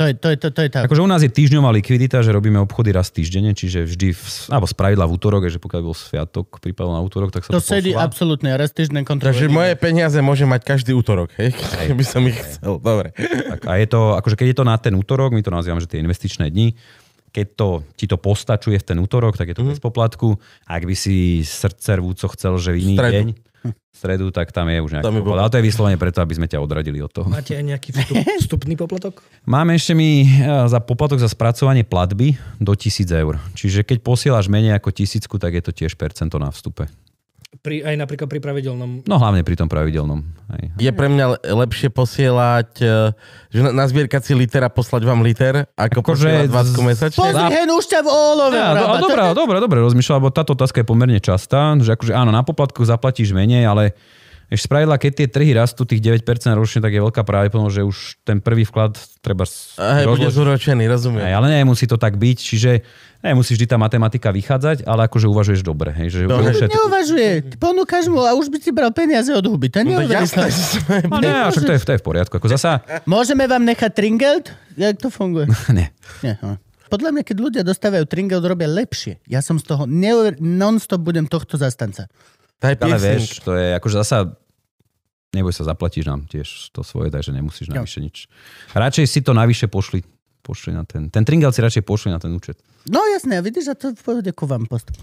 Speaker 1: to je, to je, to, to je tá.
Speaker 4: Akože u nás je týždňová likvidita, že robíme obchody raz týždenne, čiže vždy, v, alebo spravidla v útorok, je, že pokiaľ bol sviatok, prípadol na útorok, tak sa
Speaker 1: To
Speaker 4: to,
Speaker 1: sedí
Speaker 4: posúva.
Speaker 1: absolútne, raz týždeň kontroluje.
Speaker 3: Takže moje peniaze môže mať každý útorok, hej? Keby som ich chcel, dobre.
Speaker 4: Tak, a je to, akože keď je to na ten útorok, my to nazývame, že tie investičné dni, keď to, ti to postačuje v ten útorok, tak je to mm-hmm. bez poplatku. Ak by si srdce rvúco chcel, že v iný
Speaker 3: Stredu.
Speaker 4: deň, v stredu, tak tam je už nejaký
Speaker 3: Tam je
Speaker 4: poplatok. Ale to je vyslovene preto, aby sme ťa odradili od toho.
Speaker 5: Máte aj nejaký vstup, vstupný poplatok?
Speaker 4: Máme ešte mi eh, za poplatok za spracovanie platby do 1000 eur. Čiže keď posielaš menej ako tisícku, tak je to tiež percento na vstupe.
Speaker 5: Pri, aj napríklad pri pravidelnom.
Speaker 4: No hlavne pri tom pravidelnom. Aj.
Speaker 3: Je pre mňa le- lepšie posielať, e, že na- nazbierkať si liter a poslať vám liter, ako posielať
Speaker 4: Akože
Speaker 3: 20 mesačne.
Speaker 1: Pozri,
Speaker 4: Za-
Speaker 1: hen už ťa v olove.
Speaker 4: Á, do,
Speaker 1: vrába.
Speaker 4: a
Speaker 1: To-
Speaker 4: dobrá, dobrá, dobrá, rozmýšľam, lebo táto otázka je pomerne častá, že akože áno, na poplatkoch zaplatíš menej, ale ešte spravidla, keď tie trhy rastú tých 9% ročne, tak je veľká pravdepodobnosť, že už ten prvý vklad treba s-
Speaker 3: Hej, bude
Speaker 4: rozložiť.
Speaker 3: zúročený, rozumiem.
Speaker 4: Hej, ale nemusí to tak byť, čiže nemusí vždy tá matematika vychádzať, ale akože uvažuješ dobre. Hej,
Speaker 1: No,
Speaker 4: že
Speaker 3: Dobre.
Speaker 4: ušet-
Speaker 1: Neuvažuje. Ty Ponúkaš mu a už by si bral peniaze od huby. To je
Speaker 3: No,
Speaker 1: neuveriteľné.
Speaker 3: jasné, že sme...
Speaker 4: No nie, a však to je, to je v poriadku. Ako zasa,
Speaker 1: Môžeme vám nechať tringelt? Jak to funguje?
Speaker 4: ne.
Speaker 1: Nie, aha. Podľa mňa, keď ľudia dostávajú tringelt, robia lepšie. Ja som z toho neuver... non-stop budem tohto zastanca.
Speaker 3: To je
Speaker 4: Ale
Speaker 3: piercing.
Speaker 4: vieš, to je akože zasa neboj sa, zaplatíš nám tiež to svoje, takže nemusíš navyše nič. Radšej si to navyše pošli, pošli na ten, ten tringel si radšej pošli na ten účet.
Speaker 1: No jasné, a vidíš, a to v pohode ku vám postup.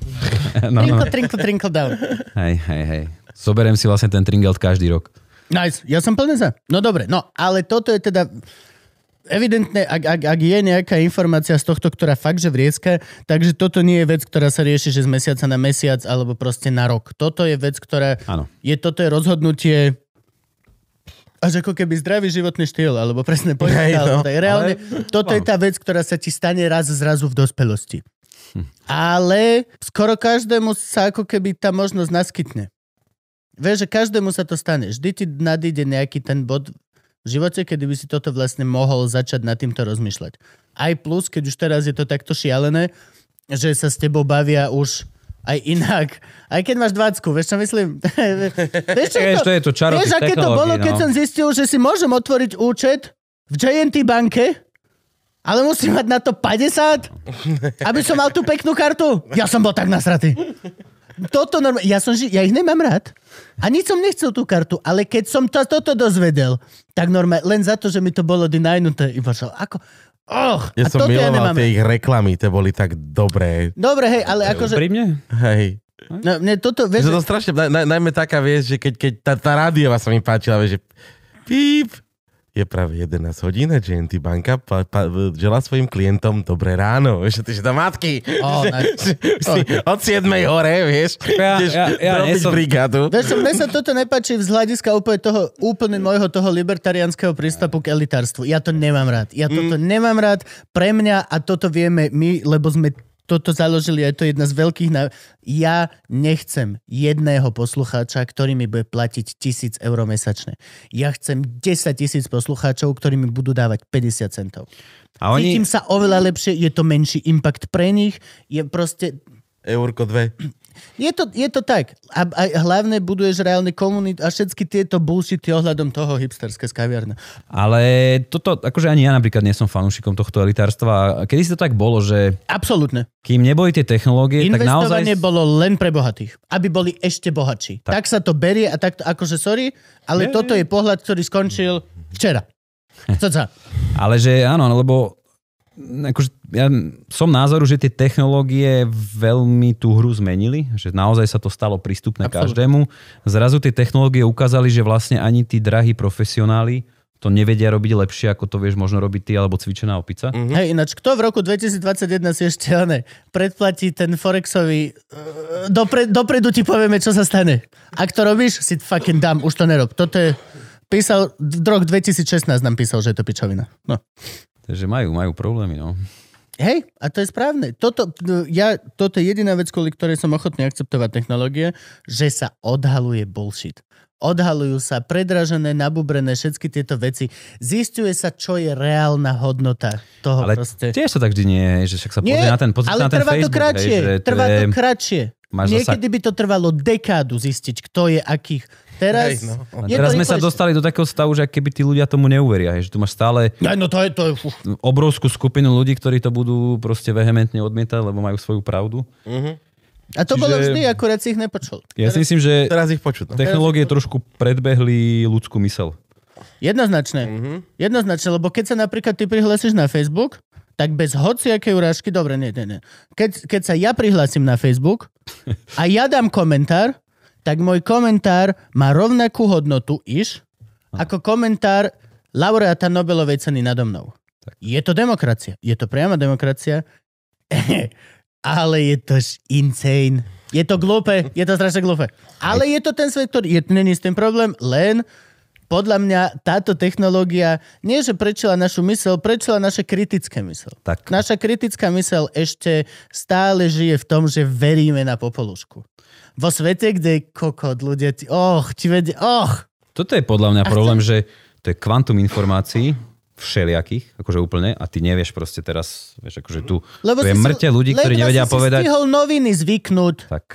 Speaker 4: No, no.
Speaker 1: Trinkle, trinkle, trinkle down.
Speaker 4: Hej, hej, hej. Zoberiem si vlastne ten tringel každý rok.
Speaker 1: Nice, ja som plne za. No dobre, no ale toto je teda... Evidentne, ak, ak, ak je nejaká informácia z tohto, ktorá fakt, že vrieska, takže toto nie je vec, ktorá sa rieši, že z mesiaca na mesiac alebo proste na rok. Toto je vec, ktorá...
Speaker 4: Áno.
Speaker 1: Je, toto je rozhodnutie až ako keby zdravý životný štýl, alebo presne
Speaker 3: Hej,
Speaker 1: povedal.
Speaker 3: no.
Speaker 1: Hey, reálne, ale... toto je tá vec, ktorá sa ti stane raz zrazu v dospelosti. Ale skoro každému sa ako keby tá možnosť naskytne. Vieš, že každému sa to stane. Vždy ti nadíde nejaký ten bod v živote, kedy by si toto vlastne mohol začať nad týmto rozmýšľať. Aj plus, keď už teraz je to takto šialené, že sa s tebou bavia už aj inak. Aj keď máš 20, vieš čo myslím? vieš, čo
Speaker 4: Vieš, to je to čaro
Speaker 1: vieš,
Speaker 4: tých
Speaker 1: aké to
Speaker 4: technológií,
Speaker 1: bolo, keď
Speaker 4: no.
Speaker 1: som zistil, že si môžem otvoriť účet v JNT banke, ale musím mať na to 50, aby som mal tú peknú kartu. Ja som bol tak nasratý. Toto normálne, ja, som, ži- ja ich nemám rád. A nič som nechcel tú kartu, ale keď som to, toto dozvedel, tak normálne, len za to, že mi to bolo denajnuté, iba že ako, och,
Speaker 3: Ja
Speaker 1: a
Speaker 3: som
Speaker 1: toto ja nemám
Speaker 3: miloval tie
Speaker 1: rád.
Speaker 3: ich reklamy, tie boli tak dobré.
Speaker 1: Dobre, hej, ale akože,
Speaker 4: Pri mne?
Speaker 3: Hej.
Speaker 1: no, mne toto, vieš,
Speaker 3: Že to strašne, naj, naj, najmä taká vieš, že keď, keď tá, tá rádiova sa mi páčila, vieš, že píp, je práve 11 hodín a GNT banka pa, pa, žela svojim klientom dobré ráno. Vieš, ty do matky.
Speaker 1: Ó,
Speaker 3: Že-
Speaker 1: nice.
Speaker 3: že si od 7 hore, vieš.
Speaker 4: Ja-
Speaker 3: ideš
Speaker 4: ja- ja
Speaker 3: robiť
Speaker 4: nie som-
Speaker 3: brigádu.
Speaker 1: Vieš, čo, mne sa toto nepáči z hľadiska úplne toho, úplne môjho toho libertariánskeho prístupu k elitárstvu. Ja to nemám rád. Ja toto nemám rád. Pre mňa, a toto vieme my, lebo sme toto založili, a je to jedna z veľkých... Na... Ja nechcem jedného poslucháča, ktorý mi bude platiť tisíc eur mesačne. Ja chcem 10 tisíc poslucháčov, ktorí mi budú dávať 50 centov.
Speaker 4: A
Speaker 1: Oni...
Speaker 4: oni,
Speaker 1: Cítim sa oveľa lepšie, je to menší impact pre nich, je proste
Speaker 3: Eurko 2.
Speaker 1: je to, je to tak. A, a hlavne buduješ reálny komunit a všetky tieto bullshity ohľadom toho hipsterské skaviarne.
Speaker 4: ale toto, akože ani ja napríklad nie som fanúšikom tohto elitárstva. A Kedy si to tak bolo, že
Speaker 1: Absolutne.
Speaker 4: kým neboli tie technológie, tak naozaj...
Speaker 1: Investovanie bolo len pre bohatých, aby boli ešte bohatší. Tak, tak sa to berie a tak, akože sorry, ale toto je pohľad, ktorý skončil včera. Co sa?
Speaker 4: Ale že áno, no lebo akože, ja som názoru, že tie technológie veľmi tú hru zmenili, že naozaj sa to stalo prístupné
Speaker 1: Absolútne.
Speaker 4: každému. Zrazu tie technológie ukázali, že vlastne ani tí drahí profesionáli to nevedia robiť lepšie, ako to vieš možno robiť ty alebo cvičená opica. Mm.
Speaker 1: Hej, ináč, kto v roku 2021 si ešte ne, predplatí ten Forexový... eh, Dopre, dopredu ti povieme, čo sa stane. Ak to robíš, si fucking dám, už to nerob. Toto je... Písal, v rok 2016 nám písal, že je to pičovina. No.
Speaker 4: Takže majú, majú problémy, no.
Speaker 1: Hej, a to je správne. Toto, no, ja, toto je jediná vec, kvôli ktorej som ochotný akceptovať technológie, že sa odhaluje bullshit. Odhalujú sa predražené, nabubrené všetky tieto veci. Zistuje sa, čo je reálna hodnota toho
Speaker 4: Ale
Speaker 1: No, proste.
Speaker 4: tiež sa tak vždy nie, je, že však sa pozrie na ten, pozrie
Speaker 1: ale
Speaker 4: sa na ten
Speaker 1: trvá
Speaker 4: Facebook,
Speaker 1: to kratšie.
Speaker 4: hej, že
Speaker 1: trvá to
Speaker 4: je-
Speaker 1: kratšie.
Speaker 4: Máš
Speaker 1: Niekedy by to trvalo dekádu zistiť, kto je akých. Teraz,
Speaker 3: Hej, no.
Speaker 1: je
Speaker 4: Teraz
Speaker 1: to
Speaker 4: sme sa
Speaker 1: rýchlejšie.
Speaker 4: dostali do takého stavu, že ak keby tí ľudia tomu neuveria, hej, že tu máš stále
Speaker 1: Aj, no to je, to je, uf.
Speaker 4: obrovskú skupinu ľudí, ktorí to budú proste vehementne odmietať, lebo majú svoju pravdu.
Speaker 1: A to
Speaker 4: Čiže-
Speaker 1: bolo vždy, akurát si ich nepočul.
Speaker 4: Ja si myslím, že
Speaker 3: Teraz ich počuť. No.
Speaker 4: technológie trošku predbehli ľudskú mysel.
Speaker 1: Jednoznačne. Mm-hmm. Jednoznačne, lebo keď sa napríklad ty prihlásiš na Facebook, tak bez hociakej urážky, dobre, nie, nie, nie. Keď, keď sa ja prihlásim na Facebook a ja dám komentár, tak môj komentár má rovnakú hodnotu iš, ako komentár laureáta Nobelovej ceny nado mnou. Je to demokracia. Je to priama demokracia. Ale je to š- insane. Je to glúpe, je to strašne glúpe. Ale je to ten svet, ktorý... Je, není s tým problém, len podľa mňa táto technológia nie, že prečila našu mysel, prečila naše kritické mysel.
Speaker 4: Tak.
Speaker 1: Naša kritická mysel ešte stále žije v tom, že veríme na popolušku. Vo svete, kde kokot ľudia ti... Och, ti vedie... Och!
Speaker 4: Toto je podľa mňa problém, že to je kvantum informácií všelijakých, akože úplne, a ty nevieš proste teraz, vieš, akože tu,
Speaker 1: Lebo
Speaker 4: tu je
Speaker 1: si si-
Speaker 4: mŕte ľudí, ktorí
Speaker 1: ledva
Speaker 4: nevedia
Speaker 1: si si
Speaker 4: povedať.
Speaker 1: stihol noviny zvyknúť.
Speaker 4: Tak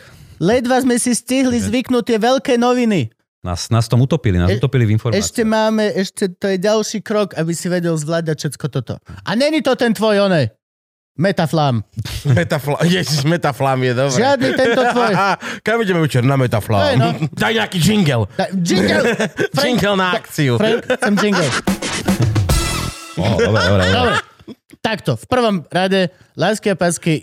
Speaker 1: Ledva sme si stihli zvyknúť tie veľké noviny.
Speaker 4: nás, nás tom utopili, nás
Speaker 1: E-
Speaker 4: utopili v informáciách.
Speaker 1: Ešte máme, ešte to je ďalší krok, aby si vedel zvládať všetko toto. A není to ten tvoj one. Metaflam.
Speaker 3: Metafla- Ježiš, metaflam je dobré.
Speaker 1: Žiadny tento tvoj.
Speaker 3: Kam ideme večer? Na
Speaker 1: Hej,
Speaker 3: metaflam.
Speaker 1: no.
Speaker 3: Daj nejaký jingle.
Speaker 1: Da, jingle! Frank,
Speaker 3: Jingle na akciu.
Speaker 1: Frank, chcem jingle.
Speaker 4: Ó, dobre, dobre, dobre.
Speaker 1: Dobre. Takto, v prvom rade, lásky a pásky, e,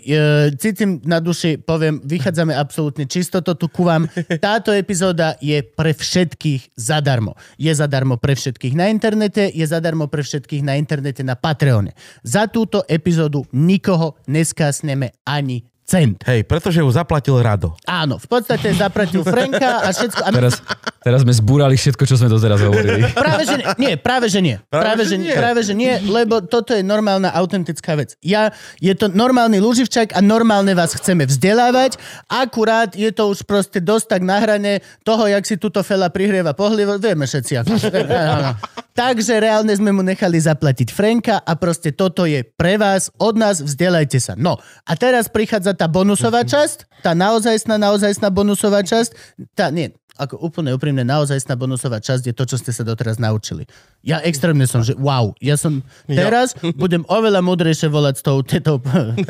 Speaker 1: cítim na duši, poviem, vychádzame absolútne čisto, to tu ku vám. Táto epizóda je pre všetkých zadarmo. Je zadarmo pre všetkých na internete, je zadarmo pre všetkých na internete na Patreone. Za túto epizódu nikoho neskásneme ani cent.
Speaker 3: Hej, pretože ju zaplatil Rado.
Speaker 1: Áno, v podstate zapratil Franka a všetko. A
Speaker 4: Teraz, teraz sme zbúrali všetko, čo sme doteraz hovorili.
Speaker 1: Práve že nie. nie, práve že nie. Práve, že nie. Práve že nie, lebo toto je normálna, autentická vec. Ja, je to normálny Luživčak a normálne vás chceme vzdelávať, akurát je to už proste dosť tak na hrane toho, jak si túto fela prihrieva pohlievo, vieme všetci ako. Áno. Takže reálne sme mu nechali zaplatiť Franka a proste toto je pre vás, od nás, vzdelajte sa. No, a teraz prichádza tá bonusová časť, tá naozajstná, naozajstná bonusová časť, tá, nie, ako úplne úprimne, naozaj sná bonusová časť je to, čo ste sa doteraz naučili. Ja extrémne som, že wow, ja som teraz budem oveľa múdrejšie volať s tou tetou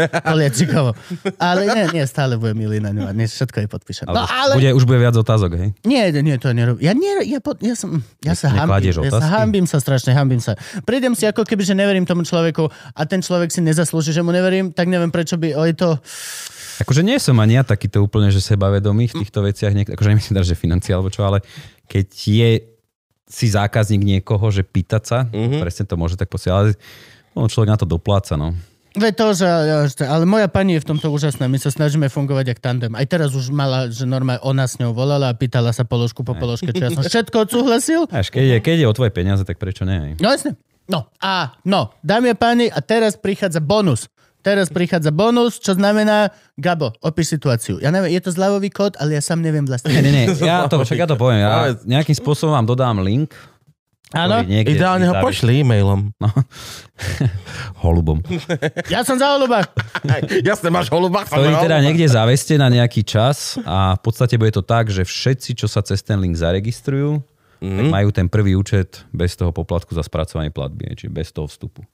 Speaker 1: Poliačikovou. Ale nie, nie, stále budem milý na ňu a nie, všetko je podpísané. No ale...
Speaker 4: Bude, už bude viac otázok, hej?
Speaker 1: Nie, nie, to nerobím. Ja, nie, ja, pod, ja, som, ja sa hambím.
Speaker 4: nekladieš
Speaker 1: Ja sa
Speaker 4: otázky?
Speaker 1: hambím sa strašne, hambím sa. Prídem si ako keby, že neverím tomu človeku a ten človek si nezaslúži, že mu neverím, tak neviem prečo by... O, je to...
Speaker 4: Akože nie som ani ja takýto
Speaker 3: Hm.
Speaker 4: úplne, že sebavedomý v týchto veciach. Niek- akože nemyslím teraz, že financia alebo čo, ale keď je si zákazník niekoho, že pýtať sa,
Speaker 3: Mhm.
Speaker 4: mm-hmm. presne to môže tak posielať, ale on človek na to dopláca, no.
Speaker 1: Ve to, že, že- ale moja pani je v tomto úžasná. My sa snažíme fungovať jak tandem. Aj teraz už mala, že normálne ona s ňou volala a pýtala sa položku po položke, čo ja som všetko odsúhlasil.
Speaker 4: Až keď, je, keď je o tvoje peniaze, tak prečo nie?
Speaker 1: No jasne. No a no, dámy a páni, a teraz prichádza bonus. Teraz prichádza bonus, čo znamená, Gabo, opíš situáciu. Ja neviem, je to zľavový kód, ale ja sám neviem
Speaker 4: Nie,
Speaker 1: vlastne.
Speaker 4: nie, nie, ja to, však ja to poviem. Ja
Speaker 3: Povedz.
Speaker 4: nejakým spôsobom vám dodám link.
Speaker 1: Áno,
Speaker 4: ktorý niekde
Speaker 3: Ideálne ho
Speaker 4: vydarí.
Speaker 3: pošli e-mailom.
Speaker 4: No. Holubom.
Speaker 1: ja som za holuba.
Speaker 3: Aj, Jasne, máš holuba.
Speaker 4: Ktorý
Speaker 3: ale-
Speaker 4: teda niekde zaveste na nejaký čas a v podstate bude to tak, že všetci, čo sa cez ten link zaregistrujú, mm-hmm.
Speaker 3: Mhm.
Speaker 4: tak majú ten prvý účet bez toho poplatku za spracovanie platby, čiže bez toho vstupu.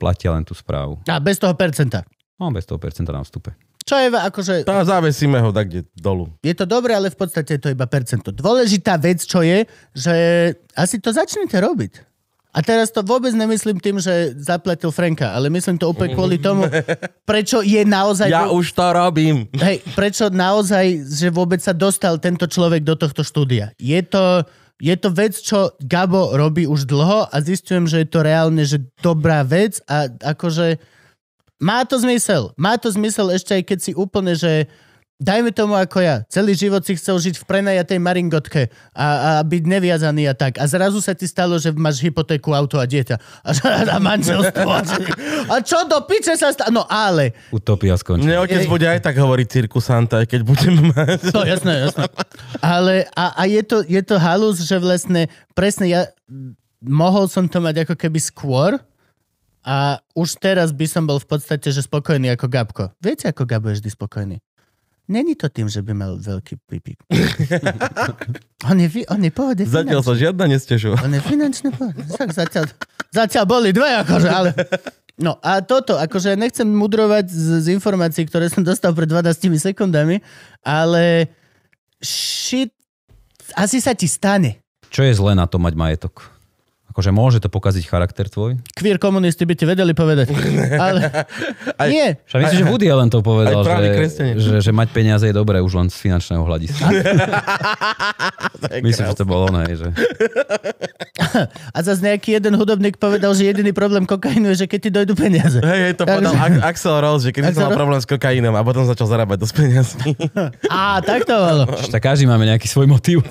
Speaker 3: Mhm.
Speaker 4: Platia len tú správu.
Speaker 1: A bez toho percenta.
Speaker 4: No, bez toho percenta na vstupe.
Speaker 1: Čo je akože...
Speaker 3: Tá, Závesíme ho tak, kde dolu.
Speaker 1: Je to dobré, ale v podstate je to iba percento. Dôležitá vec, čo je, že asi to začnete robiť. A teraz to vôbec nemyslím tým, že zaplatil Franka, ale myslím to úplne kvôli tomu, prečo je naozaj...
Speaker 3: Ja už to robím.
Speaker 1: Hej, prečo naozaj, že vôbec sa dostal tento človek do tohto štúdia? Je to, je to vec, čo Gabo robí už dlho a zistujem, že je to reálne že dobrá vec a akože má to zmysel. Má to zmysel ešte aj keď si úplne, že dajme tomu ako ja. Celý život si chcel žiť v prenajatej maringotke a, a byť neviazaný a tak. A zrazu sa ti stalo, že máš hypotéku, auto a dieťa. A, a manželstvo. A, a čo do piče sa stalo? No ale
Speaker 4: Utopia skončí.
Speaker 3: Mne otec bude aj tak hovoriť cirkusanta, aj keď budem mať.
Speaker 1: No, jasné, jasné. Ale a, a je, to, je to halus, že vlastne presne ja m, mohol som to mať ako keby skôr a už teraz by som bol v podstate, že spokojný ako Gabko. Viete, ako Gabo je vždy spokojný? Není to tým, že by mal veľký pipík. on je, vi- on je pohode
Speaker 3: Zatiaľ
Speaker 1: finančne.
Speaker 3: sa žiadna nestežoval.
Speaker 1: On je finančne pohode. Tak zatiaľ, zatiaľ boli dve, akože, ale... No a toto, akože ja nechcem mudrovať z, z informácií, ktoré som dostal pred 12 sekundami, ale shit, asi sa ti stane.
Speaker 4: Čo je zlé na to mať majetok? Akože môže to pokaziť charakter tvoj?
Speaker 1: Queer komunisti by ti vedeli povedať. Ale... Nie,
Speaker 4: Však myslím, že Woody Allen to
Speaker 3: aj
Speaker 4: povedal,
Speaker 3: právny
Speaker 4: že,
Speaker 3: kresťanin.
Speaker 4: že, že mať peniaze je dobré už len z finančného hľadiska. myslím, že to bolo ono, hej, že...
Speaker 1: a zase nejaký jeden hudobník povedal, že jediný problém kokainu je, že keď ti dojdú peniaze.
Speaker 3: Hej, hej, to povedal Ak- Axel Rose, že
Speaker 1: Axel
Speaker 3: kedy som mal
Speaker 1: Rose?
Speaker 3: problém s kokainom a potom začal zarábať dosť peniazí.
Speaker 1: Á, tak to bolo.
Speaker 4: Tak každý máme nejaký svoj motív.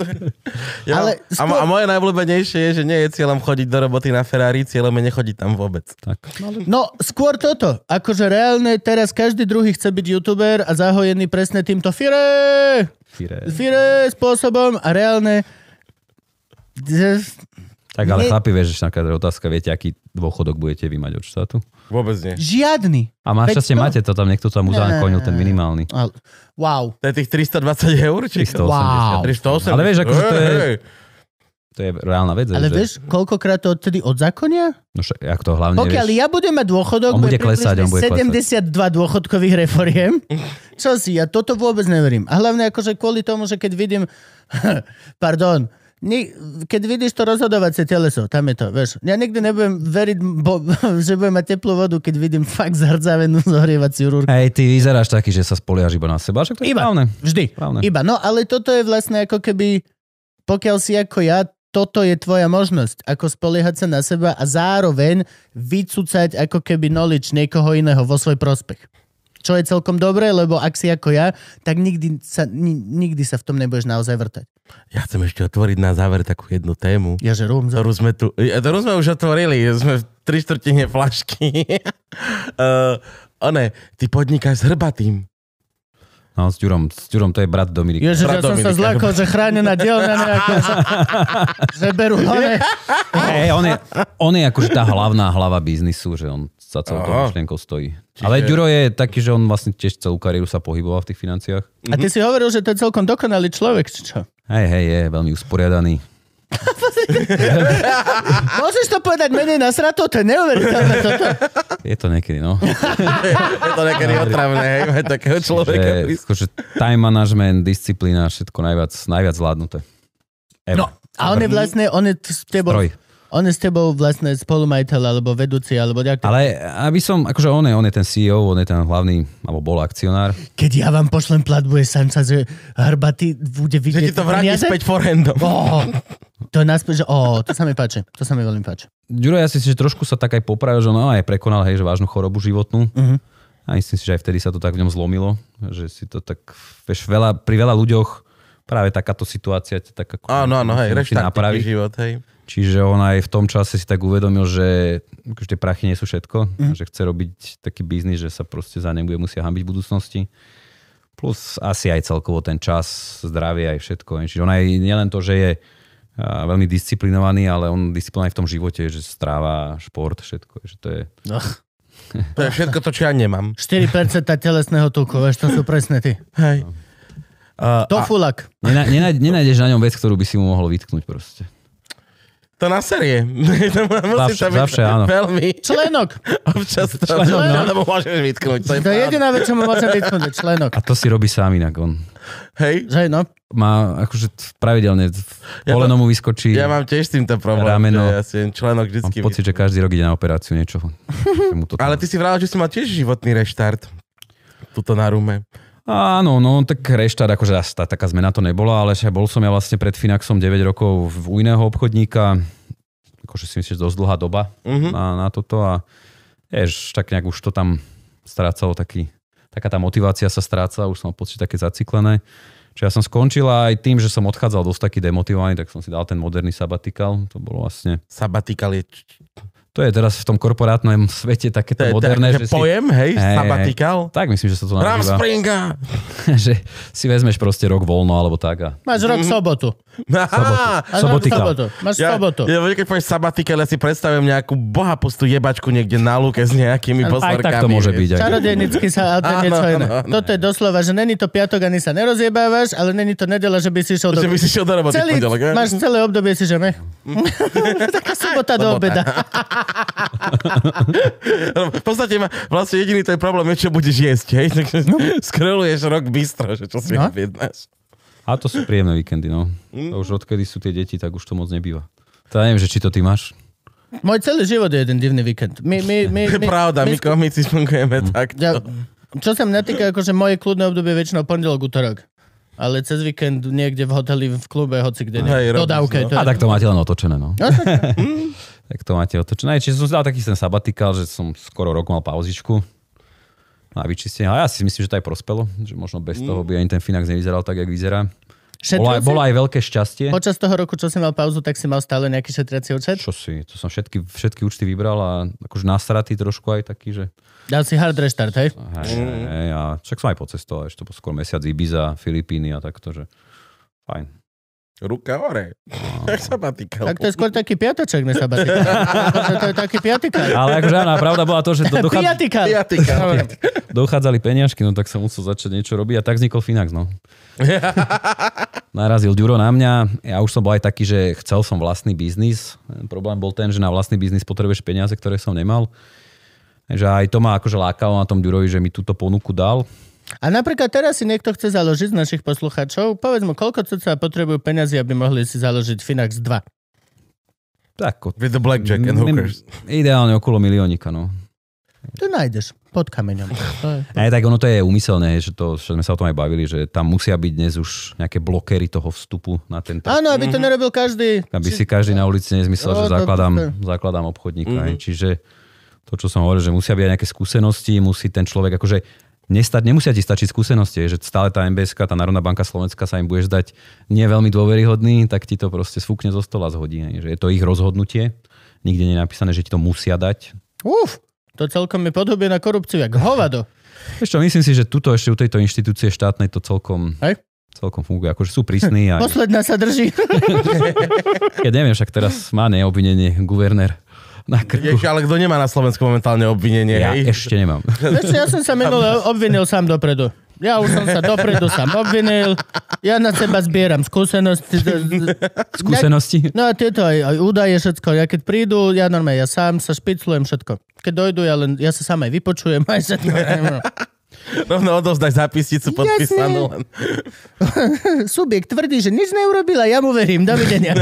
Speaker 3: Ja,
Speaker 1: Ale
Speaker 3: ale a,
Speaker 1: skôr-
Speaker 3: mo- a moje najobľúbenejšie je, že nie je cieľom chodiť do roboty na Ferrari, cieľom je nechodiť tam vôbec.
Speaker 4: tak.
Speaker 1: No, skôr toto. Akože reálne teraz každý druhý chce byť youtuber a zahojený presne týmto fire,
Speaker 4: Fire.
Speaker 1: fire spôsobom a reálne...
Speaker 4: Tak ale
Speaker 1: Ne-
Speaker 4: chlapi, vieš, že taká otázka, viete, aký dôchodok budete vy mať od štátu?
Speaker 3: Vôbec nie.
Speaker 1: Žiadny.
Speaker 4: A má
Speaker 1: Veď
Speaker 4: šťastie,
Speaker 1: to-
Speaker 4: máte to tam, niekto tam uzákonil, ten minimálny.
Speaker 1: Ale- Wow.
Speaker 3: To je tých 320 eur, či?
Speaker 4: 380.
Speaker 1: Wow.
Speaker 3: 380.
Speaker 4: Ale vieš, akože to je-
Speaker 3: Hej, hej.
Speaker 4: To je reálna vec.
Speaker 1: Ale
Speaker 4: že...
Speaker 1: vieš, koľkokrát to odtedy odzakonia?
Speaker 4: No však, jak to hlavne,
Speaker 1: Pokiaľ
Speaker 4: vieš,
Speaker 1: ja budem mať dôchodok,
Speaker 4: On bude
Speaker 1: približne
Speaker 4: klesať, on bude
Speaker 1: 72 dôchodkových reforiem. Čo si, ja toto vôbec neverím. A hlavne akože kvôli tomu, že keď vidím, pardon, ni- keď vidíš to rozhodovacie teleso, tam je to, vieš. Ja nikdy nebudem veriť, bo, že budem mať teplú vodu, keď vidím fakt zhrdzavenú zohrievaciu rúrku.
Speaker 4: Hej, ty vyzeráš taký, že sa spoliaš iba na seba, však to je
Speaker 1: Iba.
Speaker 4: správne.
Speaker 1: Vždy.
Speaker 4: Správne.
Speaker 1: Iba. No ale toto je vlastne ako keby, pokiaľ si ako ja, toto je tvoja možnosť, ako spoliehať sa na seba a zároveň vycúcať ako keby knowledge niekoho iného vo svoj prospech. Čo je celkom dobré, lebo ak si ako ja, tak nikdy sa, ni, nikdy sa v tom nebudeš naozaj vrtať.
Speaker 3: Ja chcem ešte otvoriť na záver takú jednu tému.
Speaker 1: Ja že rúm za...
Speaker 3: ktorú sme tu... e, Ktorú sme už otvorili, sme v tri štvrtine flašky. uh, one, ty podnikáš s hrbatým.
Speaker 4: No, s Ďurom, s Ďurom, to je brat Dominika.
Speaker 1: Ježiš, ja som sa
Speaker 3: Dominika.
Speaker 1: zlakol, že chránená dielna nejaká. že berú hore.
Speaker 4: Hej, on je, on je akože tá hlavná hlava biznisu, že on sa celou tou
Speaker 3: Aha.
Speaker 4: myšlienkou stojí. Ale Ďuro je taký, že on vlastne tiež celú kariéru sa pohyboval v tých financiách.
Speaker 1: A ty si hovoril, že to je celkom dokonalý človek, či čo?
Speaker 4: Hej, hej, je veľmi usporiadaný.
Speaker 1: Môžeš to povedať menej nasrato? To je neuveriteľné toto.
Speaker 4: Je to niekedy, no.
Speaker 3: Je to niekedy otravné, hej, mať takého človeka.
Speaker 4: že,
Speaker 3: pri-
Speaker 4: akože time management,
Speaker 3: No,
Speaker 4: disciplína, všetko najviac, najviac zvládnuté.
Speaker 1: No,
Speaker 4: Ever.
Speaker 1: a on je vlastne, on je s tebou
Speaker 4: Troj.
Speaker 1: On je s tebou vlastne spolumajiteľ, alebo vedúci, alebo nejaký.
Speaker 4: Ale aby som, akože on je, on je ten CEO, on je ten hlavný, alebo bol akcionár.
Speaker 1: Keď ja vám pošlem platbu, je šanca, že hrbaty bude
Speaker 3: Že
Speaker 1: vidieť
Speaker 3: ti to vráti
Speaker 1: peniaze?
Speaker 3: späť forehandom.
Speaker 4: Oh.
Speaker 1: Ó, to je naspäť, že ó, to sa mi páči. To sa mi veľmi páči.
Speaker 4: Ďuro, ja si myslím, že trošku sa tak aj popravil, že on aj prekonal, hej, že vážnu chorobu životnú.
Speaker 3: Mhm.
Speaker 4: A myslím si, že aj vtedy sa to tak v ňom zlomilo, že si to tak, vieš, veľa, pri veľa ľuďoch práve takáto situácia ťa tak ako...
Speaker 3: Áno, áno, hej,
Speaker 4: musí
Speaker 3: reštartný
Speaker 4: napraviť.
Speaker 3: život, hej.
Speaker 4: Čiže on aj v tom čase si tak uvedomil, že akože tie prachy nie sú všetko,
Speaker 3: Mhm.
Speaker 4: mm. že chce robiť taký biznis, že sa proste za ne bude musieť hambiť v budúcnosti. Plus asi aj celkovo ten čas, zdravie aj všetko. Čiže on aj nielen to, že je a, veľmi disciplinovaný, ale on disciplinovaný v tom živote, že stráva, šport, všetko. Že to je...
Speaker 1: Ach.
Speaker 3: To je všetko to, čo ja nemám.
Speaker 1: 4% telesného tuku, vieš, to sú presne ty.
Speaker 3: Hej.
Speaker 4: No.
Speaker 3: Uh,
Speaker 1: To fulak.
Speaker 4: Nená, nená, nenájdeš na ňom vec, ktorú by si mu mohol vytknúť proste.
Speaker 3: to na série. to musí
Speaker 4: Zavše-
Speaker 3: sa byť
Speaker 4: zavše áno.
Speaker 3: veľmi
Speaker 1: Členok.
Speaker 3: občas to, to,
Speaker 4: Členok, no.
Speaker 3: to môžeš vytknúť. To
Speaker 1: To
Speaker 3: je
Speaker 1: je
Speaker 3: pravda.
Speaker 1: jediná vec, čo mu môžem vytknúť, členok.
Speaker 4: A to si robí sám inak on.
Speaker 3: Hej,
Speaker 1: Že no,
Speaker 4: Má akože t- pravidelne, v-
Speaker 3: Ja to-
Speaker 4: koleno mu vyskočí.
Speaker 3: ja mám tiež s týmto problém. že
Speaker 4: Rameno.
Speaker 3: Ja si ten členok
Speaker 4: no. Mám
Speaker 3: vždycky
Speaker 4: pocit, že každý rok ide na operáciu niečo. Že mu to tam-
Speaker 3: Ale ty si vravel, že si mal tiež životný reštart. Tuto na rume.
Speaker 4: Áno, no tak reštart, akože asi tá, taká zmena to nebola, ale že bol som ja vlastne pred Finaxom 9 rokov v- u iného obchodníka, akože si myslím, že dosť dlhá doba
Speaker 3: Mhm.
Speaker 4: na, na toto a vieš, tak nejak už to tam strácalo taký, taká tá motivácia sa stráca, už som mal pocit také zaciklené. Čiže ja som skončil a aj tým, že som odchádzal dosť taký demotivovaný, tak som si dal ten moderný sabatikal, to bolo vlastne
Speaker 3: Sabatikal je... č- č-
Speaker 4: to je teraz v tom korporátnom svete
Speaker 3: To
Speaker 4: takéto
Speaker 3: je
Speaker 4: moderné,
Speaker 3: tak, že
Speaker 4: že si-
Speaker 3: pojem, hej,
Speaker 4: Hej,
Speaker 3: sabatikal.
Speaker 4: Tak myslím, že sa to
Speaker 3: Ram
Speaker 4: nazýva,
Speaker 3: Springa!
Speaker 4: že si vezmeš proste rok voľno alebo tak a
Speaker 1: máš rok sobotu.
Speaker 3: Aha!
Speaker 1: Máš rok
Speaker 4: Sobotika.
Speaker 1: sobotu. Máš
Speaker 3: Mhm. Ja,
Speaker 1: sobotu.
Speaker 3: ja, keď povieš sabatikal, ja si predstavím nejakú bohapustú jebačku niekde na lúke s nejakými
Speaker 4: aj
Speaker 3: pozorkami.
Speaker 4: tak to môže byť. Aj.
Speaker 1: Čarodejnicky sa, ale to je
Speaker 3: Áno,
Speaker 1: niečo iné.
Speaker 3: áno, áno.
Speaker 1: Toto je doslova, že není to piatok, ani sa nerozjebávaš, ale není to nedela, že by si išiel do...
Speaker 3: Že by si šiel do roboty v
Speaker 1: Celý,
Speaker 3: pondelok. ne?
Speaker 1: máš celé obdobie si, že meh. Taká sobota do
Speaker 3: Sobota.
Speaker 1: obeda.
Speaker 3: V podstate ma, vlastne jediný ten problém je, čo budeš jesť, hej? Takže skroluješ rok bistro, že čo si
Speaker 1: No.
Speaker 3: no? objednáš.
Speaker 4: A to sú príjemné víkendy, no.
Speaker 3: Mm.
Speaker 4: To už odkedy sú tie deti, tak už to moc nebýva. To ja neviem, že či to ty máš.
Speaker 1: Môj celý život je jeden divný víkend. My, my, my,
Speaker 3: To je
Speaker 1: my,
Speaker 3: pravda, my
Speaker 1: my,
Speaker 3: komici fungujeme tak.
Speaker 1: Hm. ja, čo sa mňa týka, akože moje kľudné obdobie je väčšinou pondelok, útorok. Ale cez víkend niekde v hoteli, v klube, hoci kde.
Speaker 3: Hej,
Speaker 1: Hej,
Speaker 3: robíš,
Speaker 1: dodávke.
Speaker 3: no.
Speaker 1: To
Speaker 4: A
Speaker 1: je,
Speaker 4: tak to máte len otočené, no.
Speaker 1: No,
Speaker 4: Tak to máte otočené. Čiže som si dal taký ten sabatikál, že som skoro rok mal pauzičku na vyčistenie. A ja si myslím, že to aj prospelo, že možno
Speaker 3: Mm.
Speaker 4: bez toho by ani ten Finax nevyzeral tak, jak vyzerá. Bolo
Speaker 1: šetril
Speaker 4: aj,
Speaker 1: si?
Speaker 4: bolo aj veľké šťastie.
Speaker 1: Počas toho roku, čo si mal pauzu, tak si mal stále nejaký šetriaci účet?
Speaker 4: Čo si, to som všetky, všetky účty vybral a akože nasratý trošku aj taký, že
Speaker 1: Dal si hard restart, hej?
Speaker 4: Hej, hej, hej, a však som aj pocestoval, ešte to bol skôr mesiac Ibiza, Filipíny a takto, že fajn.
Speaker 3: Ruka hore. Tak sabatikal.
Speaker 1: No. Tak to je skôr taký piatoček, ne sabatikál. to, to je taký piatikál.
Speaker 4: Ale akože áno, pravda bola to, že do, dochá,
Speaker 1: Piatikál.
Speaker 3: Piatikal.
Speaker 4: dochádzali peniažky, no tak som musel začať niečo robiť a tak vznikol Finax, no. Narazil Ďuro na mňa, ja už som bol aj taký, že chcel som vlastný biznis. Problém bol ten, že na vlastný biznis potrebuješ peniaze, ktoré som nemal. Že aj to ma akože lákalo na tom Ďurovi, že mi túto ponuku dal.
Speaker 1: A napríklad teraz si niekto chce založiť z našich poslucháčov, povedz mu, koľko cca potrebujú peniazy, aby mohli si založiť Finax 2.
Speaker 4: Tak, ako-
Speaker 3: With the blackjack and
Speaker 4: Nem-
Speaker 3: hookers.
Speaker 4: ideálne okolo miliónika, no.
Speaker 1: Tu nájdeš, pod kameňom. To je-
Speaker 4: Aj tak ono to je úmyselné, že to, že sme sa o tom aj bavili, že tam musia byť dnes už nejaké blokery toho vstupu na ten trh.
Speaker 1: Áno, aby to nerobil každý.
Speaker 4: Aby si každý na ulici nezmyslel,
Speaker 1: Jo,
Speaker 4: že
Speaker 1: to- to-
Speaker 4: zakladám, zakladám obchodníka.
Speaker 3: Mhm.
Speaker 4: Mm-hmm. Čiže to, čo som hovoril, že musia byť aj nejaké skúsenosti, musí ten človek akože Nestať, nemusia ti stačiť skúsenosti, že stále tá MBSK, tá Národná banka Slovenska sa im budeš dať nie veľmi dôveryhodný, tak ti to proste sfúkne zo stola z hodiny. Že je to ich rozhodnutie, nikde nie je napísané, že ti to musia dať.
Speaker 1: Uf, to celkom mi podhubie na korupciu, jak hovado.
Speaker 4: Ešte myslím si, že tuto ešte u tejto inštitúcie štátnej to celkom,
Speaker 1: Hej. No,
Speaker 4: celkom funguje. Akože sú prísni. A
Speaker 1: Posledná sa drží.
Speaker 4: ja neviem, však teraz má neobvinenie guvernér na krku.
Speaker 3: Ježiš, ale kto nemá na Slovensku momentálne obvinenie,
Speaker 4: Ja
Speaker 3: hej?
Speaker 4: ešte nemám.
Speaker 1: Vieš, čo, ja som sa minule obvinil sám dopredu. Ja už som sa dopredu sám obvinil. Ja na seba zbieram skúsenosti.
Speaker 4: Skúsenosti?
Speaker 1: No a tieto aj, aj údaje, všetko. Ja keď prídu, ja normálne, ja sám sa špiclujem všetko. Keď dojdu, ja, len, ja sa sám aj vypočujem. Aj všetko.
Speaker 3: Rovno odovzdaj zápisnicu podpísanú. len.
Speaker 1: Subjekt tvrdí, že nič neurobil a ja mu verím. Dovidenia.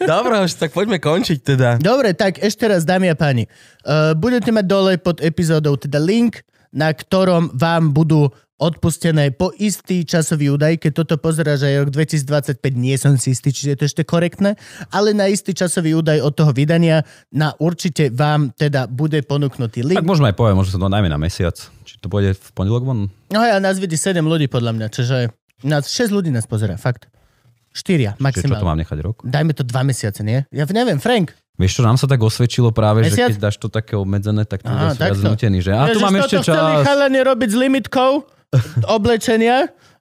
Speaker 3: Dobre, už tak poďme končiť teda.
Speaker 1: Dobre, tak ešte raz, dámy a páni. Uh, budete mať dole pod epizódou teda link, na ktorom vám budú odpustené po istý časový údaj, keď toto pozeráš aj rok 2025, nie som si istý, čiže je to ešte korektné, ale na istý časový údaj od toho vydania na určite vám teda bude ponúknutý
Speaker 4: Tak
Speaker 1: link.
Speaker 4: môžeme aj povedať, možno sa to najmä na mesiac. Či to pôjde v pondelok von?
Speaker 1: No a nás vidí 7 ľudí podľa mňa, čiže nás 6 ľudí nás pozera, fakt. 4
Speaker 4: Čiže čo to
Speaker 1: maximálne.
Speaker 4: mám nechať rok?
Speaker 1: Dajme to 2 mesiace, nie? Ja neviem, Frank,
Speaker 4: Vieš čo, nám sa tak osvedčilo práve,
Speaker 1: Mesiac?
Speaker 4: že keď dáš to také obmedzené, tak to
Speaker 1: Aha,
Speaker 4: ľudia sú viac
Speaker 1: takto.
Speaker 4: znutení, že a tu
Speaker 1: Ježiš,
Speaker 4: mám
Speaker 1: toto
Speaker 4: ešte
Speaker 1: chceli
Speaker 4: čas.
Speaker 1: chalani robiť s limitkou oblečenia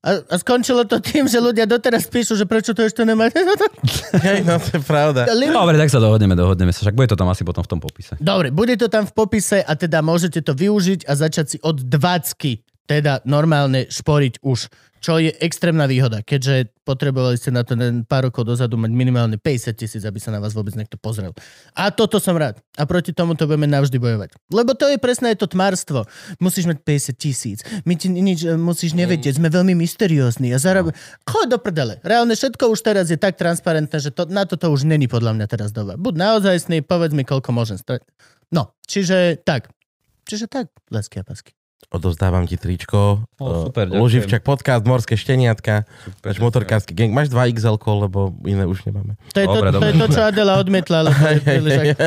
Speaker 1: a, a skončilo to tým, že ľudia doteraz píšu, že prečo to ešte nemáte.
Speaker 3: Hej, no to je pravda.
Speaker 1: Limit...
Speaker 4: Dobre, tak sa dohodneme, dohodneme sa. Však bude to tam asi potom v tom popise.
Speaker 1: Dobre, bude to tam v popise a teda môžete to využiť a začať si od 20 teda normálne šporiť už, čo je extrémna výhoda, keďže potrebovali ste na to len pár rokov dozadu mať minimálne 50 tisíc, aby sa na vás vôbec niekto pozrel. A toto som rád. A proti tomu to budeme navždy bojovať. Lebo to je presne aj to tmárstvo. Musíš mať 50 tisíc. My ti nič e, musíš nevedieť. Sme veľmi mysteriózni. A zarob... Chod do prdele. Reálne všetko už teraz je tak transparentné, že to, na toto už není podľa mňa teraz doba. Buď naozaj sný, povedz mi, koľko môžem stať. No, čiže tak. Čiže tak, lásky a pasky.
Speaker 3: Odovzdávam ti tričko.
Speaker 4: O, super, ďakujem.
Speaker 3: Luživčak podcast, Morské šteniatka, náš motorkársky gang. Máš dva xl lebo iné už nemáme.
Speaker 1: To je,
Speaker 4: Dobre,
Speaker 1: to, to,
Speaker 4: dobre.
Speaker 1: je to, čo Adela odmietla, lebo je príliš ak...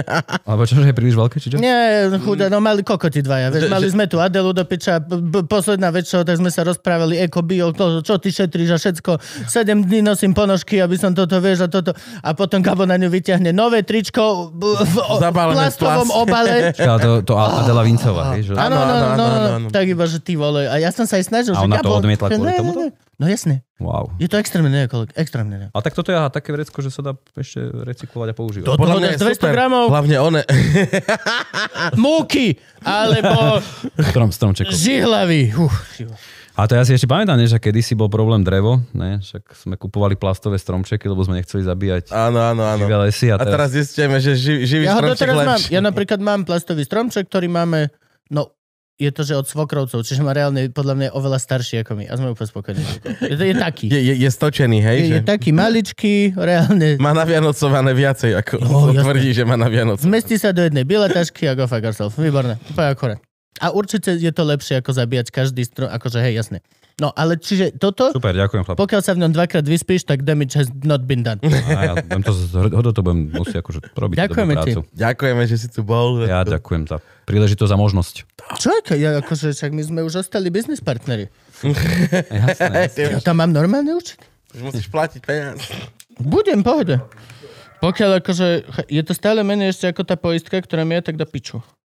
Speaker 4: Alebo čo, že je príliš veľké, či čo?
Speaker 1: Nie, chuda, no mali kokoti dvaja, vieš, mali sme tu Adelu do piča, b- b- posledná vec, čo, tak sme sa rozprávali, eko, bio, to, čo ty šetríš a všetko, 7 dní nosím ponožky, aby som toto, vieš, a toto, a potom Gabo na ňu vyťahne nové tričko b- v o- v
Speaker 3: Zabalené v
Speaker 1: plastovom
Speaker 3: plast.
Speaker 1: obale.
Speaker 4: Čaká, to, to Adela Vincová, vieš? že-
Speaker 1: Áno, áno,
Speaker 3: áno,
Speaker 1: áno,
Speaker 3: áno,
Speaker 1: áno,
Speaker 3: áno.
Speaker 1: tak iba, že ty vole, a ja som sa aj snažil,
Speaker 4: A
Speaker 1: že
Speaker 4: ona to
Speaker 1: Gabo,
Speaker 4: odmietla
Speaker 1: že
Speaker 4: kvôli
Speaker 1: ne, ne,
Speaker 4: tomuto?
Speaker 1: ne. No jasne,
Speaker 4: Wow.
Speaker 1: je to extrémne, ne, kolega, extrémne, ne.
Speaker 4: A tak toto je aha, také vrecko, že sa dá ešte recyklovať a používať.
Speaker 1: To- Podľa mňa 200 gramov.
Speaker 3: Hlavne one.
Speaker 1: Múky, alebo
Speaker 4: Strom, stromčekom.
Speaker 1: žihlavy. Uf,
Speaker 4: A to ja si ešte pamätám, nie, že kedysi bol problém drevo, ne? však sme kupovali plastové stromčeky, lebo sme nechceli zabíjať
Speaker 3: Áno, áno, áno.
Speaker 4: živé lesy. A
Speaker 3: A teraz
Speaker 4: teraz...
Speaker 3: zistíme, že živ, živý
Speaker 1: ja ho
Speaker 3: stromček
Speaker 1: doteraz mám.
Speaker 3: lepší.
Speaker 1: Ja napríklad mám plastový stromček, ktorý máme, no je to, že od svokrovcov, čiže má reálne, podľa mňa je oveľa starší ako my a sme úplne spokojní. Je, to- je taký.
Speaker 3: Je, je, je stočený, hej?
Speaker 1: Je,
Speaker 3: že
Speaker 1: je taký maličký, reálne.
Speaker 3: Má navianocované viacej, ako
Speaker 1: Jo,
Speaker 3: on
Speaker 1: jasné.
Speaker 3: tvrdí, že má navianocované.
Speaker 1: Zmestí sa do jednej bielej tašky a go fuck yourself. Výborné. Úplne akurát. A určite je to lepšie, ako zabíjať každý strom, akože hej, jasne. No, ale čiže toto,
Speaker 4: Super, ďakujem chlap.
Speaker 1: pokiaľ sa v ňom dvakrát vyspíš, tak damage has not been done.
Speaker 4: A ja budem to, z- hodo to budem musieť akože robiť dobrú
Speaker 1: Ďakujeme ti.
Speaker 4: prácu.
Speaker 3: Ďakujeme, že si tu bol.
Speaker 4: Ja ďakujem za príležitosť a možnosť.
Speaker 1: Čo je to? Ja, akože, však my sme už ostali business partneri.
Speaker 4: Jasné.
Speaker 3: Ty
Speaker 1: Ja tam mám normálne účet.
Speaker 3: už musíš platiť peniaze.
Speaker 1: Budem, pohode. Pokiaľ akože, ch- je to stále menej ešte ako tá poistka, ktorá mi je tak do piču.